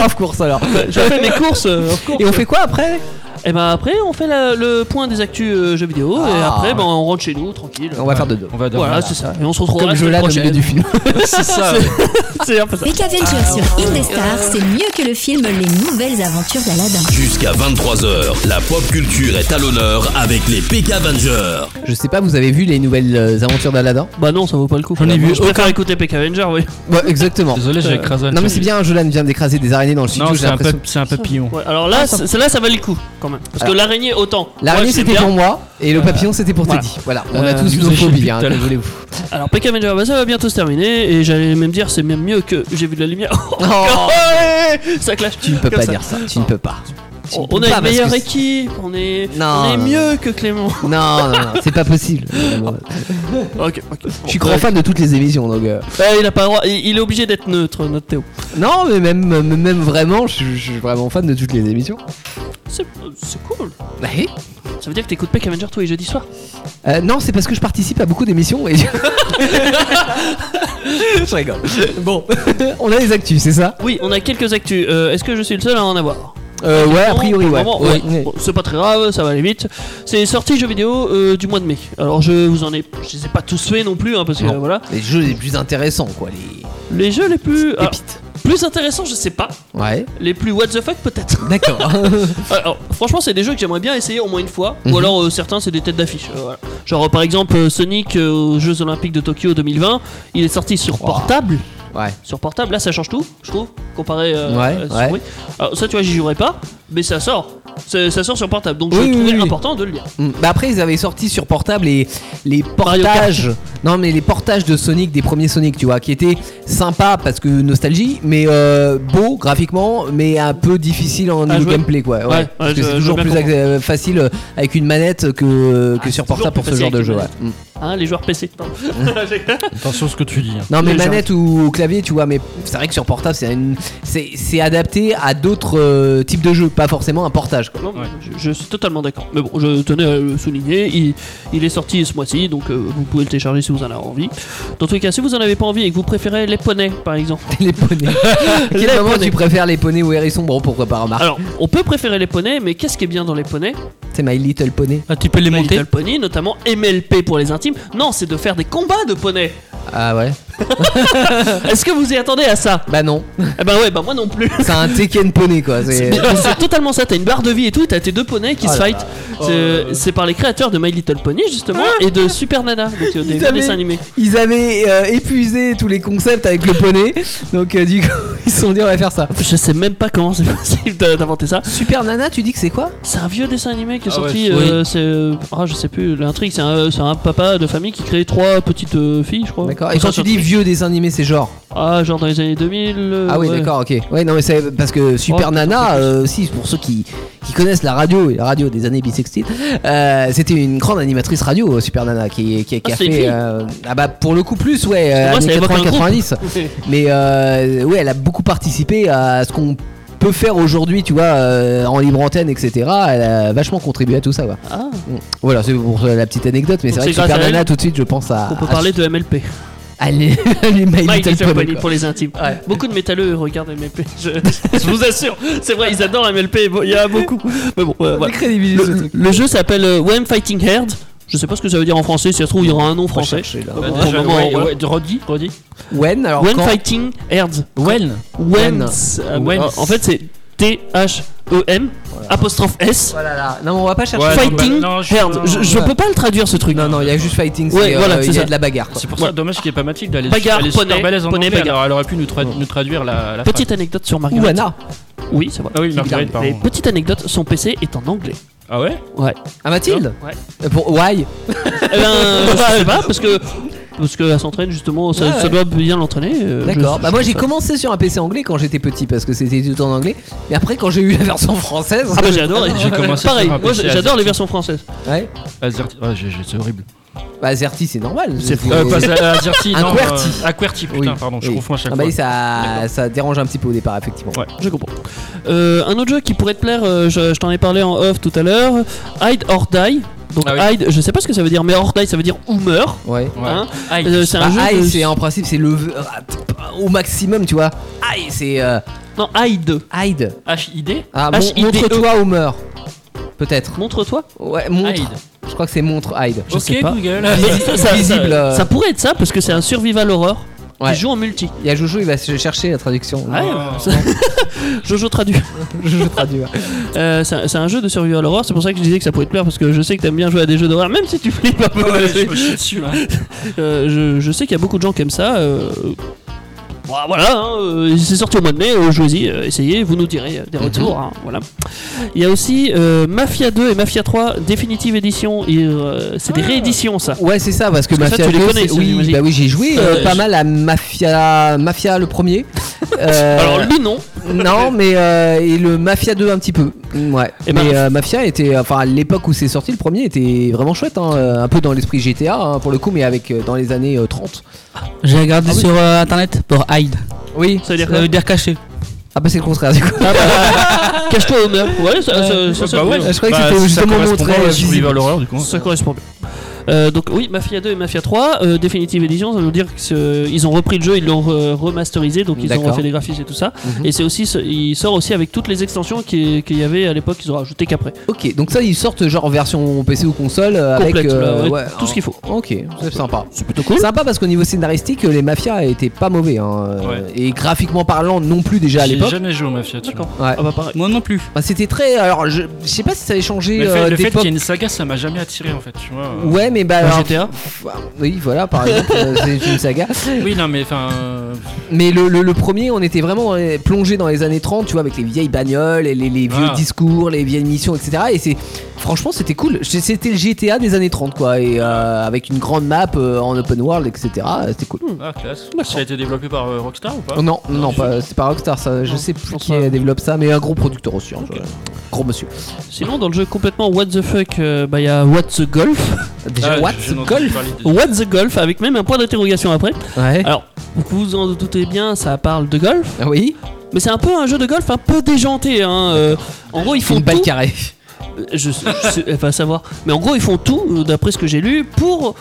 Speaker 2: Off course alors.
Speaker 1: J'ai fait mes courses. euh, of course.
Speaker 2: Et on fait quoi après
Speaker 1: Et bah après, on fait la- le point des actus euh, jeux vidéo. et
Speaker 2: Ah.
Speaker 1: après, bah, on rentre chez nous, tranquille.
Speaker 2: On va faire de deux.
Speaker 3: On va dormir.
Speaker 1: Voilà, c'est ça. Et on se retrouve
Speaker 2: Comme
Speaker 1: la
Speaker 2: je
Speaker 1: semaine
Speaker 2: l'ai au milieu
Speaker 1: prochaine.
Speaker 2: du film.
Speaker 3: c'est ça. ouais.
Speaker 1: C'est un peu ça.
Speaker 7: Peck Adventure sur Indestar, c'est mieux que le film Les Nouvelles Aventures d'Aladin.
Speaker 5: Jusqu'à 23h, la pop culture est à l'honneur avec les PK Avengers.
Speaker 2: Je sais pas, vous avez vu les nouvelles euh, aventures d'Aladin
Speaker 1: Bah non, ça vaut pas le coup.
Speaker 4: J'en ai
Speaker 1: Bon,
Speaker 4: vu
Speaker 1: Je préfère écouter Peck Avenger, oui.
Speaker 2: Ouais, exactement.
Speaker 3: Désolé, j'ai écrasé un
Speaker 2: Non mais c'est
Speaker 3: truc.
Speaker 2: bien, Jolan vient d'écraser des araignées dans le studio,
Speaker 3: Non,
Speaker 2: j'ai
Speaker 3: c'est un,
Speaker 2: l'impression.
Speaker 3: pap- c'est un papillon.
Speaker 1: Ouais, alors
Speaker 2: Ah,
Speaker 1: là, c'est- celle-là, ça valait le coup quand même. Parce que
Speaker 2: Alors.
Speaker 1: l'araignée, autant.
Speaker 2: Ah. L'araignée
Speaker 1: Ouais, c'est
Speaker 2: c'était
Speaker 1: bien.
Speaker 2: pour moi et le papillon c'était pour
Speaker 1: Voilà.
Speaker 2: Teddy. Voilà, on a
Speaker 3: Euh,
Speaker 2: tous
Speaker 3: vous
Speaker 2: nos
Speaker 3: avez
Speaker 2: phobies,
Speaker 3: chié
Speaker 2: hein,
Speaker 3: tout à l'heure.
Speaker 2: désolé vous.
Speaker 1: Alors, Peck Avenger, bah, ça va bientôt se terminer. Et j'allais même dire, c'est même mieux que j'ai vu de la lumière.
Speaker 2: Oh,
Speaker 1: ça clash.
Speaker 2: tu ne peux
Speaker 1: Comme
Speaker 2: pas
Speaker 1: ça.
Speaker 2: dire ça, tu ne peux pas. Tu ne
Speaker 1: On,
Speaker 2: peux
Speaker 1: on a
Speaker 2: pas
Speaker 1: une
Speaker 2: parce
Speaker 1: meilleure
Speaker 2: que-
Speaker 1: équipe, on est,
Speaker 2: Non,
Speaker 1: on est
Speaker 2: non,
Speaker 1: mieux que Clément.
Speaker 2: Non, non, non, c'est pas possible.
Speaker 1: ok, ok.
Speaker 2: Je suis grand fan de toutes les émissions donc. euh,
Speaker 1: Eh, il a pas le droit, il, il est obligé d'être neutre, notre Théo.
Speaker 2: Non mais même, même même vraiment, je suis je suis vraiment fan de toutes les émissions.
Speaker 1: C'est c'est cool.
Speaker 2: Bah oui.
Speaker 1: Ça veut dire que t'écoutes Peck Avenger tous les jeudis soirs
Speaker 2: Euh, non, c'est parce que je participe à beaucoup d'émissions et. je rigole. Bon, on a les actus, c'est ça
Speaker 1: Oui, on a quelques actus. Euh, Est-ce que je suis le seul à en avoir
Speaker 2: Euh, ouais, a priori, ouais.
Speaker 1: Vraiment,
Speaker 2: Ouais.
Speaker 1: ouais. Bon, c'est pas très grave, ça va aller vite. C'est sorti jeux vidéo euh, du mois de mai. Alors je vous en ai, je les ai pas tous faits non plus, hein, parce que
Speaker 2: Non.
Speaker 1: voilà.
Speaker 2: Les jeux les plus intéressants, quoi. Les...
Speaker 1: Les jeux les plus, alors, plus intéressants, je sais pas.
Speaker 2: Ouais.
Speaker 1: Les plus what the fuck peut-être. Euh,
Speaker 2: D'accord.
Speaker 1: Alors, franchement, c'est des jeux que j'aimerais bien essayer au moins une fois. Ou
Speaker 2: Mhm.
Speaker 1: alors euh, certains, c'est des têtes d'affiche. euh, voilà. Genre euh, par exemple euh, Sonic euh, aux Jeux Olympiques de Tokyo 2020, il est sorti sur portable.
Speaker 2: Ouais.
Speaker 1: Sur portable, là ça change tout, je trouve, comparé euh,
Speaker 2: Ouais,
Speaker 1: à ce
Speaker 2: ouais.
Speaker 1: bruit. Alors, ça, tu vois, j'y jouerai pas, mais ça sort. C'est- Ça sort sur portable, donc
Speaker 2: Oui,
Speaker 1: je
Speaker 2: oui,
Speaker 1: trouvais
Speaker 2: oui.
Speaker 1: important de le lire.
Speaker 2: Mm. Bah après ils avaient sorti sur portable les, les portages non mais les portages de Sonic des premiers Sonic tu vois qui étaient sympas parce que nostalgie mais euh, beau graphiquement mais un peu difficile en niveau
Speaker 1: jouer.
Speaker 2: gameplay quoi ouais,
Speaker 1: Ouais, ouais,
Speaker 2: parce que
Speaker 1: je-
Speaker 2: c'est
Speaker 1: je
Speaker 2: toujours
Speaker 1: veux bien Ah,
Speaker 2: plus ac- facile euh, avec une manette que, que sur
Speaker 1: toujours
Speaker 2: portable
Speaker 1: plus
Speaker 2: pour ce genre
Speaker 1: facile
Speaker 2: de
Speaker 1: avec
Speaker 2: jeu
Speaker 1: une
Speaker 2: ouais. Mm.
Speaker 1: Hein, les joueurs PC. pardon.
Speaker 3: Attention à ce que tu dis. hein.
Speaker 2: Non mais
Speaker 1: Mm. Les gens-
Speaker 2: manette ou clavier tu vois mais c'est vrai que sur portable c'est une- c'est c'est adapté à d'autres euh, types de jeux pas forcément un portage quoi.
Speaker 1: Non, mais je, je suis totalement d'accord. Mais bon, je tenais à le souligner. Il, il est sorti ce mois-ci, donc euh, vous pouvez le télécharger si vous en avez envie. Dans tous les cas, si vous en avez pas envie et que vous préférez les poneys, par exemple.
Speaker 2: les poneys à
Speaker 1: Les
Speaker 2: quel moment
Speaker 1: poneys.
Speaker 2: tu préfères les poneys ou hérissons bon pourquoi pas remarque
Speaker 1: Alors, on peut préférer les poneys, mais qu'est-ce qui est bien dans les poneys
Speaker 2: c'est My Little Pony
Speaker 4: Ah, tu peux les
Speaker 1: My
Speaker 4: monter
Speaker 1: Little Pony, notamment MLP pour les intimes. Non, c'est de faire des combats de poneys.
Speaker 2: Ah ouais
Speaker 1: Est-ce que vous y attendez à ça
Speaker 2: Bah non,
Speaker 1: Eh ben ouais, bah moi non plus.
Speaker 2: c'est un Tekken poney quoi. c'est-
Speaker 1: c'est totalement ça, t'as une barre de vie et tout, t'as tes deux poneys qui
Speaker 2: Oh
Speaker 1: se
Speaker 2: là
Speaker 1: fight. C'est- C'est par les créateurs de My Little Pony justement et de Super Nana, donc euh, des
Speaker 2: Ah. Ils
Speaker 1: vieux
Speaker 2: avaient-
Speaker 1: dessins animés.
Speaker 2: Ils avaient euh, épuisé tous les concepts avec le poney, donc euh, du coup ils se sont dit on va faire ça.
Speaker 1: Je sais même pas comment c'est possible d'a- d'inventer ça.
Speaker 2: Super Nana, tu dis que c'est quoi
Speaker 1: C'est un vieux dessin animé qui est
Speaker 3: Ah
Speaker 1: sorti.
Speaker 3: ouais,
Speaker 1: euh, c'est euh, ah je sais plus l'intrigue. C'est un, euh, c'est un papa de famille qui crée trois petites euh, filles, je crois.
Speaker 2: D'accord.
Speaker 1: Ou
Speaker 2: Et quand tu
Speaker 1: ça,
Speaker 2: dis vieux dessin animé, c'est genre.
Speaker 1: ah genre dans les années 2000. euh,
Speaker 2: ah oui,
Speaker 1: ouais.
Speaker 2: d'accord, ok. Ouais, non, mais c'est parce que Super
Speaker 1: Oh,
Speaker 2: Nana, euh, si pour ceux qui, qui connaissent la radio et la radio des années bisextiles, euh, c'était une grande animatrice radio, euh, Super Nana, qui, qui, qui a
Speaker 1: Ah, c'est une
Speaker 2: fait.
Speaker 1: fille
Speaker 2: euh, ah bah pour le coup plus, ouais, euh,
Speaker 1: Moi, ça
Speaker 2: années
Speaker 1: évoque un
Speaker 2: 80, 90.
Speaker 1: groupe.
Speaker 2: Mais euh, ouais, elle a beaucoup participé à ce qu'on peut faire aujourd'hui, tu vois, euh, en libre antenne, etc. Elle a vachement contribué à tout ça. Quoi.
Speaker 1: Ah,
Speaker 2: Voilà, c'est pour la petite anecdote, mais
Speaker 1: Donc
Speaker 2: c'est vrai
Speaker 1: c'est
Speaker 2: que Super
Speaker 1: grâce à
Speaker 2: Nana,
Speaker 1: elle
Speaker 2: tout de suite, ah, je pense à.
Speaker 1: on peut
Speaker 2: à-
Speaker 1: parler de MLP.
Speaker 2: à les- à les My
Speaker 1: My
Speaker 2: Little
Speaker 1: Little
Speaker 2: Pony,
Speaker 1: Pony
Speaker 2: quoi.
Speaker 1: pour les intimes. Beaucoup de métalleux regardent MLP. Je, je vous assure, c'est vrai, ils adorent MLP. bon, Il y en a beaucoup. Mais bon, euh, voilà.
Speaker 2: Décrédibilise ce
Speaker 1: Le,
Speaker 2: truc.
Speaker 1: le jeu s'appelle euh, When Fighting Herd. Je sais pas ce que ça veut dire en français. Si ça se trouve, il y aura un nom français.
Speaker 2: chercher, là.
Speaker 1: Euh,
Speaker 3: Bah,
Speaker 1: pour
Speaker 3: déjà,
Speaker 1: le moment,
Speaker 3: ouais,
Speaker 1: voilà.
Speaker 3: ouais, de Roddy, Roddy.
Speaker 2: When, alors
Speaker 1: When
Speaker 2: quand
Speaker 1: Fighting Herds.
Speaker 3: Wen.
Speaker 1: When. Ah,
Speaker 3: When.
Speaker 1: En fait, c'est T-H-E-M apostrophe S.
Speaker 2: Voilà, Oh là. Non, mais on va pas chercher.
Speaker 3: Ouais, non,
Speaker 1: Fighting
Speaker 3: bah, non, je-
Speaker 1: Herd. Je, je
Speaker 2: non.
Speaker 1: peux pas le traduire ce truc.
Speaker 2: Non, non, il y a juste fighting,
Speaker 1: Ouais,
Speaker 2: c'est, euh,
Speaker 1: voilà, c'est
Speaker 2: il y a
Speaker 1: ça.
Speaker 2: de la bagarre. quoi.
Speaker 3: C'est pour ça, dommage qu'il n'y ait pas Mathilde. Elle est,
Speaker 1: Bagarre,
Speaker 3: elle est super
Speaker 1: poney,
Speaker 3: balèze en
Speaker 1: poney,
Speaker 3: anglais,
Speaker 1: bagarre.
Speaker 3: alors elle aurait pu nous, tra- nous traduire la, la
Speaker 1: Petite anecdote sur
Speaker 2: Ou
Speaker 1: Marguerite.
Speaker 2: Anna.
Speaker 1: Oui, c'est vrai.
Speaker 3: phrase. Ah oui, Marguerite,
Speaker 1: Mais
Speaker 3: pardon.
Speaker 1: petite anecdote, son PC est en anglais.
Speaker 3: Ah ouais
Speaker 1: Ouais.
Speaker 2: Ah, Mathilde
Speaker 1: Ouais.
Speaker 2: Euh, Pour Why
Speaker 1: Eh ben, je sais pas, parce que. Parce qu'elle s'entraîne justement, ça,
Speaker 2: Ouais, ouais.
Speaker 1: ça doit bien l'entraîner. euh,
Speaker 2: D'accord.
Speaker 1: je-
Speaker 2: Bah
Speaker 1: je
Speaker 2: moi
Speaker 1: sais
Speaker 2: j'ai
Speaker 1: pas.
Speaker 2: commencé sur un PC anglais quand j'étais petit parce que c'était tout en anglais. Mais après quand j'ai eu la version française,
Speaker 1: Ah bah j'ai adoré.
Speaker 3: J'ai commencé
Speaker 1: Pareil,
Speaker 3: sur un
Speaker 1: moi
Speaker 3: PC
Speaker 1: j'adore
Speaker 3: asiatique.
Speaker 1: les versions françaises.
Speaker 2: ouais.
Speaker 3: Azerty. Ah, j'ai- j'ai- c'est horrible.
Speaker 2: Bah Zerty c'est normal. C'est
Speaker 3: Euh, pas à- à Azerty,
Speaker 2: Un
Speaker 3: non.
Speaker 2: QWERTY.
Speaker 3: euh, à QWERTY, putain,
Speaker 2: Oui.
Speaker 3: pardon, je
Speaker 2: Oui.
Speaker 3: confonds à chaque
Speaker 2: Ah
Speaker 3: fois.
Speaker 2: bah oui, ça, ça dérange un petit peu au départ effectivement.
Speaker 3: Ouais.
Speaker 1: Je comprends. Euh, un autre jeu qui pourrait te plaire, euh, je, je t'en ai parlé en off tout à l'heure, Hide or Die. Donc
Speaker 3: Ah
Speaker 1: Hide, je sais pas ce que ça veut dire, mais or die ça veut dire ou meurt.
Speaker 2: Ouais.
Speaker 3: Ouais.
Speaker 1: hein.
Speaker 3: Hide.
Speaker 1: Euh, c'est un
Speaker 2: Bah,
Speaker 1: jeu.
Speaker 2: aïe,
Speaker 1: de-
Speaker 2: c'est en principe c'est le euh, au maximum tu vois. Aïe c'est euh,
Speaker 1: Non, Hide.
Speaker 2: hide.
Speaker 3: H-I-D
Speaker 2: Ah mon-
Speaker 1: H-I-D-E.
Speaker 2: montre-toi ou meurs. Peut-être.
Speaker 1: E. Montre-toi.
Speaker 2: Ouais montre.
Speaker 3: Hide.
Speaker 2: Je crois que c'est montre hide.
Speaker 1: Je sais
Speaker 3: Ok,
Speaker 1: pas.
Speaker 3: Google.
Speaker 1: Ça- ça-
Speaker 2: Visible, euh.
Speaker 1: Ça pourrait être ça parce que c'est un survival horror. qui
Speaker 2: Ouais.
Speaker 1: joue en multi.
Speaker 2: Il y a Jojo il va se chercher la traduction.
Speaker 1: Ah Ouais,
Speaker 3: Oh.
Speaker 1: ça- Jojo traduit.
Speaker 2: Jojo traduit. ouais.
Speaker 1: Euh, c'est un- c'est un jeu de survival horror, c'est pour ça que je disais que ça pourrait te plaire parce que je sais que t'aimes bien jouer à des jeux d'horreur, même si tu flippes un peu.
Speaker 3: Je me chie dessus hein. là.
Speaker 1: Euh, je, je sais qu'il y a beaucoup de gens qui aiment ça. euh, bah, voilà, hein, euh, c'est sorti au mois de mai, euh, jouez-y, euh, essayez, vous nous direz euh, des
Speaker 3: Mhm.
Speaker 1: retours. hein, voilà. Il y a aussi euh, Mafia 2 et Mafia 3 Définitive Edition. et, euh, c'est des
Speaker 3: Ah.
Speaker 1: rééditions, ça.
Speaker 2: Ouais, c'est ça, parce que
Speaker 1: Parce que
Speaker 2: Mafia
Speaker 1: ça, tu les
Speaker 2: 2, c'est-
Speaker 1: connais, ceux du
Speaker 2: oui,
Speaker 1: Magic.
Speaker 2: bah oui, j'ai joué euh,
Speaker 1: Euh,
Speaker 2: pas
Speaker 1: je-
Speaker 2: mal à Mafia, Mafia le premier. Euh,
Speaker 1: Alors lui, non.
Speaker 2: non, mais euh, et le Mafia 2 un petit peu. Mm, Ouais.
Speaker 1: Eh ben,
Speaker 2: mais euh, Mafia était, enfin à l'époque où c'est sorti, le premier était vraiment chouette, hein, euh, un peu dans l'esprit GTA hein, pour le coup, mais avec euh, dans les années euh, 30.
Speaker 4: J'ai regardé
Speaker 2: Ah oui.
Speaker 4: sur euh, internet pour hide.
Speaker 2: Oui.
Speaker 1: Ça veut dire
Speaker 4: Ça veut dire caché.
Speaker 2: Ah bah c'est le contraire du coup.
Speaker 1: Cache-toi, Homer. Ouais, ça, ça, ça, ça,
Speaker 3: bah ouais.
Speaker 1: correspond.
Speaker 2: Je croyais que
Speaker 3: Bah,
Speaker 2: c'était
Speaker 3: ça
Speaker 2: justement
Speaker 3: correspond
Speaker 2: montré.
Speaker 3: à
Speaker 2: visible.
Speaker 3: Survival Horror, du coup.
Speaker 1: Ça correspond bien. Euh, donc oui, Mafia 2 et Mafia 3, euh, Definitive Edition, ça veut dire qu'ils ont repris le jeu, ils l'ont re- remasterisé, donc ils ont
Speaker 2: D'accord.
Speaker 1: refait les graphismes et tout ça.
Speaker 2: Mhm.
Speaker 1: Et c'est aussi, ce- il sort aussi avec toutes les extensions qui- qu'il y avait à l'époque, ils ont rajouté qu'après.
Speaker 2: Ok, donc ça ils sortent genre en version PC ou console euh, avec
Speaker 1: Complète,
Speaker 2: euh,
Speaker 1: là, ouais,
Speaker 2: ouais,
Speaker 1: tout ce qu'il faut.
Speaker 2: Ok, c'est sympa.
Speaker 1: C'est plutôt cool.
Speaker 2: Sympa parce qu'au niveau scénaristique, euh, les mafias étaient pas mauvais. hein, euh, Et graphiquement parlant, non plus déjà à
Speaker 3: J'ai
Speaker 2: l'époque.
Speaker 3: jamais joué au Mafia, tu vois.
Speaker 2: Ouais.
Speaker 1: Ah bah pareil.
Speaker 4: Moi non plus.
Speaker 2: Bah, c'était très. Alors, je, je sais pas si ça avait changé
Speaker 3: Mais le fait,
Speaker 2: euh,
Speaker 3: le fait qu'il
Speaker 2: d'époque.
Speaker 3: y ait une saga, ça m'a jamais attiré en fait, tu vois.
Speaker 2: Ouais, mais bah. alors-
Speaker 1: GTA
Speaker 2: Bah, oui, voilà, par exemple, euh, c'est une saga.
Speaker 3: Oui, non, mais enfin. euh,
Speaker 2: Mais le, le- le premier, on était vraiment euh, plongé dans les années 30, tu vois, avec les vieilles bagnoles, et les, les vieux
Speaker 3: Ah.
Speaker 2: discours, les vieilles missions, etc. Et c'est franchement, c'était cool. C'est- C'était le GTA des années 30, quoi, et euh, avec une grande map euh, en open world, etc. euh, C'était cool.
Speaker 3: Ah, classe. Ça a été développé par euh, Rockstar ou pas
Speaker 2: Non, non, pas- c'est pas Rockstar, ça, je sais plus qui euh, développe ça, mais un gros producteur aussi. hein, je- Gros monsieur.
Speaker 1: Sinon, dans le jeu complètement what the fuck, euh, bah il y a what the golf,
Speaker 2: Déjà,
Speaker 3: Ah,
Speaker 2: what
Speaker 3: j'ai- j'ai
Speaker 2: the
Speaker 3: entendu
Speaker 2: golf
Speaker 3: parler de-
Speaker 1: what the golf avec même un point d'interrogation après.
Speaker 2: Ouais.
Speaker 1: Alors vous vous en doutez bien, ça parle de golf,
Speaker 2: Ah oui
Speaker 1: mais c'est un peu un jeu de golf un peu déjanté. Hein. euh, en gros, ils font
Speaker 2: Une balle
Speaker 1: tout
Speaker 2: carrée.
Speaker 1: je, je sais- enfin, savoir. Mais en gros, ils font tout, euh, d'après ce que j'ai lu, pour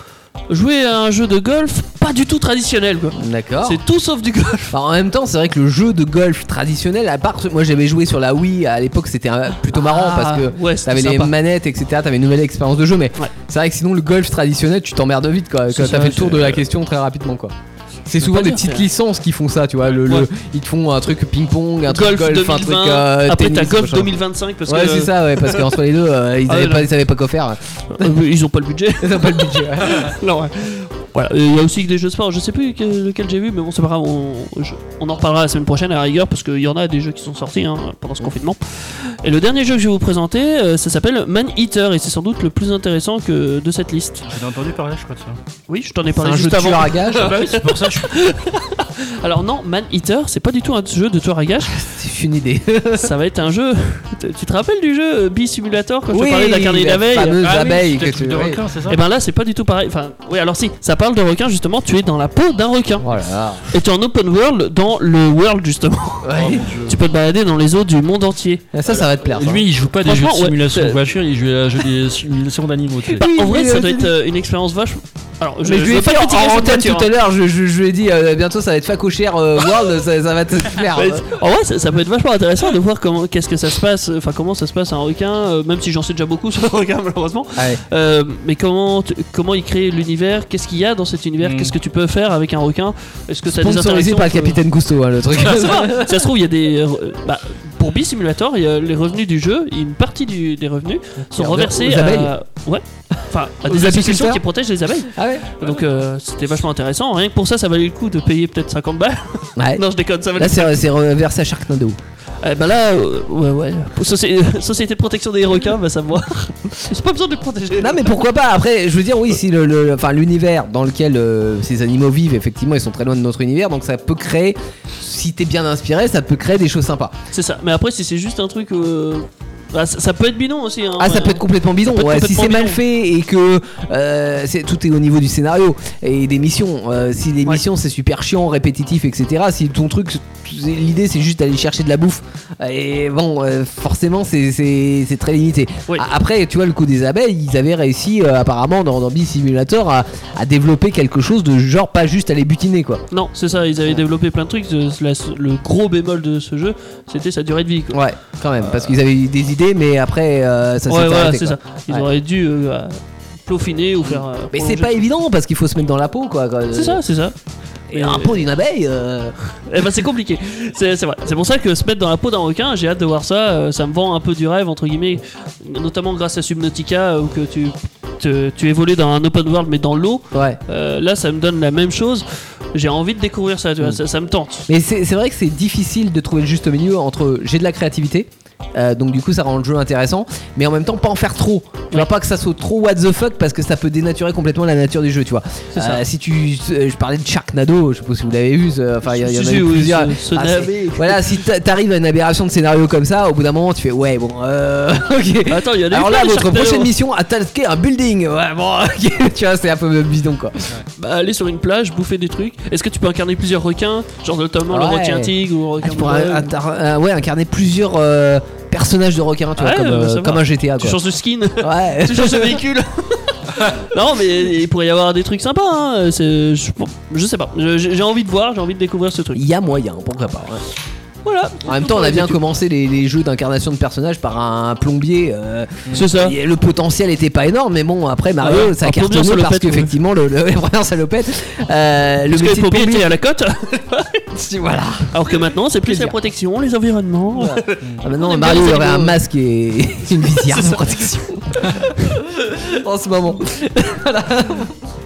Speaker 1: jouer à un jeu de golf pas du tout traditionnel. quoi.
Speaker 2: D'accord.
Speaker 1: C'est tout sauf du golf.
Speaker 2: Enfin, en même temps, Ah. c'est vrai que le jeu de golf traditionnel, à part, moi j'avais joué sur la Wii à l'époque, c'était euh, plutôt marrant
Speaker 1: Ah,
Speaker 2: parce que
Speaker 1: ouais,
Speaker 2: t'avais
Speaker 1: c'était
Speaker 2: les
Speaker 1: sympa.
Speaker 2: manettes, etc. T'avais une nouvelle expérience de jeu, mais
Speaker 1: Ouais.
Speaker 2: c'est vrai que sinon le golf traditionnel, tu t'emmerdes vite quoi.
Speaker 1: C'est
Speaker 2: Quand
Speaker 1: ça,
Speaker 2: t'as fait le tour
Speaker 1: c'est-
Speaker 2: de la question très rapidement quoi. C'est
Speaker 1: peux
Speaker 2: souvent
Speaker 1: pas
Speaker 2: des
Speaker 1: dire,
Speaker 2: petites
Speaker 1: c'est-
Speaker 2: licences qui font ça, tu vois. Le, le-
Speaker 1: Ouais.
Speaker 2: ils te font un truc ping-pong, un
Speaker 1: golf
Speaker 2: truc golf,
Speaker 1: 2020.
Speaker 2: un truc. euh,
Speaker 1: Après,
Speaker 2: tennis,
Speaker 1: t'as golf
Speaker 2: machin.
Speaker 1: 2025 parce
Speaker 2: Ouais,
Speaker 1: que
Speaker 2: c'est ça, ouais, parce qu'entre les deux, euh, ils,
Speaker 1: Ah,
Speaker 2: avaient
Speaker 1: ouais,
Speaker 2: pas,
Speaker 1: non.
Speaker 2: ils savaient pas quoi faire.
Speaker 1: euh, ils ont pas le budget.
Speaker 2: Ils avaient pas le budget. ouais.
Speaker 1: non, ouais. Voilà. Et Il y a aussi des jeux de sport. Je sais plus que- lequel j'ai vu, mais bon, c'est pas grave. On, je- on en reparlera la semaine prochaine à la rigueur parce qu'il y en a des jeux qui sont sortis hein, pendant ce confinement. Et le dernier jeu que je vais vous présenter, euh, ça s'appelle Man Eater et c'est sans doute le plus intéressant que de cette liste.
Speaker 3: J'en ai entendu parler, je crois, tiens.
Speaker 1: Oui, je t'en ai
Speaker 2: C'est
Speaker 1: parlé
Speaker 2: un jeu
Speaker 1: juste
Speaker 2: de
Speaker 1: avant.
Speaker 2: tueur à gage.
Speaker 3: Ah bah oui, c'est pour ça que je suis
Speaker 1: Alors non, Man Eater, c'est pas du tout un jeu de tueur à gage.
Speaker 2: C'est une idée.
Speaker 1: ça va être un jeu. Tu tu te rappelles du jeu euh, Bee Simulator quand je te parlais d'incarner une
Speaker 2: la
Speaker 1: abeille
Speaker 2: fameuse
Speaker 3: Ah oui,
Speaker 2: abeille que
Speaker 3: c'était le truc
Speaker 2: tu.
Speaker 3: de
Speaker 2: ouais. Eh
Speaker 3: requin, c'est ça
Speaker 1: Et ben là, c'est pas du tout pareil. Enfin, oui, alors si, ça parle de requin justement. Tu es dans la peau d'un requin.
Speaker 2: Voilà.
Speaker 1: Et tu es en open world dans le world justement. tu peux te balader dans les eaux du monde entier.
Speaker 2: Ah, Ça, ça va te plaire. ça.
Speaker 3: Lui, il joue pas des jeux de
Speaker 1: Franchement, ouais,
Speaker 3: simulation de
Speaker 1: c'est-
Speaker 3: voiture, il joue à des jeux des simulations d'animaux. tu sais.
Speaker 1: Bah, en vrai,
Speaker 2: oui,
Speaker 1: ça
Speaker 2: oui,
Speaker 1: doit
Speaker 2: oui.
Speaker 1: être euh, une expérience vache. Alors, je,
Speaker 2: Mais je,
Speaker 1: je
Speaker 2: lui ai
Speaker 1: veux pas
Speaker 2: fait
Speaker 1: critiquer
Speaker 2: en
Speaker 1: cette
Speaker 2: antenne
Speaker 1: voiture,
Speaker 2: tout à l'heure, je, je- je lui ai dit euh, bientôt ça va être facochère euh, World, ça, ça va te Euh, faire.
Speaker 1: Ouais, c'est- En vrai, ça, ça peut être vachement intéressant de voir comment, qu'est-ce que ça se passe, enfin comment ça se passe un requin, euh, même si j'en sais déjà beaucoup sur le requin malheureusement.
Speaker 2: Ah ouais.
Speaker 1: Euh, mais comment, tu- comment il crée l'univers Qu'est-ce qu'il y a dans cet univers
Speaker 3: Mm.
Speaker 1: Qu'est-ce que tu peux faire avec un requin Est-ce que ça a des
Speaker 2: Sponsorisé
Speaker 1: interactions
Speaker 2: par le capitaine Cousteau, hein, le truc.
Speaker 1: Ah, ça, va. Ça se trouve, il y a des. euh, bah, pour B-Simulator, il y a les revenus du jeu, une partie du- des revenus sont
Speaker 2: Aux
Speaker 1: reversés
Speaker 2: abeilles.
Speaker 1: à. Ouais. Enfin, à
Speaker 2: Aux
Speaker 1: des associations
Speaker 2: apiculteurs.
Speaker 1: qui protègent les abeilles.
Speaker 2: Ah ouais
Speaker 1: Donc euh, c'était vachement intéressant. Rien que pour ça, ça valait le coup de payer peut-être 50 balles.
Speaker 2: Ouais.
Speaker 1: non, je déconne, ça valait
Speaker 2: Là, c'est c'est reversé à Sharknado.
Speaker 1: Eh ben là, euh, ouais, ouais. Pour Soci- Société de protection des requins va savoir. J'ai pas besoin de les protéger.
Speaker 2: Non, mais pourquoi pas Après, je veux dire, oui, si le- le- enfin, l'univers dans lequel euh, ces animaux vivent, effectivement, ils sont très loin de notre univers, donc ça peut créer, si t'es bien inspiré, ça peut créer des choses sympas.
Speaker 1: C'est ça. Mais après, si c'est juste un truc. euh, bah, ça, ça peut être bidon aussi. hein.
Speaker 2: Ah, ça peut être complètement bidon.
Speaker 1: Ça peut être
Speaker 2: ouais. si
Speaker 1: complètement
Speaker 2: c'est mal
Speaker 1: bidon.
Speaker 2: fait et que euh, c'est- tout est au niveau du scénario et des missions, euh, si les
Speaker 1: Ouais.
Speaker 2: missions c'est super chiant, répétitif, etc. Si ton truc, c'est- l'idée c'est juste d'aller chercher de la bouffe, et bon, euh, forcément c'est- c'est c'est très limité.
Speaker 1: Oui.
Speaker 2: A- Après, tu vois, le coup des abeilles, ils avaient réussi euh, apparemment dans, dans Bee Simulator à, à développer quelque chose de genre pas juste à les butiner quoi.
Speaker 1: Non, c'est ça. Ils avaient développé plein de trucs. Ce- la- le gros bémol de ce jeu, c'était sa durée de vie. quoi.
Speaker 2: Ouais, quand même, parce qu'ils avaient eu des idées, mais après euh, ça s'est
Speaker 1: ouais, voilà,
Speaker 2: arrêté,
Speaker 1: c'est
Speaker 2: quoi.
Speaker 1: ça. Ils
Speaker 2: Ouais.
Speaker 1: auraient dû euh, euh, peaufiner ou faire. euh,
Speaker 2: Mais c'est
Speaker 1: prolonger.
Speaker 2: pas évident parce qu'il faut se mettre dans la peau quoi. quoi.
Speaker 1: C'est ça, c'est ça.
Speaker 2: Et un pot d'une abeille. euh,
Speaker 1: Eh ben c'est compliqué. C'est c'est vrai. C'est pour ça que se mettre dans la peau d'un requin, j'ai hâte de voir ça. euh, ça me vend un peu du rêve entre guillemets, notamment grâce à Subnautica euh, où que tu te- tu évolues dans un open world mais dans l'eau.
Speaker 2: Ouais.
Speaker 1: Euh, là, ça me donne la même chose. J'ai envie de
Speaker 2: Mm.
Speaker 1: découvrir ça. Tu vois, ça, ça me tente.
Speaker 2: Mais c'est c'est vrai que c'est difficile de trouver le juste milieu entre j'ai de la créativité Euh, donc du coup ça rend le jeu intéressant mais en même temps pas en faire trop tu vois pas que ça soit trop what the fuck parce que ça peut dénaturer complètement la nature du jeu tu vois
Speaker 1: C'est ça.
Speaker 2: si tu euh, je parlais de Sharknado je sais pas si vous l'avez vu ce- enfin il y, en a
Speaker 1: Si, si,
Speaker 2: eu
Speaker 1: oui,
Speaker 2: plusieurs
Speaker 1: ce- ce
Speaker 2: Ah,
Speaker 1: navet.
Speaker 2: c'est- voilà si t'a- t'arrives à une aberration de scénario comme ça au bout d'un moment tu fais ouais bon euh, ok
Speaker 1: Attends, il y en a eu
Speaker 2: alors là
Speaker 1: plein, les
Speaker 2: votre
Speaker 1: Sharknado.
Speaker 2: prochaine mission attaquer un building ouais bon ok tu vois c'est un peu bidon quoi
Speaker 1: Bah, aller sur une plage, bouffer des trucs. Est-ce que tu peux incarner plusieurs requins Genre notamment le
Speaker 2: Ouais.
Speaker 1: requin tigre ou le requin
Speaker 2: Ah, tu pourras
Speaker 1: bleu, ou-
Speaker 2: inter- euh, ouais, incarner plusieurs euh, personnages de requins, tu vois,
Speaker 1: Ouais,
Speaker 2: comme,
Speaker 1: bah,
Speaker 2: euh,
Speaker 1: ça va.
Speaker 2: comme un GTA.
Speaker 1: Tu
Speaker 2: Quoi.
Speaker 1: changes de skin
Speaker 2: Ouais.
Speaker 1: Tu changes de véhicule Non, mais il pourrait y avoir des trucs sympas. hein. C'est- Je, je sais pas. Je- J'ai envie de voir, j'ai envie de découvrir ce truc.
Speaker 2: Il y a moyen, pourquoi pas. ouais.
Speaker 1: Voilà.
Speaker 2: En même temps, on a bien commencé les, les jeux d'incarnation de personnages par un plombier. euh,
Speaker 1: C'est ça.
Speaker 2: et Le potentiel était pas énorme, mais bon, après Mario,
Speaker 1: Ouais,
Speaker 2: ça
Speaker 1: un
Speaker 2: a
Speaker 1: plombier
Speaker 2: cartonné
Speaker 1: salopette,
Speaker 2: parce
Speaker 1: ouais.
Speaker 2: qu'effectivement, le, le, la salopette, euh, le
Speaker 1: Parce que
Speaker 2: métier
Speaker 1: les
Speaker 2: de
Speaker 1: pompiers
Speaker 2: plombier,
Speaker 1: étaient à la côte.
Speaker 2: si, voilà.
Speaker 1: Alors que maintenant, c'est plus la protection, les environnements.
Speaker 2: Ah, maintenant,
Speaker 1: On aime bien
Speaker 2: Mario
Speaker 1: les
Speaker 2: il aurait un
Speaker 1: animaux.
Speaker 2: masque et une visière de protection. en ce moment. Voilà.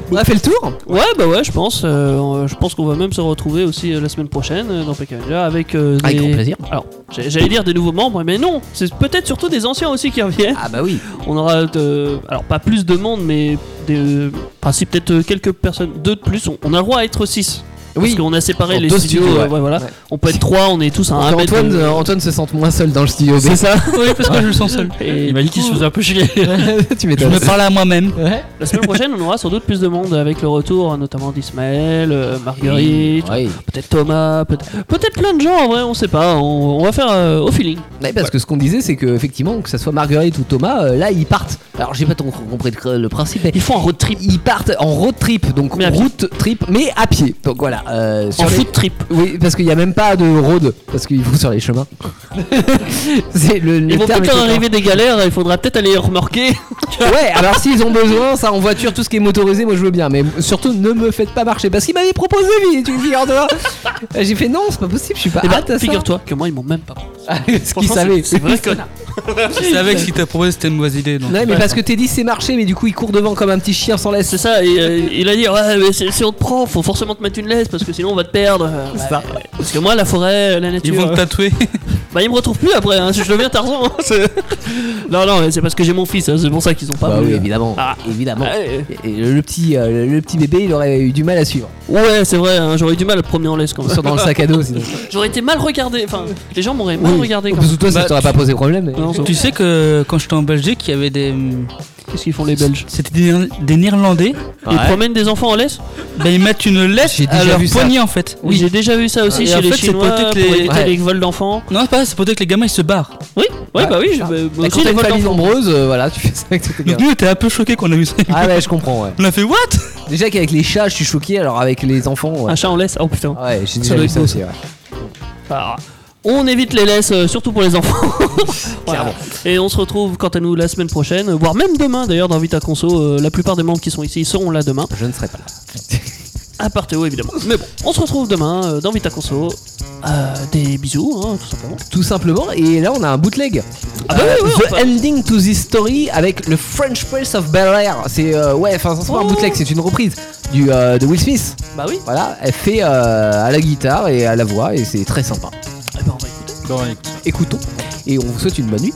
Speaker 2: On a fait le tour
Speaker 1: Ouais, bah ouais, je pense. euh, je pense qu'on va même se retrouver aussi euh, la semaine prochaine euh, dans PK Avenger avec. euh,
Speaker 2: Avec
Speaker 1: des-
Speaker 2: grand plaisir.
Speaker 1: Alors, j'ai- j'allais dire des nouveaux membres, mais non, c'est peut-être surtout des anciens aussi qui reviennent.
Speaker 2: Ah bah oui.
Speaker 1: On aura, de- alors pas plus de monde, mais des, enfin, si peut-être euh, quelques personnes, deux de plus. On, on a le droit à être six.
Speaker 2: Oui.
Speaker 1: Parce qu'on a séparé
Speaker 2: En
Speaker 1: les
Speaker 2: deux
Speaker 1: studios.
Speaker 2: studios,
Speaker 1: euh,
Speaker 2: ouais.
Speaker 1: ouais, voilà.
Speaker 2: Ouais.
Speaker 1: On peut être trois, on est tous à
Speaker 2: Pour
Speaker 1: un
Speaker 2: que
Speaker 1: mètre.
Speaker 2: Antoine,
Speaker 1: de-
Speaker 2: euh, Antoine se sente moins seul dans le studio. C'est ça
Speaker 4: Oui, parce que je le sens seul.
Speaker 1: Et
Speaker 3: Il m'a dit qu'il se faisait un peu chier.
Speaker 2: euh, Tu
Speaker 4: Je
Speaker 2: m'étonnes.
Speaker 4: me parle à moi-même.
Speaker 1: la semaine prochaine, on aura sans doute plus de monde avec le retour, euh, notamment d'Ismaël, euh, Marguerite,
Speaker 2: Oui.
Speaker 1: peut-être Thomas, peut-être peut-être plein de gens en vrai, on sait pas. On, on va faire euh, au feeling.
Speaker 2: Ouais, parce que ce qu'on disait, c'est que effectivement, que ça soit Marguerite ou Thomas, euh, là ils partent. Alors j'ai pas trop compris le, le principe, mais
Speaker 1: Ils font un road trip,
Speaker 2: ils partent en road trip, donc
Speaker 1: Mais à pied.
Speaker 2: route trip, mais à pied. Donc voilà. euh,
Speaker 1: en
Speaker 2: sur les-
Speaker 1: foot trip.
Speaker 2: Oui, parce qu'il n'y a même pas de road, parce qu'ils vont sur les chemins. c'est le, le
Speaker 1: Ils vont
Speaker 2: terme
Speaker 1: peut-être leur
Speaker 2: était-
Speaker 1: arriver des galères, il faudra peut-être aller les remorquer.
Speaker 2: Ouais, alors s'ils ont besoin, ça en voiture, tout ce qui est motorisé, moi je veux bien. Mais surtout, ne me faites pas marcher, parce qu'ils m'avaient proposé, lui, tu me figures dehors. j'ai fait non, c'est pas possible, je suis pas
Speaker 1: Eh ben,
Speaker 2: apte à ça.
Speaker 1: figure-toi que moi ils m'ont même pas.
Speaker 2: ce qu'ils
Speaker 1: Franchement,
Speaker 2: savaient.
Speaker 1: c'est- C'est vrai connard.
Speaker 4: Je savais que si t'as proposé, c'était une mauvaise idée. Donc.
Speaker 2: Non, mais parce que t'es dit c'est marché, mais du coup il court devant comme un petit chien sans laisse.
Speaker 1: C'est ça, et euh, il a dit ouais, mais si si on te prend, faut forcément te mettre une laisse parce que sinon on va te perdre. Euh, ouais,
Speaker 2: ça.
Speaker 1: Parce que moi, la forêt, la nature.
Speaker 4: Ils vont te
Speaker 1: euh,
Speaker 4: tatouer.
Speaker 1: bah, ils me retrouvent plus après, hein, si je deviens Tarzan. hein, c'est- non, non, mais c'est parce que j'ai mon fils, hein, c'est pour ça qu'ils ont pas.
Speaker 2: Bah
Speaker 1: voulu.
Speaker 2: oui, évidemment.
Speaker 1: Ah.
Speaker 2: Évidemment.
Speaker 1: Ouais,
Speaker 2: Et le, le petit, euh, le, le petit bébé, il aurait eu du mal à suivre.
Speaker 1: ouais, c'est vrai, hein, j'aurais eu du mal à te promener en laisse quand même.
Speaker 2: Sur dans le sac à dos, sinon.
Speaker 1: J'aurais été mal regardé, enfin, les gens m'auraient mal
Speaker 2: Oui.
Speaker 1: regardé quand
Speaker 2: Parce
Speaker 1: même.
Speaker 2: que toi, ça
Speaker 4: Bah,
Speaker 2: t'aurait pas posé problème. mais-
Speaker 1: Non, c'est
Speaker 4: Tu sais que quand j'étais en Belgique, il y avait des.
Speaker 1: Qu'est-ce qu'ils font les Belges
Speaker 4: C'était des, des Néerlandais.
Speaker 1: Ils promènent des enfants en laisse
Speaker 4: Bah, ils mettent une laisse
Speaker 2: J'ai déjà
Speaker 4: à leur
Speaker 2: vu ça.
Speaker 4: poignet en fait.
Speaker 1: Oui, j'ai déjà vu ça aussi
Speaker 4: Et
Speaker 1: chez
Speaker 4: en
Speaker 1: les
Speaker 4: fait, c'est
Speaker 1: Chinois
Speaker 4: peut-être
Speaker 1: pour
Speaker 4: les-
Speaker 1: éviter
Speaker 2: Ouais.
Speaker 1: les vols d'enfants.
Speaker 4: Non, c'est pas c'est pour dire que les gamins ils se barrent.
Speaker 1: Oui, oui,
Speaker 2: Ouais,
Speaker 1: bah oui,
Speaker 2: c'est
Speaker 1: je,
Speaker 2: ça.
Speaker 1: bah, moi
Speaker 2: Mais
Speaker 1: aussi,
Speaker 2: quand
Speaker 1: les
Speaker 2: t'as une
Speaker 1: vols
Speaker 2: famille
Speaker 1: d'enfants.
Speaker 2: nombreuse, euh, voilà, tu fais ça avec tes
Speaker 4: Donc
Speaker 2: gamins.
Speaker 4: nous on était un peu choqués quand on a vu ça.
Speaker 2: Ah ouais, je comprends, ouais.
Speaker 4: On a fait what
Speaker 2: Déjà qu'avec les chats, je suis choqué, alors avec les enfants, ouais.
Speaker 1: Un chat en laisse, oh putain.
Speaker 2: Ah Ouais, j'ai
Speaker 1: Ça
Speaker 2: déjà
Speaker 1: doit
Speaker 2: vu
Speaker 1: être
Speaker 2: ça
Speaker 1: beau.
Speaker 2: aussi, ouais.
Speaker 1: Bah, on évite les laisses, euh, surtout pour les enfants. Voilà. Et on se retrouve quant à nous la semaine prochaine, voire même demain d'ailleurs dans Vita Conso. euh, la plupart des membres qui sont ici seront là demain,
Speaker 2: Je ne serai pas là.
Speaker 1: à part Théo évidemment. Mais bon, on se retrouve demain euh, dans Vita Conso. Euh, des bisous, hein, tout simplement.
Speaker 2: Tout simplement, et là on a un bootleg.
Speaker 1: Ah bah oui, oui,
Speaker 2: Euh, The
Speaker 1: on peut-
Speaker 2: Ending to This Story avec le French Prince of Bel Air. C'est euh, ouais, enfin c'est pas un
Speaker 1: Oh.
Speaker 2: bootleg, c'est une reprise du, euh, de Will Smith.
Speaker 1: Bah oui,
Speaker 2: Voilà, elle fait euh, à la guitare et à la voix et c'est très sympa.
Speaker 1: Eh ben, on va écouter.
Speaker 2: Écoutons et on vous souhaite une bonne nuit.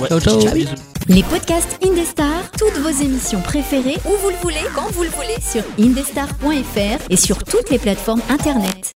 Speaker 1: Ouais,
Speaker 4: ciao.
Speaker 1: bisous, bisous.
Speaker 7: Les podcasts Indestar, toutes vos émissions préférées, où vous le voulez, quand vous le voulez, sur indestar.fr et sur toutes les plateformes internet.